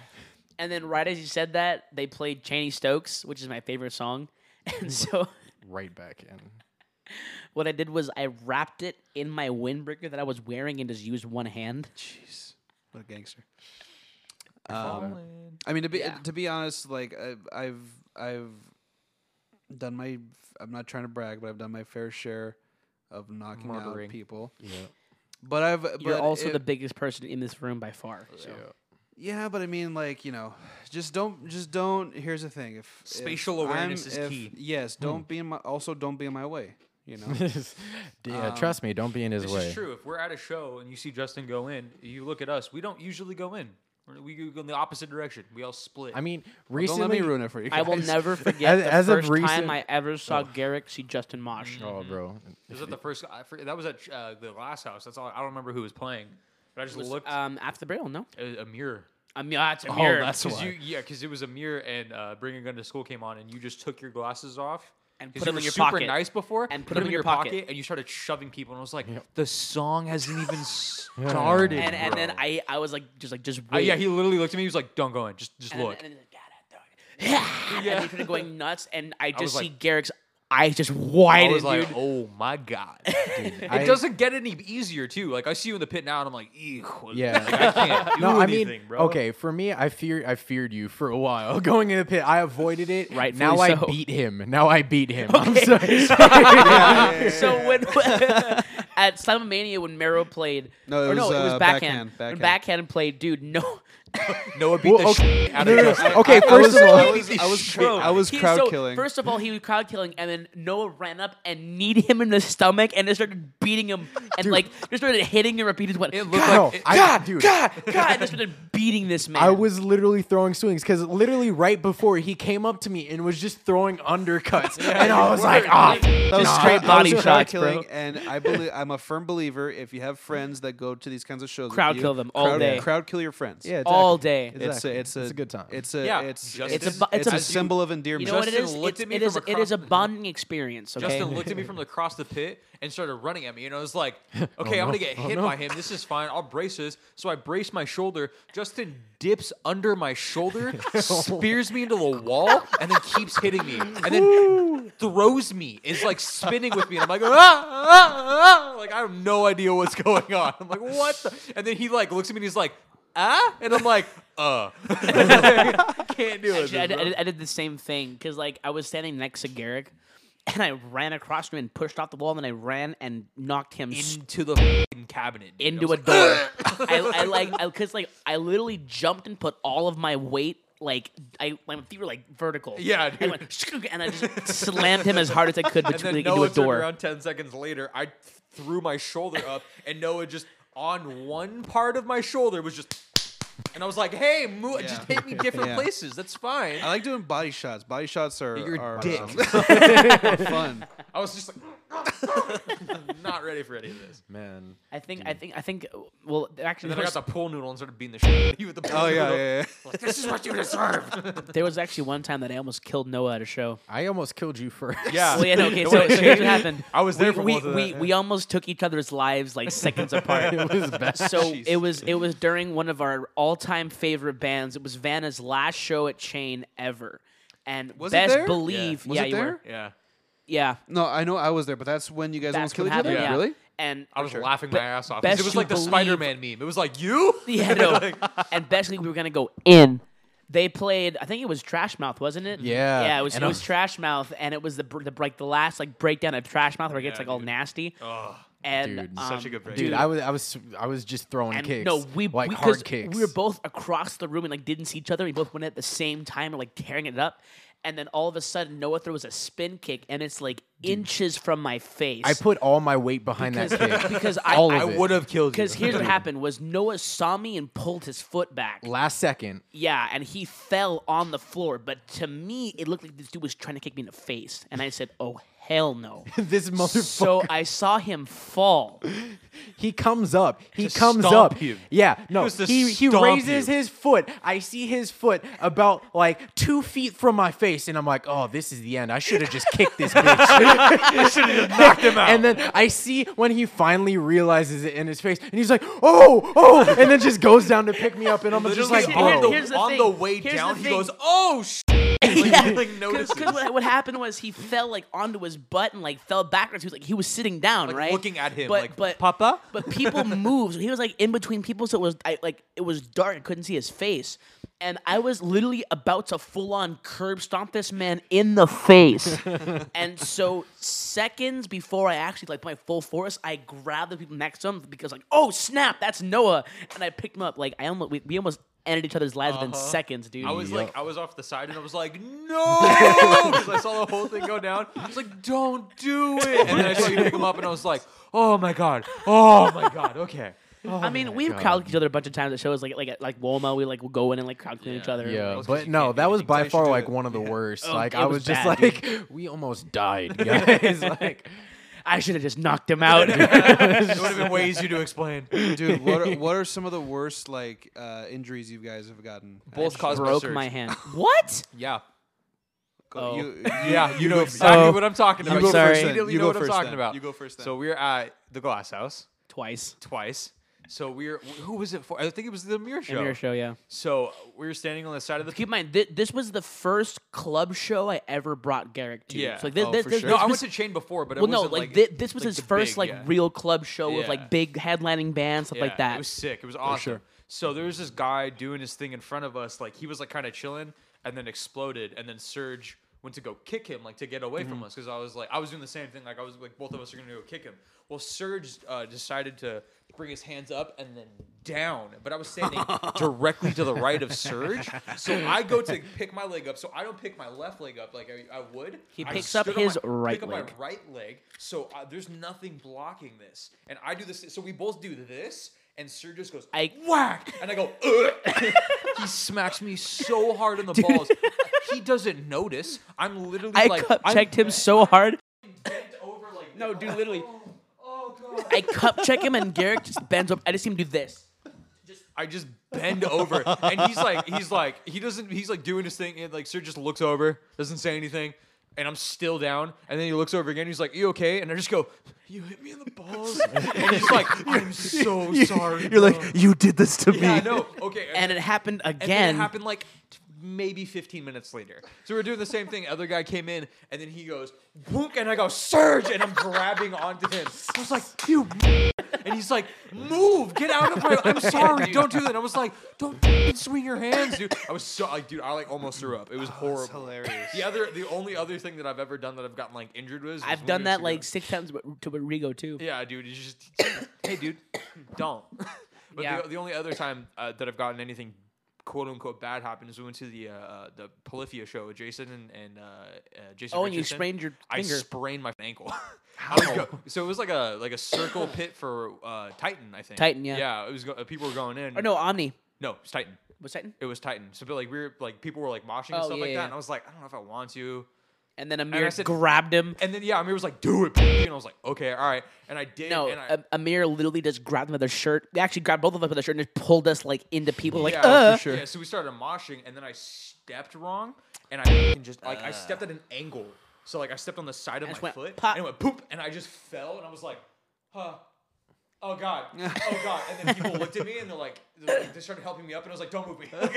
[SPEAKER 1] And then right as he said that, they played Cheney Stokes, which is my favorite song. [LAUGHS] And so
[SPEAKER 4] Right back in.
[SPEAKER 2] [LAUGHS]
[SPEAKER 4] [LAUGHS]
[SPEAKER 1] what I did was I wrapped it in my windbreaker that I was wearing and just used one hand.
[SPEAKER 2] Jeez, what a gangster. Um, I mean, to be to be honest, like I, I've I've done my I'm not trying to brag, but I've done my fair share of knocking
[SPEAKER 3] Murdering.
[SPEAKER 2] out people. Yeah. But I've but
[SPEAKER 1] You're also
[SPEAKER 2] it-
[SPEAKER 1] the biggest person in this room by far. So.
[SPEAKER 2] yeah, but I mean, like you know, just don't just don't. Here's the thing: if if
[SPEAKER 3] Spatial awareness
[SPEAKER 2] I'm-
[SPEAKER 3] is
[SPEAKER 2] if-
[SPEAKER 3] key.
[SPEAKER 2] Yes, don't be in my also don't be in my way. You know,
[SPEAKER 4] yeah, trust
[SPEAKER 2] Um,
[SPEAKER 4] me. Don't be in his
[SPEAKER 3] This
[SPEAKER 4] way.
[SPEAKER 3] is true. If we're at a show and you see Justin go in, you look at us. We don't usually go in. We're- We go in the opposite direction. We all split.
[SPEAKER 4] I mean,
[SPEAKER 2] don't
[SPEAKER 4] recently.
[SPEAKER 2] let me ruin it for you.
[SPEAKER 1] I will
[SPEAKER 2] guys. [LAUGHS]
[SPEAKER 4] [LAUGHS]
[SPEAKER 1] never forget
[SPEAKER 4] As-
[SPEAKER 1] the
[SPEAKER 4] as of
[SPEAKER 1] first time
[SPEAKER 4] recent-
[SPEAKER 1] I ever saw Garrick see Justin Mosh.
[SPEAKER 4] [LAUGHS] Oh,
[SPEAKER 1] [LAUGHS]
[SPEAKER 4] bro.
[SPEAKER 3] was that the first? I forget, that was at uh, the last house. That's all. I don't remember who was playing, but I just
[SPEAKER 1] Was,
[SPEAKER 3] looked.
[SPEAKER 1] um, after the burial, no?
[SPEAKER 3] a, a mirror.
[SPEAKER 1] I mean, ah, it's a
[SPEAKER 2] Oh,
[SPEAKER 1] mirror.
[SPEAKER 2] that's
[SPEAKER 3] Cause
[SPEAKER 2] why.
[SPEAKER 3] you, yeah, because it was a mirror, and uh, Bring a Gun to School came on, and you just took your glasses off
[SPEAKER 1] And
[SPEAKER 3] 'cause
[SPEAKER 1] put
[SPEAKER 3] you
[SPEAKER 1] them
[SPEAKER 3] were
[SPEAKER 1] in your
[SPEAKER 3] super
[SPEAKER 1] pocket.
[SPEAKER 3] nice before,
[SPEAKER 1] And put
[SPEAKER 3] put
[SPEAKER 1] them in
[SPEAKER 3] them in
[SPEAKER 1] your
[SPEAKER 3] your
[SPEAKER 1] pocket.
[SPEAKER 3] pocket. and you started shoving people, and I was like, the song hasn't
[SPEAKER 2] [LAUGHS]
[SPEAKER 3] even started.
[SPEAKER 1] and and then
[SPEAKER 3] bro."
[SPEAKER 1] I, I was like, just like, just
[SPEAKER 3] Uh,
[SPEAKER 1] wait.
[SPEAKER 3] yeah, he literally looked at me. He was like, "Don't go in. Just, just
[SPEAKER 1] and
[SPEAKER 3] look."
[SPEAKER 1] Then, and then, he's like, "God, I dog it." and he started going nuts, and I just
[SPEAKER 3] was
[SPEAKER 1] see
[SPEAKER 3] like-
[SPEAKER 1] Garrick's eyes just
[SPEAKER 3] I
[SPEAKER 1] widen,
[SPEAKER 3] was like, [LAUGHS]
[SPEAKER 1] dude.
[SPEAKER 3] "Oh my [LAUGHS] god!" it
[SPEAKER 4] I-
[SPEAKER 3] doesn't get any easier, too. Like I see you in the pit now, and I'm like, "Ew."
[SPEAKER 4] Yeah.
[SPEAKER 3] Like, I can't do
[SPEAKER 4] [LAUGHS] no, I mean,
[SPEAKER 3] anything, bro.
[SPEAKER 4] okay. For me, I fear I feared you for a while. [LAUGHS] Going in the pit, I avoided it. Right now,
[SPEAKER 1] Rightfully
[SPEAKER 4] I
[SPEAKER 1] so.
[SPEAKER 4] beat him. Now I
[SPEAKER 1] [LAUGHS]
[SPEAKER 4] beat him. I'm
[SPEAKER 1] Okay. [LAUGHS]
[SPEAKER 4] sorry. [LAUGHS]
[SPEAKER 1] so when at Slamomania when Mero played,
[SPEAKER 2] No, it
[SPEAKER 1] or no,
[SPEAKER 2] was,
[SPEAKER 1] it was
[SPEAKER 2] uh,
[SPEAKER 1] backhand.
[SPEAKER 2] backhand,
[SPEAKER 1] When
[SPEAKER 2] backhand.
[SPEAKER 1] backhand played, dude, no.
[SPEAKER 3] Noah beat the shit out of
[SPEAKER 4] No, no, no.
[SPEAKER 3] Justin.
[SPEAKER 4] Okay,
[SPEAKER 2] I
[SPEAKER 4] first
[SPEAKER 2] was-
[SPEAKER 4] of all,
[SPEAKER 2] I was
[SPEAKER 1] [LAUGHS]
[SPEAKER 2] I was, I was
[SPEAKER 1] He-
[SPEAKER 2] crowd
[SPEAKER 1] so,
[SPEAKER 2] killing.
[SPEAKER 1] First of all, he was crowd killing, and then Noah ran up and kneed him in the stomach, and just started beating him, and like just started hitting him repeatedly. Went,
[SPEAKER 3] It looked
[SPEAKER 1] God,
[SPEAKER 4] No,
[SPEAKER 3] like
[SPEAKER 4] I, God, dude.
[SPEAKER 1] God, just started beating this man.
[SPEAKER 4] I was literally throwing swings because literally right before he came up to me and was just
[SPEAKER 1] [LAUGHS]
[SPEAKER 4] throwing undercuts, and I was like, ah,
[SPEAKER 2] That was
[SPEAKER 1] Nah,
[SPEAKER 2] straight
[SPEAKER 1] that was
[SPEAKER 2] body
[SPEAKER 1] crowd
[SPEAKER 2] shots, killing,
[SPEAKER 1] bro.
[SPEAKER 2] and I believe I'm a firm believer. If you have friends that go to these kinds of shows, with
[SPEAKER 1] Crowd
[SPEAKER 2] you,
[SPEAKER 1] kill them all
[SPEAKER 2] crowd,
[SPEAKER 1] day.
[SPEAKER 2] Crowd kill your friends.
[SPEAKER 4] Yeah, exactly.
[SPEAKER 1] all day.
[SPEAKER 2] it's a it's a,
[SPEAKER 4] It's a good time.
[SPEAKER 2] It's a
[SPEAKER 3] Yeah,
[SPEAKER 2] it's
[SPEAKER 3] Justin-
[SPEAKER 2] it's,
[SPEAKER 1] It's a bu- it's
[SPEAKER 2] it's
[SPEAKER 1] a-
[SPEAKER 2] a symbol of endearment.
[SPEAKER 1] You know what it
[SPEAKER 3] Justin
[SPEAKER 1] is?
[SPEAKER 3] looked
[SPEAKER 1] It's,
[SPEAKER 3] at me
[SPEAKER 1] it is.
[SPEAKER 3] from
[SPEAKER 1] It is a
[SPEAKER 3] across-
[SPEAKER 1] bonding experience. Okay.
[SPEAKER 3] Justin looked at me from across the pit and started running at me, and I was like, "Okay, I'm gonna get hit by him. This is fine. I'll brace this." So I brace my shoulder. Justin dips under my shoulder, spears me into the wall, and then keeps hitting me, and then throws me. Is like spinning with me, and I'm like, "Ah, ah, ah," like I have no idea what's going on. I'm like, "What?" the-" And then he like looks at me and he's like, "Ah," and I'm like, "Uh." [LAUGHS] Can't do it.
[SPEAKER 1] Actually, [LAUGHS] I, did- I did, I did the same thing because like I was standing next to Garrick, and I ran across him and pushed off the wall, and then I ran and knocked him s-
[SPEAKER 3] Into the f***ing cabinet. dude. I
[SPEAKER 1] into
[SPEAKER 3] was
[SPEAKER 1] a door.
[SPEAKER 3] [LAUGHS]
[SPEAKER 1] I, I like because like I literally jumped and put all of my weight. Like I, my feet were like vertical.
[SPEAKER 3] Yeah,
[SPEAKER 1] I
[SPEAKER 3] dude.
[SPEAKER 1] went, and I just slammed him as hard as I
[SPEAKER 3] [LAUGHS]
[SPEAKER 1] could
[SPEAKER 3] And
[SPEAKER 1] between,
[SPEAKER 3] then
[SPEAKER 1] like, into
[SPEAKER 3] Noah
[SPEAKER 1] a
[SPEAKER 3] turned
[SPEAKER 1] door.
[SPEAKER 3] around ten seconds later. I th- threw my shoulder up, and Noah just on one part of my shoulder was just, and I was like, "Hey, mo- just hit me different
[SPEAKER 2] [LAUGHS] Yeah.
[SPEAKER 3] places. That's fine."
[SPEAKER 2] I like doing body shots. Body shots are
[SPEAKER 3] You're a
[SPEAKER 2] are,
[SPEAKER 3] dick.
[SPEAKER 2] um, [LAUGHS] are fun.
[SPEAKER 3] I was just like, [LAUGHS] not ready for any of this.
[SPEAKER 4] man.
[SPEAKER 1] I think, I think, I think. Well, actually,
[SPEAKER 3] Mm. And then
[SPEAKER 1] there
[SPEAKER 3] I
[SPEAKER 1] was,
[SPEAKER 3] got the pool noodle and started beating the shit out of you with the pool
[SPEAKER 2] Oh yeah,
[SPEAKER 3] noodle.
[SPEAKER 2] yeah, yeah.
[SPEAKER 3] Like, this is what you deserve.
[SPEAKER 2] [LAUGHS]
[SPEAKER 1] there was actually one time that I almost killed Noah at a show.
[SPEAKER 4] I almost killed you
[SPEAKER 5] [LAUGHS]
[SPEAKER 4] first.
[SPEAKER 1] Well, yeah, no,
[SPEAKER 3] [LAUGHS]
[SPEAKER 1] okay. So, so here's what happened.
[SPEAKER 3] I was there
[SPEAKER 1] we,
[SPEAKER 3] for
[SPEAKER 1] we,
[SPEAKER 3] both of
[SPEAKER 1] we,
[SPEAKER 3] that.
[SPEAKER 1] we almost took each other's lives like
[SPEAKER 3] [LAUGHS]
[SPEAKER 1] seconds apart.
[SPEAKER 4] it
[SPEAKER 2] [LAUGHS]
[SPEAKER 4] was bad.
[SPEAKER 1] So
[SPEAKER 2] Jeez.
[SPEAKER 1] it was it was during one of our all time favorite bands. It was Vanna's last show at Chain ever, and
[SPEAKER 2] Was it
[SPEAKER 1] best
[SPEAKER 2] there?
[SPEAKER 1] believe,
[SPEAKER 2] Was
[SPEAKER 1] yeah,
[SPEAKER 2] it
[SPEAKER 1] you
[SPEAKER 2] there?
[SPEAKER 1] were.
[SPEAKER 3] yeah.
[SPEAKER 1] Yeah,
[SPEAKER 2] No, I know I was there, but that's when you guys
[SPEAKER 1] that's
[SPEAKER 2] almost killed
[SPEAKER 1] what
[SPEAKER 2] each other.
[SPEAKER 1] happened. Yeah. [LAUGHS]
[SPEAKER 2] Really?
[SPEAKER 1] And
[SPEAKER 3] I was
[SPEAKER 1] sure.
[SPEAKER 3] laughing
[SPEAKER 1] But
[SPEAKER 3] my ass off. 'cause
[SPEAKER 1] best
[SPEAKER 3] It was
[SPEAKER 1] you
[SPEAKER 3] like the
[SPEAKER 1] believe-
[SPEAKER 3] Spider-Man meme. It was like you.
[SPEAKER 1] [LAUGHS]
[SPEAKER 2] [LAUGHS]
[SPEAKER 1] Yeah, no. and basically, we were gonna go in. They played. I think it was Trash Mouth, wasn't it?
[SPEAKER 2] Yeah.
[SPEAKER 1] Yeah, it was.
[SPEAKER 2] And
[SPEAKER 1] It was Trash Mouth, and it was the, br- the like the last like breakdown of Trash Mouth where it gets
[SPEAKER 3] Yeah,
[SPEAKER 1] like all
[SPEAKER 3] dude.
[SPEAKER 1] nasty.
[SPEAKER 3] Ugh.
[SPEAKER 1] And
[SPEAKER 5] Dude,
[SPEAKER 1] um,
[SPEAKER 3] [LAUGHS] such a good break.
[SPEAKER 5] Dude, I was I was I was just throwing
[SPEAKER 1] and
[SPEAKER 5] kicks.
[SPEAKER 1] no, we
[SPEAKER 5] like
[SPEAKER 1] we, 'cause
[SPEAKER 5] hard kicks.
[SPEAKER 1] We were both across the room and like didn't see each other. We both went at the same time and like tearing it up. And then all of a sudden, Noah throws a spin kick, and it's like inches from my face.
[SPEAKER 5] I put all my weight behind that
[SPEAKER 1] because, [LAUGHS]
[SPEAKER 5] kick.
[SPEAKER 1] because I,
[SPEAKER 5] All
[SPEAKER 1] I
[SPEAKER 5] of it.
[SPEAKER 3] would have killed you.
[SPEAKER 1] Because
[SPEAKER 3] [LAUGHS]
[SPEAKER 1] here's what happened: was Noah saw me and pulled his foot back.
[SPEAKER 5] Last second,
[SPEAKER 1] Yeah, and he fell on the floor. But to me, it looked like this dude was trying to kick me in the face, and I said, "Oh hell no!"
[SPEAKER 5] [LAUGHS] this motherfucker.
[SPEAKER 1] so I saw him fall.
[SPEAKER 5] He comes up. He
[SPEAKER 3] To
[SPEAKER 5] comes
[SPEAKER 3] stomp
[SPEAKER 5] up.
[SPEAKER 3] you.
[SPEAKER 5] Yeah, no.
[SPEAKER 3] was to
[SPEAKER 5] He he
[SPEAKER 3] stomp
[SPEAKER 5] raises
[SPEAKER 3] you.
[SPEAKER 5] his foot. I see his foot about like two feet from my face, and I'm like, oh, this is the end. I should have just kicked this bitch.
[SPEAKER 3] knocked him out.
[SPEAKER 5] and then I see when he finally realizes it in his face, and he's like, oh, oh, and then just goes down to pick me up, and I'm just like,
[SPEAKER 3] Literally
[SPEAKER 1] here-
[SPEAKER 5] bro.
[SPEAKER 3] on, the,
[SPEAKER 1] here's the
[SPEAKER 3] on
[SPEAKER 1] thing.
[SPEAKER 3] the way
[SPEAKER 1] Here's
[SPEAKER 3] down,
[SPEAKER 1] the
[SPEAKER 3] he
[SPEAKER 1] thing.
[SPEAKER 3] goes, "Oh sh!" [LAUGHS] Like, like,
[SPEAKER 1] Because
[SPEAKER 3] notices.
[SPEAKER 1] what, what happened was he fell like onto his butt and like fell backwards. He was like he was sitting down,
[SPEAKER 3] Like,
[SPEAKER 1] right?
[SPEAKER 3] looking at him,
[SPEAKER 1] but,
[SPEAKER 3] like,
[SPEAKER 1] but,
[SPEAKER 3] "Papa?"
[SPEAKER 1] [LAUGHS] But people moved. So he was like in between people, so it was I, like it was dark. I couldn't see his face, and I was literally about to full on curb stomp this man in the
[SPEAKER 3] [LAUGHS]
[SPEAKER 1] face. and so seconds before I actually like my full force, I grabbed the people next to him because like oh snap, that's Noah, and I picked him up. Like I almost we, we almost ended each other's lives within seconds, dude.
[SPEAKER 3] Uh-huh. I was like, I was off the side, and I was like,
[SPEAKER 2] [LAUGHS]
[SPEAKER 3] "No!" Because I saw the whole thing go down. I was like, "Don't do it!" And then I saw you pick him up, and I was like, "Oh my god! Oh my god! Okay." Oh
[SPEAKER 1] I mean, we've crowd kicked each other a bunch of times at shows, like like like Woma. We like would go in and like crowd kick each other. [LAUGHS]
[SPEAKER 5] Yeah,
[SPEAKER 3] Well, it's 'cause
[SPEAKER 5] but
[SPEAKER 3] you
[SPEAKER 5] no,
[SPEAKER 3] can't do
[SPEAKER 5] that was
[SPEAKER 3] anything, so
[SPEAKER 5] by
[SPEAKER 3] you
[SPEAKER 5] far
[SPEAKER 3] should do
[SPEAKER 5] like
[SPEAKER 3] it.
[SPEAKER 5] one of the worst. like
[SPEAKER 1] it
[SPEAKER 5] I
[SPEAKER 1] was
[SPEAKER 5] was, just
[SPEAKER 1] bad,
[SPEAKER 5] like, we almost died,
[SPEAKER 3] [LAUGHS]
[SPEAKER 5] guys.
[SPEAKER 4] [LAUGHS]
[SPEAKER 5] like,
[SPEAKER 1] I should have just knocked him out. [LAUGHS]
[SPEAKER 3] There would have been ways you to explain.
[SPEAKER 2] Dude, what are, what are some of the worst like uh, injuries you guys have gotten?
[SPEAKER 3] Both caused by
[SPEAKER 1] Broke
[SPEAKER 3] surge.
[SPEAKER 1] my
[SPEAKER 3] [LAUGHS]
[SPEAKER 1] hand. What?
[SPEAKER 3] Yeah,
[SPEAKER 1] Oh.
[SPEAKER 2] You,
[SPEAKER 3] yeah. You know
[SPEAKER 2] go-
[SPEAKER 3] exactly
[SPEAKER 4] Oh,
[SPEAKER 3] what I'm talking
[SPEAKER 2] you
[SPEAKER 3] about.
[SPEAKER 2] go
[SPEAKER 3] You
[SPEAKER 2] first then.
[SPEAKER 3] immediately
[SPEAKER 2] You
[SPEAKER 3] know
[SPEAKER 2] go
[SPEAKER 3] what I'm
[SPEAKER 2] first
[SPEAKER 3] talking
[SPEAKER 2] then.
[SPEAKER 3] about.
[SPEAKER 2] You go first then.
[SPEAKER 3] So we're at the Glass House
[SPEAKER 1] Twice.
[SPEAKER 3] twice. So we're who was it for? I think it was the Mirror Show.
[SPEAKER 1] Mirror show, yeah.
[SPEAKER 3] So we were standing on the side of the
[SPEAKER 1] Keep in mind, th- this was the first club show I ever brought Garrick to.
[SPEAKER 3] Yeah.
[SPEAKER 1] So, like, this,
[SPEAKER 2] Oh,
[SPEAKER 1] this,
[SPEAKER 2] for
[SPEAKER 1] this,
[SPEAKER 2] sure.
[SPEAKER 3] No,
[SPEAKER 1] this
[SPEAKER 3] I
[SPEAKER 1] was,
[SPEAKER 3] went to Chain before, but it
[SPEAKER 1] well, no,
[SPEAKER 3] wasn't
[SPEAKER 1] like,
[SPEAKER 3] like,
[SPEAKER 1] thi- this was
[SPEAKER 3] like
[SPEAKER 1] his
[SPEAKER 3] the
[SPEAKER 1] first
[SPEAKER 3] big,
[SPEAKER 1] like
[SPEAKER 3] yeah.
[SPEAKER 1] real club show with
[SPEAKER 3] Yeah.
[SPEAKER 1] like big headlining bands, stuff
[SPEAKER 3] Yeah,
[SPEAKER 1] like that.
[SPEAKER 3] It was sick. It was awesome. So there was this guy doing his thing in front of us. Like he was like kind of chilling, and then exploded, and then Surge went to go kick him, like to get away
[SPEAKER 1] Mm-hmm.
[SPEAKER 3] from us, because I was like, I was doing the same thing. Like I was like, both of us are gonna go kick him. Well, Surge uh, decided to bring his hands up and then down, but I
[SPEAKER 1] [LAUGHS]
[SPEAKER 3] was standing directly to the right of Surge, so I
[SPEAKER 1] [LAUGHS]
[SPEAKER 3] go to pick my leg up. So I don't pick my left leg up like I, I would.
[SPEAKER 1] He
[SPEAKER 3] I
[SPEAKER 1] picks up
[SPEAKER 3] stood on
[SPEAKER 1] his
[SPEAKER 3] my-
[SPEAKER 1] right
[SPEAKER 3] pick up my
[SPEAKER 1] leg.
[SPEAKER 3] right leg. So uh, there's nothing blocking this, and I do this. So we both do this, and Sir just goes
[SPEAKER 1] I-
[SPEAKER 3] whack, and
[SPEAKER 1] [LAUGHS]
[SPEAKER 3] I go. "Ugh." he smacks me so hard in the balls. He doesn't notice. I'm literally
[SPEAKER 1] I
[SPEAKER 3] like
[SPEAKER 1] cup
[SPEAKER 3] I'm
[SPEAKER 1] checked
[SPEAKER 3] [LAUGHS]
[SPEAKER 1] him so hard.
[SPEAKER 3] bent over like
[SPEAKER 1] No, dude, [LAUGHS] literally.
[SPEAKER 3] Oh, oh, God.
[SPEAKER 1] I cup check him, and Garrick just bends up. I just see him do this.
[SPEAKER 3] I just bend over, and he's like, he's like, he doesn't, he's like doing his thing, and like Sir just looks over, doesn't say anything, and I'm still down, and then he looks over again, he's like, "You okay?" And I just go, "You hit me in
[SPEAKER 1] [LAUGHS]
[SPEAKER 3] the balls," and he's like, "I'm so sorry." You're like,
[SPEAKER 5] you did this to
[SPEAKER 3] [LAUGHS] "Yeah,
[SPEAKER 1] [LAUGHS]
[SPEAKER 4] [LAUGHS]
[SPEAKER 3] no, okay."
[SPEAKER 1] And it happened
[SPEAKER 3] and then
[SPEAKER 1] again.
[SPEAKER 3] it happened like t- maybe 15 minutes later. So we're doing the same thing. Other guy came in, and then he goes, "Whoop!" and I go, "Surge!" and I'm grabbing onto him. I was like, "You!" m-" And he's like, "Move! Get out of my!
[SPEAKER 1] [LAUGHS]
[SPEAKER 3] I'm sorry. Don't do that." And I was like, "Don't f***ing swing your hands, dude." I was so like, dude, I like almost threw up. It
[SPEAKER 1] Oh,
[SPEAKER 3] was
[SPEAKER 2] That's
[SPEAKER 3] horrible.
[SPEAKER 2] hilarious.
[SPEAKER 3] The other, the only other thing that I've ever done that I've gotten like injured was. was
[SPEAKER 1] I've
[SPEAKER 3] when
[SPEAKER 1] done
[SPEAKER 3] we
[SPEAKER 1] that
[SPEAKER 3] were
[SPEAKER 1] like
[SPEAKER 3] together.
[SPEAKER 1] six times with- to Rigo too.
[SPEAKER 3] Yeah, dude. It's just, [COUGHS] hey, dude, don't. [COUGHS] But
[SPEAKER 1] Yeah.
[SPEAKER 3] the, the only other time uh, that I've gotten anything quote unquote bad happen is we went to the uh, uh, the Polyphia show with Jason and, and uh, uh, Jason.
[SPEAKER 1] Oh, and you
[SPEAKER 3] Richardson.
[SPEAKER 1] sprained your
[SPEAKER 3] I
[SPEAKER 1] finger.
[SPEAKER 3] sprained my ankle. [LAUGHS] I was go- so it was like a like
[SPEAKER 1] [COUGHS]
[SPEAKER 3] a circle pit for uh, Titan, I think.
[SPEAKER 1] Titan, yeah.
[SPEAKER 3] Yeah, it was. Go- uh, people were going in.
[SPEAKER 1] Or Oh, no, Omni.
[SPEAKER 3] no, it's Titan.
[SPEAKER 1] Was Titan?
[SPEAKER 3] It was Titan. So but like we were like people were like moshing
[SPEAKER 1] Oh,
[SPEAKER 3] and stuff
[SPEAKER 1] yeah,
[SPEAKER 3] like
[SPEAKER 1] yeah.
[SPEAKER 3] that, and I was like, I don't know if I want to.
[SPEAKER 1] And then Amir
[SPEAKER 3] said-
[SPEAKER 1] grabbed him.
[SPEAKER 3] And then yeah, Amir was like, [LAUGHS] "Do it," p-" and I was like, "Okay, all right." And I did.
[SPEAKER 1] No, uh,
[SPEAKER 3] and I,
[SPEAKER 1] Am- Amir literally just grabbed him by the shirt. They actually grabbed both of us by the shirt and just pulled us like into people. Like, [LAUGHS] uh.
[SPEAKER 3] [LAUGHS] sure. Yeah, so we started moshing, and then I stepped wrong, and I fucking just like I stepped at an angle. So like I stepped on the side of
[SPEAKER 1] And
[SPEAKER 3] my
[SPEAKER 1] just went
[SPEAKER 3] foot,
[SPEAKER 1] pop.
[SPEAKER 3] and it went poop, and I just fell, and I was like, huh. oh god,
[SPEAKER 1] [LAUGHS]
[SPEAKER 3] oh god, and then people looked at me and they're like, they're like- they started helping me up, and I was like, don't move me, [LAUGHS] I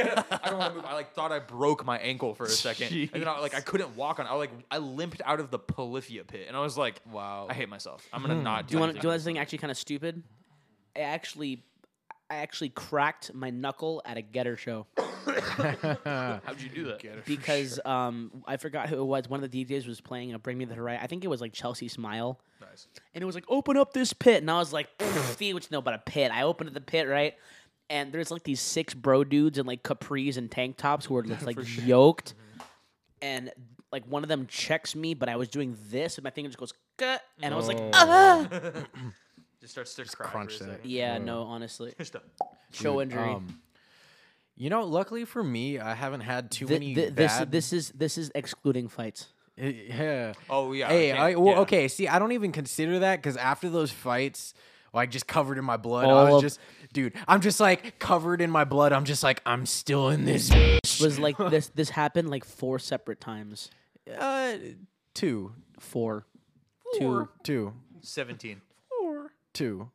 [SPEAKER 3] don't want to move. I like thought I broke my ankle for a second, and then I, like I couldn't walk on. I like I limped out of the polyphia pit, and I was like,
[SPEAKER 2] Wow.
[SPEAKER 3] I hate myself. I'm gonna not
[SPEAKER 1] Hmm. Do you want to
[SPEAKER 3] anything.
[SPEAKER 1] do this thing actually kind of stupid? I actually, I actually cracked my knuckle at a getter show
[SPEAKER 3] How'd you do that?
[SPEAKER 1] because um, I forgot who it was. One of the DJs was playing uh, "Bring Me the Horizon." I think it was like Chelsea Smile.
[SPEAKER 3] Nice.
[SPEAKER 1] and it was like open up this pit and i was like see what you know about a pit i opened the pit right and there's like these six bro dudes in like capris and tank tops who are just like yoked and like one of them checks me but i was doing this and my finger just goes "Cut," and i was like ah!
[SPEAKER 3] Just starts to
[SPEAKER 4] crunch that.
[SPEAKER 1] yeah no honestly
[SPEAKER 3] Just a-
[SPEAKER 1] show injury
[SPEAKER 4] Um, you know, luckily for me, I haven't had too
[SPEAKER 1] Th-
[SPEAKER 4] many
[SPEAKER 1] th- this,
[SPEAKER 4] bad.
[SPEAKER 1] this is this is excluding fights
[SPEAKER 4] [LAUGHS] yeah.
[SPEAKER 3] Oh yeah.
[SPEAKER 4] Hey,
[SPEAKER 3] can't-
[SPEAKER 4] I, well,
[SPEAKER 3] yeah.
[SPEAKER 4] okay. See, I don't even consider that because after those fights, like just covered in my blood, I
[SPEAKER 1] All
[SPEAKER 4] was
[SPEAKER 1] of-
[SPEAKER 4] just, dude, I'm just like covered in my blood. I'm just like, I'm still in
[SPEAKER 1] [LAUGHS]
[SPEAKER 4] this.
[SPEAKER 1] was like this this happened like four separate times
[SPEAKER 4] Uh, two,
[SPEAKER 1] four
[SPEAKER 4] two, two,
[SPEAKER 3] Seventeen.
[SPEAKER 4] two,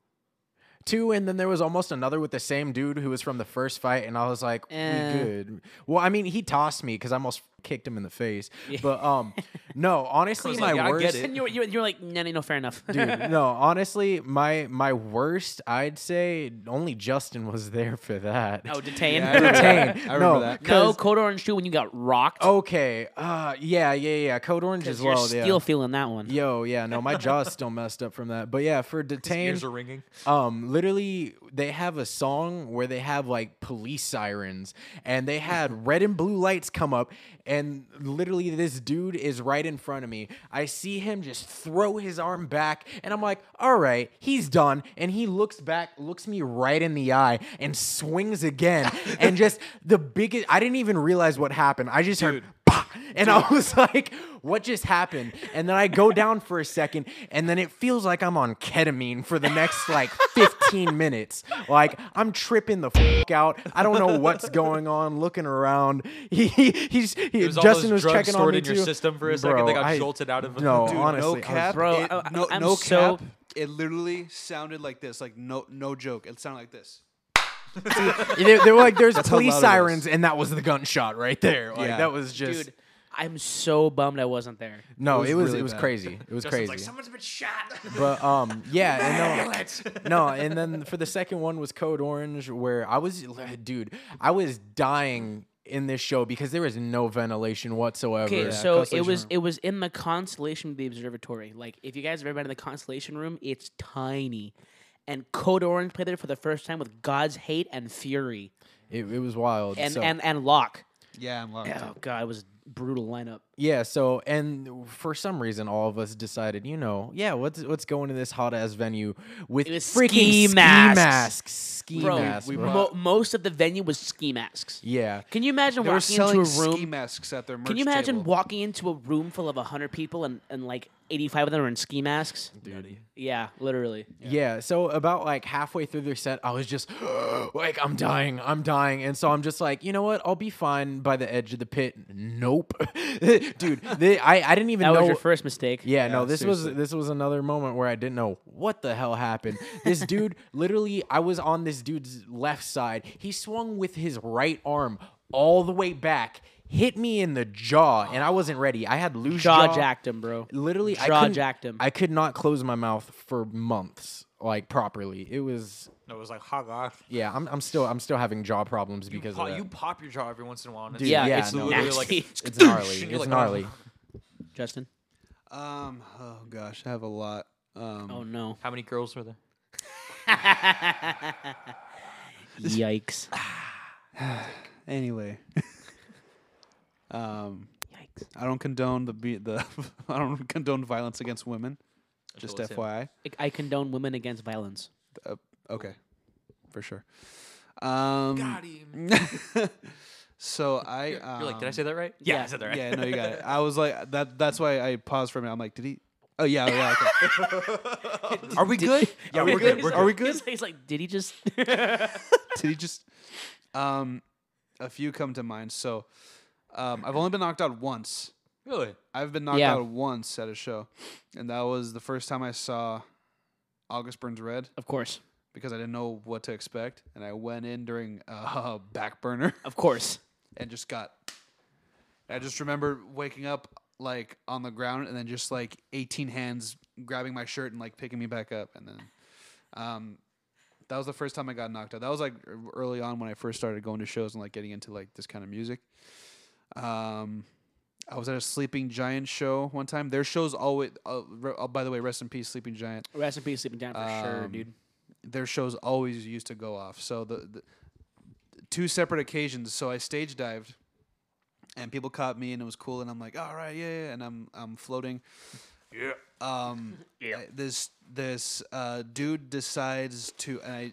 [SPEAKER 4] two, and then there was almost another with the same dude who was from the first fight, and I was like,
[SPEAKER 1] Eh.
[SPEAKER 4] we good. Well, I mean, he tossed me because I almost kicked him in the face, but um, no, honestly,
[SPEAKER 3] Cause,
[SPEAKER 4] my
[SPEAKER 3] like, I get
[SPEAKER 4] worst.
[SPEAKER 3] it.
[SPEAKER 1] and you're, you're, you're like no no no fair enough
[SPEAKER 4] [LAUGHS] Dude, no, honestly, my my worst, I'd say only Justin was there for that.
[SPEAKER 1] [LAUGHS]
[SPEAKER 4] [LAUGHS]
[SPEAKER 1] oh detained [LAUGHS]
[SPEAKER 4] Detained.
[SPEAKER 2] I remember
[SPEAKER 4] no,
[SPEAKER 2] that.
[SPEAKER 1] no
[SPEAKER 4] 'cause-
[SPEAKER 1] code orange shoe when you got rocked
[SPEAKER 4] Okay. Uh yeah, yeah, yeah. Code orange as
[SPEAKER 1] you're
[SPEAKER 4] well.
[SPEAKER 1] still
[SPEAKER 4] yeah.
[SPEAKER 1] feeling that one
[SPEAKER 4] Yo, yeah, no, my jaw's still messed up from that. But yeah, for detained,
[SPEAKER 3] Ears are ringing.
[SPEAKER 4] um, literally they have a song where they have like police sirens and they had red and blue lights come up and literally this dude is right in front of me. I see him just throw his arm back and I'm like, all right, he's done. And he looks back, looks me right in the eye and swings again. and just the biggest, I didn't even realize what happened. I just heard, "Pah!" and I [LAUGHS] was like, what just happened? And then I go down for a second, and then it feels like I'm on ketamine for the
[SPEAKER 3] [LAUGHS]
[SPEAKER 4] next like 15 minutes. Like I'm tripping the fuck out. I don't
[SPEAKER 3] [LAUGHS]
[SPEAKER 4] know what's going on. Looking around, [LAUGHS] he, he he's he,
[SPEAKER 3] was all those
[SPEAKER 4] Justin was
[SPEAKER 3] drugs
[SPEAKER 4] checking on
[SPEAKER 3] stored
[SPEAKER 4] me
[SPEAKER 3] in your
[SPEAKER 4] too.
[SPEAKER 3] system for a second, they
[SPEAKER 4] Bro,
[SPEAKER 3] got
[SPEAKER 4] I-
[SPEAKER 3] jolted out of- [LAUGHS]
[SPEAKER 4] No,
[SPEAKER 3] Dude,
[SPEAKER 2] Dude,
[SPEAKER 4] honestly, I
[SPEAKER 2] no
[SPEAKER 4] was-
[SPEAKER 2] cap,
[SPEAKER 1] Bro,
[SPEAKER 2] it,
[SPEAKER 1] I-
[SPEAKER 2] no,
[SPEAKER 1] I'm
[SPEAKER 2] no
[SPEAKER 1] so-
[SPEAKER 2] cap. It literally sounded like this, like no, no joke. It sounded like this.
[SPEAKER 4] they, they were like,
[SPEAKER 3] [LAUGHS]
[SPEAKER 4] "There's
[SPEAKER 2] how
[SPEAKER 4] police
[SPEAKER 2] loud it
[SPEAKER 4] sirens," and that was the gunshot right there. Like
[SPEAKER 2] Yeah.
[SPEAKER 4] that was just
[SPEAKER 1] dude. I'm so bummed I wasn't there.
[SPEAKER 4] no.
[SPEAKER 2] was
[SPEAKER 4] It was it
[SPEAKER 2] really
[SPEAKER 4] was,
[SPEAKER 2] bad.
[SPEAKER 4] crazy. It was
[SPEAKER 3] Justin's
[SPEAKER 4] crazy.
[SPEAKER 3] like someone's been shot.
[SPEAKER 4] But um, yeah, and no,
[SPEAKER 3] Ambulance.
[SPEAKER 4] [LAUGHS] no, and then for the second one was Code Orange, where I was, dude, I was dying in this show because there was no ventilation whatsoever.
[SPEAKER 1] Okay,
[SPEAKER 4] Yeah.
[SPEAKER 1] so it
[SPEAKER 2] Constellation
[SPEAKER 1] was
[SPEAKER 2] Room.
[SPEAKER 1] it was in the constellation of the observatory. Like if you guys have ever been in the constellation room, it's tiny. And Code Orange played there for the first time with God's Hate and Fury
[SPEAKER 4] it, it was wild.
[SPEAKER 1] and
[SPEAKER 4] so-
[SPEAKER 1] and and Locke.
[SPEAKER 2] Yeah, I'm locked.
[SPEAKER 1] Oh god, it was a brutal lineup.
[SPEAKER 4] yeah, so and for some reason, all of us decided, you know, yeah, let's let's go into this hot ass venue with
[SPEAKER 1] It was ski
[SPEAKER 4] freaking
[SPEAKER 1] masks.
[SPEAKER 4] ski
[SPEAKER 1] Bro,
[SPEAKER 4] masks,
[SPEAKER 2] we
[SPEAKER 4] bro.
[SPEAKER 1] mo- most of the venue was ski masks.
[SPEAKER 4] yeah.
[SPEAKER 1] Can you imagine
[SPEAKER 2] They were
[SPEAKER 1] walking into
[SPEAKER 2] selling
[SPEAKER 1] a
[SPEAKER 2] ski
[SPEAKER 1] room?
[SPEAKER 2] masks at their merch
[SPEAKER 1] Can you imagine
[SPEAKER 2] table.
[SPEAKER 1] walking into a room full of 100 people and, and like 85 of them are in ski masks?
[SPEAKER 3] Dude.
[SPEAKER 1] Yeah, literally.
[SPEAKER 4] Yeah. So about like halfway through their set, I was just [GASPS] like, I'm dying, I'm dying, and so I'm just like, you know what? I'll be fine by the edge of the pit. Nope, [LAUGHS] dude. They, I I didn't even
[SPEAKER 1] That
[SPEAKER 4] know.
[SPEAKER 1] was your first mistake.
[SPEAKER 4] yeah, no,
[SPEAKER 2] Yeah,
[SPEAKER 4] this was
[SPEAKER 2] seriously.
[SPEAKER 4] this was another moment where I didn't know what the hell happened. This dude
[SPEAKER 1] [LAUGHS]
[SPEAKER 4] literally I was on this dude's left side. He swung with his right arm all the way back, hit me in the jaw, and I wasn't ready. I had loose
[SPEAKER 1] Jaw jacked him, bro.
[SPEAKER 4] literally I
[SPEAKER 1] Jaw
[SPEAKER 4] couldn't-
[SPEAKER 1] jacked him.
[SPEAKER 4] I could not close my mouth for months, like properly. It was
[SPEAKER 3] [LAUGHS] No, it was like, ha ha.
[SPEAKER 4] yeah. I'm, I'm still I'm still having jaw problems
[SPEAKER 3] You,
[SPEAKER 4] because
[SPEAKER 3] pop,
[SPEAKER 4] of
[SPEAKER 3] [LAUGHS]
[SPEAKER 4] that.
[SPEAKER 3] you pop your jaw every once in a while. And
[SPEAKER 4] Dude,
[SPEAKER 3] it's
[SPEAKER 1] yeah,
[SPEAKER 4] yeah,
[SPEAKER 1] it's
[SPEAKER 4] no.
[SPEAKER 1] literally
[SPEAKER 3] Literally, like, [LAUGHS]
[SPEAKER 1] like
[SPEAKER 4] it's
[SPEAKER 3] and
[SPEAKER 4] gnarly.
[SPEAKER 3] you're
[SPEAKER 4] It's
[SPEAKER 3] like, oh. [LAUGHS]
[SPEAKER 4] gnarly.
[SPEAKER 1] Justin.
[SPEAKER 2] Um, oh gosh, I have a lot. Um,
[SPEAKER 1] Oh no!
[SPEAKER 3] How many girls were there?
[SPEAKER 1] Yikes!
[SPEAKER 2] anyway, [LAUGHS] um,
[SPEAKER 1] Yikes!
[SPEAKER 2] I don't condone the be- the [LAUGHS] I don't condone violence against women. Just
[SPEAKER 3] Until it's him.
[SPEAKER 2] FYI.
[SPEAKER 1] I- I condone women against violence.
[SPEAKER 2] Okay, for sure. Um,
[SPEAKER 3] Got him.
[SPEAKER 2] [LAUGHS] so I
[SPEAKER 3] You're
[SPEAKER 2] um,
[SPEAKER 3] like, did I say that right? Yeah, I said that [LAUGHS] right.
[SPEAKER 2] Yeah, no, you got it. I was like that. That's why I paused for a minute. I'm like, did he? Oh yeah, oh, yeah. Okay. Are we good?
[SPEAKER 3] Yeah, we're good. We're
[SPEAKER 2] Are
[SPEAKER 3] good.
[SPEAKER 2] we good?
[SPEAKER 1] [LAUGHS] He's, he's like, did he just? [LAUGHS]
[SPEAKER 2] Did he just? Um, a few come to mind. So, um, I've only been knocked out once.
[SPEAKER 3] Really?
[SPEAKER 2] I've been knocked
[SPEAKER 1] Yeah.
[SPEAKER 2] out once at a show, and that was the first time I saw August Burns Red
[SPEAKER 1] Of course.
[SPEAKER 2] because I didn't know what to expect, and I went in during uh, [LAUGHS] back burner
[SPEAKER 1] Of course.
[SPEAKER 2] and just got. I just remember waking up like on the ground and then just like 18 hands grabbing my shirt and like picking me back up, and then, um, that was the first time I got knocked out. That was like r- early on when I first started going to shows and like getting into like this kind of music. Um, I was at a Sleeping Giant show one time. Their shows always. Uh, re- oh, by the way, rest in peace, Sleeping Giant
[SPEAKER 1] Rest in peace, sleeping giant for sure,
[SPEAKER 2] Um,
[SPEAKER 1] dude.
[SPEAKER 2] their shows always used to go off. So the, the two separate occasions. So I stage dived, and people caught me, and it was cool. And I'm like, all right, yeah, yeah. and I'm I'm floating. [LAUGHS] Yeah. Um. I- This this uh, dude decides to, and I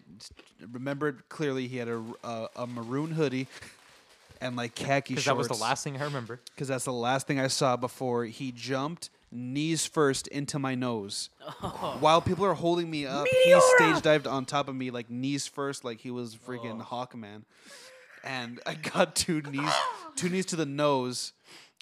[SPEAKER 2] remembered clearly he had a a, a maroon hoodie. And like khaki shorts
[SPEAKER 3] Because that was the last thing I remember.
[SPEAKER 2] because that's the last thing I saw before he jumped knees first into my nose. While people are holding me up, he stage dived on top of me like knees first, like he was freaking Hawkman. And I got two knees, two knees to the nose,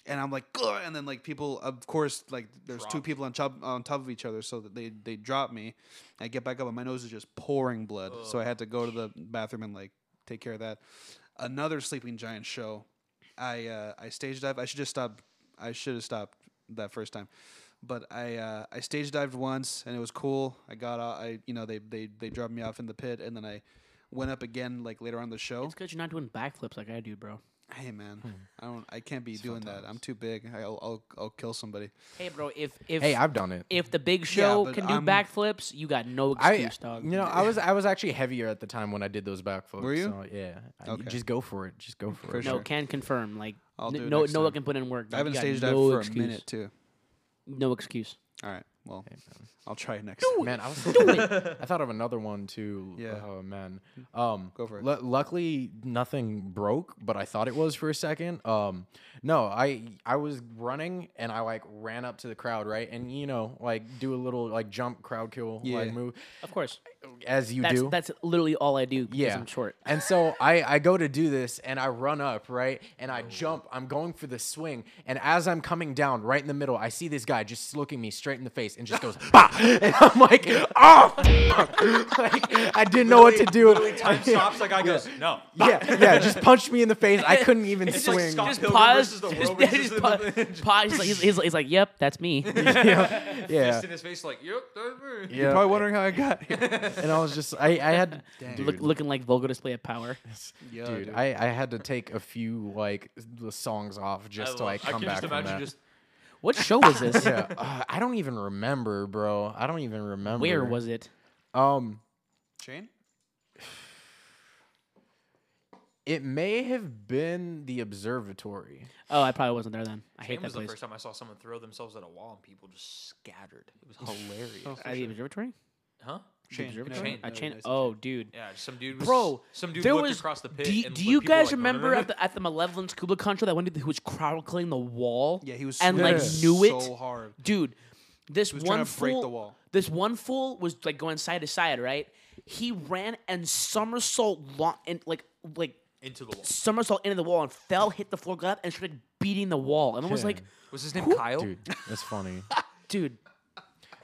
[SPEAKER 2] and I'm like, "Ugh," and then like people, of course, like there's two people on top on top of each other, so that they they drop me. I get back up, and my nose is just pouring blood, so I had to go to the bathroom and like take care of that. Another sleeping giant show. I uh, I stage dive. I should just stop. I should have stopped that first time, but I uh, I stage dived once and it was cool. I got out. I you know they they they dropped me off in the pit and then I went up again like later on in the show.
[SPEAKER 1] It's because you're not doing backflips like I do, bro.
[SPEAKER 2] hey man,
[SPEAKER 1] Hmm.
[SPEAKER 2] I don't I can't be doing that. I'm too big. I'll I'll, I'll kill somebody.
[SPEAKER 1] Hey, bro, if if
[SPEAKER 4] Hey, I've done it.
[SPEAKER 1] if the big show
[SPEAKER 2] but
[SPEAKER 1] can do
[SPEAKER 2] I'm-
[SPEAKER 1] backflips, you got no
[SPEAKER 4] I,
[SPEAKER 1] excuse, dog.
[SPEAKER 4] you know, I was I was actually heavier at the time when I did those backflips.
[SPEAKER 2] Were you?
[SPEAKER 4] So, yeah. I- you
[SPEAKER 2] Okay.
[SPEAKER 4] Just go for it. Just go for,
[SPEAKER 2] For
[SPEAKER 4] it.
[SPEAKER 1] no,
[SPEAKER 2] sure.
[SPEAKER 1] can confirm. Like,
[SPEAKER 2] I'll
[SPEAKER 1] n-
[SPEAKER 2] do it
[SPEAKER 1] no,
[SPEAKER 2] next
[SPEAKER 1] no one
[SPEAKER 2] time.
[SPEAKER 1] can put in work. dog.
[SPEAKER 2] I haven't
[SPEAKER 1] You got
[SPEAKER 2] stage dived
[SPEAKER 1] no
[SPEAKER 2] for
[SPEAKER 1] excuse.
[SPEAKER 2] a minute too.
[SPEAKER 1] No excuse.
[SPEAKER 2] All right, well I'll try it next. [LAUGHS]
[SPEAKER 4] Man, I was doing. I thought of another one too.
[SPEAKER 2] Yeah.
[SPEAKER 4] Oh man. Um,
[SPEAKER 2] Go for it.
[SPEAKER 4] lu- luckily, nothing broke, but I thought it was for a second. Um, no, I I was running and I like ran up to the crowd, right, and you know, like do a little like jump crowd kill
[SPEAKER 2] Yeah.
[SPEAKER 4] like move,
[SPEAKER 1] Of course.
[SPEAKER 4] as you
[SPEAKER 1] That's
[SPEAKER 4] do.
[SPEAKER 1] that's literally all I do because
[SPEAKER 4] yeah,
[SPEAKER 1] I'm short.
[SPEAKER 4] And so I, I go to do this and I run up, right? And
[SPEAKER 3] Oh.
[SPEAKER 4] I jump. I'm going for the swing. And as I'm coming down, right in the middle, I see this guy just looking me straight in the face and
[SPEAKER 3] [LAUGHS]
[SPEAKER 4] just goes, bah! And I'm like, oh, fuck." like, I didn't [LAUGHS] know what to do. [LAUGHS]
[SPEAKER 3] Time stops. Like I goes no. [LAUGHS]
[SPEAKER 4] yeah, yeah, just punched me in the face. I couldn't even
[SPEAKER 3] It's like
[SPEAKER 4] swing.
[SPEAKER 3] Scott
[SPEAKER 1] Just
[SPEAKER 3] Pilgrim
[SPEAKER 1] pause.
[SPEAKER 3] versus the
[SPEAKER 1] just- [LAUGHS]
[SPEAKER 3] world
[SPEAKER 1] yeah,
[SPEAKER 3] versus
[SPEAKER 1] just
[SPEAKER 3] the-
[SPEAKER 1] pa- pause. He's like, he's, he's, he's like, yep, that's me.
[SPEAKER 4] yeah.
[SPEAKER 3] Fist in his face, like yep. that's me."
[SPEAKER 4] Yeah.
[SPEAKER 2] You're probably wondering how I got
[SPEAKER 1] [LAUGHS]
[SPEAKER 2] here.
[SPEAKER 4] and I was just, I, I had,
[SPEAKER 3] [LAUGHS]
[SPEAKER 4] dude,
[SPEAKER 1] Look, looking like vulgar display of
[SPEAKER 2] [LAUGHS]
[SPEAKER 1] power.
[SPEAKER 2] Yeah,
[SPEAKER 4] dude, I, I had to take a few like the songs off
[SPEAKER 3] I
[SPEAKER 4] just to
[SPEAKER 3] love-
[SPEAKER 4] like
[SPEAKER 3] I
[SPEAKER 4] come
[SPEAKER 3] can
[SPEAKER 4] back
[SPEAKER 3] just
[SPEAKER 4] from
[SPEAKER 3] imagine
[SPEAKER 4] that.
[SPEAKER 3] just
[SPEAKER 1] What show was this?
[SPEAKER 4] yeah, [LAUGHS] uh, I don't even remember, bro. I don't even remember.
[SPEAKER 1] Where was it?
[SPEAKER 4] Um,
[SPEAKER 2] Shane?
[SPEAKER 4] it may have been the observatory.
[SPEAKER 1] Oh, I probably wasn't there then. I hate
[SPEAKER 3] It
[SPEAKER 1] that
[SPEAKER 3] was the
[SPEAKER 1] place.
[SPEAKER 3] first time I saw someone throw themselves at a wall and people just scattered. It
[SPEAKER 4] [LAUGHS]
[SPEAKER 3] was
[SPEAKER 4] Oh,
[SPEAKER 3] hilarious.
[SPEAKER 1] At the observatory?
[SPEAKER 3] huh?
[SPEAKER 2] Shane.
[SPEAKER 1] Observatory?
[SPEAKER 3] chain.
[SPEAKER 1] A
[SPEAKER 3] No,
[SPEAKER 1] chain.
[SPEAKER 2] it's a
[SPEAKER 1] Oh, dude.
[SPEAKER 3] Yeah, some dude was
[SPEAKER 1] Bro,
[SPEAKER 3] some dude
[SPEAKER 1] there
[SPEAKER 3] looked
[SPEAKER 1] was.
[SPEAKER 3] across the pit.
[SPEAKER 1] do y-
[SPEAKER 3] and
[SPEAKER 1] do
[SPEAKER 3] like,
[SPEAKER 1] you
[SPEAKER 3] people were
[SPEAKER 1] guys
[SPEAKER 3] like, "No, no,
[SPEAKER 1] remember at
[SPEAKER 3] no, no."
[SPEAKER 1] the at the Malevolence Kubla Contra that one dude who was chronicling the wall?
[SPEAKER 2] Yeah, he was
[SPEAKER 1] and
[SPEAKER 2] swinging
[SPEAKER 1] like knew it.
[SPEAKER 2] so hard. [LAUGHS]
[SPEAKER 1] dude. This
[SPEAKER 2] was
[SPEAKER 1] one
[SPEAKER 2] trying to break
[SPEAKER 1] fool,
[SPEAKER 2] the wall.
[SPEAKER 1] This one fool was like going side to side, right? He ran and somersault lo- and like like
[SPEAKER 3] into the wall?
[SPEAKER 1] somersault into the wall and fell, hit the floor, got up, and started beating the wall. And I was
[SPEAKER 4] Yeah.
[SPEAKER 1] like,
[SPEAKER 3] Was his name Kyle?
[SPEAKER 4] Dude, that's funny.
[SPEAKER 1] dude,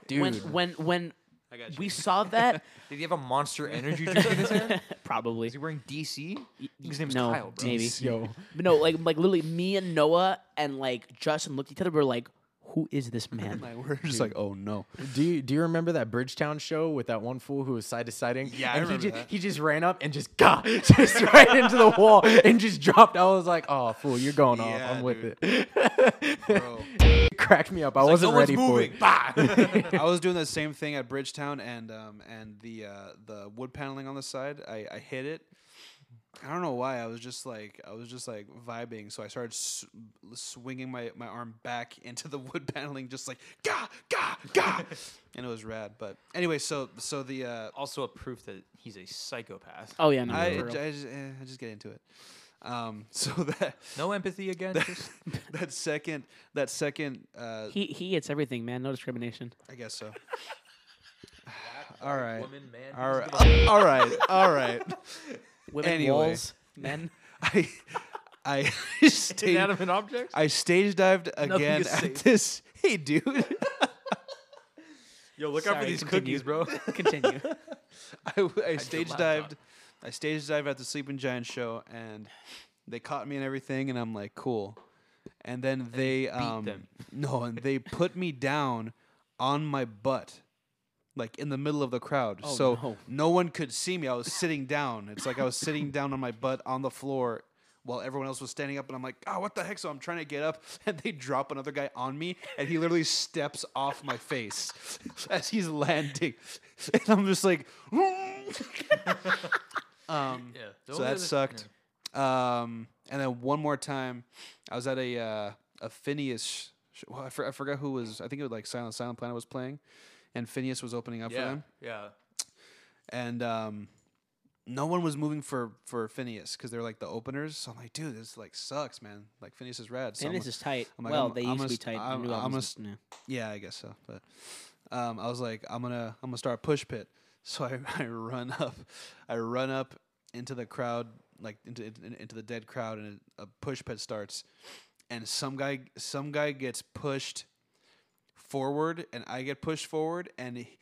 [SPEAKER 4] Dude,
[SPEAKER 1] Oh. [LAUGHS] when when when
[SPEAKER 3] I got you.
[SPEAKER 1] we saw
[SPEAKER 3] [LAUGHS]
[SPEAKER 1] that,
[SPEAKER 3] Did he have a monster energy [LAUGHS] drink in his hand?
[SPEAKER 1] probably
[SPEAKER 3] Is he wearing DC? His name's
[SPEAKER 1] no,
[SPEAKER 3] Kyle, bro.
[SPEAKER 1] maybe.
[SPEAKER 4] [LAUGHS] yo,
[SPEAKER 1] But no, like like literally, me and Noah and like Justin looked at each other. We're like, who is [LAUGHS] this man?
[SPEAKER 2] Like, we're just like, oh no.
[SPEAKER 4] do you do you remember that Bridgetown show with that one fool who was side to siding?
[SPEAKER 2] Yeah, I
[SPEAKER 4] and
[SPEAKER 2] remember
[SPEAKER 4] he
[SPEAKER 2] that.
[SPEAKER 4] just he just ran up and just [LAUGHS] got just right into the wall and just dropped. I was like, oh fool, you're going
[SPEAKER 2] Yeah,
[SPEAKER 4] off. I'm with
[SPEAKER 2] dude.
[SPEAKER 4] it. [LAUGHS]
[SPEAKER 2] Bro.
[SPEAKER 4] it cracked me up. I wasn't ready for it.
[SPEAKER 1] [LAUGHS]
[SPEAKER 2] I was doing the same thing at Bridgetown, and um, and the uh, the wood paneling on the side, I, I hit it. I don't know why. I was just like I was just like vibing, so I started s swinging my, my arm back [LAUGHS] into the wood paneling, just like ga ga ga, and it was rad. But anyway, so so the uh,
[SPEAKER 3] Also a proof that he's a psychopath.
[SPEAKER 1] Oh yeah, no,
[SPEAKER 2] I,
[SPEAKER 1] for real.
[SPEAKER 2] I, just, eh, I just get into it. Um, [LAUGHS] so that
[SPEAKER 3] No empathy again. [LAUGHS] just-
[SPEAKER 2] that second that second uh,
[SPEAKER 1] he he hits everything, man. No discrimination.
[SPEAKER 2] I guess so. [SIGHS] All right.
[SPEAKER 3] woman, man,
[SPEAKER 2] All
[SPEAKER 3] who's
[SPEAKER 2] right. All right. All right.
[SPEAKER 1] Women
[SPEAKER 2] Anyway.
[SPEAKER 1] walls, men.
[SPEAKER 2] I [LAUGHS] I stage,
[SPEAKER 3] Inanimate
[SPEAKER 2] [LAUGHS]
[SPEAKER 3] objects.
[SPEAKER 2] I stage dived again
[SPEAKER 3] is
[SPEAKER 2] at
[SPEAKER 3] safe.
[SPEAKER 2] this. Hey, dude.
[SPEAKER 3] Yo, look out for
[SPEAKER 1] Sorry,
[SPEAKER 3] these
[SPEAKER 1] continue.
[SPEAKER 3] cookies, bro.
[SPEAKER 2] [LAUGHS]
[SPEAKER 1] Continue.
[SPEAKER 2] I, w- I stage
[SPEAKER 3] laptop.
[SPEAKER 2] dived. I stage dived at the Sleeping Giant show, and they caught me and everything, and I'm like, cool. And then they um,
[SPEAKER 3] them.
[SPEAKER 2] no, and they put me down on my butt, like in the middle of the crowd, so
[SPEAKER 1] no.
[SPEAKER 2] one could see me. I was sitting down. It's like I was sitting down on my butt on the floor. While everyone else was standing up, and I'm like, oh, what the heck? So I'm trying to get up, [LAUGHS] and they drop another guy on me, and he literally steps off my face [LAUGHS] as he's landing. [LAUGHS] And I'm just like, um,
[SPEAKER 3] [LAUGHS] Yeah.
[SPEAKER 2] so that sucked. Um, and then one more time, I was at a uh, a Phineas. Sh- well, I, for- I forgot who was. I think it was like Silent Silent Planet was playing, and Phineas was opening up for
[SPEAKER 3] Yeah.
[SPEAKER 2] them,
[SPEAKER 3] Yeah.
[SPEAKER 2] and um, no one was moving for for Phineas because they're like the openers. So I'm like, dude, this like sucks, man. Like Phineas is rad. So
[SPEAKER 1] and
[SPEAKER 2] I'm
[SPEAKER 1] this is tight.
[SPEAKER 2] I'm like,
[SPEAKER 1] well,
[SPEAKER 2] oh I'm-
[SPEAKER 1] they
[SPEAKER 2] I'm
[SPEAKER 1] used to
[SPEAKER 2] a
[SPEAKER 1] be
[SPEAKER 2] s-
[SPEAKER 1] tight. The
[SPEAKER 2] I'm-
[SPEAKER 1] new
[SPEAKER 2] I'm
[SPEAKER 1] albums
[SPEAKER 2] a
[SPEAKER 1] is- [LAUGHS]
[SPEAKER 2] s-
[SPEAKER 1] no.
[SPEAKER 2] Yeah, I guess so. But um, I was like, I'm gonna I'm gonna start a push pit. [LAUGHS] So I, I run up, I run up into the crowd, like into in- into the dead crowd, and a, a push pit starts, and some guy some guy gets pushed forward, and I get pushed forward, and he-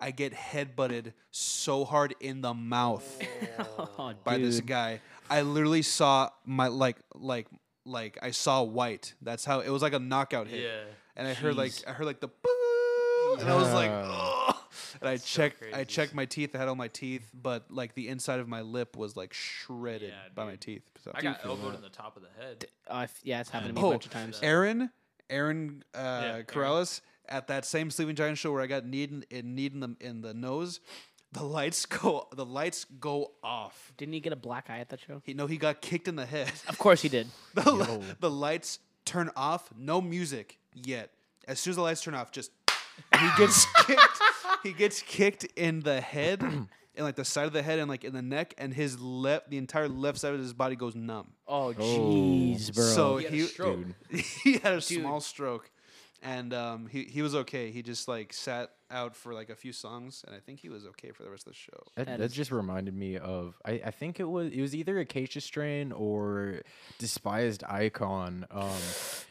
[SPEAKER 2] I get headbutted so hard in the mouth
[SPEAKER 1] Oh,
[SPEAKER 2] by this
[SPEAKER 1] dude.
[SPEAKER 2] guy. I literally saw my like like like I saw white. That's how it was like a knockout hit.
[SPEAKER 3] Yeah.
[SPEAKER 2] And I heard like
[SPEAKER 1] Jeez.
[SPEAKER 2] I heard like the boo and I was like
[SPEAKER 4] Yeah.
[SPEAKER 2] Ugh. and I checked I
[SPEAKER 3] crazy.
[SPEAKER 2] checked my teeth. I had all my teeth, but like the inside of my lip was like shredded
[SPEAKER 3] Yeah,
[SPEAKER 2] by my
[SPEAKER 3] dude.
[SPEAKER 2] teeth. So.
[SPEAKER 3] I got elbowed in the top of the head.
[SPEAKER 1] Uh, if- yeah, it's happened to me a
[SPEAKER 2] oh,
[SPEAKER 1] bunch of times.
[SPEAKER 2] Aaron Aaron uh
[SPEAKER 3] Aaron.
[SPEAKER 2] Corrales at that same Sleeping Giant show where I got kneed in, in kneed in the in the nose. The lights [LAUGHS] go the lights go off.
[SPEAKER 1] Didn't he get a black eye at that show?
[SPEAKER 2] He, no, he got kicked in the head.
[SPEAKER 1] Of course he did.
[SPEAKER 2] The, li- the lights turn off, no music yet. As soon as the lights turn off, just [COUGHS] he gets [COUGHS] kicked. He gets kicked in the [COUGHS] head, and like the side of the head, and like in the neck, and his left, the entire left side of his body goes numb. [LAUGHS]
[SPEAKER 1] Oh, jeez, bro.
[SPEAKER 2] so
[SPEAKER 3] He had a
[SPEAKER 2] he
[SPEAKER 3] stroke.
[SPEAKER 2] he had a small stroke, and um, he he was okay. He just like sat out for like a few songs, and I think he was okay for the rest of the show.
[SPEAKER 4] That, that, just reminded me of I, I think it was it was either Acacia Strain or Despised Icon. Um,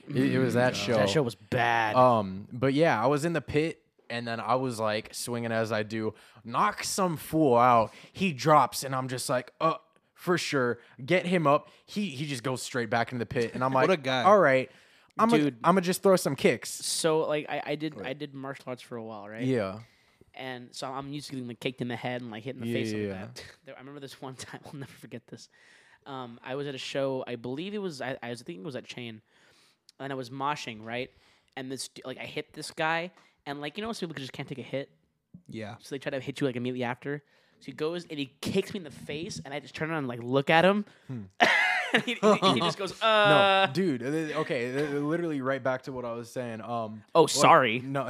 [SPEAKER 4] it, it was that show.
[SPEAKER 1] Mm, that show was bad.
[SPEAKER 4] Um, but yeah, I was in the pit and then I was like swinging as I do, knock some fool out. He drops and I'm just like, uh, for sure, get him up. He he just goes straight back into the pit
[SPEAKER 1] [LAUGHS]
[SPEAKER 4] and I'm like,
[SPEAKER 2] a guy.
[SPEAKER 4] all right, I'm gonna
[SPEAKER 1] Dude.
[SPEAKER 4] I'm gonna just throw some kicks.
[SPEAKER 1] so like I, I did I did martial arts for a while, right?
[SPEAKER 4] Yeah,
[SPEAKER 1] And so I'm used to getting like kicked in the head and like hit in the face like
[SPEAKER 4] Yeah.
[SPEAKER 1] that. [LAUGHS] There- I remember this one time. I'll never forget this. Um, I was at a show. I believe it was. I, I was thinking it was at Chain, and I was moshing right. And this d- like I hit this guy, and like you know, some people just can't take a hit,
[SPEAKER 2] Yeah,
[SPEAKER 1] so they try to hit you like immediately after. So he goes and he kicks me in the face, and I just turn around and like look at him. [LAUGHS] and he, he- he just goes,
[SPEAKER 4] no,
[SPEAKER 1] uh,
[SPEAKER 4] dude. uh, Okay, uh, literally right back to what I was saying. Um,
[SPEAKER 1] oh sorry.
[SPEAKER 4] No,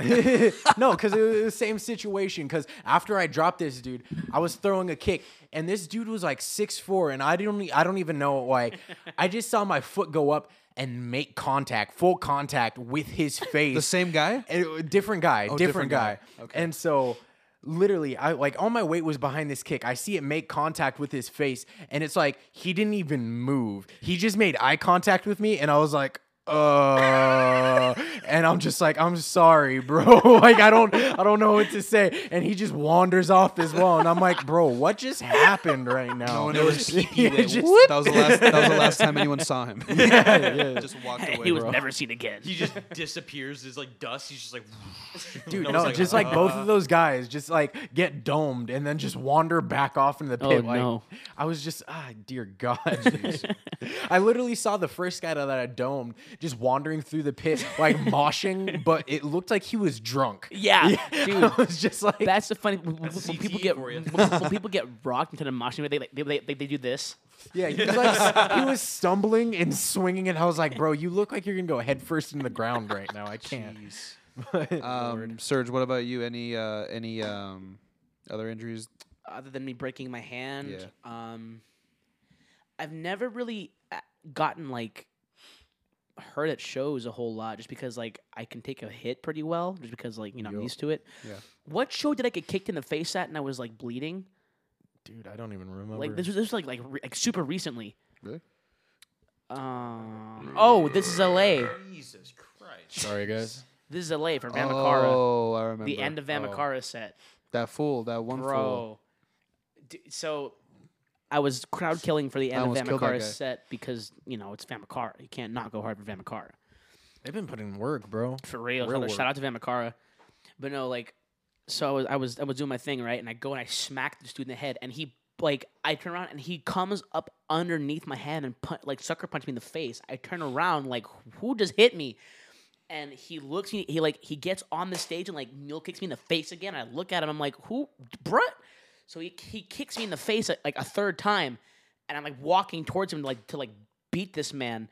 [SPEAKER 4] no, [LAUGHS] because it was the same situation. Because after I dropped this dude, I was throwing a kick, and this dude was like six four, and I don't, e- I don't even know why. I just saw my foot go up and make contact, full contact with his
[SPEAKER 2] [LAUGHS]
[SPEAKER 4] face.
[SPEAKER 2] the same [LAUGHS] guy. Oh,
[SPEAKER 4] And it was a different guy, different,
[SPEAKER 2] different
[SPEAKER 4] guy.
[SPEAKER 2] guy.
[SPEAKER 4] And so literally I like all my weight was behind this kick. I see it make contact with his face and it's like he didn't even move. He just made eye contact with me and I was like uh [LAUGHS] and I'm just like I'm sorry, bro. [LAUGHS] like I don't I don't know what to say. And he just wanders off as well and I'm like, "Bro, what just happened right now?"
[SPEAKER 2] No one ever
[SPEAKER 4] [LAUGHS]
[SPEAKER 2] [LAUGHS]
[SPEAKER 4] Yeah, just-
[SPEAKER 2] That was the last. That was the last time anyone saw [LAUGHS] him. Just walked away.
[SPEAKER 1] [LAUGHS] he was
[SPEAKER 2] bro.
[SPEAKER 1] never seen again. [LAUGHS]
[SPEAKER 3] He just disappears. It's like dust. He's just like, [LAUGHS]
[SPEAKER 4] Dude,
[SPEAKER 3] I
[SPEAKER 4] no,
[SPEAKER 3] was [LAUGHS]
[SPEAKER 4] just like uh. both of those guys just like get domed and then just wander back off into the pit. like,
[SPEAKER 1] Oh, no.
[SPEAKER 4] I was just, ah, dear God. [LAUGHS] jeez. I literally saw the first guy that I domed just wandering through the pit,
[SPEAKER 1] [LAUGHS]
[SPEAKER 4] like moshing, but it looked like he was drunk.
[SPEAKER 1] Yeah, dude.
[SPEAKER 4] [LAUGHS] I was just like,
[SPEAKER 1] That's the funny when, when- when people
[SPEAKER 3] CTE
[SPEAKER 1] get
[SPEAKER 3] for
[SPEAKER 1] when,
[SPEAKER 3] you.
[SPEAKER 1] when people get rocked into the moshing. They like they, they, they, they do this.
[SPEAKER 4] yeah,
[SPEAKER 1] [LAUGHS]
[SPEAKER 4] he was, like, he was stumbling and swinging, and I was like, bro, you look like you're gonna go headfirst into the ground right now. I can't.
[SPEAKER 2] Um, Serge, what about you? Any uh, any um, other injuries?
[SPEAKER 1] Other than me breaking my hand, um, I've never really uh, gotten like hurt at shows a whole lot, just because like I can take a hit pretty well, just because like you know I'm used to it.
[SPEAKER 2] Yeah.
[SPEAKER 1] What show did I get kicked in the face at and I was like bleeding?
[SPEAKER 4] Dude, I don't even remember.
[SPEAKER 1] Like this was this was like like re- like super recently.
[SPEAKER 2] Really?
[SPEAKER 1] Um, oh, this is LA.
[SPEAKER 3] Jesus Christ.
[SPEAKER 1] [LAUGHS]
[SPEAKER 4] Sorry, guys.
[SPEAKER 1] This is LA from Vamakara.
[SPEAKER 2] Oh, I remember.
[SPEAKER 1] the end of Vamakara set.
[SPEAKER 2] That fool, that one fool.
[SPEAKER 1] Bro. D- so I was crowd killing for the end of
[SPEAKER 2] almost killed that
[SPEAKER 1] Vamakara
[SPEAKER 2] guy.
[SPEAKER 1] set because, you know, it's Vamakara. You can't not go hard for Vamakara.
[SPEAKER 4] They've been putting in work, bro.
[SPEAKER 1] For real. brother. Shout out to Vamakara. But no, like, so I was, I was I was doing my thing, right? And I go and I smack the dude in the head and he like I turn around and he comes up underneath my hand and pun- like sucker punched me in the face. I turn around like who just hit me? And he looks me he like he gets on the stage and like mule kicks me in the face again. I look at him, I'm like, who bruh? So he, he kicks me in the face like a third time, and I'm like walking towards him like to like beat this man,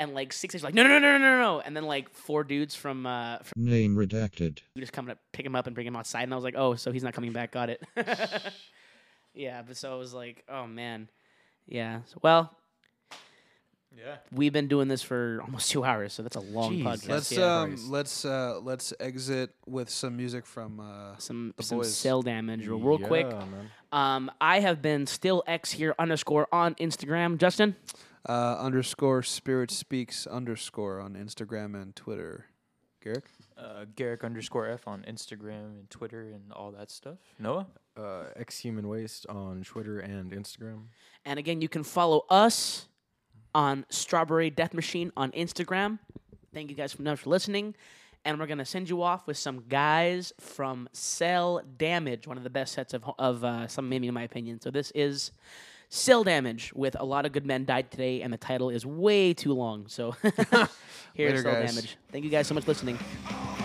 [SPEAKER 1] and like six is like no no no no no no no, and then like four dudes from uh from
[SPEAKER 7] Name redacted.
[SPEAKER 1] you just come to pick him up and bring him outside. And I was like, oh, so he's not coming back. Got it. [LAUGHS] yeah, but so I was like, oh man, yeah. So- well,
[SPEAKER 3] Yeah.
[SPEAKER 1] we've been doing this for almost two hours, so that's a long podcast.
[SPEAKER 2] Let's
[SPEAKER 1] yeah.
[SPEAKER 2] um, let's uh, let's exit with some music from. Uh,
[SPEAKER 1] some
[SPEAKER 2] the
[SPEAKER 1] some
[SPEAKER 2] boys.
[SPEAKER 1] cell damage real, real quick. Um, I have been still X here underscore on Instagram. Justin,
[SPEAKER 2] uh, underscore spirit speaks underscore on Instagram and Twitter. Garrick,
[SPEAKER 3] Uh, Garrick underscore F on Instagram and Twitter and all that stuff. Noah?
[SPEAKER 4] Uh, Ex Human Waste on Twitter and Instagram.
[SPEAKER 1] and again, you can follow us on Strawberry Death Machine on Instagram. Thank you guys so much for listening. And we're gonna send you off with some guys from Cell Damage, one of the best sets of of uh, some maybe in my opinion. So this is Cell Damage with a lot of good men died today, and the title is way too long. So [LAUGHS] here's
[SPEAKER 2] Later,
[SPEAKER 1] Cell
[SPEAKER 2] guys.
[SPEAKER 1] Damage. Thank you guys so much for listening.